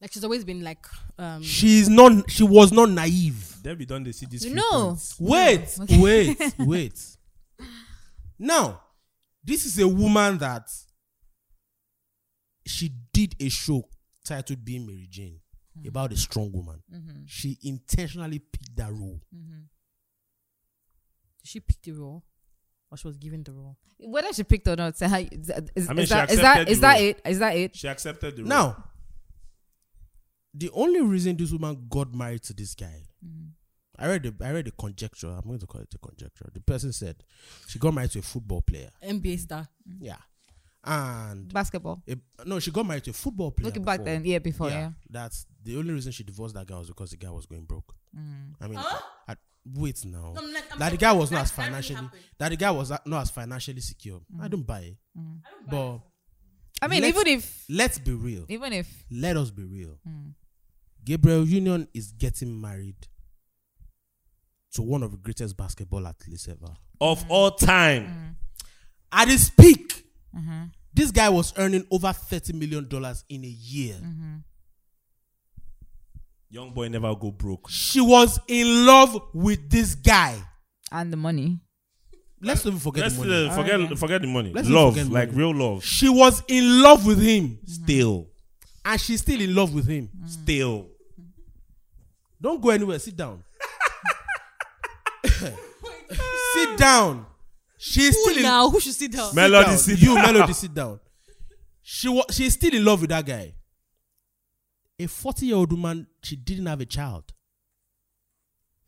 Speaker 3: Like she's always been like um
Speaker 2: She is not. She was not naive.
Speaker 1: Debbie done they see this. few
Speaker 4: No,
Speaker 1: points.
Speaker 2: Wait,
Speaker 4: okay.
Speaker 2: wait, wait. Now, this is a woman that she did a show titled "Being Mary Jane" about a strong woman. She intentionally picked that role.
Speaker 3: she picked the role or she was given the role.
Speaker 4: whether she picked or not, so how, is, is,
Speaker 1: I mean, she
Speaker 4: that is that
Speaker 1: accepted
Speaker 4: is
Speaker 1: the
Speaker 4: that
Speaker 1: role.
Speaker 4: it? Is that it?
Speaker 1: She accepted the role.
Speaker 2: Now, the only reason this woman got married to this guy,
Speaker 4: Mm-hmm.
Speaker 2: I read the I read the conjecture. I'm going to call it a conjecture. The person said she got married to a football player.
Speaker 3: NBA star.
Speaker 4: Mm-hmm.
Speaker 2: Yeah, and
Speaker 4: Basketball.
Speaker 2: a- no, she got married to a football player.
Speaker 4: Looking back
Speaker 2: before.
Speaker 4: then, yeah, before yeah.
Speaker 2: that's the only reason she divorced that guy was because the guy was going broke.
Speaker 4: Mm.
Speaker 2: I mean, I- wait now.
Speaker 3: I'm like- I'm
Speaker 2: that the
Speaker 3: like,
Speaker 2: guy was
Speaker 3: that-
Speaker 2: not as
Speaker 3: that really
Speaker 2: financially
Speaker 3: happened.
Speaker 2: that the guy was a- not as financially secure.
Speaker 4: Mm.
Speaker 2: I don't buy it. But
Speaker 4: I mean,
Speaker 2: Let's-
Speaker 4: even if
Speaker 2: let's be real.
Speaker 4: even if
Speaker 2: Let us be real.
Speaker 3: Hmm.
Speaker 2: Gabriel Union is getting married to one of the greatest basketball athletes ever.
Speaker 1: of all
Speaker 4: Mm.
Speaker 1: time,
Speaker 2: At his peak,
Speaker 3: Mm-hmm.
Speaker 2: this guy was earning over thirty million dollars in a year.
Speaker 3: Mm-hmm.
Speaker 1: young boy never go broke.
Speaker 2: She was in love with this guy.
Speaker 4: and the money,
Speaker 2: Let's not even forget
Speaker 1: Let's
Speaker 2: the money.
Speaker 1: uh, forget
Speaker 4: Alright, Mm. yeah.
Speaker 1: forget the money.
Speaker 2: Let's not
Speaker 1: love,
Speaker 2: forget
Speaker 1: like
Speaker 2: money.
Speaker 1: real love.
Speaker 2: she was in love with him,
Speaker 3: Mm-hmm.
Speaker 1: Still,
Speaker 2: and she's still in love with him.
Speaker 1: still.
Speaker 2: Don't go anywhere. Sit down. sit down. She's
Speaker 3: Who
Speaker 2: still in
Speaker 3: now? Who should sit down?
Speaker 1: Melody,
Speaker 2: down.
Speaker 1: sit
Speaker 2: you
Speaker 1: down.
Speaker 2: melody sit down she was she's still in love with that guy a 40 year old woman she didn't have a child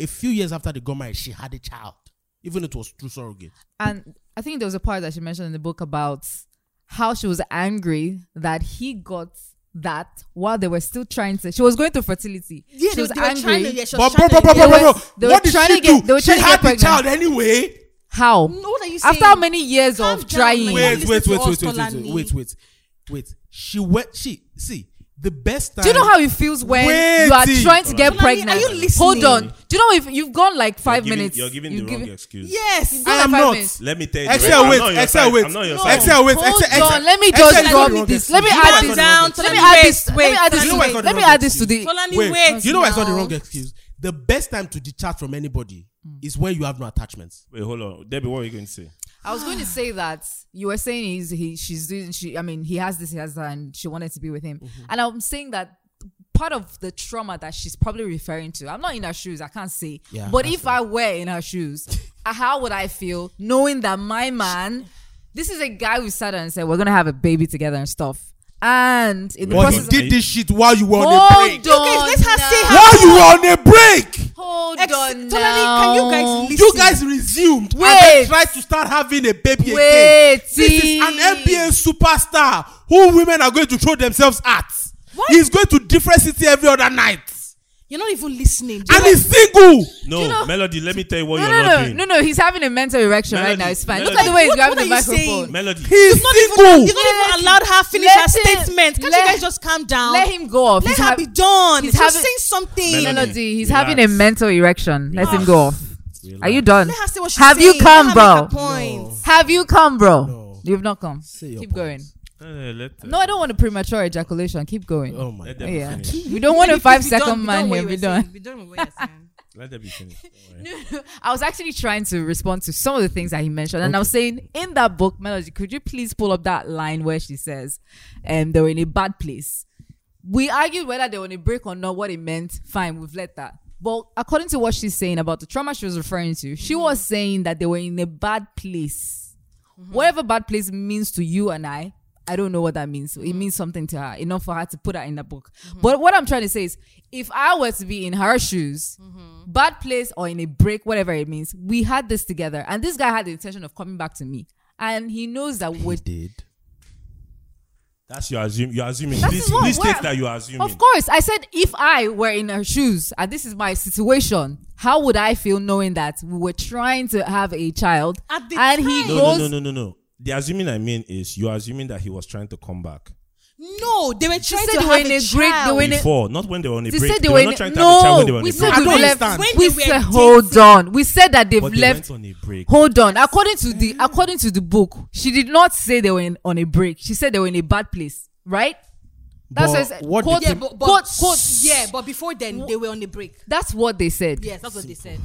Speaker 2: a few years after they got married she had a child even it was through surrogate
Speaker 4: and I think there was a part that she mentioned in the book about how she was angry that he got that while they were still trying to. She was going through fertility.
Speaker 3: Yeah,
Speaker 4: she
Speaker 3: they-
Speaker 4: was
Speaker 3: they were
Speaker 4: angry.
Speaker 3: trying to- yeah, she was
Speaker 2: but bro,
Speaker 3: trying
Speaker 2: bro, bro, bro,
Speaker 3: to-
Speaker 4: They
Speaker 2: bro,
Speaker 4: were-
Speaker 2: bro,
Speaker 4: they were
Speaker 2: what did
Speaker 4: trying
Speaker 2: she
Speaker 4: to get- they
Speaker 2: do
Speaker 4: were
Speaker 2: she
Speaker 4: trying to
Speaker 2: had
Speaker 4: get
Speaker 2: the
Speaker 4: pregnant.
Speaker 2: child anyway
Speaker 4: How?
Speaker 3: No, what are you
Speaker 4: After
Speaker 3: saying?
Speaker 4: how many years
Speaker 3: Calm
Speaker 4: of
Speaker 3: down,
Speaker 4: trying?
Speaker 3: man.
Speaker 2: wait
Speaker 3: listen
Speaker 2: wait
Speaker 3: to
Speaker 2: wait
Speaker 3: us,
Speaker 2: wait wait wait
Speaker 3: Tolani.
Speaker 2: wait wait wait she went she see the best time
Speaker 4: Do you know how it feels when
Speaker 2: Wait
Speaker 4: you are
Speaker 2: it.
Speaker 4: trying to get
Speaker 3: Tolani, are
Speaker 4: pregnant?
Speaker 3: you listening?
Speaker 4: Hold on. Do you know if you've gone like
Speaker 1: You're
Speaker 4: 5
Speaker 1: giving-
Speaker 4: minutes?
Speaker 1: You're giving
Speaker 4: you
Speaker 1: the
Speaker 4: give
Speaker 1: wrong
Speaker 4: it-
Speaker 1: excuse.
Speaker 3: Yes.
Speaker 4: Go
Speaker 2: I
Speaker 4: like
Speaker 2: am
Speaker 4: five
Speaker 2: not
Speaker 4: minutes.
Speaker 1: Let me tell you. the rest.
Speaker 2: excel
Speaker 1: I'm
Speaker 2: wait
Speaker 1: not on your
Speaker 2: excel
Speaker 1: side.
Speaker 2: wait
Speaker 1: I'm not on your side.
Speaker 2: excel wait
Speaker 4: Hold
Speaker 2: excel
Speaker 4: on,
Speaker 2: excel
Speaker 4: let me
Speaker 2: excel
Speaker 4: just
Speaker 2: is
Speaker 4: drop
Speaker 2: the wrong
Speaker 4: this.
Speaker 2: excuse.
Speaker 4: Let me
Speaker 2: You know
Speaker 4: add
Speaker 2: why I
Speaker 4: this.
Speaker 2: got the wrong
Speaker 3: down.
Speaker 2: excuse?
Speaker 4: Let me
Speaker 3: Tolani,
Speaker 4: add
Speaker 3: wait.
Speaker 4: this. Wait. Let
Speaker 3: Wait,
Speaker 4: me add this. to
Speaker 3: Tolani,
Speaker 2: wait.
Speaker 4: the- Let me
Speaker 2: Tolani,
Speaker 4: add this to the.
Speaker 3: Tolani,
Speaker 2: Wait,
Speaker 3: wait.
Speaker 2: you know why it's not the
Speaker 3: now.
Speaker 2: wrong excuse? The best time to detach from anybody
Speaker 4: Hmm.
Speaker 2: is when you have no attachments.
Speaker 1: Wait, hold on, Debbie. What are you going to say?
Speaker 4: I was going to say that you were saying he's he she's doing she I mean he has this he has that and she wanted to be with him and I'm saying that part of the trauma that she's probably referring to I'm not in her shoes I can't say
Speaker 2: Yeah,
Speaker 4: but
Speaker 2: that's
Speaker 4: if I were in her shoes uh, how would I feel knowing that my man this is a guy who sat down and said we're gonna have a baby together and stuff and in the
Speaker 1: But
Speaker 2: But he
Speaker 4: process
Speaker 2: did this shit while you were on a break.
Speaker 4: hold on
Speaker 3: guys, let's have-
Speaker 4: now.
Speaker 3: say how-
Speaker 2: While you were on a break,
Speaker 4: hold
Speaker 3: Ex-
Speaker 4: on
Speaker 3: Tolani, can you
Speaker 4: now.
Speaker 3: guys listen?
Speaker 2: you guys resumed and
Speaker 4: Wait.
Speaker 2: then tried to start having a baby again.
Speaker 4: Wait.
Speaker 2: This is an NBA superstar who women are going to throw themselves at.
Speaker 3: What?
Speaker 2: He's going to different city every other night,
Speaker 3: You're not even listening. Do you
Speaker 2: and
Speaker 3: know-
Speaker 2: he's single.
Speaker 1: No,
Speaker 4: you know-
Speaker 1: Melody. Let me tell you what
Speaker 4: no
Speaker 1: Oh, you're
Speaker 4: no
Speaker 1: not
Speaker 4: no
Speaker 1: doing.
Speaker 4: no no he's having a mental erection right
Speaker 1: Melody,
Speaker 4: now it's fine look at
Speaker 1: Melody.
Speaker 4: the way he's
Speaker 3: What-
Speaker 4: grabbing
Speaker 3: what
Speaker 4: the
Speaker 3: are you saying?
Speaker 4: microphone
Speaker 1: Melody.
Speaker 2: He's
Speaker 3: You're
Speaker 2: single.
Speaker 3: not even allowed her finish
Speaker 4: Let
Speaker 3: her
Speaker 4: him-
Speaker 3: statement. Can't
Speaker 4: let-
Speaker 3: you guys just calm down?
Speaker 4: let him go off.
Speaker 3: Let
Speaker 4: He's
Speaker 3: her
Speaker 4: hav-
Speaker 3: be done.
Speaker 4: he's
Speaker 3: He's
Speaker 4: having-
Speaker 3: saying something.
Speaker 1: Melody.
Speaker 4: Melody, he's
Speaker 1: Relax.
Speaker 4: having a mental erection. Let him go off. Are you done?
Speaker 3: Let her say what she's
Speaker 4: Have
Speaker 3: saying.
Speaker 4: you come,
Speaker 3: Let her
Speaker 4: bro?
Speaker 3: make her point.
Speaker 4: Have you come, bro?
Speaker 2: No.
Speaker 4: You've not come.
Speaker 2: Say your
Speaker 4: Keep
Speaker 2: point.
Speaker 4: going.
Speaker 1: Eh, let,
Speaker 4: No, I don't want a premature ejaculation. Keep going.
Speaker 2: Oh my
Speaker 1: let
Speaker 2: god.
Speaker 1: Debbie
Speaker 4: yeah.
Speaker 1: finish.
Speaker 4: we don't want a
Speaker 3: If
Speaker 4: five
Speaker 3: you don't-
Speaker 4: second
Speaker 3: we
Speaker 4: man
Speaker 3: don't
Speaker 4: here.
Speaker 3: what
Speaker 4: We
Speaker 3: you were saying.
Speaker 4: don't.
Speaker 3: We don't know what you're saying.
Speaker 1: Let Debbie finish. Don't worry.
Speaker 4: I was actually trying to respond to some of the things that he mentioned, and I was saying in that book, Melody, could you please pull up that line where she says, um, they were in a bad place. we argued whether they were on a break or not, what it meant. Fine, we've let that. But according to what she's saying about the trauma she was referring to, she was saying that they were in a bad place. Whatever bad place means to you and I, I don't know what that means. It means something to her enough for her to put that in the book. But what I'm trying to say is, if I were to be in her shoes, bad place or in a break, whatever it means, we had this together, and this guy had the intention of coming back to me, and he knows that
Speaker 2: We
Speaker 4: with
Speaker 2: did.
Speaker 1: That's your assume. You're assuming
Speaker 4: That
Speaker 1: these
Speaker 4: is what-
Speaker 1: these
Speaker 4: what-
Speaker 1: things that you are assuming.
Speaker 4: Of course, I said if I were in her shoes and this is my situation, how would I feel knowing that we were trying to have a child
Speaker 3: At the
Speaker 4: and he
Speaker 3: time.
Speaker 1: No,
Speaker 4: goes
Speaker 1: no, no, no, no, no. The assuming I mean is you're assuming that he was trying to come back
Speaker 3: No, they were
Speaker 4: She
Speaker 3: trying
Speaker 4: said
Speaker 3: to
Speaker 4: they were
Speaker 3: have
Speaker 4: in
Speaker 3: a
Speaker 4: a great- they were
Speaker 3: child.
Speaker 4: When it-
Speaker 1: before, not when they were on a
Speaker 4: They
Speaker 1: break.
Speaker 4: said
Speaker 1: they
Speaker 4: they
Speaker 1: were
Speaker 4: were in
Speaker 1: not
Speaker 4: a-
Speaker 1: trying to have a child when they were
Speaker 4: No,
Speaker 1: on a
Speaker 4: we
Speaker 1: break.
Speaker 4: said
Speaker 2: I
Speaker 4: we
Speaker 2: don't
Speaker 4: left.
Speaker 2: understand.
Speaker 3: When
Speaker 4: We
Speaker 3: they were
Speaker 4: said hold
Speaker 3: dating.
Speaker 4: on. We said that they've
Speaker 1: But they
Speaker 4: left.
Speaker 1: went on a break.
Speaker 4: Hold on. According to the according to the book, she did not say they were in, on a break. She said they were in a bad place, right? That's what I
Speaker 2: But
Speaker 4: said.
Speaker 2: what
Speaker 4: Quote-
Speaker 2: did
Speaker 3: Yeah,
Speaker 2: you-
Speaker 3: but, but
Speaker 4: quote- quote-
Speaker 3: yeah, but before then they were on the break.
Speaker 4: That's what they said.
Speaker 3: Yes, that's what they said.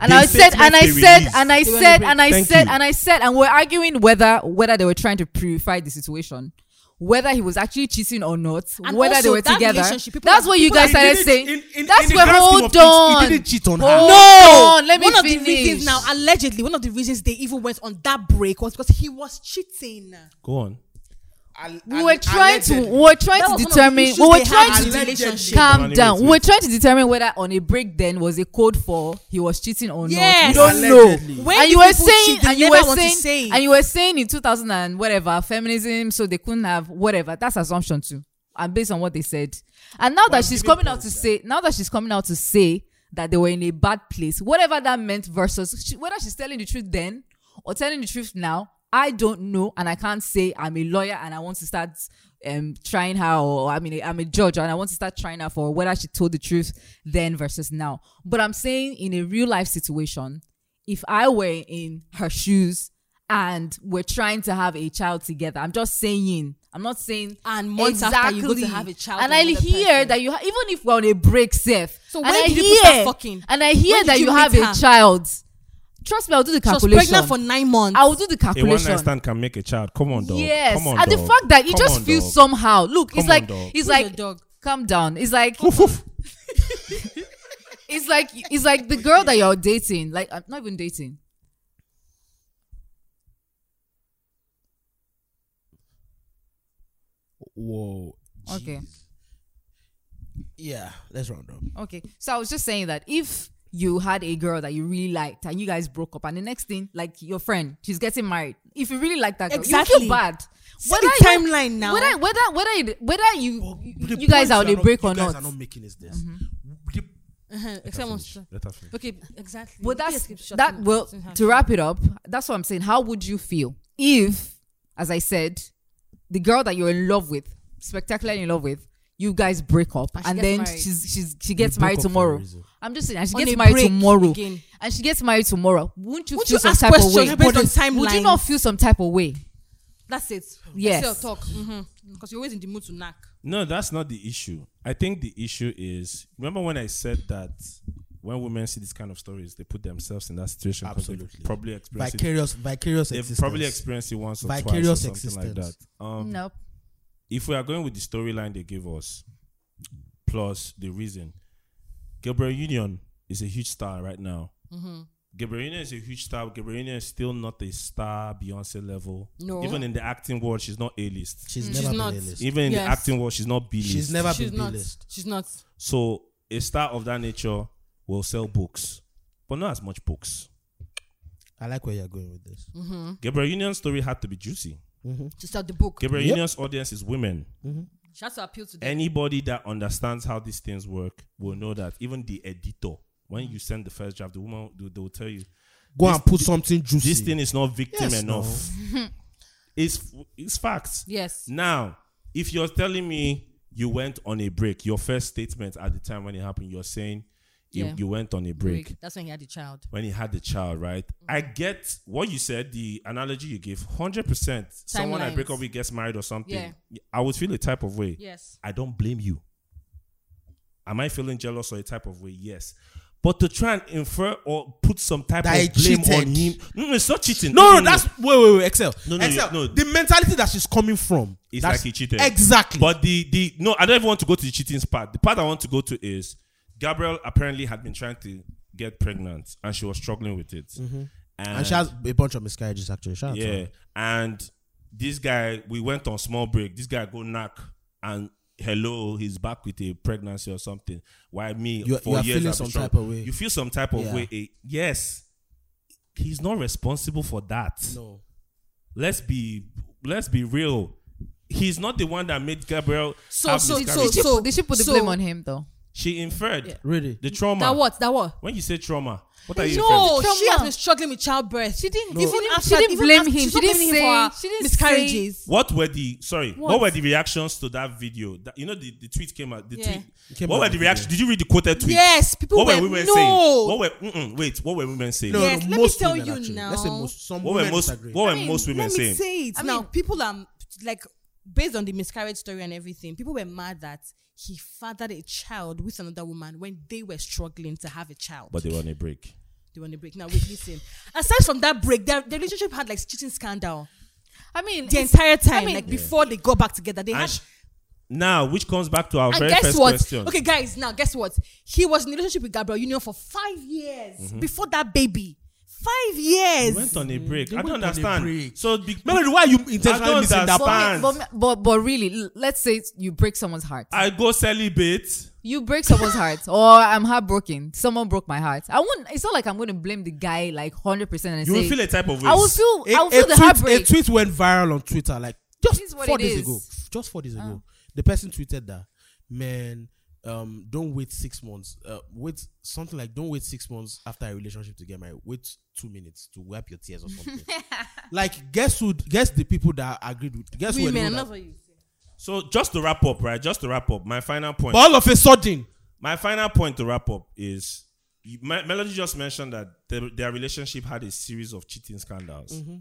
Speaker 4: And
Speaker 1: They
Speaker 4: I
Speaker 1: said
Speaker 4: said, and I
Speaker 1: they
Speaker 4: said,
Speaker 1: released.
Speaker 4: and I
Speaker 3: They were
Speaker 4: said,
Speaker 3: liberated.
Speaker 4: and I
Speaker 1: Thank
Speaker 4: said,
Speaker 1: you.
Speaker 4: and I said, and we're arguing whether whether they were trying to purify the situation, whether he was actually cheating or not,
Speaker 3: And
Speaker 4: whether they
Speaker 3: also,
Speaker 4: were
Speaker 3: that
Speaker 4: together.
Speaker 3: relationship, people
Speaker 4: That's
Speaker 3: are-
Speaker 4: what you
Speaker 3: people
Speaker 4: guys
Speaker 2: are-
Speaker 4: started
Speaker 2: He
Speaker 4: saying.
Speaker 2: didn't- in- in- in
Speaker 4: That's
Speaker 2: the
Speaker 4: where
Speaker 2: grand scheme
Speaker 4: hold
Speaker 2: of things,
Speaker 4: on.
Speaker 2: he didn't cheat on her.
Speaker 4: Hold
Speaker 3: No,
Speaker 4: on, let me
Speaker 3: one
Speaker 4: finish.
Speaker 3: of the reasons now, allegedly, one of the reasons they even went on that break was because he was cheating.
Speaker 1: Go on.
Speaker 4: we were trying to, we were
Speaker 3: That
Speaker 4: trying
Speaker 3: was
Speaker 4: to
Speaker 3: one of the
Speaker 4: determine,
Speaker 3: issues
Speaker 4: we were
Speaker 3: they
Speaker 4: trying
Speaker 3: had
Speaker 4: to
Speaker 3: in the
Speaker 2: Allegedly.
Speaker 3: relationship.
Speaker 4: calm
Speaker 1: Manipulative.
Speaker 4: down. We were trying to determine whether on a break then was a code for he was cheating or
Speaker 3: Yes.
Speaker 4: not. We don't know.
Speaker 2: Allegedly.
Speaker 3: When
Speaker 4: and
Speaker 3: do
Speaker 4: you were
Speaker 3: people
Speaker 4: saying,
Speaker 3: cheat? They
Speaker 4: and you
Speaker 3: never
Speaker 4: were
Speaker 3: want to
Speaker 4: saying,
Speaker 3: say it.
Speaker 4: and you were saying in 2000 and whatever feminism, so they couldn't have whatever. That's assumption too, and based on what they said. And now that she's coming out to say, now that she's coming out to say that they were in a bad place, whatever that meant versus she, whether she's telling the truth then or telling the truth now, I don't know, and I can't say I'm a lawyer and I want to start um trying her or I mean I'm a judge and I want to start trying her for whether she told the truth then versus now. But I'm saying in a real life situation, if I were in her shoes and we're trying to have a child together, I'm just saying. I'm not saying
Speaker 3: And months after you go to have a child
Speaker 4: And
Speaker 3: with
Speaker 4: I
Speaker 3: another
Speaker 4: hear
Speaker 3: person.
Speaker 4: that you ha- even if we're on a break, safe.
Speaker 3: So
Speaker 4: and
Speaker 3: when
Speaker 4: I
Speaker 3: did you
Speaker 4: hear,
Speaker 3: start fucking?
Speaker 4: And I
Speaker 3: When
Speaker 4: hear
Speaker 3: did
Speaker 4: that
Speaker 3: you
Speaker 4: you have
Speaker 3: meet
Speaker 4: a
Speaker 3: her?
Speaker 4: child. Trust me, I'll do the
Speaker 3: She was
Speaker 4: calculation.
Speaker 3: pregnant for nine months.
Speaker 4: I'll do the
Speaker 1: A one night
Speaker 4: calculation.
Speaker 1: stand can make a child. Come on, dog.
Speaker 4: Yes,
Speaker 1: Come on,
Speaker 4: and the
Speaker 1: dog.
Speaker 4: fact that it
Speaker 1: Come
Speaker 4: just
Speaker 1: on,
Speaker 4: feels
Speaker 1: dog.
Speaker 4: somehow. Look,
Speaker 1: Come
Speaker 4: it's
Speaker 1: on,
Speaker 4: like
Speaker 1: dog.
Speaker 4: it's
Speaker 3: Who's your
Speaker 4: like
Speaker 3: dog?
Speaker 4: calm down. It's like
Speaker 1: Woof, woof.
Speaker 4: it's like it's like the girl that you're dating. Like I'm not even dating.
Speaker 2: Whoa.
Speaker 4: Okay.
Speaker 2: Yeah, let's round up.
Speaker 4: Okay. So I was just saying that if you had a girl that you really liked and you guys broke up, and the next thing, like your friend, she's getting married. If you really like that girl, you
Speaker 3: Exactly.
Speaker 4: feel bad.
Speaker 3: See the
Speaker 4: you-
Speaker 3: timeline now.
Speaker 4: Whether whether whether you, whether you
Speaker 2: But the
Speaker 4: you guys
Speaker 2: point
Speaker 4: are on a
Speaker 2: not-
Speaker 4: break
Speaker 2: you
Speaker 4: or
Speaker 2: guys
Speaker 4: not. Mm-hmm.
Speaker 2: are not making is this. The-
Speaker 3: Uh-huh, except once-
Speaker 1: Let her finish.
Speaker 3: Okay, exactly.
Speaker 4: Well,
Speaker 3: You guys
Speaker 4: that's
Speaker 3: keep shutting
Speaker 4: that. Well,
Speaker 3: shutting her
Speaker 4: to wrap it up, that's what I'm saying. How would you feel if, as I said, the girl that you're in love with, spectacularly in love with, you guys break up,
Speaker 3: And
Speaker 4: and,
Speaker 3: she gets
Speaker 4: then
Speaker 3: married.
Speaker 4: she's she's she
Speaker 2: broke
Speaker 4: gets
Speaker 2: up
Speaker 4: married
Speaker 2: for a
Speaker 4: tomorrow.
Speaker 2: reason.
Speaker 4: I'm just saying, and she
Speaker 3: On a
Speaker 4: gets married
Speaker 3: break
Speaker 4: tomorrow
Speaker 3: again.
Speaker 4: and she gets married tomorrow. Wouldn't you
Speaker 3: Won't
Speaker 4: feel
Speaker 3: you
Speaker 4: some
Speaker 3: ask
Speaker 4: type of
Speaker 3: questions
Speaker 4: way?
Speaker 3: based on
Speaker 4: Would you
Speaker 3: timelines?
Speaker 4: not feel some type of way?
Speaker 3: That's it.
Speaker 4: Yes.
Speaker 3: That's your talk. Mm-hmm. Because you're always in the mood to knock.
Speaker 1: No, that's not the issue. I think the issue is remember when I said that when women see these kind of stories, they put themselves in that situation. 'cause they've
Speaker 2: Absolutely.
Speaker 1: Probably experienced it.
Speaker 2: Vicarious, vicarious
Speaker 1: They've
Speaker 2: existence.
Speaker 1: probably experienced it once or
Speaker 2: Vicarious
Speaker 1: twice or something like
Speaker 2: existence.
Speaker 1: that. Um,
Speaker 4: Nope.
Speaker 1: If we are going with the storyline they give us, plus the reason, Gabriel Union is a huge star right now.
Speaker 3: Mm-hmm.
Speaker 1: Gabriel Union is a huge star. Gabriel Union is still not a star Beyonce level.
Speaker 3: No.
Speaker 1: Even in the acting world, she's not A list.
Speaker 4: Mm.
Speaker 2: She's
Speaker 3: She's
Speaker 2: never been
Speaker 3: not.
Speaker 2: a list.
Speaker 1: Even in the
Speaker 3: Yes.
Speaker 1: acting world, she's not B list.
Speaker 2: She's never
Speaker 3: She's
Speaker 2: been a
Speaker 3: not.
Speaker 2: list.
Speaker 3: She's not.
Speaker 1: So a star of that nature will sell books, but not as much books.
Speaker 2: I like where you're going with this.
Speaker 4: Mm.
Speaker 3: Mm.
Speaker 1: Gabriel Union's story had to be juicy.
Speaker 3: She sell the book.
Speaker 1: Gabriel
Speaker 2: Yep.
Speaker 1: Union's audience is women.
Speaker 3: She has to appeal to them.
Speaker 1: Anybody that understands how these things work will know that. Even the editor, when you send the first draft, the woman they they will tell you
Speaker 2: Go and put something juicy.
Speaker 1: this thing is not victim
Speaker 2: Yes, no.
Speaker 1: enough. it's it's facts.
Speaker 3: yes.
Speaker 1: Now, if you're telling me you went on a break, your first statement at the time when it happened, you're saying you,
Speaker 3: Yeah.
Speaker 1: you went on a break.
Speaker 3: That's when he had the child.
Speaker 1: when he had the child, right? I get what you said, the analogy you gave, 100%. Someone I break
Speaker 3: Timelines.
Speaker 1: up with gets married or something.
Speaker 3: Yeah.
Speaker 1: I would feel a type of way.
Speaker 3: Yes.
Speaker 1: I don't blame you. Am I feeling jealous or a type of way? Yes. But to try and infer or put some type
Speaker 2: That he
Speaker 1: of blame on
Speaker 2: cheated.
Speaker 1: him, no, no, it's not cheating.
Speaker 2: No, no, that's wait, wait, wait. Excel,
Speaker 1: No, no,
Speaker 2: Excel.
Speaker 1: no.
Speaker 2: The mentality that she's coming from
Speaker 1: It's
Speaker 2: that's-
Speaker 1: like he cheated.
Speaker 2: Exactly.
Speaker 1: But the the no, I don't even want to go to the cheating part. The part I want to go to is Gabrielle apparently had been trying to get pregnant and
Speaker 2: Mm-hmm.
Speaker 1: she was struggling with it.
Speaker 2: and she has a bunch of miscarriages. Actually, Shout out to
Speaker 1: yeah,
Speaker 2: her.
Speaker 1: and this guy, we went on small break. This guy go knock and hello, he's back with a pregnancy or something. Why me?
Speaker 2: You- you
Speaker 1: four
Speaker 2: are
Speaker 1: years
Speaker 2: feeling
Speaker 1: I've been
Speaker 2: some
Speaker 1: strong.
Speaker 2: type of way.
Speaker 1: You feel some type of
Speaker 2: Yeah.
Speaker 1: way. eh, yes, he's not responsible for that.
Speaker 2: No.
Speaker 1: Let's be let's be real. He's not the one that made Gabriel.
Speaker 3: So-
Speaker 1: have
Speaker 3: so- so-
Speaker 1: miscarriage.
Speaker 4: Did she,
Speaker 3: so-
Speaker 4: did she put the
Speaker 3: so-
Speaker 4: blame on him though?
Speaker 1: she inferred
Speaker 3: Yeah.
Speaker 2: Really?
Speaker 1: the trauma.
Speaker 3: That what? That what?
Speaker 1: When you say trauma, what are you?
Speaker 3: No,
Speaker 4: Trauma.
Speaker 3: she has been struggling with childbirth. She didn't.
Speaker 4: she didn't- she didn't blame him. She didn't say- she didn't
Speaker 3: miscarriages.
Speaker 1: What were the sorry? What?
Speaker 4: What?
Speaker 1: were the reactions to that video? That, you know the, the tweet came out. The
Speaker 3: Yeah.
Speaker 1: tweet.
Speaker 2: It came
Speaker 1: what
Speaker 2: out
Speaker 1: were
Speaker 2: the
Speaker 1: the
Speaker 2: video.
Speaker 1: reactions? Did you read the quoted tweet?
Speaker 3: Yes, people
Speaker 1: What were
Speaker 3: were,
Speaker 1: women
Speaker 3: no.
Speaker 1: saying? What were mm-mm, wait? What were women saying?
Speaker 2: No, no,
Speaker 3: Yes, let me
Speaker 2: most
Speaker 3: tell
Speaker 2: women,
Speaker 3: you
Speaker 2: actually.
Speaker 3: now.
Speaker 2: Let's say most, some
Speaker 1: What were
Speaker 2: women
Speaker 1: most?
Speaker 2: disagree.
Speaker 1: What were
Speaker 3: I mean,
Speaker 1: most women
Speaker 3: let me
Speaker 1: saying?
Speaker 3: say it.
Speaker 4: I
Speaker 3: now,
Speaker 4: mean-
Speaker 3: people are like, based on the miscarriage story and everything, people were mad that he fathered a child with another woman when they were struggling to have a child.
Speaker 1: But they were on a break.
Speaker 3: they were on a break. Now, wait, listen. Aside from that break, their, their relationship had like cheating scandal
Speaker 4: I mean,
Speaker 3: the
Speaker 4: it's-
Speaker 3: entire time.
Speaker 4: I mean,
Speaker 3: like before they got back together, they
Speaker 1: And
Speaker 3: had
Speaker 1: sh- now, which comes back to our
Speaker 3: And
Speaker 1: very
Speaker 3: guess
Speaker 1: first
Speaker 3: what?
Speaker 1: question.
Speaker 3: Okay, guys, now guess what? He was in a relationship with Gabriel Union for five years
Speaker 2: Mm-hmm.
Speaker 3: before that baby. Five years.
Speaker 1: They went on a break.
Speaker 2: They
Speaker 1: I don't
Speaker 2: went on a
Speaker 1: understand.
Speaker 2: break.
Speaker 1: So, be-
Speaker 2: Melody, why are you
Speaker 1: I
Speaker 2: intentionally
Speaker 1: don't
Speaker 2: missing that
Speaker 1: understand.
Speaker 2: part?
Speaker 4: but, but, but, but really, l- let's say you break someone's heart.
Speaker 1: I go celibate.
Speaker 4: you break someone's heart, or I'm heartbroken. Someone broke my heart. I won't. It's not like I'm going to blame the guy like hundred percent and
Speaker 1: You will
Speaker 4: say
Speaker 1: feel a type of way.
Speaker 4: I will feel. I will feel the
Speaker 2: tweet,
Speaker 4: heartbreak.
Speaker 2: A tweet went viral on Twitter like just
Speaker 4: It is what
Speaker 2: four
Speaker 4: it
Speaker 2: days
Speaker 4: is. Ah.
Speaker 2: ago. Just four days ago, the person tweeted that man, um, don't wait six months. Uh, wait something like don't wait six months after a relationship to get married. Wait two minutes to wipe your tears or something. like guess who? Guess the people that agreed with. Guess who? agreed
Speaker 3: Women, I'm
Speaker 2: with
Speaker 3: not
Speaker 2: that.
Speaker 3: for you.
Speaker 1: So, just to wrap up, right? Just to wrap up, my final point.
Speaker 2: But all of a sudden,
Speaker 1: My final point to wrap up is you- Me- Melody just mentioned that the, their relationship had a series of cheating scandals.
Speaker 2: Mm-hmm.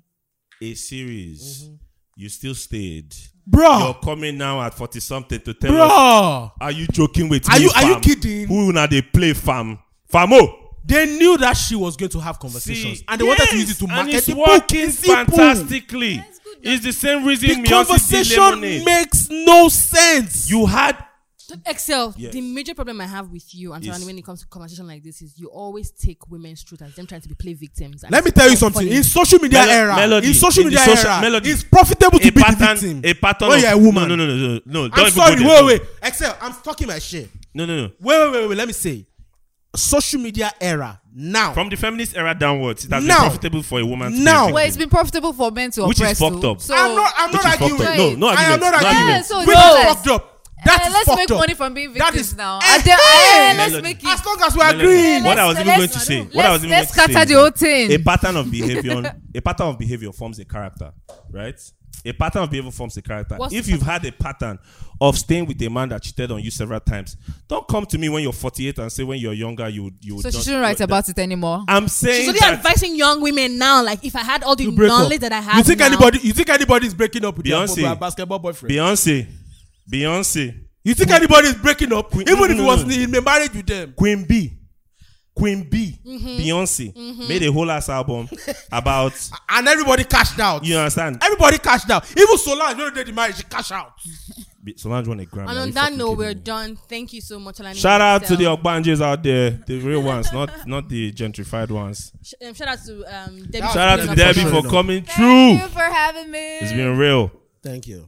Speaker 1: A series. You still stayed. You're
Speaker 2: bro,
Speaker 1: coming now at 40 something to tell us.
Speaker 2: bro,
Speaker 1: Are you joking with
Speaker 2: Are
Speaker 1: me?
Speaker 2: you- are you
Speaker 1: fam?
Speaker 2: kidding?
Speaker 1: Who now they play fam? oh! Famo!
Speaker 2: they knew that she was going to have conversations, and they wanted to use it to
Speaker 1: and
Speaker 2: market
Speaker 1: it's
Speaker 2: the book.
Speaker 1: working
Speaker 2: It's simple.
Speaker 1: fantastically. It's the same reason
Speaker 2: The
Speaker 1: Miyossi did
Speaker 2: conversation
Speaker 1: lemonade.
Speaker 2: makes no sense.
Speaker 1: you had
Speaker 3: So, Excel,
Speaker 1: Yes.
Speaker 3: the major problem I have with you, and
Speaker 1: Yes.
Speaker 3: Tony, when it comes to conversation like this, is you always take women's truth as them trying to be play victims. and
Speaker 2: Let me
Speaker 3: it's
Speaker 2: tell you
Speaker 3: so
Speaker 2: something.
Speaker 3: funny.
Speaker 2: In social media
Speaker 1: Melo-
Speaker 2: era,
Speaker 1: Melody,
Speaker 2: in social
Speaker 1: in the
Speaker 2: media
Speaker 1: social-
Speaker 2: era,
Speaker 1: Melody,
Speaker 2: it's profitable to
Speaker 1: a
Speaker 2: be
Speaker 1: pattern.
Speaker 2: the victim.
Speaker 1: A pattern.
Speaker 2: When
Speaker 1: of-
Speaker 2: you're a woman.
Speaker 1: No, no, no, no, no. don't
Speaker 2: I'm
Speaker 1: even
Speaker 2: sorry.
Speaker 1: go there.
Speaker 2: Wait, wait. Excel, I'm talking my shit.
Speaker 1: No, no, no.
Speaker 2: Wait, wait, wait, wait. Let me say, social media era now.
Speaker 1: From the feminist era downwards, it has
Speaker 2: Now.
Speaker 1: been profitable for a woman. To
Speaker 2: Now.
Speaker 1: be a
Speaker 4: Well, it's
Speaker 1: victim.
Speaker 4: been profitable for men to
Speaker 1: Which is
Speaker 4: oppress.
Speaker 1: fucked
Speaker 4: too.
Speaker 1: up.
Speaker 4: So
Speaker 2: I'm not. I'm
Speaker 1: Which
Speaker 2: not
Speaker 1: is
Speaker 2: arguing.
Speaker 1: fucked
Speaker 4: up.
Speaker 2: with
Speaker 4: No,
Speaker 2: you.
Speaker 1: no
Speaker 2: I am
Speaker 1: argument,
Speaker 2: not
Speaker 1: no
Speaker 2: arguing.
Speaker 1: argument. Yeah,
Speaker 4: so
Speaker 2: Which is
Speaker 4: no.
Speaker 2: fucked up. That
Speaker 4: Eh,
Speaker 2: is
Speaker 4: let's
Speaker 2: fucked
Speaker 4: make
Speaker 2: up.
Speaker 4: money from being
Speaker 2: That
Speaker 4: victims
Speaker 2: is-
Speaker 4: now.
Speaker 2: Eh,
Speaker 4: I tell- eh,
Speaker 1: Melody.
Speaker 4: let's make it.
Speaker 2: As long as we're
Speaker 1: Melody.
Speaker 2: agreeing.
Speaker 1: What I was
Speaker 4: Let's-
Speaker 1: even going to
Speaker 4: let's-
Speaker 1: say. What I was even
Speaker 4: let's
Speaker 1: going to
Speaker 4: scatter
Speaker 1: say.
Speaker 4: the whole thing.
Speaker 1: A pattern of behavior. a pattern of behavior forms a character, right? A pattern of behavior forms a character.
Speaker 3: What's
Speaker 1: if
Speaker 3: the
Speaker 1: you've had a pattern of staying with a man that cheated on you several times, don't come to me when you're 48 and say when you're younger you would- you. would
Speaker 4: So she
Speaker 1: not-
Speaker 4: shouldn't write about it anymore.
Speaker 1: I'm saying
Speaker 3: She's only
Speaker 1: that
Speaker 3: advising young women now. Like, if I had all the
Speaker 2: You break up.
Speaker 3: knowledge that I have,
Speaker 2: You think
Speaker 3: now,
Speaker 2: anybody? You think anybody is breaking up with their
Speaker 1: Beyonce.
Speaker 2: bo- basketball boyfriend?
Speaker 1: Beyonce, Beyonce,
Speaker 2: You think anybody is breaking up? Even if it
Speaker 1: no,
Speaker 2: was
Speaker 1: no.
Speaker 2: in a marriage with them.
Speaker 1: Queen B, Queen B,
Speaker 4: Mm-hmm.
Speaker 1: Beyonce made a whole ass album about
Speaker 2: and everybody cashed out.
Speaker 1: you understand.
Speaker 2: Everybody cashed out. Even Solange, when they did the marriage, she cashed out.
Speaker 1: Be- Solange won a Grammy.
Speaker 3: And
Speaker 1: Are
Speaker 3: on
Speaker 1: you
Speaker 3: that
Speaker 1: fucking
Speaker 3: note,
Speaker 1: kidding
Speaker 3: we're
Speaker 1: me?
Speaker 3: done. Thank you so much, Alani.
Speaker 1: Shout out to
Speaker 3: Excel.
Speaker 1: the Ogbanjes out there, the real ones, not not the gentrified ones.
Speaker 3: Sh- um, shout out to um, Debbie.
Speaker 2: Shout
Speaker 1: Shout
Speaker 3: for
Speaker 1: out to
Speaker 3: pulling up on
Speaker 1: Debbie
Speaker 3: us.
Speaker 1: for coming
Speaker 4: Thank
Speaker 1: through.
Speaker 4: you for having me.
Speaker 1: It's been real.
Speaker 2: Thank you.